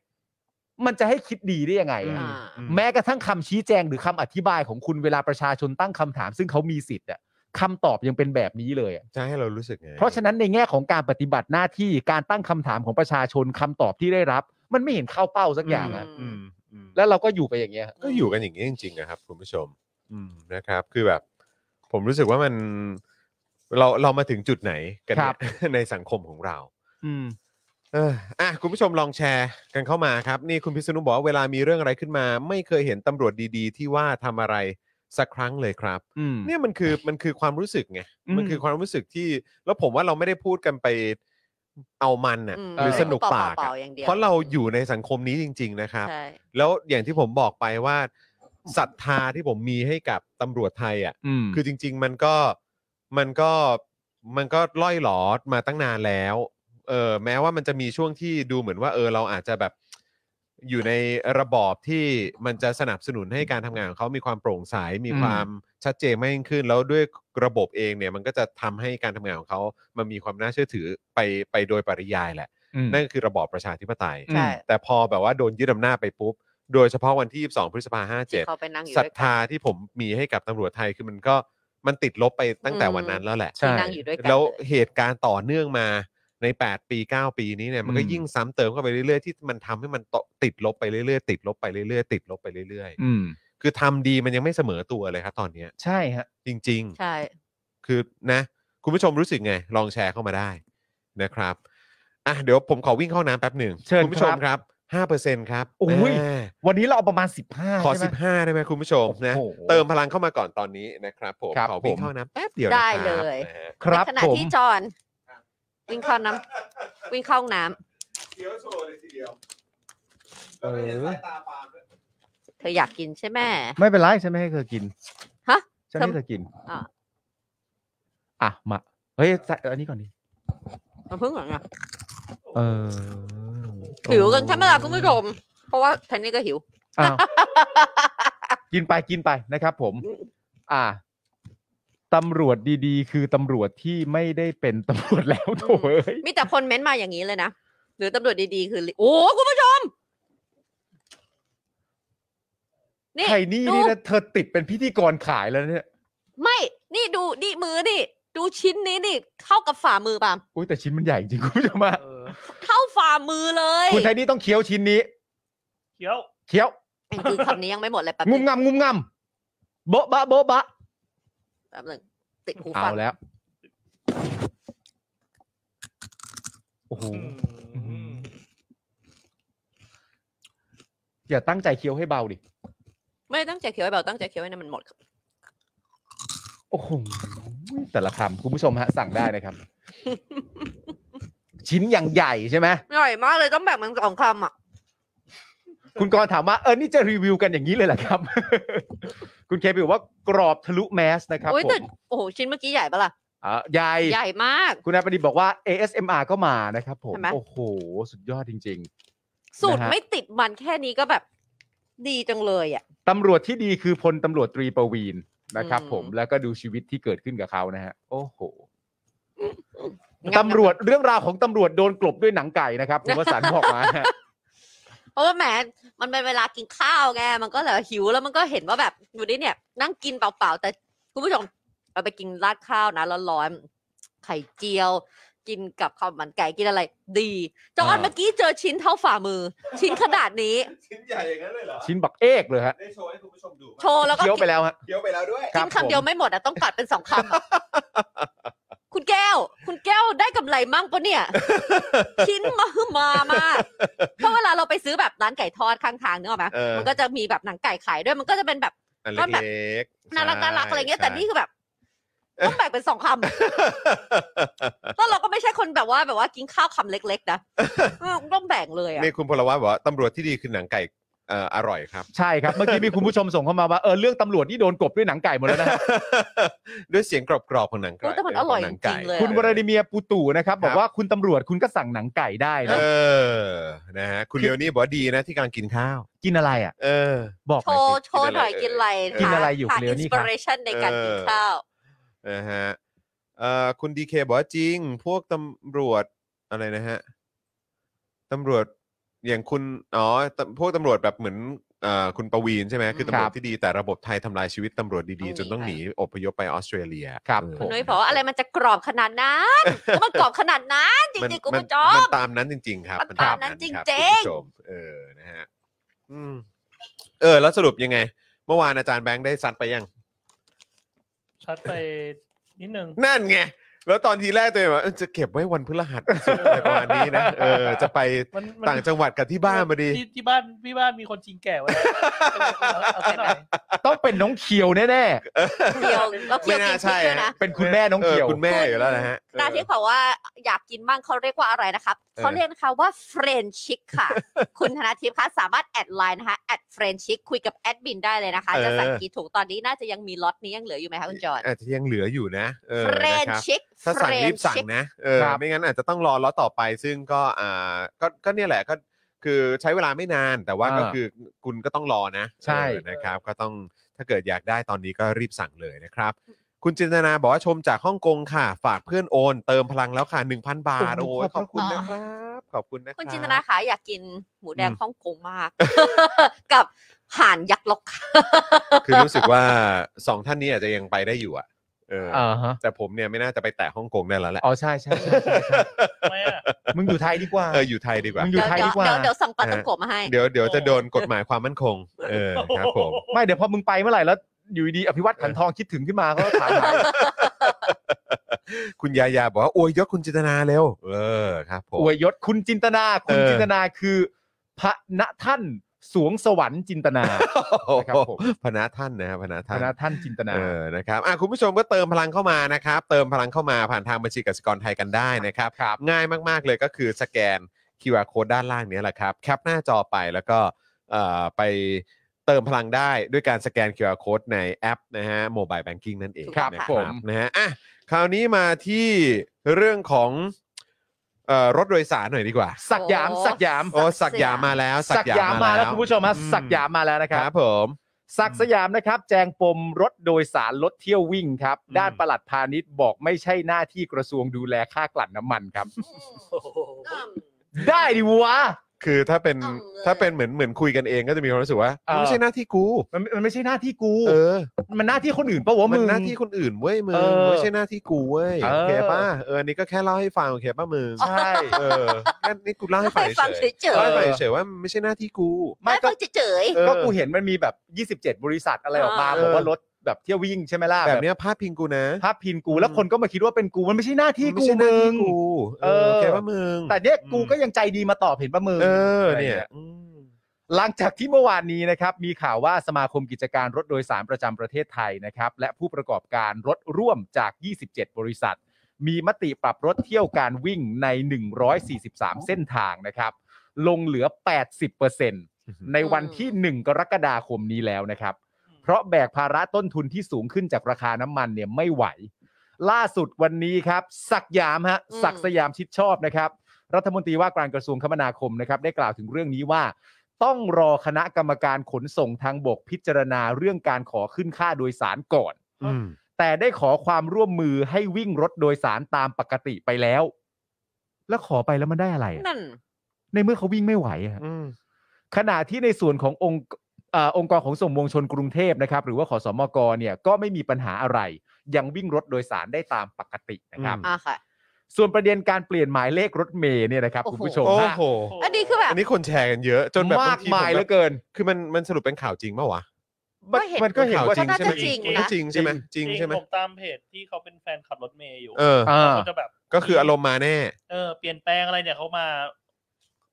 Speaker 3: มันจะให้คิดดีได้ยังไงอะ
Speaker 2: อืม
Speaker 4: อ่า
Speaker 3: แม้กระทั่งคำชี้แจงหรือคำอธิบายของคุณเวลาประชาชนตั้งคำถาม ซึ่งเขามีสิทธิ์อะคำตอบยังเป็นแบบนี้เลยอะ
Speaker 2: จะให้เรารู้สึกไง
Speaker 3: เพราะฉะนั้นในแง่ของการปฏิบัติหน้าที่การตั้งคำถามของประชาชนคำตอบที่ได้รับ มันไม่เห็นเข้าเป้าสักอย่างอะ
Speaker 2: อืมอืม
Speaker 3: แล้วเราก็อยู่ไปอย่างเงี้ย
Speaker 2: ก็อยู่กันอย่างนี้จริงๆนะครับคุณผู้ชม อืมนะครับ คือแบบ ผมรู้สึกว่ามันเราเรามาถึงจุดไหนกันเนี่ย ในสังคมของเรา
Speaker 3: อืม
Speaker 2: เอออ่ะคุณผู้ชมลองแชร์กันเข้ามาครับ นี่คุณพิษณุบอกว่าเวลามีเรื่องอะไรขึ้นมา ไม่เคยเห็นตำรวจดีๆ ที่ว่าทำอะไรสักครั้งเลยครับ
Speaker 3: อืม
Speaker 2: เนี่ยมันคือมันคือความรู้สึกไง
Speaker 3: อืม
Speaker 2: มันคือความรู้สึกที่ แล้วผมว่าเราไม่ได้พูดกันไปเอามันน่ะ
Speaker 4: ม
Speaker 2: หรือสนุกปาก
Speaker 4: เปล่
Speaker 2: อะ
Speaker 4: ๆอย่างดียว
Speaker 2: เพราะเราอยู่ในสังคมนี้จริง ๆ นะครับ
Speaker 4: ใช่
Speaker 2: แล้วอย่างที่ผมบอกไปว่าศรัทธาที่ผมมีให้กับตำรวจไทยอ่ะ
Speaker 3: อืม
Speaker 2: คือจริง ๆ มันก็มันก็มันก็ล่อยหลอดมาตั้งนานแล้วเออแม้ว่ามันจะมีช่วงที่ดูเหมือนว่า เออเราอาจจะแบบอยู่ในระบอบที่มันจะสนับสนุนให้การทำงานของเขามีความโปร่งใสมีความชัดเจนมากยิ่งขึ้น แล้วด้วยระบบเองเนี่ยมันก็จะทำให้การทำงานของเขามันมีความน่าเชื่อถือไปไปโดยปริยายแหละ
Speaker 3: อืม
Speaker 2: นั่นก็คือระบอบประชาธิปไตย
Speaker 3: อืม
Speaker 4: ใช่
Speaker 2: แต่พอแบบว่าโดนยึดอำนาจไปปุ๊บ โดยเฉพาะวันที่ 22 พฤษภา
Speaker 4: ที่
Speaker 2: 57
Speaker 4: เขาไปนั่งอยู่
Speaker 2: ศรั
Speaker 4: ด้
Speaker 2: ท
Speaker 4: วยกัน
Speaker 2: ธาที่ผมมีให้กับตำรวจไทยคือมันก็มันติดลบไปตั้งแต่วันนั้นแล้วแหละ
Speaker 3: ใช่
Speaker 4: ที่นั่งอยู่ด้วยกัน
Speaker 2: แล้ว
Speaker 4: เย
Speaker 2: เหตุการณ์ต่อเนื่องมาใน 8 ปี 9 ปีนี้เนี่ยมันก็
Speaker 3: อืม
Speaker 2: ยิ่งซ้ำเติมเข้าไปเรื่อยๆที่มันทำให้มันต่อติดลบไปเรื่อยๆติดลบไปเรื่อยๆติดลบไปเรื่อย
Speaker 3: อืม
Speaker 2: ๆ คือทำดีมันยังไม่เสมอตัวเลยครับตอนเนี้ย
Speaker 3: ใช่ฮะ
Speaker 2: จริง ๆ
Speaker 4: ใช่
Speaker 2: คือนะคุณผู้ชมรู้สึกไง ลองแชร์เข้ามาได้นะครับอ่ะเดี๋ยวผมขอวิ่งเข้าน้ำแป๊บหนึ่ง
Speaker 3: เชิญ
Speaker 2: คุณผู้ชมครับ5%ครับ
Speaker 3: โอ้ย
Speaker 2: แม่
Speaker 3: วันนี้เราเอาประมาณสิบห้า
Speaker 2: ขอ 15 ได้ไหมคุณผู้ชมนะ
Speaker 3: โอ้โห
Speaker 2: เติมพลังเข้ามาก่อนตอนนี้นะครับผม
Speaker 3: ครับ
Speaker 2: ขอวิ่
Speaker 3: ผ
Speaker 2: ง
Speaker 3: ม
Speaker 2: เข้าน้ำแป๊บเดียว
Speaker 4: ได้
Speaker 2: นะครับ
Speaker 4: เลย
Speaker 2: นะฮะ
Speaker 3: ครับ
Speaker 4: ในขณะ
Speaker 3: ผม
Speaker 4: ที่จอห์นวิ่งเข้าน้ำวิ่งเข้าห้องน้
Speaker 3: เออ
Speaker 4: ำเธออยากกินใช่ไหม
Speaker 3: ไม่เป็นไรฉันไม่ให้เธอกิน
Speaker 4: ฮะ
Speaker 3: ฉันไม่ให้เธอกิน
Speaker 4: อ่ะ
Speaker 3: อ่ะมาเฮ้ยใส่อันนี้ก่อนดิ
Speaker 4: มันเพิ่งเหรอเนี่ย
Speaker 3: เออ
Speaker 4: หิวกันใช่ไหมล่ะคุณผู้ชมเพราะว่าแทนนี่ก็หิว
Speaker 3: อ้าวกินไปกินไปนะครับ ผม อ่ะตำรวจดีๆ คือตำรวจที่ไม่ได้เป็นตำรวจแล้วโถ่เอ้ย
Speaker 4: มีแต่คนเม้นต์มาอย่างนี้เลยนะ หรือตำรวจดีๆ คือลิโอ้คุณผู้ชม นี่
Speaker 3: ไข่นี่
Speaker 4: ดู
Speaker 3: นี่นะเธอติดเป็นพิธีกรขายแล้วเนี่ย
Speaker 4: ไม่ นี่ดูนี่มือนี่ ดูชิ้นนี้นี่เท่ากับฝ่ามือป่ะ
Speaker 3: อุ้ยแต่ชิ้นมันใหญ่จริงคุณผู้ชมอะ
Speaker 6: เออ
Speaker 4: เท่าฝ่ามือเลย
Speaker 3: คุณไทยนี่ต้องเคี้ยวชิ้นนี้
Speaker 6: เคี้ยว
Speaker 3: เคี้ยว
Speaker 4: ยังคือคำนี้ยังไม่หมดเลยแป๊บ
Speaker 3: งุ
Speaker 4: นึ
Speaker 3: ม
Speaker 4: ง
Speaker 3: งำงุมงำโบ๊ะบะโบ๊ะบะ
Speaker 4: แป๊บนึงติดหูฟั
Speaker 3: เอา
Speaker 4: ง
Speaker 3: แล้วโอ้โหอย่าตั้งใจเคี้ยวให้เบาดิ
Speaker 4: ไม่ตั้งใจเคี้ยวให้เบาตั้งใจเคี้ยวให้มันหมด
Speaker 3: โอ้โหแต่ละคำคุณผู้ชมฮะสั่งได้ นะครับ ชิ้นอย่างใหญ่ใช่ไหม
Speaker 4: อร่อยมากเลยต้องแบ่งเป็นสองคำอ่ะ
Speaker 3: คุณกรณ์ถามว่าเออนี่จะรีวิวกันอย่างนี้เลยเหรอครับ คุณเคปบอกว่ากรอบทะลุแมสนะครับ
Speaker 4: โอ้ย
Speaker 3: ผ
Speaker 4: แต่
Speaker 3: ม
Speaker 4: โอ้โหชิ้นเมื่อกี้ใหญ่ปะล่ะ
Speaker 3: อ่าใหญ่
Speaker 4: ใหญ่มาก
Speaker 3: คุณนายประดิษฐ์บอกว่า ASMR ก็มานะครับผม
Speaker 4: เห็นไหม
Speaker 3: โอ้โห สุดยอดจริง
Speaker 4: สูตร
Speaker 3: นะฮะ
Speaker 4: ไม่ติดมันแค่นี้ก็แบบดีจังเลยอ่ะ
Speaker 3: ๆ ตำรวจที่ดีคือพลตำรวจตรีประวีนนะครับ
Speaker 4: อืม
Speaker 3: ผมแล้วก็ดูชีวิตที่เกิดขึ้นกับเขานะฮะ โอ้โห
Speaker 4: งับ
Speaker 3: ตำรวจเรื่องราวของตำรวจโดนกลบด้วยหนังไก่นะครับคุณวสันต์บอกมาฮะ
Speaker 4: เพราะว่าแหมมันเป็นเวลากินข้าวไงมันก็แบบหิวแล้วมันก็เห็นว่าแบบอยู่นี่เนี่ย นั่งกินเปล่าๆแต่คุณผู้ชมเอาไปกินราดข้าวนะร้อนๆไข่เจียว กินกับข้าวมันไก่กินอะไร ดีจอห์นเมื่อกี้เจอชิ้นเท่าฝ่ามือ ชิ้นขนาดนี้
Speaker 2: ชิ้นใหญ่อย่างนั้นเลยเหรอ
Speaker 3: ชิ้นบักเอกเลยฮะ
Speaker 2: ได้โชว์ให้คุณผู้ชมดู
Speaker 4: โชว์แล้วก็
Speaker 3: เคี้ยวไปแล้วฮะ
Speaker 2: เคี้ยวไปแล้วด้วย
Speaker 3: ครั
Speaker 4: กิ
Speaker 3: บ
Speaker 4: นคำเดียว
Speaker 3: ผม
Speaker 4: ไม่หมดอ่ะต้องกัดเป็นสองคำอะคุณแก้ว คุณแก้วได้กำไรมั่งปะ เนี่ย ชิ้นมหึมามากเพราะเวลาเราไปซื้อแบบร้านไก่ทอดข้างทางเนกอะไหม
Speaker 2: เออ
Speaker 4: มันก็จะมีแบบหนังไก่ขายด้วยมันก็จะเป็นแบบ
Speaker 2: อันเล็กๆ
Speaker 4: น่ารักน่ารักอะไรเงี้ยแต่นี่คือแบบต้องแบ่งเป็นสองคำ แล้วเราก็ไม่ใช่คนแบบว่าแบบว่ากินข้าวคำเล็ก ๆ นะเออต้องแบ่งเลย อ่ะ
Speaker 2: นี่คุณพลวัตบอกว่าตำรวจที่ดีคือหนังไก่เอ่ออร่อย ครับ
Speaker 3: ใช่ครับ เมื่อกี้มีคุณผู้ชมส่งเข้ามาว่าเออเรื่องตำรวจที่โดนกลบด้วยหนังไก่หมดแล้วนะฮะ
Speaker 2: ด้วยเสียงกรอบๆของหนังไก่
Speaker 4: โอ้แต่มันอร่อย
Speaker 2: ข
Speaker 4: จ
Speaker 2: หงไก่
Speaker 4: ริงๆเลย
Speaker 3: คุณว
Speaker 4: อะ
Speaker 3: รดิเมียร์ปูตู่นะครับบอกว่าคุณตำรวจคุณก็สั่งหนังไก่ได้
Speaker 2: เอ
Speaker 3: นะ
Speaker 2: อนะฮะคุณเลียวนี่บอกว่าดีนะที่กำลังกินข้าว
Speaker 3: กินอะไรอ่ะ
Speaker 2: เออ
Speaker 3: บอก
Speaker 4: โช
Speaker 3: หน่อย
Speaker 4: ว์
Speaker 3: สิ
Speaker 4: โชว์หน่อย
Speaker 2: กิ
Speaker 4: กิ
Speaker 2: น
Speaker 4: น
Speaker 2: อะ
Speaker 4: อะไร ไร
Speaker 2: เอ่ย
Speaker 3: กินอะไรอยู่
Speaker 4: หา
Speaker 3: เคลียร์นี่
Speaker 4: อิน
Speaker 3: ค
Speaker 4: ส
Speaker 3: รับ
Speaker 4: ปิเรชันในการกิน
Speaker 2: เออ
Speaker 4: ข้าว
Speaker 2: นะฮะเอ่อคุณดีเคบอกว่าจริง พวกตำรวจอะไรนะฮะตำรวจอย่างคุณอ๋อตำพวกตำรวจแบบเหมือนเอ่อคุณประวีนใช่ไหมคือตำรวจที่ดีแต่ระบบไทยทำลายชีวิตตำรวจดีๆ จ
Speaker 4: ต้
Speaker 2: น
Speaker 4: องหนี
Speaker 2: ต้องหนีอพยพไปออสเตรเลีย
Speaker 3: ครับ
Speaker 2: เออ
Speaker 3: ผ
Speaker 4: คุ
Speaker 3: ม
Speaker 4: ณนุ้ยบอกว่าอะไรมันจะกรอบขนาดนั้นก็มันกรอบขนาดนั้นจ
Speaker 2: มัน
Speaker 4: ริงๆคุณ
Speaker 2: มัน
Speaker 4: ผู้ชม
Speaker 2: มันตามนั้นจริง ๆ ครับ
Speaker 4: มันตามนั้น
Speaker 2: คบ
Speaker 4: จริงๆ
Speaker 2: คุณผู้ชมเออนะฮะอืมเออ แล้วสรุปยังไง เมื่อวานอาจารย์แบงค์ได้ซัดไปยัง
Speaker 6: ชัดไปนิดนึง
Speaker 2: นั่นไง แล้วตอนทีแรกตัวเองว่าเออจะเก็บไว้วันพฤหัสอะไรประมาณนี้นะเออจะไป
Speaker 6: มันมัน
Speaker 2: ต่างจังหวัดกับที่บ้านมาดี
Speaker 6: ที่ที่บ้านพี่บ้านมีคนจริงแก่ไว้แล้วเอาสักหน่อย
Speaker 3: ต้องเป็นน้องเคียวแน่
Speaker 4: เคียวแล้วเคียว
Speaker 2: ไม่
Speaker 4: กิ
Speaker 2: น่าน
Speaker 4: พ
Speaker 2: ใช่
Speaker 4: ริกด้วยนะ
Speaker 3: ๆเป็นคุณแม่น้องเคียว
Speaker 2: คุณแม่อยู่แล้วนะฮะ
Speaker 4: นาทิพย์บอกว่าอยากกินบ้างเขาเรียกว่าอะไรนะครับเขาเรียกนะคะว่าเฟรนชิกค่ะ คุณธนาทิพย์คะสามารถแอดไลน์นะคะแอดเฟรนชิกคุยกับแอดมินได้เลยนะคะ จะสั่งกี่ถุงตอนนี้น่าจะยังมีล็อตนี้ยังเหลืออยู่ไหมคะคุณจอห์น
Speaker 2: อาจจะยังเหลืออยู่นะเออ
Speaker 4: เฟรน
Speaker 2: นะครับ
Speaker 4: ชิก
Speaker 2: ถ้าสั่งรีบสั่งนะ เออ
Speaker 3: ครับ
Speaker 2: ไม่งั้นอาจจะต้องรอล้อตต่อไป ซึ่งก็อ่าก็ก็เนี่ยแหละก็คือใช้เวลาไม่นานแต่ว่าก็คือคุณก็ต้องรอนะ
Speaker 3: ใช่
Speaker 2: เออนะครับ ก็ต้องถ้าเกิดอยากได้ตอนนี้ก็รีบสั่งเลยนะครับ คุณจินตนาบอกว่าชมจากฮ่องกงค่ะ ฝากเพื่อนโอน เติมพลังแล้วค่ะ 1,000 บาทโอ้ยขอบคุณนะครับ ขอบคุณนะครับ
Speaker 4: คุณจินตนาคะอยากกินหมูแดง
Speaker 2: อืม
Speaker 4: ฮ่องกงมาก กับห่านยักษ์ล็อกค่ะ
Speaker 2: คือรู้สึกว่าสองท่านนี้อาจจะยังไปได้อยู่อ่ะเออ
Speaker 3: อ่าฮะ
Speaker 2: แต่ผมเนี่ยไม่น่าจะไปแตะฮ่องกงได้แล้วแหละ
Speaker 3: อ๋อใช่ใช่ใช่ใช่ใช่
Speaker 6: ทำไมอ่ะ
Speaker 3: มึงอยู่ไทยดีกว่า
Speaker 2: เอออยู่ไทยดีกว่า
Speaker 3: มันอยู่
Speaker 4: เดี๋ยว
Speaker 3: ไทย
Speaker 4: เดี๋ยว
Speaker 3: กว่า
Speaker 4: เดี๋ยวเดี๋ยวสั่งปลาตะโกะมาให้
Speaker 2: เดี๋ยวเดี๋ยวจะโดนกฎหมายความมั่นคง เออ ครับผม
Speaker 3: ไม่เดี๋ยวพอมึงไปเมื่อไหร่แล้ว อยู่ดีๆอภิวัตขันทองคิดถึงขึ้นมาก็ถามหา
Speaker 2: คุณยายาบอกว่า โอยยศคุณจินตนาเร็ว เออครับผม
Speaker 3: อวยย ศคุณจินตนา คุณ
Speaker 2: เออ
Speaker 3: จินตนาคือ พระณท่านสวงสวรรค์จินตนา นะครับผม
Speaker 2: พนะท่านนะครับพนะ
Speaker 3: พ
Speaker 2: ท่าน
Speaker 3: ระท่านจินตนา
Speaker 2: เออ นะครับอ่ะคุณผู้ชมก็เติมพลังเข้ามานะครับ เติมพลังเข้ามาผ่านทางบัญชีกสิกรไทยกันได้นะครับ ง่ายมากๆเลยก็คือสแกน QR code ด้านล่างเนี้แหละครับ แคปหน้าจอไปแล้วก็เอ่อไปเติมพลังได้ด้วยการสแกน QR code ในแอปนะฮะโมบายแบงกิ้งนั่นเอง
Speaker 4: ครับ
Speaker 2: นะ
Speaker 3: ผม
Speaker 2: นะฮะอ่ะคราวนี้มาที่เรื่องของเอ่อรถโดยสารหน่อยดีกว่า
Speaker 3: สักยาม
Speaker 4: โอ้
Speaker 3: สักยาม
Speaker 2: โอ้สักยามมาแล้ว
Speaker 3: สักยามมาแล้วคุณผู้ชมฮะ
Speaker 2: อื
Speaker 3: สักยามมาแล้วนะค
Speaker 2: ค
Speaker 3: รั
Speaker 2: รับ บผม
Speaker 3: ศักดิ์สยามนะครับ แจงปมรถโดยสารรถเที่ยววิ่งครับ
Speaker 2: อืม
Speaker 3: ด้านปลัดพาณิชย์บอกไม่ใช่หน้าที่กระทรวงดูแลค่ากลั่นน้ำมันครับ ได้ดิวะ
Speaker 2: คือถ้าเป็น
Speaker 4: เอาเลย
Speaker 2: ถ้าเป็นเหมือนเหมือนคุยกันเองก็จะมีความรู้สึกว่า
Speaker 3: เออ
Speaker 2: ไม่ใช่หน้าที่กู
Speaker 3: มันมันไม่ใช่หน้าที่กู
Speaker 2: เออ
Speaker 3: มันหน้าที่คนอื่นปะวะ
Speaker 2: มั
Speaker 3: มึ
Speaker 2: น
Speaker 3: ง
Speaker 2: หน้าที่คนอื่นเว้ยมึง
Speaker 3: เออ
Speaker 2: ไม่ใช่หน้าที่กูเว้ย
Speaker 3: เออ
Speaker 2: โอเคป่ะเอออันนี้ก็แค่เล่าให้ฟังโอเคป่ะมึง
Speaker 3: ใช่
Speaker 2: เออแค่นี่กูเล่าให้
Speaker 4: ไป
Speaker 2: ฟัง
Speaker 4: ฟัง
Speaker 2: เฉ
Speaker 4: เฉ
Speaker 2: ย
Speaker 4: ย
Speaker 2: ๆเล่าให้
Speaker 3: ไป
Speaker 2: ฟังเฉยๆว่ามันไม่ใช่หน้าที่กู
Speaker 4: ๆไม่ฟังเฉย
Speaker 2: เออ
Speaker 3: ก็กูเห็นมันมีแบบ 27 บริษัทอะไรออกมา
Speaker 2: เออ
Speaker 3: บอกว่ารถแบบเที่ยววิ่งใช่ไหมล่ะ
Speaker 2: แบบเนี้ยพาดพิงกูนะ
Speaker 3: ภาพพินกูแล้วคนก็มาคิดว่าเป็นกูมันไม่ใช่หน้าที่
Speaker 2: ไม่
Speaker 3: กู
Speaker 2: ใช่หน้า
Speaker 3: มึ
Speaker 2: ที่
Speaker 3: ง
Speaker 2: กูเออ
Speaker 3: เออ
Speaker 2: โอเคป่ะมึง
Speaker 3: แต่เนี้ยกูก็ยังใจดีมาตอบเห็นปะมึง
Speaker 2: เออ
Speaker 3: ไร
Speaker 2: เนี่ย
Speaker 3: งี้ หลังจากที่เมื่อวานนี้นะครับมีข่าวว่าสมาคมกิจการรถโดยสารประจำประเทศไทยนะครับและผู้ประกอบการรถร่วมจาก 27 บริษัท มีมติปรับรถเที่ยวการวิ่งใน 143 เส้นทางนะครับ ลงเหลือ 80%ในวันที่ 1 กรกฎาคมนี้แล้วนะครับ เพราะแบกภาระต้นทุนที่สูงขึ้นจากราคาน้ำมันเนี่ยไม่ไหว ล่าสุดวันนี้ครับ ศักดิ์ยามฮะ
Speaker 4: อืม
Speaker 3: ศักดิ์สยามชิดชอบนะครับ รัฐมนตรีว่าการกระทรวงคมนาคมนะครับ ได้กล่าวถึงเรื่องนี้ว่า ต้องรอคณะกรรมการขนส่งทางบกพิจารณาเรื่องการขอขึ้นค่าโดยสารก่อน
Speaker 2: อืม
Speaker 3: แต่ได้ขอความร่วมมือให้วิ่งรถโดยสารตามปกติไปแล้ว แล้วขอไปแล้วมันได้อะไร
Speaker 4: ๆ
Speaker 3: อะ
Speaker 4: นั่น
Speaker 3: ในเมื่อเขาวิ่งไม่ไหวอะ
Speaker 2: อืม
Speaker 3: ขณะที่ในส่วนขององค์เอ่อองค์กรของส่งมวลชนกรุงเทพนะครับ หรือว่าขอสมกเนี่ยก็ไม่มีปัญหาอะไร ยังวิ่งรถโดยสารได้ตามปกตินะครับ
Speaker 2: อืม
Speaker 4: อ่ะค่ะ
Speaker 3: ส่วนประเด็นการเปลี่ยนหมายเลขรถเมย์เนี่ยนะครับ คุณผู้ชม
Speaker 2: โอ้
Speaker 3: ฮะ
Speaker 2: โห
Speaker 4: อันนี้คือแบบ
Speaker 2: อันนี้คนแชร์กันเยอะจนแบบบาม
Speaker 3: าง ก
Speaker 2: ที
Speaker 3: มาย
Speaker 2: ผ
Speaker 3: เห
Speaker 2: แบ
Speaker 3: ลื
Speaker 2: บ
Speaker 3: อเกิน
Speaker 2: คือมันมันสรุปเป็นข่าวจริงเปล่าวะ
Speaker 3: มันมันก็เห็นว่า
Speaker 4: ก็น่าจะ
Speaker 2: จริง
Speaker 4: จริงนะ
Speaker 2: ก็จริงใช่ไหมจริงใช่ไหม
Speaker 6: ผมตามเพจที่เขาเป็นแฟนขับรถเมย์อยู่
Speaker 2: เออ
Speaker 3: อ่า
Speaker 6: เขาจะแบบ
Speaker 2: ก็คืออารมณ์มาแน่
Speaker 6: เออเปลี่ยนแปลงอะไรเนี่ยเขามา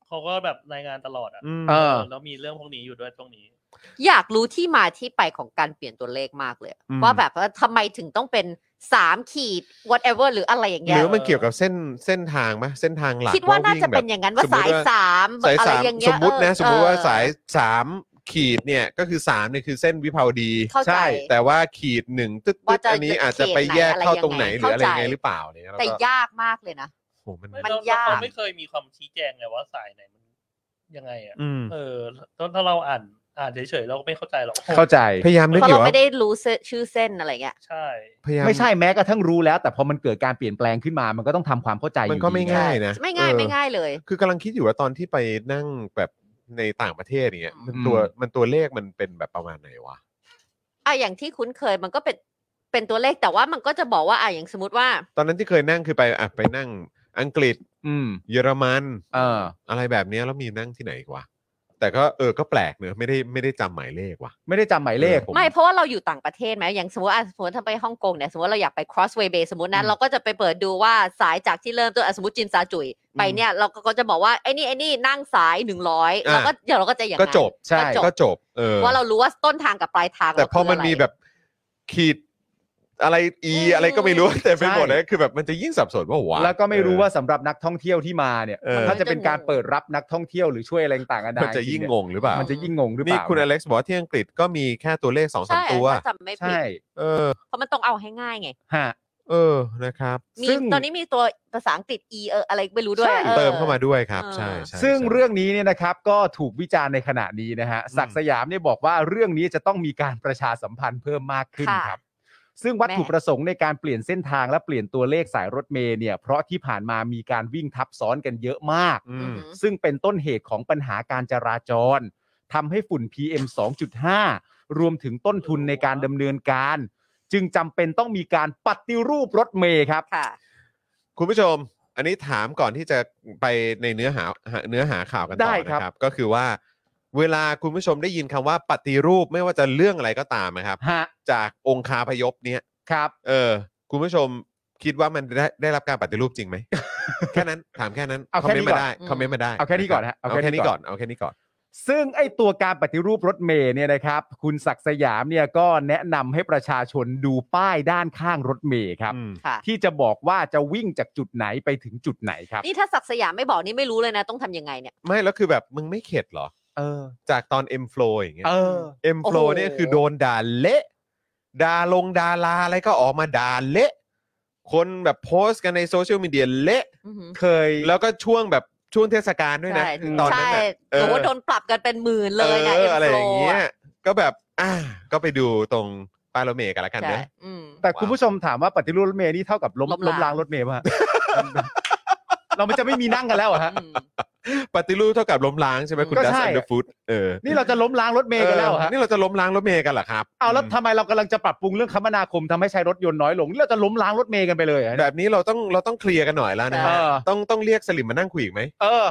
Speaker 6: เขาก็แบบรายงานตลอดอ่ะ
Speaker 2: อืม
Speaker 3: เออ
Speaker 6: แล้วมีเรื่องพวกนี้อยู่ด้วยตรงนี้
Speaker 4: อยากรู้ที่มาที่ไปของการเปลี่ยนตัวเลขมากเลยอะ
Speaker 2: อืม
Speaker 4: ว่าแบบว่าทำไมถึงต้องเป็นสามขีด whatever หรืออะไรอย่าง
Speaker 2: ห
Speaker 4: เงี้
Speaker 2: รื
Speaker 4: ย
Speaker 2: อมันเกี่ยวกับเส้นเส้นทางไหมเส้นทางหลัก
Speaker 4: คิดว่าน่าจะ
Speaker 2: งแบบ
Speaker 4: เป็นอย่างนั้นว่า
Speaker 2: สมมุติ
Speaker 4: สาย
Speaker 2: ว่า
Speaker 4: สาม
Speaker 2: สาย
Speaker 4: อะไร
Speaker 2: สาม
Speaker 4: อย่างเงี้
Speaker 2: ส
Speaker 4: ย
Speaker 2: มมตินะ
Speaker 4: เออ
Speaker 2: สมมติว่า
Speaker 4: เออ
Speaker 2: สายสามขีดเนี่ยก็คือสามเนี่ยคือเส้นวิภาวดี
Speaker 4: เข้าใจ
Speaker 2: แต่ว่าขีดหนึ่งตึ๊ด
Speaker 4: ว่า
Speaker 2: ตึ๊ด
Speaker 4: จะ
Speaker 2: อันนี้อาจจะไปแยกเข้าตรงไหนหรืออะไรยังไง
Speaker 4: เข้าใจ
Speaker 2: หรือเปล่าเนี่ยแล้ว
Speaker 4: แต่
Speaker 2: ก็
Speaker 4: ยากมากเลยนะ
Speaker 2: โอ้โหมัน
Speaker 6: ไม่
Speaker 4: มัน
Speaker 6: แล้ว
Speaker 4: ยาก
Speaker 6: แล้วเขไม่เคยมีความชี้แจงไงว่าสายไหนมันยังไงอ่ะ
Speaker 2: อืม
Speaker 6: เออถ้าถ้าเราอ่านอ่านเฉยๆเราก็ไม่เข้าใจหรอก
Speaker 3: เข้าใจ
Speaker 2: พยายามนึก
Speaker 4: เพราะ
Speaker 2: อ
Speaker 4: เรา
Speaker 2: ยู่ว่า
Speaker 4: ไม่ได้รู้เส้นชื่อเส้นอะไรเงี้ย
Speaker 6: ใช่
Speaker 2: พยายาม
Speaker 3: ไม่ใช่แม้กระทั่งรู้แล้ว แต่พอมันเกิดการเปลี่ยนแปลงขึ้นมา มันก็ต้องทำความเข้าใจ
Speaker 2: มันก็ไม่
Speaker 3: อยู่ดี
Speaker 2: ง่ายนะ
Speaker 4: ไม่ง่าย
Speaker 2: เออ
Speaker 4: ไม่ง่ายเลย
Speaker 2: คือกำลังคิดอยู่ว่าตอนที่ไปนั่งแบบในต่างประเทศอย่างเงี้ยมันตัวมันตัวเลขมันเป็นแบบประมาณไหนวะ
Speaker 4: อ่ะอย่างที่คุ้นเคยมันก็เป็นเป็นตัวเลขแต่ว่ามันก็จะบอกว่าอ่ะอย่างสมมติว่า
Speaker 2: ตอนนั้นที่เคยนั่งคือไปอ่ะไปนั่งอังกฤษ
Speaker 3: อืม
Speaker 2: เยอรมัน
Speaker 3: เออ
Speaker 2: อะไรแบบเนี้ยแล้วมีนั่งที่ไหนอีกวะแต่ก็เออก็แปลกเนอะไม่ได้ไม่ได้จำหมายเลขว่ะ
Speaker 3: ไม่ได้จำหมายเลข
Speaker 2: ผม
Speaker 4: ไม่เพราะว่าเราอยู่ต่างประเทศไหมอย่างสมมติอ่ะสมมติถ้าไปฮ่องกงเนี่ยสมมติเราอยากไป crossway bay สมมตินะ
Speaker 3: อืม
Speaker 4: เราก็จะไปเปิดดูว่าสายจากที่เริ่มต้นอ่ะสมมติจิมซาจุยไปเนี่ยเราก็จะบอกว่าไอ้นี่ไอ้นี่นั่งสายหนึ่งร้อยเราก็เดี๋ยวเราก็จะอย่าง
Speaker 2: ก็
Speaker 4: นั้น
Speaker 2: จบ
Speaker 3: ใช่
Speaker 4: ก็จบ
Speaker 2: ก็จบเออ
Speaker 4: ว่าเรารู้ว่าต้นทางกับปลายทาง
Speaker 2: แต่พอมัน
Speaker 4: เราคืะไร
Speaker 2: มีแบบขีดอะไรอี
Speaker 4: อืม
Speaker 2: อะไรก็ไม่รู้ แต่ไป
Speaker 3: ใช่
Speaker 2: หมดเลยคือแบบมันจะยิ่งสับสนว่าวะ
Speaker 3: แล้วก็ไม่รู้ว่าสำหรับนักท่องเที่ยวที่มาเนี่ย
Speaker 2: เออ
Speaker 3: ถ้าจะเป็นการเปิดรับนักท่องเที่ยวหรือช่วยอะไรต่างๆนานา
Speaker 2: มันจะยิ่งงงหรือเปล่า
Speaker 3: มันจะยิ่งงงหรือเป
Speaker 2: นี่
Speaker 3: ล่า
Speaker 2: คุณอเล็กซ์บอกว่าที่อังกฤษก็มีแค่ตัวเลขสองสา
Speaker 4: ใช่
Speaker 2: มตัว
Speaker 4: ถ้าจำไม่ผิด
Speaker 3: ใช่
Speaker 4: เพราะมันต้องเอาให้ง่ายไง
Speaker 3: ฮะ
Speaker 2: เออนะครับ
Speaker 4: มี
Speaker 3: ซึ่ง
Speaker 4: ตอนนี้มีตัวภาษาอังกฤษ e เอออะไรไม่รู้ด้วยออ
Speaker 2: เติมเข้ามาด้วยครับ
Speaker 4: เออ
Speaker 2: ใช่ใช่
Speaker 3: ซึ่ง
Speaker 2: ใช่
Speaker 3: เรื่องนี้เนี่ยนะครับก็ถูกวิจารณ์ในขณะนี้นะฮะศักดิ์สยามเนี่ยบอกว่าเรื่องนี้จะต้องมีการประชาสัมพันธ์เพิ่มมากขึ้น
Speaker 4: ค่ะ
Speaker 3: ครับ ซึ่งวัตถุ
Speaker 4: แม่
Speaker 3: ประสงค์ในการเปลี่ยนเส้นทางและเปลี่ยนตัวเลขสายรถเมล์เนี่ยเพราะที่ผ่านมามีการวิ่งทับซ้อนกันเยอะมาก
Speaker 2: อื
Speaker 4: อื
Speaker 2: ม
Speaker 4: ม
Speaker 3: ซึ่งเป็นต้นเหตุของปัญหาการจราจรทำให้ฝุ่น PM 2.5 รวมถึงต้นทุนในการดำเนินการ จึงจำเป็นต้องมีการปฏิรูปรถเมล์ครับ
Speaker 4: ค่ะ
Speaker 2: คุณผู้ชม อันนี้ถามก่อนที่จะไปในเนื้อหาเนื้อหาข่าวกันต่
Speaker 3: ได้
Speaker 2: อ
Speaker 3: ครั
Speaker 2: นะ
Speaker 3: บ
Speaker 2: ครับ ก็คือว่า เวลาคุณผู้ชมได้ยินคำว่าปฏิรูปไม่ว่าจะเรื่องอะไรก็ตามนะครับ
Speaker 3: ฮะ
Speaker 2: จากองคาพยพเนี้ย
Speaker 3: ครับ
Speaker 2: เออ คุณผู้ชมคิดว่ามันได้ได้รับการปฏิรูปจริง ไหม แค่นั้นถามแค่นั้น
Speaker 3: เอา
Speaker 2: คอม
Speaker 3: แค่
Speaker 2: เมน
Speaker 3: นี้
Speaker 2: ต์มาได้
Speaker 4: ก่อน
Speaker 2: คอมเมนต์มาได้
Speaker 3: เอาแค่นี้ก่อนฮะ
Speaker 2: เอา
Speaker 3: เอา
Speaker 2: แค่
Speaker 3: แค่นี้
Speaker 2: นี้
Speaker 3: ก่
Speaker 2: ก่อ
Speaker 3: อน น
Speaker 2: เอาแค่นี้ก่อน
Speaker 3: ซึ่งไอตัวการปฏิรูปรถเมย์เนี่ยนะครับ คุณศักดิ์สยามเนี่ยก็แนะนำให้ประชาชนดูป้ายด้านข้างรถเมย์ครับ
Speaker 2: อืม
Speaker 4: ค่ะ
Speaker 3: ที่จะบอกว่าจะวิ่งจากจุดไหนไปถึงจุดไหนครับ
Speaker 4: นี่ถ้าศักดิ์สยามไม่บอกนี่ไม่รู้เลยนะ ต้องทำยังไงเนี่ย
Speaker 2: ไม่แล้วคือแบบมึงไม่เข็ดเหรอ
Speaker 3: เออ
Speaker 2: จากตอน M Flow อย่างเงี้ย
Speaker 3: เออ
Speaker 2: M
Speaker 4: โอ้
Speaker 2: Flow
Speaker 4: โห
Speaker 2: เนี่ยคือโดนด่าเละด่าลงด่าลาอะไรก็ออกมาด่าเละ คนแบบโพสต์กันในโซเชียลมีเดียเละ
Speaker 4: อือหือ
Speaker 3: เคย
Speaker 2: แล้วก็ช่วงแบบช่วงเทศกาลด้วยนะ
Speaker 4: ใช่
Speaker 2: ตอนนั้น
Speaker 4: ใช่
Speaker 2: น่ะเอ
Speaker 4: โอ้โห
Speaker 2: อ
Speaker 4: โดนปรับกันเป็นหมื่นเลยนะ
Speaker 2: เอ
Speaker 4: เอ็
Speaker 2: อ
Speaker 4: ม
Speaker 2: อะไร
Speaker 4: โฟ
Speaker 2: อย่างเงี้ยก็แบบอ่ะก็ไปดูตรงป้ายรถเมล์กันละกัน
Speaker 4: ใช่
Speaker 2: นะ
Speaker 4: อืม
Speaker 3: แต่คุณผู้ชมถามว่าปฏิรูปรถเมย์นี่เท่ากับล้ม
Speaker 4: ล้มล้า
Speaker 3: ล้มล้า
Speaker 4: ง
Speaker 3: งรถเมย์ป่ะ เรามันจะไม่มีนั่งกันแล้วเหรอฮะ
Speaker 4: อืม
Speaker 2: ปฏิรูปเท่ากับล้มล้างใช่ไหมคุณ
Speaker 3: ก็
Speaker 2: ดัส
Speaker 3: ใช่
Speaker 2: อันเดอร์ฟูดเออ
Speaker 3: นี่เราจะล้มล้างรถเมย์กันแล้วเหรอฮะ
Speaker 2: นี่เราจะล้มล้างรถเมย์กันเหรอครับ
Speaker 3: เอาแล้วทำไมเรากำลังจะปรับปรุงเรื่องคมนาคมทำให้ใช้รถยนต์น้อยลงนี่เราจะล้มล้างรถเมย์กันไปเลยเหรอ
Speaker 2: แบ
Speaker 3: เนี่ย
Speaker 2: บนี้เราต้องเราต้องเคลียร์กันหน่อยแล้วนะฮะ
Speaker 3: เออ
Speaker 2: ต้องต้องเรียกสลิมมานั่งคุยอีกไหม
Speaker 3: เออ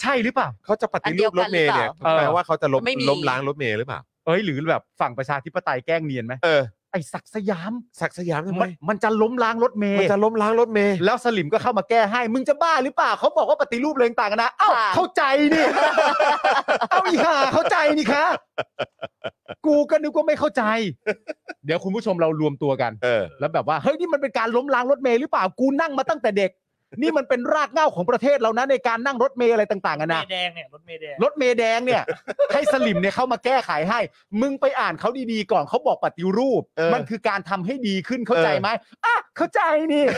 Speaker 3: ใช่หรือเปล่า
Speaker 2: เขาจะปฏิรูปรถเมย์เนี่ย
Speaker 3: อันเดียวกันหรือเปล่า
Speaker 2: แปลว่าเขาจะล้ม
Speaker 7: ไม่มี
Speaker 2: ล้มล้างรถเมย์หรือเปล่า
Speaker 3: เอ้ยหรือแบบฝั่งประชาธิปไตยแกล้งเนียนไหม
Speaker 2: เออ
Speaker 3: ไอ้ศักดิ์สยาม
Speaker 2: ศักดิ์สยามทำ
Speaker 3: มั
Speaker 2: ไม
Speaker 3: นมันจะล้มล้างรถเมย์
Speaker 2: มันจะล้มล้างรถเมย์
Speaker 3: แล้วสลิมก็เข้ามาแก้ให้ มึงจะบ้าหรือเปล่าเขาบอกว่าปฏิรูปเลยต่างกันนะเอ้า
Speaker 4: ค่ะ
Speaker 3: เข้าใจ นี่ เอ้าอีห่าเข้าใจนี่คะกูก็นึกว่าไม่เข้าใจ เดี๋ยวคุณผู้ชมเรารวมตัวกัน
Speaker 2: เออ
Speaker 3: แล้วแบบว่าเฮ้ยนี่มันเป็นการล้มล้างรถเมล์หรือเปล่ากูนั่งมาตั้งแต่เด็ก นี่มันเป็นรากเหง้าของประเทศเรานะในการนั่งรถเมล์อะไรต่างๆกั
Speaker 6: รถ
Speaker 3: น
Speaker 6: เม
Speaker 3: นะ
Speaker 6: ย์แดงเนี่ยรถเมย์แดง
Speaker 3: รถเมล์แดง เนี่ย ให้สลิมเนี่ยเข้ามาแก้ไขให้ มึงไปอ่านเขาดีๆก่อนเขาบอกปฏิรูป
Speaker 2: เออ
Speaker 3: มันคือการทำให้ดีขึ้นเข้าใจ
Speaker 2: เออ
Speaker 3: ไหมอ่ะเข้าใจนี่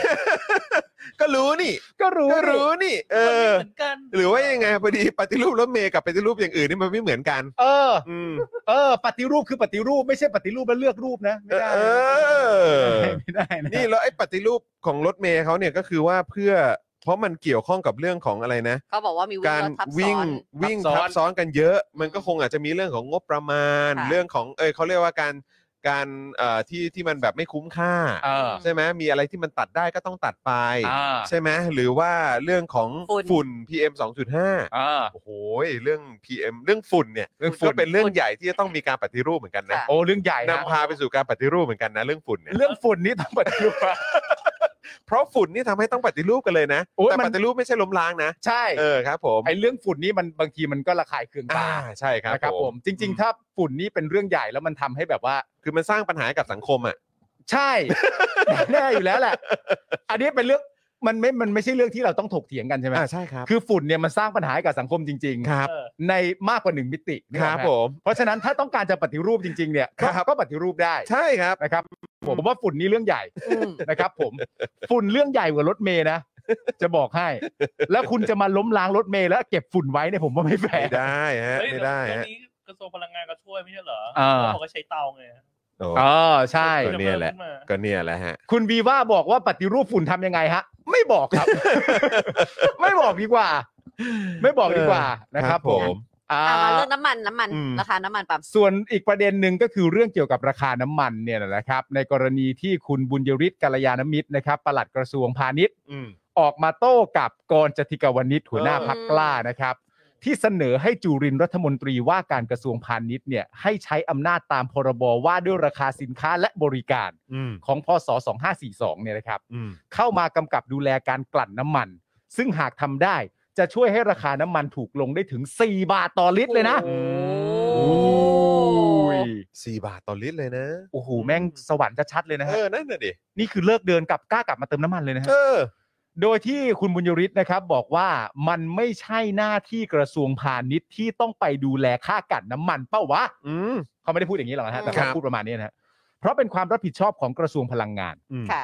Speaker 2: ก็รู้นี่
Speaker 3: ก็รู้
Speaker 2: ก็
Speaker 3: นี่
Speaker 2: รู้นี่ เอ
Speaker 6: มันไม่
Speaker 2: อ
Speaker 6: เหมือนกัน
Speaker 2: หรือว่ายังไงพอดีปฏิรูปรถเมย์กับปฏิรูปอย่างอื่นนี่มันไม่เหมือนกัน
Speaker 3: เออ
Speaker 2: อืม
Speaker 3: เออ ปฏิรูปคือปฏิรูปไม่ใช่ปฏิรูปแล้วเลือกรูปนะไม่ได้
Speaker 2: เออ
Speaker 3: ไม่ได้นะ
Speaker 2: นี่แล้วไอ้ปฏิรูปของรถเมย์เขาเนี่ยก็คือว่าเพื่อเพราะมันเกี่ยวข้องกับเรื่องของอะไรนะ
Speaker 4: เขาบอกว่ามีวิ่ง
Speaker 2: การ
Speaker 4: รถทับซ้
Speaker 2: วิ่ง
Speaker 4: อน
Speaker 2: วิ่งทับซ้อนกันเยอะ มันก็คงอาจจะมีเรื่องของงบประมาณ
Speaker 4: ค่ะ
Speaker 2: เรื่องของเอยเขาเรียกว่าการการเอ่อที่ที่มันแบบไม่คุ้มค่า
Speaker 3: เออ
Speaker 2: ใช่ไหมมีอะไรที่มันตัดได้ก็ต้องตัดไป
Speaker 3: อ่า
Speaker 2: ใช่ไหมหรือว่าเรื่องของ
Speaker 4: ฝุ่น
Speaker 2: ฝุ่น PM 2.5
Speaker 3: อ่า
Speaker 2: โอ้โหเรื่อง PM เรื่องฝุ่นเนี่ย
Speaker 3: เรื่องฝุ่น
Speaker 2: ก็เป็นเรื่องใหญ่ที่จะต้องมีการปฏิรูปเหมือนกันนะ
Speaker 4: ค่ะ
Speaker 3: โอ้เรื่องใหญ่นะ
Speaker 2: นำพาไปสู่การปฏิรูปเหมือนกันนะเรื่องฝุ่นเนี่ย
Speaker 3: เรื่องฝุ่นนี่ต้องปฏิรูป อะ
Speaker 2: เพราะฝุ่นนี่ทำให้ต้องปฏิรูปกันเลยนะ
Speaker 3: โอ้ย
Speaker 2: แต่
Speaker 3: มัน
Speaker 2: ปฏิรูปไม่ใช่ล้มล้างนะ
Speaker 3: ใช่
Speaker 2: เออครับ ผม
Speaker 3: ไอ้เรื่องฝุ่นนี่มันบางทีมันก็ระคายเคือง
Speaker 2: อ่า
Speaker 3: ตา
Speaker 2: ใช่ครับ
Speaker 3: นะครับผมจริง
Speaker 2: อืม
Speaker 3: ๆ ถ้าฝุ่นนี่เป็นเรื่องใหญ่แล้วมันทำให้แบบว่า
Speaker 2: คือมันสร้างปัญหาให้กับสังคมอ่ะ
Speaker 3: ใช่ แน่อยู่แล้วแหละ อันนี้เป็นเรื่องมันไม่มันไม่ใช่เรื่องที่เราต้องถกเถียงกันใช่ไหม
Speaker 2: อ่าใช่ครับ
Speaker 3: คือฝุ่นเนี่ยมันสร้างปัญหาให้กับสังคมจริง
Speaker 2: ครับ
Speaker 6: เออ
Speaker 3: ๆ ในมากกว่าหนึ่งมิติ
Speaker 2: ค
Speaker 3: นะ
Speaker 2: รับ
Speaker 3: ฮะ
Speaker 2: ผม
Speaker 3: เพราะฉะนั้นถ้าต้องการจะปฏิรูปจริง ๆ เนี่ยก็
Speaker 2: ครับ
Speaker 3: ก็ปฏิรูปได้
Speaker 2: ใช่ครับ
Speaker 3: นะครับผมว่าฝุ่นนี่เรื่องใหญ่
Speaker 4: อืม
Speaker 3: นะครับ ผม ฝุ่นเรื่องใหญ่กว่ารถเมย์นะจะบอกให้ แล้วคุณจะมาล้มล้างรถเมย์แล้วเก็บฝุ่นไว้เนี่ยผมว่าไม่แฟ
Speaker 2: ไม่
Speaker 3: ร์
Speaker 2: ได้ฮะ
Speaker 6: เฮ้ย
Speaker 2: ไม่ได้
Speaker 6: เรื่อง
Speaker 2: ฮะ
Speaker 6: นี้กระทรวงพลังงานก็ช่วยไม่ใช่เหรอ
Speaker 3: อ่า
Speaker 6: เขาบอกว่าใช้เตาไง
Speaker 2: โอ้
Speaker 3: เออใช่
Speaker 2: ก็เนี่ยแหละ
Speaker 6: พิ่มขึ้มา
Speaker 2: ก็เนี่ยแหละฮะ
Speaker 3: คุณวีว่าบอกว่าปฏิรูปฝุ่นทำยังไงฮะ ไม่บอก ครับ ไม่บอกดีกว่า ไม่บอกดีกว่านะครับผมอ่า
Speaker 4: อ่ะมาเรื่องน้ำมันน้ำมัน
Speaker 2: อืม
Speaker 4: ราคาน้ำมันปรับ
Speaker 3: ส่วนอีกประเด็นหนึ่งก็คือเรื่องเกี่ยวกับราคาน้ำมันเนี่ยนะครับ ในกรณีที่คุณบุญยริศกัลยาณมิตรนะครับปลัดกระทรวงพาณิชย์
Speaker 2: อืม
Speaker 3: ออกมาโต้กับกรจติกาวนิชหัวหน้า
Speaker 2: เออ
Speaker 3: พักกล้านะครับ ที่เสนอให้จุรินทร์รัฐมนตรีว่าการกระทรวงพาณิชย์เนี่ยให้ใช้อำนาจตามพรบว่าด้วยราคาสินค้าและบริการ
Speaker 2: อืม
Speaker 3: ของพศ 2542เนี่ยนะครับ
Speaker 2: อืม
Speaker 3: เข้ามากำกับดูแลการกลั่นน้ำมัน ซึ่งหากทำได้จะช่วยให้ราคาน้ำมันถูกลงได้ถึง 4 บาทต่อลิตรเลยนะ
Speaker 4: โอ้โห
Speaker 3: ย
Speaker 2: สี่บาทต่อลิตรเลยนะ
Speaker 3: โอ้โห แม่งสวรรค์ชัดๆเลยนะ
Speaker 2: เอ
Speaker 3: ฮะ
Speaker 2: อนั่นน่ะดิ
Speaker 3: นี่คือเลิกเดินกลับกล้ากลับมาเติมน้ำมันเลยนะฮะ
Speaker 2: เออ
Speaker 3: โดยที่คุณบุญยริศนะครับบอกว่ามันไม่ใช่หน้าที่กระทรวงพาณิชย์ที่ต้องไปดูแลค่ากลั่นน้ำมันเป้าวะ
Speaker 2: อืม
Speaker 3: เขาไม่ได้พูดอย่างนี้หรอกนะฮะแต่
Speaker 2: ครั
Speaker 3: เขา
Speaker 2: บ
Speaker 3: พูดประมาณนี้นะฮะเพราะเป็นความรับผิดชอบของกระทรวงพลังงาน
Speaker 2: อืม
Speaker 4: ค่ะ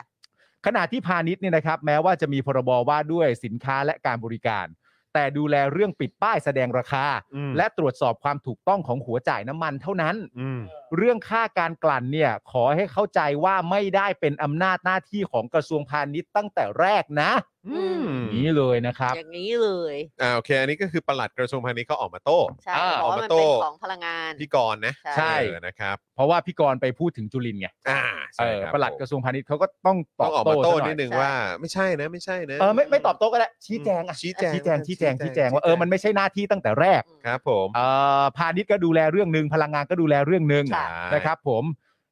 Speaker 3: ขณะที่พาณิชย์เนี่ยนะครับ แม้ว่าจะมีพรบว่าด้วยสินค้าและการบริการ แต่ดูแลเรื่องปิดป้ายแสดงราคา
Speaker 2: อืม
Speaker 3: และตรวจสอบความถูกต้องของหัวจ่ายน้ำมันเท่านั้น
Speaker 2: อืม
Speaker 3: เรื่องค่าการกลั่นเนี่ยขอให้เข้าใจว่าไม่ได้เป็นอำนาจหน้าที่ของกระทรวงพาณิชย์ตั้งแต่แรกนะ
Speaker 4: อืม
Speaker 3: นี่เลยนะครับ
Speaker 4: อย่างนี้เลย
Speaker 2: อ่าโอเค อันนี้ก็คือปลัดกระทรวงพาณิชย์เขาออกมาโต้
Speaker 4: ใช่
Speaker 3: อ่า
Speaker 4: เพราะว่ามันเป็นของพลังงาน
Speaker 2: พี่กรณ์นะ
Speaker 4: ใช่
Speaker 2: เออนะครับ
Speaker 3: เพราะว่าพี่กรณ์ไปพูดถึงจุลินทร์ไง
Speaker 2: อ่าใช่
Speaker 3: เออ
Speaker 2: ครับ
Speaker 3: ปลัดกระทรวงพาณิชย์เขาก็ต้องต
Speaker 2: ต้
Speaker 3: อ
Speaker 2: อบงออก
Speaker 3: โต้
Speaker 2: มาโต้
Speaker 3: ซะห
Speaker 2: นิด
Speaker 3: อย
Speaker 2: นึงว่า ไม่ใช่นะ ไม่ใช่นะ
Speaker 3: เออไม่ไม่ตอบโต้ก็ได้ชี้แจงอะ
Speaker 2: ชี้แจง
Speaker 3: ชี้แจงชี้แจง
Speaker 2: ชี้
Speaker 3: ชี้
Speaker 2: แจ
Speaker 3: แจ
Speaker 2: ง
Speaker 3: งว่าเออมันไม่ใช่หน้าที่ตั้งแต่แรก
Speaker 2: ครับผม
Speaker 3: เอ่อพาณิชย์ก็ดูแลเรื่องหนึ่งพลังงานก็ดูแลเรื่องหนึ่ง
Speaker 4: ใช่
Speaker 3: นะครับผม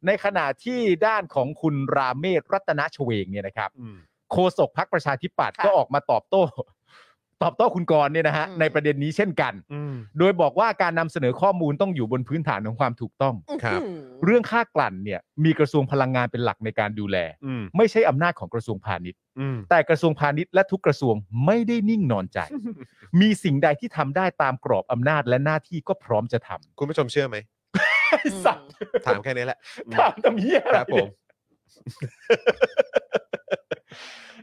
Speaker 3: ในขณะที่ด้านของคุณราเมศรัตนชเวงเนี่ยนะครับ
Speaker 2: อืม
Speaker 3: โฆษกพักประชาธิปัตย์
Speaker 4: ค่ะ
Speaker 3: ก็ออกมาตอบโต้ ตอบโต้คุณกรณ์เนี่ยนะฮะ
Speaker 4: อืม
Speaker 3: ในประเด็นนี้เช่นกัน
Speaker 2: อืม
Speaker 3: โดยบอกว่าการนำเสนอข้อมูลต้องอยู่บนพื้นฐานของความถูกต้อง
Speaker 2: ครับ
Speaker 4: อืม
Speaker 3: เรื่องค่ากลั่นเนี่ยมีกระทรวงพลังงานเป็นหลักในการดูแล
Speaker 2: อืม
Speaker 3: ไม่ใช่อำนาจของกระทรวงพาณิชย์
Speaker 2: อืม
Speaker 3: แต่กระทรวงพาณิชย์และทุกกระทรวงไม่ได้นิ่งนอนใจ มีสิ่งใดที่ทำได้ตามกรอบอำนาจและหน้าที่ก็พร้อมจะทำ
Speaker 2: คุณผู้ชมเชื่อไหม
Speaker 3: ไอ้สัตว์
Speaker 2: ถามแค่นี้แหละอืม
Speaker 3: ถามทำเหี้ยอะ
Speaker 2: ค
Speaker 3: ไร
Speaker 2: รับผม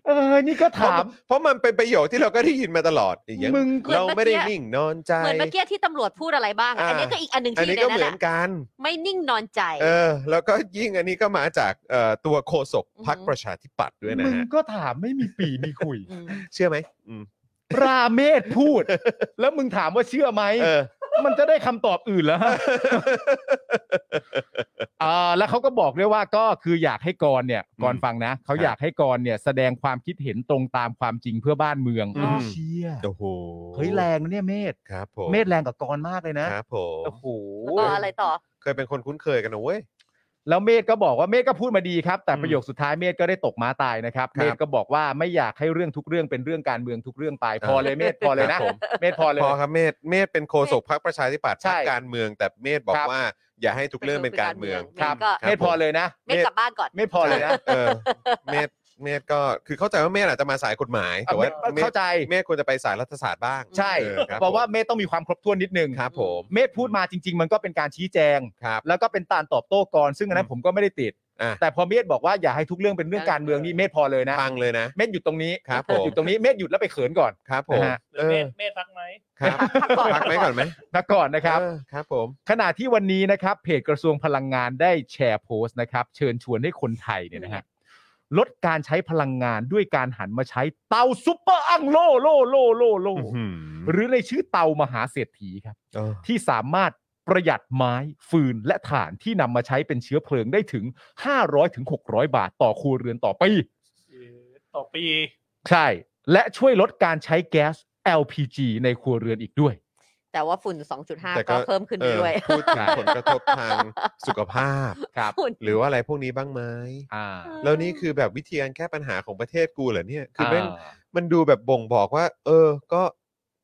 Speaker 3: เออ นี่ก็ถาม
Speaker 2: เพราะมันเป็นประโยชน์ที่เราก็ได้ยินมาตลอดอย่างเงี้ย
Speaker 3: มึง
Speaker 2: เราไม่ได้นิ่งนอนใจ
Speaker 4: เหมือนเมื่อกี้ที่ตำรวจพูดอะไรบ้างอะ
Speaker 2: อ่า
Speaker 4: อันนี้ก็อีกอันหนึ่ง
Speaker 2: อัน
Speaker 4: ที่
Speaker 2: นี้
Speaker 4: ใน
Speaker 2: ก็
Speaker 4: นั้
Speaker 2: เห
Speaker 4: น
Speaker 2: มือน
Speaker 4: อะ
Speaker 2: กัน
Speaker 4: ไม่นิ่งนอนใจ
Speaker 2: เออ แล้วก็ยิ่งอันนี้ก็มาจากเอ่อตัวโฆษกพัก
Speaker 4: อือหือ
Speaker 2: ประชาธิปัตย์ด้วยนะ
Speaker 3: มึง
Speaker 2: ฮะ
Speaker 3: ก็ถามไม่มีปีมีคุย
Speaker 4: อืม
Speaker 2: เชื่อไหมอืม
Speaker 3: ปราเมศพูด แล้วมึงถามว่าเชื่อไหม
Speaker 2: เออ
Speaker 3: มันจะได้คำตอบอื่นแล้วฮะ อ่าแล้วเขาก็บอกด้วยว่าก็คืออยากให้กรณ์เนี่ยกรณ์
Speaker 2: อืม
Speaker 3: ฟังนะเขา
Speaker 2: ครับ
Speaker 3: อยากให้กรณ์เนี่ยแสดงความคิดเห็นตรงตามความจริงเพื่อบ้านเมือง
Speaker 2: อืม
Speaker 3: เชี่ย
Speaker 2: โอ้โห
Speaker 3: เฮ้ยแรงนะเนี่ยเมธ
Speaker 2: ครับผม
Speaker 3: เมธแรงกับกรณ์มากเลยนะครับ
Speaker 2: ผม
Speaker 3: โอ้โห
Speaker 4: แล้วก็อะไรต่อ
Speaker 2: เคยเป็นคนคุ้นเคยกันนะเว้ย
Speaker 3: แล้วเมธก็บอกว่าเมธก็พูดมาดีครับ แต่
Speaker 2: อืม
Speaker 3: ประโยคสุดท้ายเมธก็ได้ตกม้าตายนะครับ
Speaker 2: ครับ
Speaker 3: เมธก็บอกว่าไม่อยากให้เรื่องทุกเรื่องเป็นเรื่องการเมืองทุกเรื่องไป
Speaker 2: เออ
Speaker 3: พอเลยเมธพอเลยนะครับ
Speaker 2: ผม
Speaker 3: เมธพอเลย
Speaker 2: พอครับเมธเมธเป็นโฆษกพรรคประชาธิปัตย์
Speaker 3: ใช่
Speaker 2: พรรคการเมือง แต่เมธบอก
Speaker 3: ครับ
Speaker 2: ว่าอย่าให้ทุกเรื่องเป็นการเมือง
Speaker 4: ครับ
Speaker 3: เมธพอเลยนะ
Speaker 4: ไม่กลับบ้านก่อน
Speaker 3: เมธพอเลยนะ
Speaker 2: เออเมธเมธก็คือเข้าใจว่าเมธอาจจะมาสายกฎหมายแต่ว่า
Speaker 3: เมธเข้าใจ
Speaker 2: เมธควรจะไปสายรัฐศาสตร์บ้าง
Speaker 3: ใช่
Speaker 2: เออครับ
Speaker 3: เพราะว่าเมธต้องมีความครบถ้วนนิดนึง
Speaker 2: ครับผม
Speaker 3: เมธพูดมาจริง ๆ มันก็เป็นการชี้แจง
Speaker 2: ครับ
Speaker 3: แล้วก็เป็นตานตอบโต้กรซึ่งอันนั้
Speaker 2: อื
Speaker 3: น
Speaker 2: ม
Speaker 3: ผมก็ไม่ได้ติด
Speaker 2: อ่ะ
Speaker 3: แต่พอเมธบอกว่าอย่าให้ทุกเรื่องเป็นเรื่องการเมืองนี่เมธพอเลยนะ
Speaker 2: พังเลยนะ
Speaker 3: เมธหยุดตรงนี้
Speaker 2: ครับผม
Speaker 3: หยุดตรงนี้เมธหยุดแล้วไปเขินก่อน
Speaker 2: ครับผม
Speaker 3: นะฮะ
Speaker 6: หรื
Speaker 2: เอ
Speaker 6: อเม
Speaker 2: อ
Speaker 6: ธเมธพักไหม
Speaker 2: ครับ
Speaker 4: พักก่อน
Speaker 2: พักไว้ก่อนไหม
Speaker 3: นะก่อนนะครับ
Speaker 2: เออครับผม
Speaker 3: ขณะที่วันนี้นะครับ เพจกระทรวงพลังงานได้แชร์โพสต์นะครับ เชิญชวนให้คนไทยเนี่ยนะฮะลดการใช้พลังงานด้วยการหันมาใช้เตาซุปเปอร์อังโลโลโลโลโลหรือในชื่อเตามหาเศรษฐีครับ
Speaker 2: เออ
Speaker 3: ที่สามารถประหยัดไม้ฟืนและถ่านที่นำมาใช้เป็นเชื้อเพลิงได้ถึง 500ถึง600 บาทต่อครัวเรือนต่อปี
Speaker 6: ต่อปี
Speaker 3: ใช่ และช่วยลดการใช้แก๊ส LPG ในครัวเรือนอีกด้วย
Speaker 4: แต่ว่าฝุ่น 2.5 ก็เพิ่มขึ้นไปด้วย
Speaker 2: เออพูดถึงผลกระทบทางสุขภาพ
Speaker 3: ครับ
Speaker 4: ฝุ่น
Speaker 2: หรือว่าอะไรพวกนี้บ้างไหม
Speaker 3: อ่า
Speaker 2: แล้วนี่คือแบบวิธีการแก้ปัญหาของประเทศกูเหรอเนี่ย คือแม่ง
Speaker 3: า
Speaker 2: มันดูแบบบ่งบอกว่า เออ ก็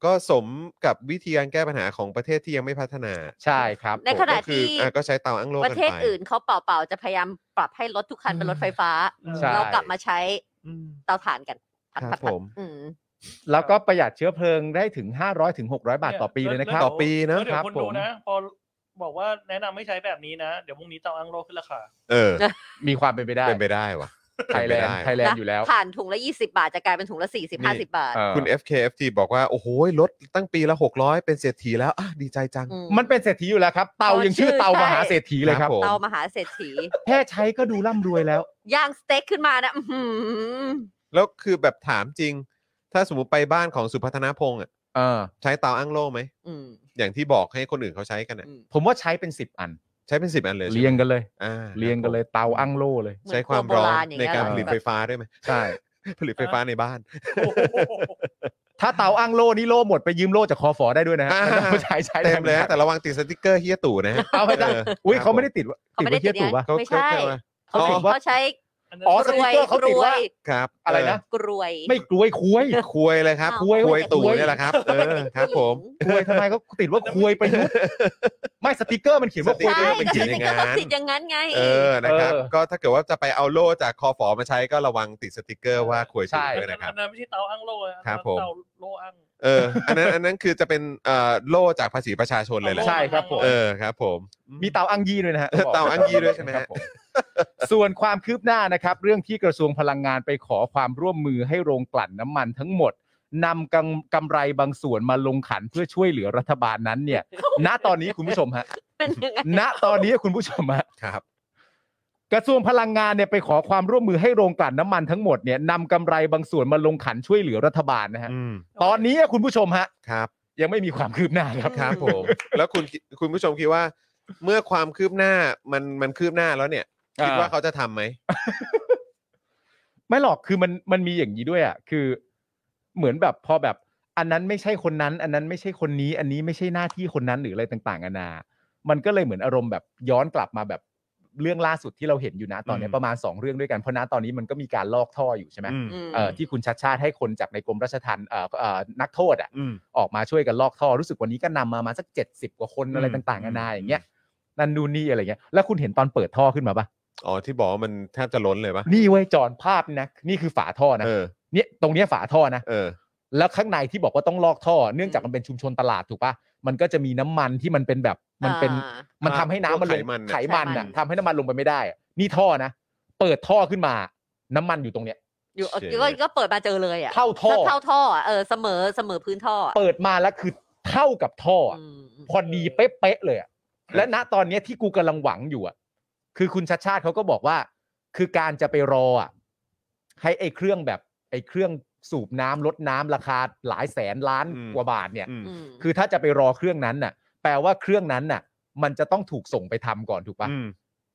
Speaker 2: ก็สมกับวิธีการแก้ปัญหาของประเทศที่ยังไม่พัฒนา
Speaker 3: ใช่ครับ
Speaker 4: ในขณะ
Speaker 2: ก็คือ
Speaker 4: ที่
Speaker 2: อ่ะก็ใช้เตาอั้งโล
Speaker 4: ป
Speaker 2: กัน
Speaker 4: ระ
Speaker 2: ไป
Speaker 4: เทศอื่นเขาเป่าๆ จะพยายามปรับให้รถทุกคันเป็นรถไฟฟ้า
Speaker 3: ใช่
Speaker 4: เรากลับมาใช้
Speaker 2: อืม
Speaker 4: เตาถ่านกันผัด
Speaker 2: ครับ
Speaker 4: ๆๆ
Speaker 2: ผม
Speaker 4: อืม
Speaker 3: แล้วก็ประหยัดเชื้อเพลิงได้ถึง 500ถึง600 บาทต่อปีเลยนะครับ
Speaker 2: ต่อปีนะ
Speaker 6: แล้วเดี๋ย
Speaker 3: ครั
Speaker 6: ว
Speaker 3: บ
Speaker 6: คนดู
Speaker 3: ผม
Speaker 6: นะ พอบอกว่าแนะนำไม่ใช้แบบนี้นะ เดี๋ยวพรุ่งนี้เตาอังโลขึ้นราคา
Speaker 2: เออ
Speaker 3: มีความเป็นไปได้
Speaker 2: เป็นไปได้ว่ะ
Speaker 3: ไทยแลนด์ไทย
Speaker 2: เป็ปด้
Speaker 3: แลนด์อยู่แล้ว
Speaker 4: ผ่านถุงละ 20 บาท จะกลายเป็นถุงละ 40 50 บาท
Speaker 3: เออ
Speaker 2: คุณ FKFT บอกว่า โอ้โหลดตั้งปีละ 600 เป็นเศรษฐีแล้วอ่ะดีใจจัง
Speaker 4: อื
Speaker 3: มันเป็นเศรษฐีอยู่แล้วครับ เตายังชื่อ
Speaker 4: เออชื่อ
Speaker 3: เตามหาเศรษฐีเลยครับ
Speaker 2: ครับผม
Speaker 4: เตามหาเศรษฐี
Speaker 3: แค่ใช้ก็ดูร่ำรวยแล้ว
Speaker 4: ย่างสเต็กขึ้นมานะอื้อหือ
Speaker 2: แล้วคือแบบถามจริง ถ้าสมมติไปบ้านของสุพัฒนาพงษ์อ่ะ
Speaker 3: เออ
Speaker 2: ใช้เตาอั้งโลไหม
Speaker 4: อืม
Speaker 2: อย่างที่บอกให้คนอื่นเขาใช้กันอ่ะ
Speaker 4: อืม
Speaker 3: ผมว่าใช้เป็น 10 อัน
Speaker 2: ใช้เป็นสิบอันเลยใช่ไหม
Speaker 3: เรียงกันเลย
Speaker 2: อ่า
Speaker 3: เรียงกันเลยเตาอั้งโล่เลย
Speaker 4: เหอน
Speaker 2: ใช้ความร้อ
Speaker 4: โบ
Speaker 2: น
Speaker 4: ณย่ง
Speaker 2: ใน
Speaker 4: เงี้ย
Speaker 2: การ
Speaker 4: เห
Speaker 2: ผลิตไฟฟ้าด้วยไหม
Speaker 3: ใช่
Speaker 2: ผลิตไฟฟ้าในบ้าน
Speaker 3: ถ้าเตาอั้งโล่นี่โล่หมดไปยืมโล่จากคอฟอได้ด้วยนะฮะ
Speaker 2: อ่า
Speaker 3: ไม่ต้องไปใช้ใช้
Speaker 2: เต็มเลย
Speaker 3: ได้
Speaker 2: ฮะแต่ระวังติดสติกเกอร์เฮียตู่นะฮะ
Speaker 3: เอาไม่ได้
Speaker 2: เออ
Speaker 3: อุ้ย
Speaker 2: ครับ
Speaker 3: เขาไม่ได้ติดว่า
Speaker 4: เขา
Speaker 3: ติด
Speaker 4: ไม่
Speaker 3: ว่า
Speaker 4: ได้
Speaker 3: เทีย
Speaker 4: ติด
Speaker 3: ถูกปะ
Speaker 4: นะ
Speaker 2: เขา
Speaker 4: ไม่
Speaker 2: เขา
Speaker 4: ใช่
Speaker 2: เขาว่า
Speaker 3: เขาติดว่า
Speaker 4: เขาติดเขาใช้
Speaker 3: อ๋อ
Speaker 4: รวย
Speaker 3: สติ๊กเกอร์เขาติดว่า
Speaker 4: รวย
Speaker 2: ครับ
Speaker 3: อะไรนะ
Speaker 4: กรวย
Speaker 3: ไม่กลวยคุย
Speaker 2: คุยเลยครับ
Speaker 4: อ้าว
Speaker 2: คุยคุยตู่
Speaker 3: คุย
Speaker 2: เนี่ยแหละครับเออครับ ผม
Speaker 3: คุยทำไมก็ติดว่าคุยประยุทธ์ไม่สติกเกอร์มันเขียนว่าคุย
Speaker 4: ใช่
Speaker 3: ประยุทธ์
Speaker 4: ก็จริงๆก็ต้องติดอย่างนั้นไง
Speaker 2: เออนะครับ
Speaker 3: เออ
Speaker 2: ก็ถ้าเกิดว่าจะไปเอาโล่จากคอฝอมาใช้ก็ระวังติดสติกเกอร์ว่าคุย
Speaker 3: ใช่
Speaker 2: ตู่ด้วยนะครับ
Speaker 6: อันนั้นไม่ใช่เตาอั้งโลนะครับ
Speaker 2: ผม
Speaker 6: เตาโลอั้ง
Speaker 2: เอออันนั้นอันนั้นคือจะเป็นเอ่อโล่จากภาษีประชาชนเลยแหละ
Speaker 3: ใช่ครับผม
Speaker 2: เออครับผม
Speaker 3: มีเตาอังยีด้วยนะฮะ
Speaker 2: เออเตาอังยีด้วยใช่ไหม
Speaker 3: ค
Speaker 2: ฮะ
Speaker 3: รับผส่วนความคืบหน้านะครับ เรื่องที่กระทรวงพลังงานไปขอความร่วมมือให้โรงกลั่นน้ำมันทั้งหมดนำกำกำไรบางส่วนมาลงขันเพื่อช่วยเหลือรัฐบาลนั้นเนี่ย ณตอนนี้คุณผู้ชมฮะ
Speaker 4: เป็นยังไง
Speaker 3: ณตอนนี้คุณผู้ชมฮะ
Speaker 2: ครับ
Speaker 3: กระทรวงพลังงานเนี่ยไปขอความร่วมมือให้โรงกลั่นน้ำมันทั้งหมดเนี่ยนำกำไรบางส่วนมาลงขันช่วยเหลือรัฐบาลนะฮะ
Speaker 2: อืม
Speaker 3: ตอนนี้คุณผู้ชมฮะ
Speaker 2: ครับ
Speaker 3: ยังไม่มีความคืบหน้าครับ
Speaker 2: ครับผม แล้วคุณคิดคุณผู้ชมคิดว่า เมื่อความคืบหน้ามันมันคืบหน้าแล้วเนี่ย คิดว่าเขาจะทำไหม
Speaker 3: ไม่หรอกคือมันมันมีอย่างนี้ด้วยอ่ะคือเหมือนแบบพอแบบ อันนั้นไม่ใช่คนนั้น อันนั้นไม่ใช่คนนี้ อันนี้ไม่ใช่หน้าที่คนนั้นหรืออะไรต่างๆนานา มันก็เลยเหมือนอารมณ์แบบย้อนกลับมาแบบเรื่องล่าสุดที่เราเห็นอยู่นะตอนเนี้ย
Speaker 2: อืม
Speaker 3: ประมาณ 2 เรื่องด้วยกันเพราะณตอนนี้มันก็มีการลอกท่ออยู่ใช่ไหม
Speaker 2: อืม
Speaker 4: อืม
Speaker 3: เอ่อที่คุณชัดชาติให้คนจากในกรมราชทัณฑ์เอ่อเอ่อนักโทษอ่ะ
Speaker 2: อืม
Speaker 3: ออกมาช่วยกันลอกท่อรู้สึกวันนี้ก็นำมามาสักเจ็ดสิบกว่าคนอะไร
Speaker 2: อืม
Speaker 3: ต่างๆนานา
Speaker 2: อืม
Speaker 3: อย่างเงี้ยนั่นนู่นนี่อะไรเงี้ยแล้วคุณเห็นตอนเปิดท่อขึ้นมาปะ
Speaker 2: อ๋อที่บอกว่ามันแทบจะล้นเลยปะ
Speaker 3: นี่เว้ยจอนภาพนะนี่คือฝาท่อนะ
Speaker 2: เออ
Speaker 3: เนี่ยตรงเนี้ยฝาท่อนะ
Speaker 2: เออ
Speaker 3: แล้วข้างในที่บอกว่าต้องลอกท่อ เนื่องจากมันเป็นชุมชนตลาดถูกปะมันก็จะมีน้ำมันที่มันเป็นแบบมันเป็น
Speaker 4: อ่า
Speaker 3: มันทำให้น้ำมันลง
Speaker 2: ไขมันน่ะ
Speaker 3: ไขมันน่ะ
Speaker 4: ไขมัน
Speaker 3: ทำให้น้ำมันลงไปไม่ได้อะนี่ท่อนะ เปิดท่อขึ้นมาน้ำมันอยู่ตรงเนี้ย
Speaker 4: อยู่
Speaker 2: เฉย
Speaker 4: ก็ก็เปิดมาเจอเลยอ่ะ
Speaker 3: เท่าท่อ
Speaker 4: เท่าท่ออะเออเสมอเสมอพื้นท่ออะ
Speaker 3: เปิดมาแล้วคือเท่ากับท่ออะ
Speaker 4: อืม
Speaker 3: พอดีเป๊ะๆเลยอะและณตอนเนี้ยที่กูกำลังหวังอยู่อะคือคุณชัดชาติเขาก็บอกว่า คือการจะไปรออะให้ไอ้เครื่องแบบไอ้เครื่อง สูบน้ำลดน้ำราคาหลายแสนล้าน
Speaker 2: อืม
Speaker 3: กว่าบาทเนี่ย
Speaker 2: อืม
Speaker 4: อืม
Speaker 3: คือถ้าจะไปรอเครื่องนั้นน่ะ แปลว่าเครื่องนั้นน่ะ มันจะต้องถูกส่งไปทำก่อนถูกปะ
Speaker 2: อืม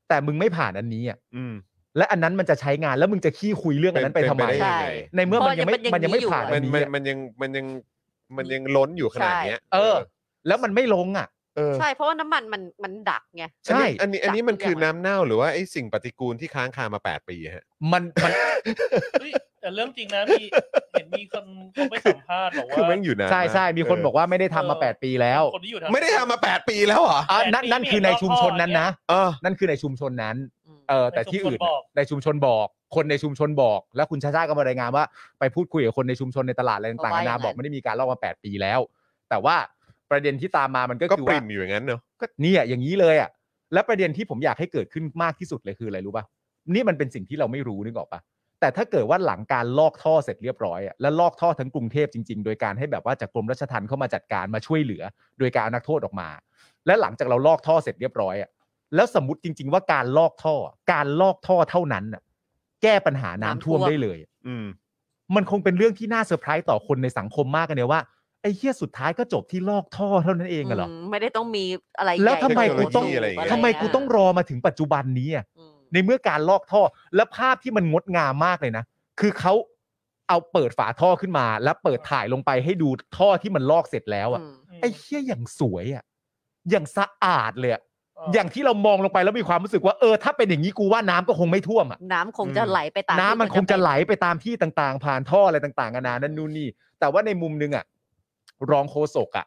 Speaker 3: แต่มึงไม่ผ่านอันนี้อ่ะ
Speaker 2: อืม
Speaker 3: และอันนั้นมันจะใช้งานแล้วมึงจะขี้คุยเรื่องอันนั้นไปทำไม
Speaker 2: เป็นไปได้ยังไง
Speaker 4: ใช่
Speaker 3: ในเมื่อมันยังไม่
Speaker 4: มั
Speaker 3: มัน
Speaker 4: นยั
Speaker 3: ยัง
Speaker 4: งเป็นอย่างนี้
Speaker 3: ไม่
Speaker 4: อยู่
Speaker 3: ผ่าน
Speaker 2: มั
Speaker 3: อั
Speaker 2: น
Speaker 3: น
Speaker 2: มัน
Speaker 3: นี้อะ
Speaker 2: มันยังมันยังมันยังล้นอยู่ขนาดเนี้ย
Speaker 3: เออ แล้วมันไม่ลงอ่ะ เออ
Speaker 4: ใช่เพราะว่าน้ำมันมันมันดักไง
Speaker 3: ใช่
Speaker 2: อันนี้อันนี้อันนี้มันคือ
Speaker 4: จับทุกอย่าง
Speaker 2: น้ำเน่าหรือว่าไอ้สิ่งปฏิกูลที่ค้างคามา 8 ปีฮะ
Speaker 3: มันมัน
Speaker 6: เฮ้ยแต่เรื่องจริงนะมีเห็นมีคนเขาไปสัมภาษณ์บอกว่า
Speaker 2: คือแม่งอยู่น าน
Speaker 3: ใช่ใช่
Speaker 2: าก
Speaker 3: มีคนบอกว่าไม่ได้ทำมา 8 ปีแล้ว
Speaker 6: คนที่อยู่ทาง
Speaker 2: ไม่ได้ทำมา 8 ปีแล้วเหรอ
Speaker 3: อ่ะ
Speaker 6: แปด
Speaker 3: นั่น
Speaker 6: ปี
Speaker 3: นั่น
Speaker 6: ไม่
Speaker 3: คือ
Speaker 6: เห็น
Speaker 3: ใน
Speaker 6: รอบ
Speaker 3: ชุมชนนั้นนะ
Speaker 2: เออ
Speaker 3: นั่นคือในชุมชนนั้น
Speaker 4: อืม
Speaker 3: เออแต่
Speaker 6: ในชุม
Speaker 3: ที่
Speaker 6: ชน
Speaker 3: อื่น
Speaker 6: บอก
Speaker 3: ในชุมชนบอก คนในชุมชนบอก แล้วคุณชาชาก็มารายงานว่าไปพูดคุยกับคนในชุมชนในตลาดอะไรต่างๆ
Speaker 4: เอาไว้
Speaker 3: นานา
Speaker 4: อย่างนั้น
Speaker 3: บอกไม่ได้มีการลอกมา 8 ปีแล้ว แต่ว่าประเด็นที่ตามมามันก็
Speaker 2: ก็
Speaker 3: คือ
Speaker 2: ป
Speaker 3: ว่า
Speaker 2: ริ่มอยู่อย่างนั้นเนอะ
Speaker 3: ก็เนี่ยอย่างนี้เลยอ่ะและประเด็นที่ผมอยากให้เกิดขึ้นมากที่สุดเลยคืออะไรรู้ป่ะนี่มันเป็นสิ่งที่เราไม่รู้นึกออกป่ะแต่ถ้าเกิดว่าหลังการลอกท่อเสร็จเรียบร้อยอะแล้วลอกท่อทั้งกรุงเทพจริง ๆ โดยการให้แบบว่าจากกรมราชทัณฑ์เข้ามาจัดการมาช่วยเหลือ โดยการเอานักโทษออกมา และหลังจากเราลอกท่อเสร็จเรียบร้อยอะ แล้วสมมติจริง ๆ ว่าการลอกท่อ การลอกท่อเท่านั้นน่ะแก้ปัญหาน้ำ
Speaker 4: น้ำท่
Speaker 3: ท่ว
Speaker 4: ว
Speaker 3: ม
Speaker 4: ม
Speaker 3: ได้เลย
Speaker 2: อืม
Speaker 3: มันคงเป็นเรื่องที่น่าเซอร์ไพรส์ต่อคนในสังคมมากกันเนี่ยว่าไอ้เหี้ยสุดท้ายก็จบที่ลอกท่อเท่านั้นเองอะเหรอ
Speaker 4: มไม่ได้ต้องมีอะไร
Speaker 3: แล้วทำไม
Speaker 4: ใหญ่
Speaker 3: กูต้อง
Speaker 4: โ
Speaker 2: อะไรอย่างเงี้ย
Speaker 3: ทำไมกูต้องรอมาถึงปัจจุบันนี้อะ
Speaker 4: อืม
Speaker 3: ในเมื่อการลอกท่อและภาพที่มันงดงามมากเลยนะ คือเขาเอาเปิดฝาท่อขึ้นมา แล้วเปิดถ่ายลงไปให้ดูท่อที่มันลอกเสร็จแล้วอะ
Speaker 4: อืม
Speaker 3: ไอ้เหี้ยอย่างสวยอะอย่างสะอาดเลยอะ
Speaker 6: ม
Speaker 3: อย่างที่เรามองลงไปแล้วมีความรู้สึกว่าเออถ้าเป็นอย่างนี้กูว่าน้ำก็คงไม่ท่วมอะ
Speaker 4: น้ำคงจะไหลไปตาม
Speaker 3: น้ำมัน
Speaker 4: ที่
Speaker 3: คงจะไหลไปตามที่ต่างๆ ผ่านท่ออะไรต่างๆนานานั่นนู่นนี่ แต่ว่าในมุมนึงอ่ะ รองโฆษกอ่ะ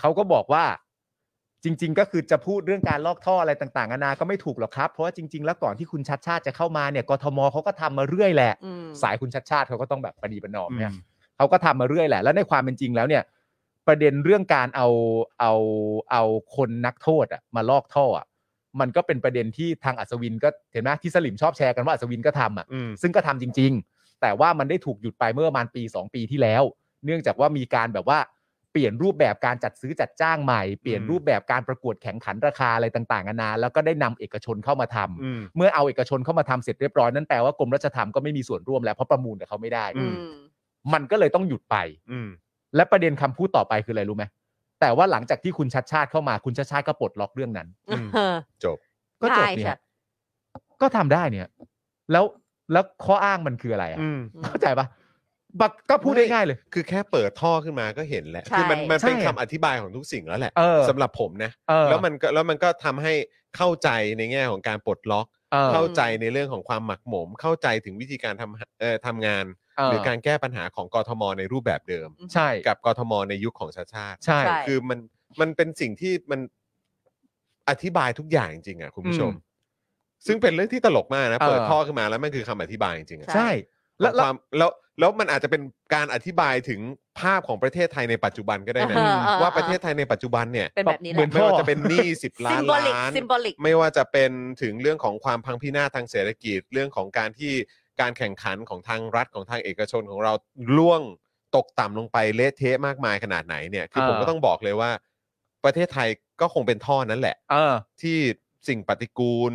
Speaker 3: เขาก็บอกว่า จริง ๆ ก็คือจะพูดเรื่องการลอกท่ออะไรต่างๆนานาก็ไม่ถูกหรอกครับ เพราะว่าจริง ๆ แล้วก่อนที่คุณชัดชาติจะเข้ามาเนี่ยกทมเขาก็ทำมาเรื่อยแหละ
Speaker 4: อืม
Speaker 3: สายคุณชัดชาติเขาก็ต้องแบบประนีประนอมเนี่ย
Speaker 2: อืม
Speaker 3: เขาก็ทำมาเรื่อยแหละ แล้วในความเป็นจริงแล้วเนี่ย ประเด็นเรื่องการเอาเอาเอาคนนักโทษอะมาลอกท่ออะมันก็เป็นประเด็นที่ทางอัศวินก็เห็นไหมที่สลิมชอบแชร์กันว่าอัศวินก็ทำอะ
Speaker 2: อืม
Speaker 3: ซึ่งก็ทำจริง ๆ แต่ว่ามันได้ถูกหยุดไปเมื่อประมาณปี 2 ปีที่แล้ว เนื่องจากว่ามีการแบบว่าเปลี่ยนรูปแบบการจัดซื้อจัดจ้างใหม่ เปลี่ยน
Speaker 2: อืม
Speaker 3: รูปแบบการประกวดแข่งขันราคาอะไรต่างๆนานา แล้วก็ได้นำเอกชนเข้ามาทำ
Speaker 2: อืม
Speaker 3: เมื่อเอาเอกชนเข้ามาทำเสร็จเรียบร้อยนั่นแปลว่ากรมราชธรรมก็ไม่มีส่วนร่วมแล้วเพราะประมูลกับเขาไม่ได้
Speaker 4: อืม
Speaker 3: มันก็เลยต้องหยุดไป
Speaker 2: อืม
Speaker 3: และประเด็นคำพูดต่อไปคืออะไรรู้ไหมแต่ว่าหลังจากที่คุณชัดชาติเข้ามาคุณชัดชาติก็ปลดล็อกเรื่องนั้น
Speaker 2: อืม จบ
Speaker 3: ก็จบ
Speaker 4: ได้
Speaker 3: เนี่ย
Speaker 4: ค่ะ
Speaker 3: ก็ทำได้เนี่ย แล้วแล้วข้ออ้างมันคืออะไรอะ
Speaker 2: อืม
Speaker 3: เข้าใจปะบักก็พูดได้ง่ายเลย
Speaker 2: คือแค่เปิดท่อขึ้นมาก็เห็นแล้ว
Speaker 4: ใช่
Speaker 2: คือมันมันเป็น
Speaker 3: ใช่
Speaker 2: คำอธิบายของทุกสิ่งแล้วแหละ
Speaker 3: เออ
Speaker 2: สำหรับผมนะ
Speaker 3: เออ
Speaker 2: แล้วมันก็แล้วมันก็ทำให้เข้าใจในแง่ของการปลดล็อก
Speaker 3: เออ
Speaker 2: เข้าใจในเรื่องของความหมักหมม เข้าใจถึงวิธีการทำเอ่อทำงาน
Speaker 3: เอ
Speaker 2: ห
Speaker 3: อ
Speaker 2: รือการแก้ปัญหาของกทมในรูปแบบเดิม
Speaker 3: ใช่
Speaker 2: กับกทมในยุคของชาติชาติ
Speaker 3: ใช่
Speaker 4: ใช่
Speaker 2: คือมันมันเป็นสิ่งที่มันอธิบายทุกอย่างจริงๆอ่ะคุณผู้ชม
Speaker 3: อืม
Speaker 2: ซึ่งเป็นเรื่องที่ตลกมากนะ
Speaker 3: เออ
Speaker 2: เปิดท่อขึ้นมาแล้วมันคือคำอธิบายจริงๆอะ
Speaker 4: ใช่
Speaker 3: ใช่
Speaker 2: แล้
Speaker 3: แล้ว ว
Speaker 2: ค
Speaker 3: แล้ว
Speaker 2: วามแล้วแล้วมันอาจจะเป็นการอธิบายถึงภาพของประเทศไทยในปัจจุบันก็ได้นะ
Speaker 4: เออเออ
Speaker 2: ว่าประเทศไทยในปัจจุบันเนี่ย
Speaker 4: เป็นแบบนี้แห
Speaker 3: เหมือ
Speaker 4: ละ
Speaker 3: น
Speaker 2: ไม่
Speaker 3: พ่อ
Speaker 2: ว่าจะเป็นหนี้สิบล้า
Speaker 4: ซิ
Speaker 2: น
Speaker 4: มบลิก
Speaker 2: ล้าน
Speaker 4: ซิมบลิก
Speaker 2: ไม่ว่าจะเป็นถึงเรื่องของความพังพินาศทางเศรษฐกิจเรื่องของการที่การแข่งขันของทางรัฐของทางเอกชนของเราล่วงตกต่ำลงไปเละเทะมากมายขนาดไหนเนี่ยคือผมก็ต้องบอกเลยว่า ประเทศไทยก็คงเป็นท่อนั้นแหละ
Speaker 3: เออ
Speaker 2: ที่สิ่งปฏิกูล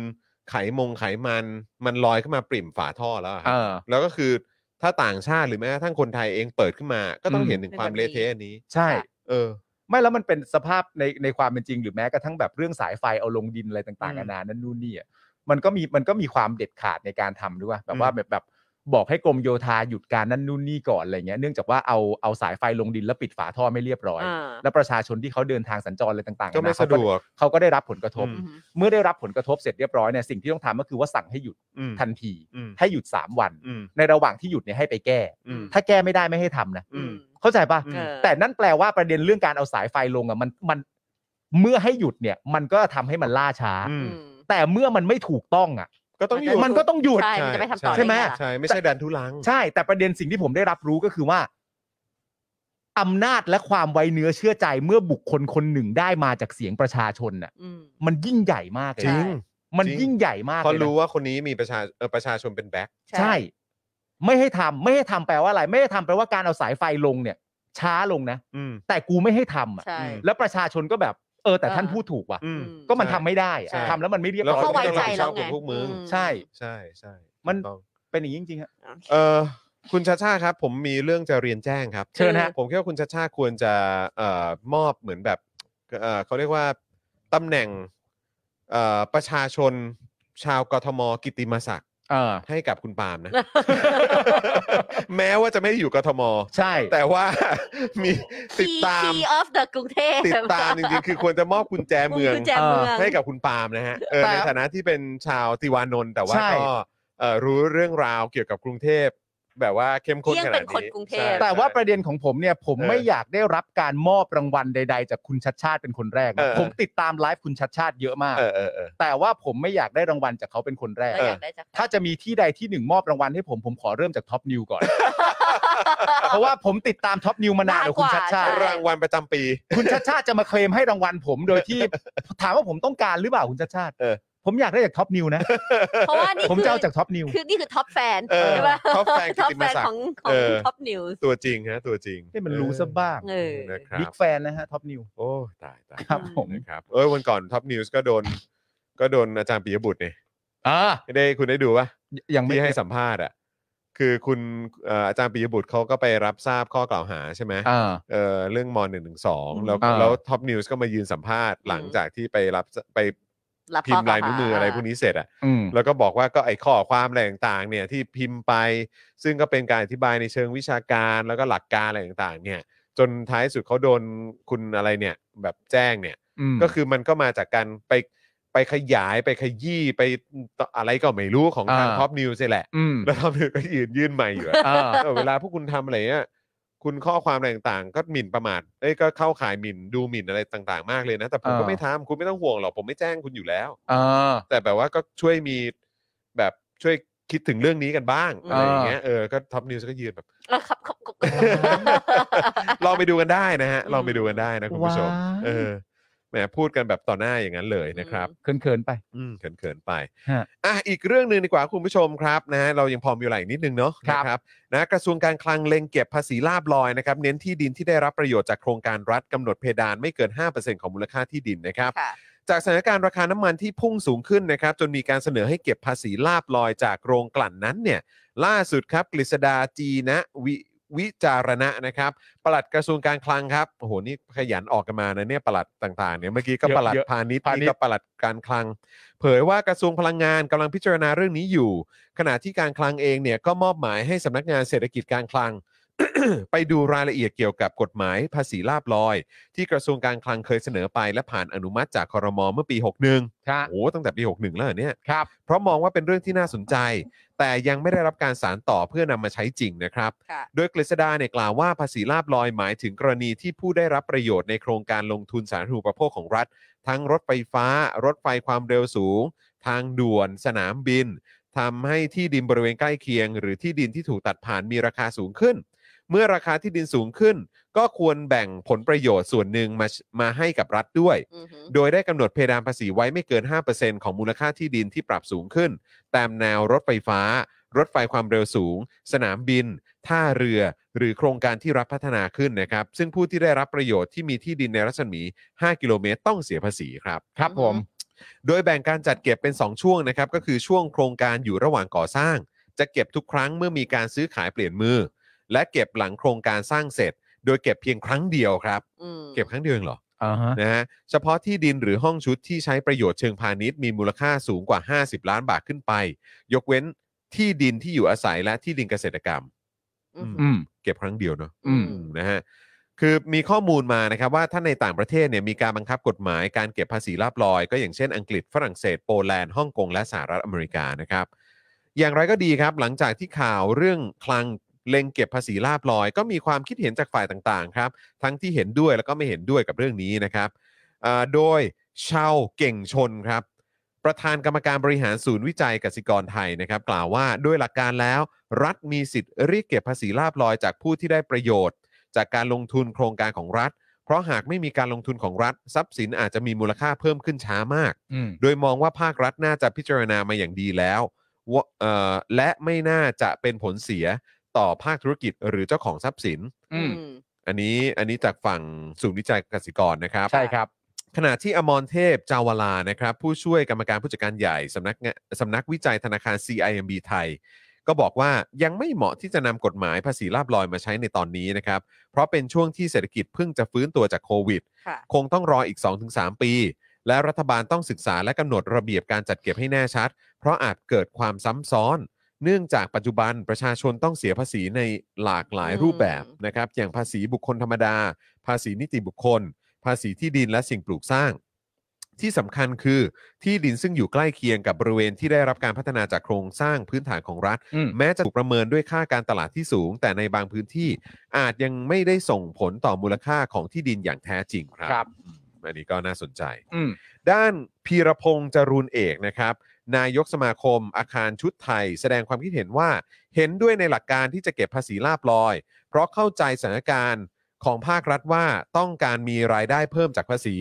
Speaker 2: ไขมงไขมัน มันลอยขึ้นมาปริ่มฝาท่อแล้วอะค
Speaker 3: เอ
Speaker 2: รับ
Speaker 3: อ
Speaker 2: แล้วก็คือถ้าต่างชาติหรือแม้กระทั่งคนไทยเองเปิดขึ้นมา ก็ต้อง
Speaker 3: อืม
Speaker 2: เห็นถึงความเละเทะอันนี้
Speaker 3: ใช่
Speaker 2: เออ
Speaker 3: ไม่แล้วมันเป็นสภาพในในความเป็นจริง หรือแม้กระทั่งแบบเรื่องสายไฟเอาลงดินอะไรต่างๆ
Speaker 2: อืม
Speaker 3: นานานั่นนู่นนี่อะมันก็มีมันก็มีความเด็ดขาดในการทำด้วยว่าแบบว่า
Speaker 2: อืม
Speaker 3: แบบแบบบอกให้กรมโยธาหยุดการนั่นนู่นนี่ก่อนอะไรเงี้ยเนื่องจากว่าเอาเอาสายไฟลงดินแล้วปิดฝาท่อไม่เรียบร้อย
Speaker 4: อ่า
Speaker 3: แล้วประชาชนที่เขาเดินทางสัญจรอะไรต่างๆ
Speaker 2: ก็ไม่
Speaker 3: นาน
Speaker 2: สะดวก
Speaker 3: เขาก็ได้รับผลกระทบ
Speaker 2: อื
Speaker 4: อืม
Speaker 3: เมื่อได้รับผลกระทบเสร็จเรียบร้อยเนี่ยสิ่งที่ต้องทำก็คือว่าสั่งให้หยุด
Speaker 2: อืม
Speaker 3: ทันที
Speaker 2: อืม
Speaker 3: ให้หยุด 3 วัน
Speaker 2: อืม
Speaker 3: ในระหว่างที่หยุดเนี่ยให้ไปแก้
Speaker 2: อืม
Speaker 3: ถ้าแก้ไม่ได้ไม่ให้ทำนะ
Speaker 2: อืม
Speaker 3: เข้าใจปะ
Speaker 2: อืม
Speaker 4: เออ
Speaker 3: แต่นั่นแปลว่าประเด็นเรื่องการเอาสายไฟลงอ่ะมันมันเมื่อให้หยุดเนี่ย มันก็ทำให้มันล่าช้า
Speaker 2: อื
Speaker 4: อื
Speaker 2: ม
Speaker 4: ม
Speaker 3: แต่เมื่อมันไม่ถูกต้องอ่ะ
Speaker 2: ก็ต้องหยุด
Speaker 3: มันก็ต้องหยุด
Speaker 4: ใช่มันจะไม่ทำต่อ
Speaker 3: ใช่ไหม
Speaker 4: ด้งล่ะ
Speaker 2: ใช่ไม่ใช่ดันทุลัง
Speaker 3: ใช่ แต่ประเด็นสิ่งที่ผมได้รับรู้ก็คือว่าอำนาจและความไว้เนื้อเชื่อใจเมื่อบุคคลคนหนึ่งได้มาจากเสียงประชาชนน่ะ
Speaker 4: อืม
Speaker 3: มันยิ่งใหญ่มากเลย
Speaker 2: จริง
Speaker 3: นะมัน
Speaker 2: จริง
Speaker 3: ยิ่งใหญ่มาก
Speaker 2: เพราะ
Speaker 3: เลยนะ
Speaker 2: รู้ว่าคนนี้มีประชาเอ่อประชาชนเป็นแบ็ค
Speaker 3: ใช่ ไม่ให้ทำไม่ให้ทำแปลว่าอะไร ไม่ให้ทำแปลว่าการเอาสายไฟลงเนี่ย ช้าลงนะ
Speaker 2: อืม
Speaker 3: แต่กูไม่ให้ทำอ่ะ
Speaker 4: ใช่
Speaker 3: แล้วประชาชนก็แบบ เออ แต่
Speaker 4: เออ
Speaker 3: ท่านพูดถูกว่ะ
Speaker 2: อืม
Speaker 4: อื
Speaker 3: ก็มันทำไม่ได้อะ
Speaker 2: ใช่
Speaker 3: ทำแล้วมันไม่เรียบ
Speaker 2: แล้ว
Speaker 3: ร้อย
Speaker 2: เขา
Speaker 4: ไว้
Speaker 2: ไม่ต้อง
Speaker 4: ใจ
Speaker 2: รับผิดชอบกับ
Speaker 4: แล้วไง
Speaker 2: พวกมึง
Speaker 4: อืม
Speaker 3: ใช่
Speaker 2: ใช่ใช่
Speaker 3: มัน
Speaker 2: ถูกต้อง
Speaker 3: เป็นอย่างนี้จริงๆฮะ
Speaker 2: เออ คุณชาชาครับ ผมมีเรื่องจะเรียนแจ้งครับ
Speaker 3: เชิญฮะ
Speaker 2: ผมคิดว่าคุณชาชาควรจะเอ่อมอบเหมือนแบบเอ่อเขาเรียกว่าตำแหน่งเอ่อประชาชนชาวกทมกิตติมศักดิ์
Speaker 3: เออ
Speaker 2: ให้กับคุณปาล์ม นะ แม้ว่าจะไม่ได้อยู่กทม
Speaker 3: ใช่
Speaker 2: แต่ว่า มีติด
Speaker 4: Key-
Speaker 2: ตาม
Speaker 4: Key of the กรุงเทพ
Speaker 2: ติดตามจริงๆ คือควรจะมอบกุญแจเมือง
Speaker 4: กุญแจเมือง
Speaker 2: ให้กับคุณปาล์มนะฮะเออ
Speaker 3: แต่
Speaker 2: ในฐานะที่เป็นชาวติวานนท์แต่ว่า
Speaker 3: ใช่
Speaker 2: ก็เอ่อรู้เรื่องราวเกี่ยวกับกรุงเทพแบบว่าเข้มข้น
Speaker 4: เอี่ยง
Speaker 2: ข
Speaker 4: เป็
Speaker 2: นาด
Speaker 4: น
Speaker 2: นี้
Speaker 4: คนกรุงเทพ
Speaker 2: ใช่
Speaker 3: แต่ว่าประเด็นของผมเนี่ยผม
Speaker 2: เออ
Speaker 3: ไม่อยากได้รับการมอบรางวัลใด ๆ จากคุณชัดชาติเป็นคนแรกนะ
Speaker 2: เออ
Speaker 3: ผมติดตามไลฟ์คุณชัดชาติเยอะมาก
Speaker 2: เออเออเออ
Speaker 3: แต่ว่าผมไม่อยากได้รางวัลจากเขาเป็นคนแรก
Speaker 4: เราอยากได้จาก
Speaker 3: ถ้าจะมีที่ใดที่หนึ่งมอบรางวัลให้ผมผมขอเริ่มจากท็อปนิวก่อน เพราะว่าผมติดตามท็อปนิวมานานแล้วคุณชัดชาติ
Speaker 2: รางวัลประจำปี
Speaker 3: คุณชัดชาติจะมาเคลมให้รางวัลผมโดยที่ ถามว่าผมต้องการหรือเปล่าคุณชัดชาติ
Speaker 2: เออ
Speaker 3: ผมอยากได้จากท็อปนิวนะ
Speaker 4: เพราะว่า นี่
Speaker 3: ผม
Speaker 4: คื
Speaker 3: จะเอาจากท็อปนิว
Speaker 4: คือนี่คือท็อปแฟน
Speaker 2: เออ
Speaker 4: ใช่ปะ
Speaker 2: ท็อปแฟนกิ
Speaker 4: ท็อป
Speaker 2: ติม
Speaker 4: แฟน
Speaker 2: ศัก
Speaker 4: ขอ
Speaker 2: ดิ์
Speaker 4: งของ
Speaker 2: เออ
Speaker 4: ท็อปนิวส์
Speaker 2: ตัวจริงฮะตัวจริง
Speaker 3: ให้มันรู้ซะบ้าง
Speaker 4: เออ
Speaker 2: นะครับ
Speaker 3: บิ๊กแฟนนะฮะท็อปนิว
Speaker 2: โอ้ตายตาย
Speaker 3: ครับผม
Speaker 2: นะครับเอ้ยวันก่อนท็อปนิวส์ก็โดน ก็โดนอาจารย์ปิยบุตรเนี่ย
Speaker 3: อ่า
Speaker 2: ได้คุณได้ดูปะ
Speaker 3: ยังไม่
Speaker 2: ที่ให้สัมภาษณ์อ่ะคือคุณเอ่ออาจารย์ปิยบุตรเขาก็ไปรับทราบข้อกล่าวหาใช่ไหม
Speaker 3: อ่า
Speaker 2: เออเรื่องมหนึ่งหนึ่งสองแล้ว
Speaker 3: อ่า
Speaker 2: แล้วท็อปนิวส์ก็มายืนสัมภาษณ์หลังจากที่ไปรับไป
Speaker 4: รับ
Speaker 2: พิมพ์ลายนิ้วมืออะไร
Speaker 4: ข้อก
Speaker 2: พวก
Speaker 4: ล่าวหา
Speaker 2: นี้เสร็จอ่ะ
Speaker 3: อืม
Speaker 2: แล้วก็บอกว่าก็ไอข้อความอะไรต่างๆเนี่ยที่พิมพ์ไป ซึ่งก็เป็นการอธิบายในเชิงวิชาการแล้วก็หลักการอะไรต่างๆ เนี่ย จนท้ายสุดเขาโดนคุณอะไรเนี่ยแบบแจ้งเนี่ย ก็คือมันก็มาจากการไปไปขยายไปขยี้ไปอะไรก็ไม่รู้ของทาง
Speaker 3: อ่า
Speaker 2: ท็อปนิวส์นี่แหละ
Speaker 3: อืม
Speaker 2: แล้วทอมนิวก็ยืนยื่นไม่อยู่อะ
Speaker 3: อ่า
Speaker 2: เออเวลาพวกคุณทำอะไรเนี่ยคุณข้อความอะไรต่างๆ ก็หมิ่นประมาทเอ้ยก็เข้าข่ายหมิ่นดูหมิ่นอะไรต่าง ๆ มากเลยนะ แต่ผมก็
Speaker 3: อ่า
Speaker 2: ไม่ทำคุณไม่ต้องห่วงหรอกผมไม่แจ้งคุณอยู่แล้ว
Speaker 3: อ่า
Speaker 2: แต่แบบว่าก็ช่วยมีแบบช่วยคิดถึงเรื่องนี้กันบ้างอะ
Speaker 4: อ่า
Speaker 2: ไรอย่างเงี้ยเออก็ท็อปนิวส์ก็ยืนแบบ
Speaker 4: เออครับครับครับ
Speaker 2: ลองไปดูกันได้นะฮะลองไปดูกันได้นะคุณผู้ชม
Speaker 3: ว้าย
Speaker 2: เออแหมพูดกันแบบต่อหน้าอย่างนั้นเลยนะครับ
Speaker 3: เขินๆไป
Speaker 2: อืมเขินๆไป
Speaker 3: ฮะ
Speaker 2: อ่ะ อีกเรื่องหนึ่งดีกว่าคุณผู้ชมครับนะฮะเรายังพอมีเวลาอีกนิดนึงเนาะ
Speaker 3: ครับ
Speaker 2: นะครับนะกระทรวงการคลังเล็งเก็บภาษีลาบลอยนะครับ เน้นที่ดินที่ได้รับประโยชน์จากโครงการรัฐกำหนดเพดานไม่เกิน 5%ของมูลค่าที่ดินนะครับ
Speaker 4: ค่ะ
Speaker 2: จากสถานการณ์ราคาน้ำมันที่พุ่งสูงขึ้นนะครับ จนมีการเสนอให้เก็บภาษีลาบลอยจากโรงกลั่นนั้นเนี่ย ล่าสุดครับ กฤษดาจีนะวิวิจารณะนะครับปลัดกระทรวงการคลังครับโอ้โหนี่ขยันออกกันมานะเนี่ยปลัดต่างๆเนี่ยเมื่อกี้ก็
Speaker 3: เยอะ
Speaker 2: ปลัด
Speaker 3: เยอะ
Speaker 2: พาณิชย์
Speaker 3: พาณิชย์
Speaker 2: นี่ก็ปลัดการคลัง เผยว่ากระทรวงพลังงานกำลังพิจารณาเรื่องนี้อยู่ ขณะที่การคลังเองเนี่ยก็มอบหมายให้สำนักงานเศรษฐกิจการคลัง ไปดูรายละเอียดเกี่ยวกับกฎหมายภาษีลาบลอย ที่กระทรวงการคลังเคยเสนอไปและผ่านอนุมัติจากคอรมอเมื่อปี 61
Speaker 3: ฮะ
Speaker 2: โอ้ตั้งแต่ปี 61 แล้วเหรอเนี่ย
Speaker 3: ครับ
Speaker 2: เพราะมองว่าเป็นเรื่องที่น่าสนใจ แต่ยังไม่ได้รับการสารต่อเพื่อนำมาใช้จริงนะครับ
Speaker 4: ค่ะ
Speaker 2: โดยกฤษดาเนี่ยกล่าวว่าภาษีลาบลอยหมายถึงกรณีที่ผู้ได้รับประโยชน์ในโครงการลงทุนสาธารณูปโภคของรัฐ ทั้งรถไฟฟ้า รถไฟความเร็วสูง ทางด่วน สนามบินทำให้ที่ดินบริเวณใกล้เคียง หรือที่ดินที่ถูกตัดผ่านมีราคาสูงขึ้น เมื่อราคาที่ดินสูงขึ้น ก็ควรแบ่งผลประโยชน์ส่วนหนึ่งมามาให้กับรัฐด้วย
Speaker 4: อือหือ
Speaker 2: โดยได้กำหนดเพดานภาษีไว้ไม่เกิน 5%ของมูลค่าที่ดินที่ปรับสูงขึ้น ตามแนวรถไฟฟ้า รถไฟความเร็วสูง สนามบิน ท่าเรือ หรือโครงการที่รัฐพัฒนาขึ้นนะครับ ซึ่งผู้ที่ได้รับประโยชน์ที่มีที่ดินในรัศมี 5 กิโลเมตรต้องเสียภาษีครับ
Speaker 3: ครับผม
Speaker 2: โดยแบ่งการจัดเก็บเป็น 2 ช่วงนะครับ ก็คือช่วงโครงการอยู่ระหว่างก่อสร้าง จะเก็บทุกครั้งเมื่อมีการซื้อขายเปลี่ยนมือ และเก็บหลังโครงการสร้างเสร็จ โดยเก็บเพียงครั้งเดียวครับ
Speaker 4: อืม
Speaker 2: เก็บครั้งเดียวเองเหรอ
Speaker 3: อ่าฮะ
Speaker 2: นะฮะเฉพาะที่ดินหรือห้องชุดที่ใช้ประโยชน์เชิงพาณิชย์มีมูลค่าสูงกว่า 50 ล้านบาทขึ้นไป ยกเว้นที่ดินที่อยู่อาศัยและที่ดินเกษตรกรรม
Speaker 4: อืม
Speaker 3: อืม
Speaker 2: เก็บครั้งเดียวเนาะ
Speaker 3: อืม
Speaker 2: อืมนะฮะคือมีข้อมูลมานะครับว่าถ้าในต่างประเทศเนี่ยมีการบังคับกฎหมายการเก็บภาษีลาบลอย ก็อย่างเช่นอังกฤษฝรั่งเศสโปแลนด์ฮ่องกงและสหรัฐอเมริกานะครับ อย่างไรก็ดีครับ หลังจากที่ข่าวเรื่องคลังเล็งเก็บภาษีลาบลอย ก็มีความคิดเห็นจากฝ่ายต่างๆครับ ทั้งที่เห็นด้วยแล้วก็ไม่เห็นด้วยกับเรื่องนี้นะครับเอ่อโดยชาวเก่งชนครับ ประธานกรรมการบริหารศูนย์วิจัยกสิกรไทยนะครับ กล่าวว่าด้วยหลักการแล้ว รัฐมีสิทธิ์เรียกเก็บภาษีลาบลอยจากผู้ที่ได้ประโยชน์ จากการลงทุนโครงการของรัฐ เพราะหากไม่มีการลงทุนของรัฐ ทรัพย์สินอาจจะมีมูลค่าเพิ่มขึ้นช้ามาก
Speaker 3: อืม
Speaker 2: โดยมองว่าภาครัฐน่าจะพิจารณามาอย่างดีแล้วว่าเอ่อและไม่น่าจะเป็นผลเสียต่อภาคธุรกิจหรือเจ้าของทรัพย์สิน
Speaker 3: อืม
Speaker 4: อืม
Speaker 2: อันนี้อันนี้จากฝั่งศูนย์วิจัยกสิกรนะครับ
Speaker 3: ใช่ครับ
Speaker 2: ขณะที่อมรเทพจาวลานะครับ ผู้ช่วยกรรมการผู้จัดการใหญ่สำนักงานสำนักวิจัยธนาคาร CIMB ไทย ก็บอกว่ายังไม่เหมาะที่จะนำกฎหมายภาษีลาบลอยมาใช้ในตอนนี้นะครับ เพราะเป็นช่วงที่เศรษฐกิจเพิ่งจะฟื้นตัวจากโควิด
Speaker 4: ค่ะ
Speaker 2: คงต้องรออีก 2-3 ปี และรัฐบาลต้องศึกษาและกำหนดระเบียบการจัดเก็บให้แน่ชัด เพราะอาจเกิดความซ้ำซ้อน เนื่องจากปัจจุบันประชาชนต้องเสียภาษีในหลากหลายรูปแบบ
Speaker 4: อืม
Speaker 2: นะครับ อย่างภาษีบุคคลธรรมดา ภาษีนิติบุคคล ภาษีที่ดินและสิ่งปลูกสร้าง ที่สำคัญคือที่ดินซึ่งอยู่ใกล้เคียงกับบริเวณที่ได้รับการพัฒนาจากโครงสร้างพื้นฐานของรัฐ
Speaker 3: อืม
Speaker 2: แม้จะถูกประเมินด้วยค่าการตลาดที่สูง แต่ในบางพื้นที่อาจยังไม่ได้ส่งผลต่อมูลค่าของที่ดินอย่างแท้จริงครั
Speaker 3: ครับ
Speaker 2: อืมอันนี้ก็น่าสนใจ
Speaker 3: อืม
Speaker 2: ด้านพีรพงษ์จรูนเอกนะครับ นายกสมาคมอาคารชุดไทย แสดงความคิดเห็นว่าเห็นด้วยในหลักการที่จะเก็บภาษีลาบลอย เพราะเข้าใจสถานการณ์ของภาครัฐว่าต้องการมีรายได้เพิ่มจากภาษี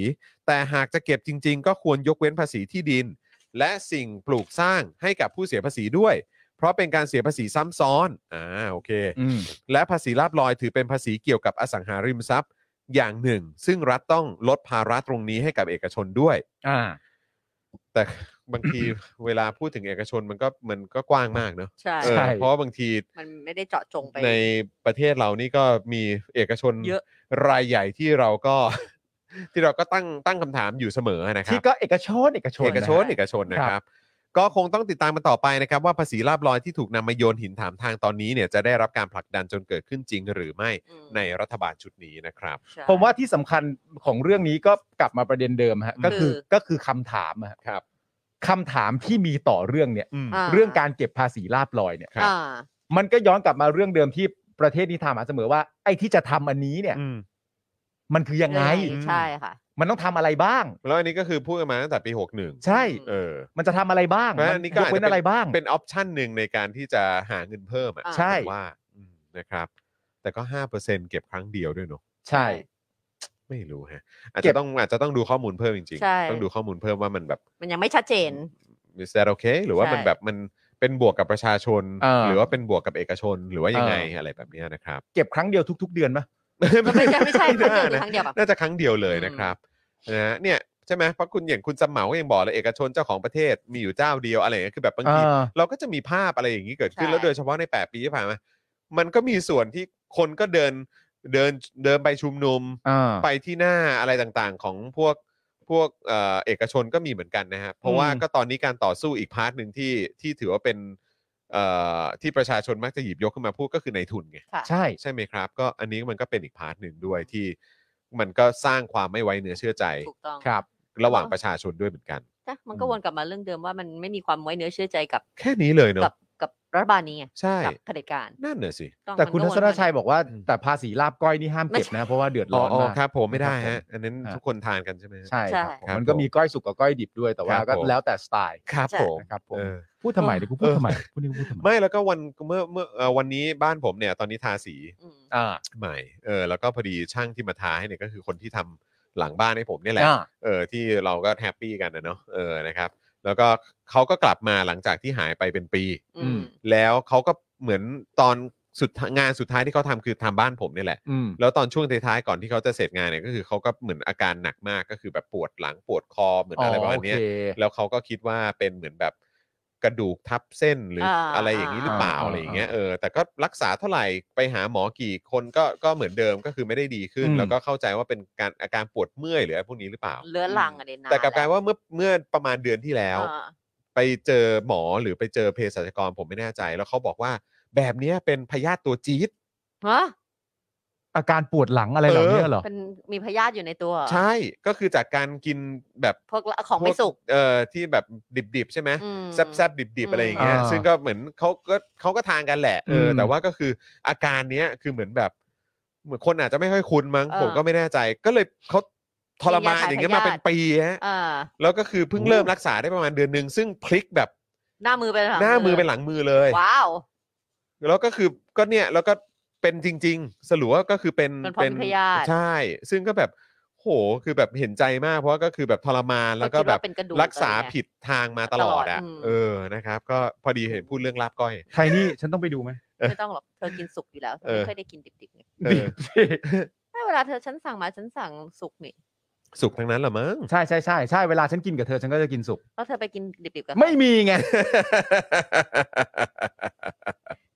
Speaker 2: แต่หากจะเก็บจริง ๆ ก็ควรยกเว้นภาษีที่ดิน และสิ่งปลูกสร้างให้กับผู้เสียภาษีด้วย เพราะเป็นการเสียภาษีซ้ำซ้อนอ่าโอเค
Speaker 3: อืม
Speaker 2: และภาษีลาบลอยถือเป็นภาษีเกี่ยวกับอสังหาริมทรัพย์ อย่างหนึ่ง ซึ่งรัฐต้องลดภาระตรงนี้ให้กับเอกชนด้วย
Speaker 3: อ่า
Speaker 2: แต่ บางที เวลาพูดถึงเอกชนมันก็มันก็กว้างมากเนอะ
Speaker 4: ใช่
Speaker 2: เออ
Speaker 3: ใช่
Speaker 2: เพราะว่าบางที
Speaker 4: มันไม่ได้เจาะจงไป
Speaker 2: ในประเทศเรานี่ก็มีเอกชน
Speaker 4: เยอะ
Speaker 2: รายใหญ่ที่เราก็ ที่เราก็ตั้งตั้งคำถามอยู่เสมอนะครั
Speaker 3: ที่
Speaker 2: บ
Speaker 3: ก็เอกชนเอกชน
Speaker 2: เอกชน
Speaker 3: นะฮะ
Speaker 2: เอกชนนะค
Speaker 3: ครั
Speaker 2: รับ
Speaker 3: บ
Speaker 2: ก็คงต้องติดตามมาต่อไปนะครับ ว่าภาษีลาบลอยที่ถูกนำมาโยนหินถามทางตอนนี้เนี่ยจะได้รับการผลักดันจนเกิดขึ้นจริงหรือไม่
Speaker 4: อืม
Speaker 2: ในรัฐบาลชุดนี้นะครับ
Speaker 4: ใช่
Speaker 3: ผมว่าที่สำคัญของเรื่องนี้ก็กลับมาประเด็นเดิมฮะก็คือ
Speaker 4: คือ
Speaker 3: ก็คือคำถามอะฮะ
Speaker 2: ครับ
Speaker 3: คำถามที่มีต่อเรื่องเนี่ย
Speaker 2: อืม
Speaker 4: อ่า
Speaker 3: เรื่องการเก็บภาษีลาบลอยเนี่ย
Speaker 2: ครับ
Speaker 4: อ่า
Speaker 3: มันก็ย้อนกลับมาเรื่องเดิมที่ประเทศนี้ถามหาเสมอว่าไอ้ที่จะทำอันนี้เนี่ย
Speaker 2: อืม
Speaker 3: มันคือยังไง
Speaker 4: ใช่ค่ะ
Speaker 3: มันต้องทำอะไรบ้าง
Speaker 2: แล้วอันนี้ก็คือพูดกันมาตั้งแต่ปี 61
Speaker 3: ใช่
Speaker 2: เออ
Speaker 3: มันจะทำอะไรบ้าง
Speaker 2: เพราะฉะนั้นนี่ก็
Speaker 3: ยก
Speaker 2: อาจจะ
Speaker 3: เว้นอะไรบ้าง
Speaker 2: เป็นออปชันหนึ่งในการที่จะหาเงินเพิ่มอ่ะ
Speaker 4: อ่า
Speaker 3: ใช่
Speaker 2: ผมว่าอืมนะครับ แต่ก็ 5%เก็บครั้งเดียวด้วยเนาะ
Speaker 3: ใช่
Speaker 2: ไม่รู้ฮะอาจ
Speaker 3: เก็
Speaker 2: จะ
Speaker 3: บ
Speaker 2: ต้องอาจจะต้องดูข้อมูลเพิ่มจริง
Speaker 4: ใช่
Speaker 2: ๆ ต้องดูข้อมูลเพิ่มว่ามันแบบ
Speaker 4: มันยังไม่ชัดเจน
Speaker 2: is that okay หรือว่า
Speaker 4: ใช่
Speaker 2: มันแบบมันเป็นบวกกับประชาชน
Speaker 3: เออ
Speaker 2: หรือว่าเป็นบวกกับเอกชน หรือว่ายังไง
Speaker 3: เอออ
Speaker 2: อะไรแบบเนี้ยนะครับ
Speaker 3: เก็บครั้งเดียวทุก ๆ เดือนปะ
Speaker 4: มันไม่ใช่ไม่ใช่ครั้งเดียวหรือครั้งเดียวปะ
Speaker 2: น่าจะครั้งเดียวเลย
Speaker 4: อืม
Speaker 2: นะครับนะฮะเนี่ยใช่ไหมเพราะคุณอย่างคุณสมเหมาก็ยังบอกเลยเอกชนเจ้าของประเทศมีอยู่เจ้าเดียวอะไรอย่างเงี้ยคือแบบบางที
Speaker 3: เออ
Speaker 2: เราก็จะมีภาพอะไรอย่างนี้เกิดขึ้น
Speaker 4: ใช่
Speaker 2: แล้วโดยเฉพาะใน 8 ปีที่ผ่านมามันก็มีส่วนที่คนก็เดินเดินเดินไปชุมนุม
Speaker 3: อ่า
Speaker 2: ไปที่หน้าอะไรต่างๆของพวกพวกเอ่อเอกชนก็มีเหมือนกันนะครับเพราะว่า
Speaker 3: อืม
Speaker 2: ก็ตอนนี้การต่อสู้อีกพาร์ทหนึ่งที่ที่ถือว่าเป็นเอ่อที่ประชาชนมักจะหยิบยกขึ้นมาพูดก็คือในทุนไง
Speaker 4: ค่ะ
Speaker 3: ใช่
Speaker 2: ใช่ไหมครับ ก็อันนี้มันก็เป็นอีกพาร์ทหนึ่งด้วยที่มันก็สร้างความไม่ไว้เนื้อเชื่อใจ
Speaker 4: ถูกต้อง
Speaker 3: ครับ
Speaker 2: ระหว่างประชาชนด้วยเหมือนกัน
Speaker 4: แต่มันก็วนกลับมาเรื่องเดิมว่ามันไม่มีความไว้เนื้อเชื่อใจกับ
Speaker 2: แค่นี้เลยเนาะ
Speaker 4: กับกับรัฐบาลนี้ไง
Speaker 2: ใช่
Speaker 4: กับเผด็จการ
Speaker 2: นั่นน่ะสิ
Speaker 4: อง
Speaker 3: แต่คุณ
Speaker 4: มั
Speaker 3: ทัศ
Speaker 4: ก็วน มา
Speaker 3: ชัยบอกว่า
Speaker 2: อืม
Speaker 3: แต่ภาษีลาบก้อยนี่ห้ามเก็บนะ เพราะว่าเดือด
Speaker 2: อ๋
Speaker 3: ร้
Speaker 2: อ
Speaker 3: อน
Speaker 2: อ๋อ
Speaker 3: มาก
Speaker 2: ครับผมไม่ได้
Speaker 3: ครั
Speaker 2: ฮะ
Speaker 3: บผม
Speaker 2: อันนั้น
Speaker 3: อ่า
Speaker 2: ทุกคนทานกันใช่ไหมฮะ
Speaker 3: ใช่ครับผม
Speaker 2: ครับ
Speaker 3: มันก็
Speaker 2: ผม
Speaker 3: มีก้อยสุกกับก้อยดิบด้วยแต่ว่า
Speaker 2: ครับ
Speaker 3: ก็
Speaker 2: ผม
Speaker 3: แล้วแต่สไตล์
Speaker 2: ครับผม
Speaker 3: นะครับผม
Speaker 2: เออ
Speaker 3: พูดทำไมเนี่ยกูพูดทำไมพูดนี่กูพูดทำไม
Speaker 2: ไม่แล้วก็วันเมื่อเมื่อเอ่อวันนี้บ้านผมเนี่ยตอนนี้ทาสี
Speaker 4: อืม
Speaker 3: อ่า
Speaker 2: ใหม่เออแล้วก็พอดีช่างที่มาทาให้เนี่ยก็คือคนที่ทำหลังบ้านให้ผมเนี่ยแหละ
Speaker 3: อ่า
Speaker 2: เออที่เราก็แฮปปี้กันนะเนาะเออนะครับ แล้วก็เขาก็กลับมาหลังจากที่หายไปเป็นปี
Speaker 3: อืม
Speaker 2: แล้วเขาก็เหมือนตอนสุดท้ายงานสุดท้ายที่เขาทำคือทำบ้านผมเนี่ยแหละ
Speaker 3: อืม
Speaker 2: แล้วตอนช่วงท้ายๆก่อนที่เขาจะเสร็จงานเนี่ยก็คือเขาก็เหมือนอาการหนักมากก็คือแบบปวดหลังปวดคอเหมือนอะไรประมาณเนี้ย
Speaker 3: โอเค
Speaker 2: แล้วเขาก็คิดว่าเป็นเหมือนแบบกระดูกทับเส้นหรืออา อะไรอย่างนี้หรือเปล่า
Speaker 3: อ่า
Speaker 2: อะไรอย่างเงี้ย
Speaker 3: อ่า
Speaker 2: เออแต่ก็รักษาเท่าไหร่ไปหาหมอกี่คนก็ก็เหมือนเดิมก็คือไม่ได้ดีขึ้น
Speaker 3: อืม
Speaker 2: แล้วก็เข้าใจว่าเป็นการอาการปวดเมื่อยหรืออะไรพวกนี้หรือเปล่า
Speaker 4: เลื้อรังอะเดนาน
Speaker 2: แต่กลับกลายว่าเมื่อเมื่อประมาณเดือนที่แล้ว
Speaker 4: อ่า
Speaker 2: ไปเจอหมอหรือไปเจอเภสัชกรผมไม่แน่ใจ แล้วเขาบอกว่าแบบเนี้ยเป็นพยาธิตัวจี๊ด
Speaker 4: ฮะ
Speaker 3: อาการปวดหลังอะไรเหล่านี้เหรอ
Speaker 4: เป็นมีพยาธิอยู่ในตัวเหรอ
Speaker 2: ใช่ก็คือจากการกินแบบ
Speaker 4: พวกละของไม่สุก
Speaker 2: พวเอ่อที่แบบดิบๆ ใช่ไหม
Speaker 4: อืม
Speaker 2: แซบๆดิบๆอะไรอย่างเงี้ย
Speaker 3: อ่า
Speaker 2: ซึ่งก็เหมือนเขาก็เขาก็ทานกันแหละเอออ
Speaker 3: ม
Speaker 2: แต่ว่าก็คืออาการเนี้ยคือเหมือนแบบเหมือนคนอาจจะไม่ค่อยคุ้นมั้ง
Speaker 4: เออ
Speaker 2: ผมก็ไม่แน่ใจ ก็เลยเขาทรมานอย่างเงี้ยมาเป็นปีฮะ
Speaker 4: เออ
Speaker 2: แล้วก็คือเพิ่งเริ่มรักษาได้ประมาณเดือนหนึ่งซึ่งพลิกแบบ
Speaker 4: หน้ามือเป็นหลัง
Speaker 2: หน้ามือเป็นหลังมือเลย
Speaker 4: ว้าว
Speaker 2: แล้วก็คือก็เนี่ยแล้วก็เป็นจริง ๆ สรุปว่าก็คือเป็น
Speaker 4: เป็นเพราะเป็นพยาธิ
Speaker 2: ใช่ ซึ่งก็แบบโหคือแบบเห็นใจมากเพราะว่าก็คือแบบทรมานแล้วก็
Speaker 4: คิด
Speaker 2: แบ
Speaker 4: ว่า
Speaker 2: บ
Speaker 4: เป็นกระดู
Speaker 2: รักษา
Speaker 4: อะไรเงี้ย
Speaker 2: ผิดทางมาตลอดอ่ะ
Speaker 4: ตลอดอืม
Speaker 2: เออนะครับ ก็พอดีเห็นพูดเรื่องลาบก้อย
Speaker 3: ไทยนี่ฉันต้องไปดูไหม
Speaker 4: ไม่ต้องหรอกเธอกินสุกอยู่แล้วเธอ
Speaker 2: เออ
Speaker 4: ไม่เคอยได้กินดิบๆไง
Speaker 2: เออ
Speaker 4: ไม่เวลาเธอฉันสั่งมาฉันสั่งสุกนี่
Speaker 2: สุกทั้งนั้นเหรอมั้ง
Speaker 3: ใช่ใช่ใช่ใช่เวลาฉันกินกับเธอฉันก็จะกินสุก
Speaker 4: แล้วเธอไปกินดิบๆกับ
Speaker 3: ไม่มีไง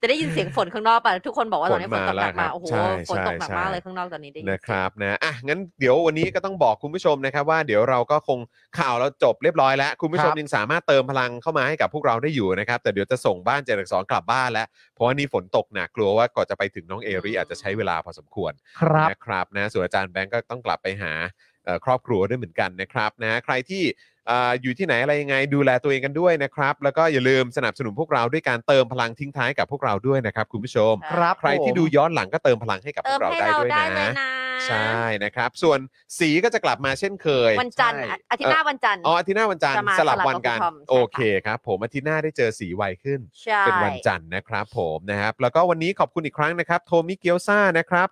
Speaker 4: จะได้ยินเสียงฝนข้างนอกป่ะทุกคนบอกว่าตอนนี้ฝนตกห
Speaker 2: ฝนมาแล้วครั
Speaker 4: นักมา
Speaker 2: บ
Speaker 4: โอ้โห
Speaker 2: ใช่
Speaker 4: ฝนตกหนัก
Speaker 2: ใช่
Speaker 4: มากเลยข้างนอกตอนนี้ได้ยิน
Speaker 2: นะครับนะอ่ะงั้นเดี๋ยววันนี้ก็ต้องบอกคุณผู้ชมนะครับว่าเดี๋ยวเราก็คงข่าวเราจบเรียบร้อยแล้ว คุณผู้ชม
Speaker 3: ครับ
Speaker 2: ยังสามารถเติมพลังเข้ามาให้กับพวกเราได้อยู่นะครับแต่เดี๋ยวจะส่งบ้านเจริญสอนกลับบ้านแล้ว เพราะว่านี่ฝนตกหนักกลัวว่ากว่อนจะไปถึงน้องเอริอาจจะใช้เวลาพอสมควร
Speaker 3: ครับ
Speaker 2: นะครับนะส่วนอาจารย์แบงก์ก็ต้องกลับไปหาเอ่อครอบครัวด้วยเหมือนกันนะครับนะใครที่เอ่ออยู่ที่ไหนอะไรยังไงดูแลตัวเองกันด้วยนะครับ แล้วก็อย่าลืมสนับสนุนพวกเราด้วยการเติมพลังทิ้งท้ายกับพวกเราด้วยนะครับคุณผู้ชม
Speaker 3: ครับ
Speaker 2: ใครที่ดูย้อนหลังก็เติมพลังให้กับพ
Speaker 4: เติ
Speaker 2: ว
Speaker 4: ม
Speaker 2: กเรา
Speaker 4: ให้
Speaker 2: ได้
Speaker 4: เรา
Speaker 2: ด้วย
Speaker 4: ได้เลย
Speaker 2: นะ
Speaker 4: นะ
Speaker 2: ใช่นะครับ ส่วนสีก็จะกลับมาเช่นเคย
Speaker 4: วันจันทร์
Speaker 3: ใช่
Speaker 4: อ่ะอาทิตย์หน้าวันจันทร์
Speaker 2: อ๋ออาทิตย์หน้าวันจันทร์
Speaker 4: จะมา
Speaker 2: สลับ
Speaker 4: สลับ
Speaker 2: วัน
Speaker 4: กับ
Speaker 2: กัน
Speaker 4: คุณทอมใช่ค่ะ
Speaker 2: โอเคครับ ผมอาทิตย์หน้าได้เจอสีไวขึ้น
Speaker 4: ใช่
Speaker 2: เป็นวันจันทร์นะครับผมนะครับแล้วก็วันนี้ขอบคุณอีกครั้งนะครับโทมิเกียวซ่านะครับ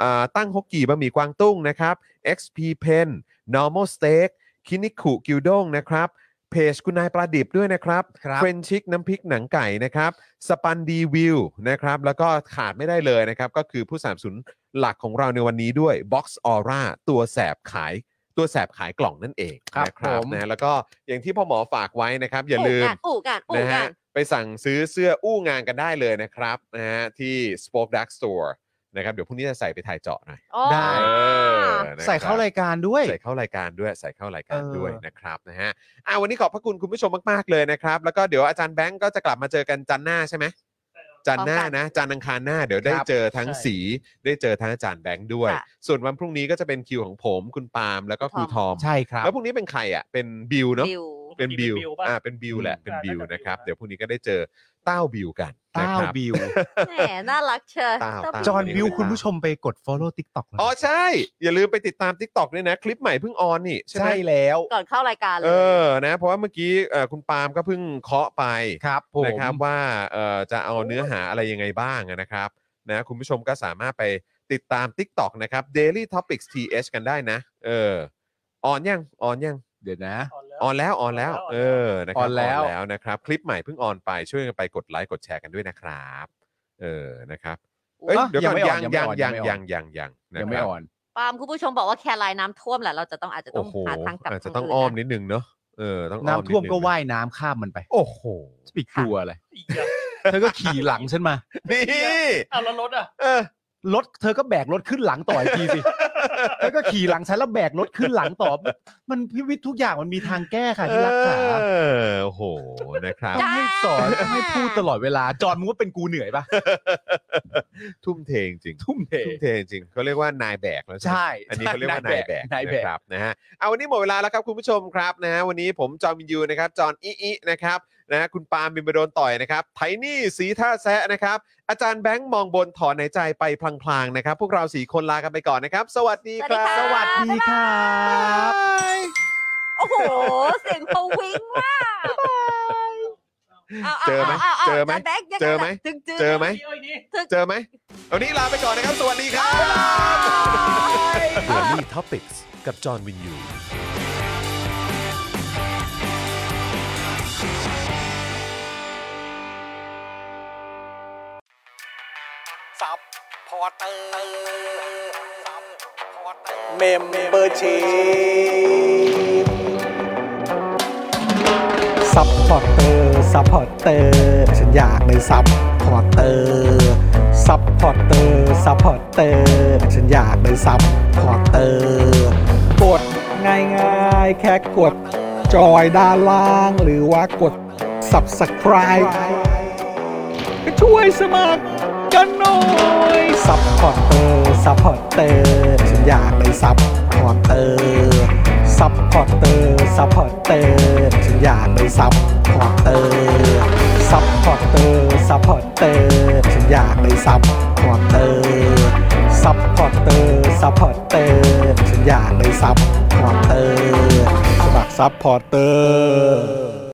Speaker 2: อ่าตั้งฮกกี่บะหมี่กวางตุ้งนะครับ XP Pen Normal Steak คินิคุกิวด้งนะครับเพจคุณนายปลาดิบด้วยนะครับ
Speaker 3: ครับ
Speaker 2: เฟรนชิกน้ำพริกหนังไก่นะครับสปันดีวิวนะครับแล้วก็ขาดไม่ได้เลยนะครับ ก็คือผู้สามสนุนหลักของเราในวันนี้ด้วย Box Aura ตัวแสบขายตัวแสบขายกล่องนั่นเอง
Speaker 3: ครับ
Speaker 2: นะ
Speaker 3: ผม
Speaker 2: นะแล้วก็อย่างที่พ่อหมอฝากไว้นะครับอย่าลืม
Speaker 4: อู่กันอู่
Speaker 2: นะ
Speaker 4: กั
Speaker 2: ฮะ
Speaker 4: น
Speaker 2: ไปสั่งซื้อเสื้ออู้งานกันได้เลยนะครับนะฮะที่ Spoke Dark Store นะครับเดี๋ยวพรุ่งนี้จะใส่ไปถ่ายเจาะหน่อย
Speaker 4: อู่
Speaker 3: ได้
Speaker 4: กัน
Speaker 2: เออนะครับ
Speaker 3: ใส่เข้ารายการด้วย
Speaker 2: ใส่เข้ารายการด้วยใส่เข้ารายการ
Speaker 3: เออ
Speaker 2: ด้วยนะครับนะฮะอ่ะวันนี้ขอบพระคุณคุณผู้ชมมาก ๆ เลยนะครับ แล้วก็เดี๋ยวอาจารย์แบงก์ก็จะกลับมาเจอกันจันทร์หน้าใช่ไหมจันทร์หน้านะจันทร์อังคารหน้าเดี๋ยวได้เจอทั้ง
Speaker 6: ใช่
Speaker 2: สีได้เจอทั้งอาจารย์แบงก์ด้วย
Speaker 4: ค่ะ
Speaker 2: ส่วนวันพรุ่งนี้ก็จะเป็นคิวของผม คุณปาล์มแล้วก็ครูทอม
Speaker 3: ใช่ครับ
Speaker 2: แล้วพรุ่งนี้เป็นใครอ่ะเป็นบิวเนาะ
Speaker 4: ดิว
Speaker 2: เป็นบิว
Speaker 6: เป็นบิวป่ะ
Speaker 2: อ่า เป็นบิวแหละ เป็น
Speaker 6: อ่า
Speaker 2: บิว
Speaker 6: น่าจะ
Speaker 2: นะครับ
Speaker 6: บิวนะ
Speaker 2: เดี๋ยวพรุ่งนี้ก็ได้เจอเต้าบิวกันนะ
Speaker 3: ต้า
Speaker 2: คว รับ
Speaker 3: บิว
Speaker 4: แหมน่ารักเชียว
Speaker 2: ตาว
Speaker 4: เจ้า
Speaker 2: ตาว
Speaker 3: จอห์น
Speaker 2: นี่
Speaker 3: บิว
Speaker 2: เวลา
Speaker 3: คุณผู้ชมไปกด follow TikTok นะ
Speaker 2: อ๋อใช่ อย่าลืมไปติดตาม TikTok ด้วยนะ คลิปใหม่เพิ่งออนนี่ ใช่ไหม
Speaker 3: ใช่แล้ว
Speaker 4: ก่อนเข้ารายการเล
Speaker 2: เอย อ นะ เพราะว่าเมื่อกี้เอ่อคุณปาล์มก็เพิ่งเคาะไป
Speaker 3: ครับผม
Speaker 2: นะครับว่าเอ่อจะเอาเนื้อหาอะไรยังไงบ้างนะครับ นะ คุณผู้ชมก็สามารถไปติดตาม TikTok นะครับ Daily Topics TH กันได้นะ เออ ออนยัง ออนยัง
Speaker 3: เดี๋ยวนะ
Speaker 2: ออนแล้วออนแล้ว เออนะครับ
Speaker 3: ออนแล้ว
Speaker 2: ออนแล้วนะครับ คลิปใหม่เพิ่งออนไปช่วยกันไปกดไลค์กดแชร์กันด้วยนะครับ เออนะครับเอ้ย
Speaker 3: อ่ะ
Speaker 2: เดี๋ยวก่อนยัง
Speaker 3: ไม่
Speaker 2: ยัง
Speaker 3: อ่อน
Speaker 2: ยัง
Speaker 3: ไม่อ่อน
Speaker 2: ยังยังยัง
Speaker 3: ยั
Speaker 2: นะ
Speaker 3: ง
Speaker 2: ค
Speaker 3: ไม่
Speaker 2: รับ
Speaker 3: อ่อน
Speaker 4: ปาล์มคุณผู้ชมบอกว่าแคร์ไลน์น้ำท่วมแหละเราจะต้องอาจจะต้
Speaker 2: โอ้
Speaker 4: อง
Speaker 2: โห
Speaker 4: หาทางกลับ
Speaker 2: อาจจะต้อง
Speaker 4: ทา
Speaker 2: อ้อม
Speaker 4: น
Speaker 2: นิดนึงเนาะเออต้องอ้อ
Speaker 3: น้ำท่วม
Speaker 2: ดง
Speaker 3: ก็ว่ายน้ำข้ามมันไป
Speaker 2: โอ้โห
Speaker 3: จะไปกลัวอะไร
Speaker 6: อีกอย่าง
Speaker 3: เธอก็ขี่หลังฉันมา
Speaker 2: นี่
Speaker 6: อ้าวแล้วรถอ่ะ
Speaker 2: เออ
Speaker 3: รถเธอก็แบกรถขึ้นหลังต่ออีก ทีสิ เธอก็ขี่หลังฉันแล้วแบกรถขึ้นหลังต่อ มันพิวิททุกอย่างมันมีทางแก้ค่ะที่รักขา
Speaker 2: เออโอ้โหนะครับ
Speaker 3: ต้องให้สอนต้องให้พูดตลอดเวลา จอห์นมึงว่าเป็นกูเหนื่อยปะ
Speaker 2: ทุ่มเทจริง
Speaker 3: ทุ่มเท
Speaker 2: ทุ่มเทจริงเขาเรียกว่านายแบกแล้วใช่ไหม
Speaker 3: ใช่
Speaker 2: อันนี้เขาเรียกว่านายแบก
Speaker 3: นายแบก
Speaker 2: ะครับนะฮะเอาวันนี้หมดเวลาแล้วครับคุณผู้ชมครับนะฮะวันนี้ผมจอมยูนะครับจอนอีอีนะครับนะฮะคุณปาล์มบินบดนต่อยนะครับไทนี่สีท่าแซะนะครับ อาจารย์แบงค์มองบนถอนหายใจไปพลางๆนะครับ พวกเราสี่คนลากันไปก่อนนะครับ สวัสดีครับ
Speaker 4: สวัสดี
Speaker 3: ดีครับ
Speaker 4: โอ้โห เสียงเขาวิ้งมากาา
Speaker 2: เจอไหมา
Speaker 4: า
Speaker 2: เจอไหม
Speaker 4: าาาาาาาาาาาาาา
Speaker 2: เจอไหม
Speaker 4: จึ๊งๆ
Speaker 2: เจอไหม
Speaker 6: เอาอีกนี่
Speaker 2: เจอไหมวันนี้ลาไปก่อนนะครับ สวัสดีครับ
Speaker 1: Daily Topics กับจอห์นวินยู
Speaker 8: ซับพอร์เตอร์ซับพอร์เตอร์
Speaker 5: เมมเบอร์ชีพซัพพอร์เตอร์ซัพพอร์เตอร์ฉันอยากเป็นซัพพอร์เตอร์ซัพพอร์เตอร์ซัพพอร์เตอร์ฉันอยากเป็นซัพพอร์เตอร์กดง่ายๆ แค่กดจอยด้านล่าง หรือว่ากด subscribe ก็ช่วยสมัคร กันหน่อยซัพพอร์เตอร์ซัพพอร์เตอร์ฉันอยากเป็นซัพพอร์เตอร์ซัพพอร์เตอร์ซัพพอร์เตอร์ฉันอยากเป็นซัพพอร์เตอร์ซัพพอร์เตอร์ซัพพอร์เตอร์ฉันอยากเป็นซัพพอร์เตอร์ซัพพอร์เตอร์ซัพพอร์เตอร์ฉันอยากเป็นซัพพอร์เตอร์สมัครซัพพอร์เตอร์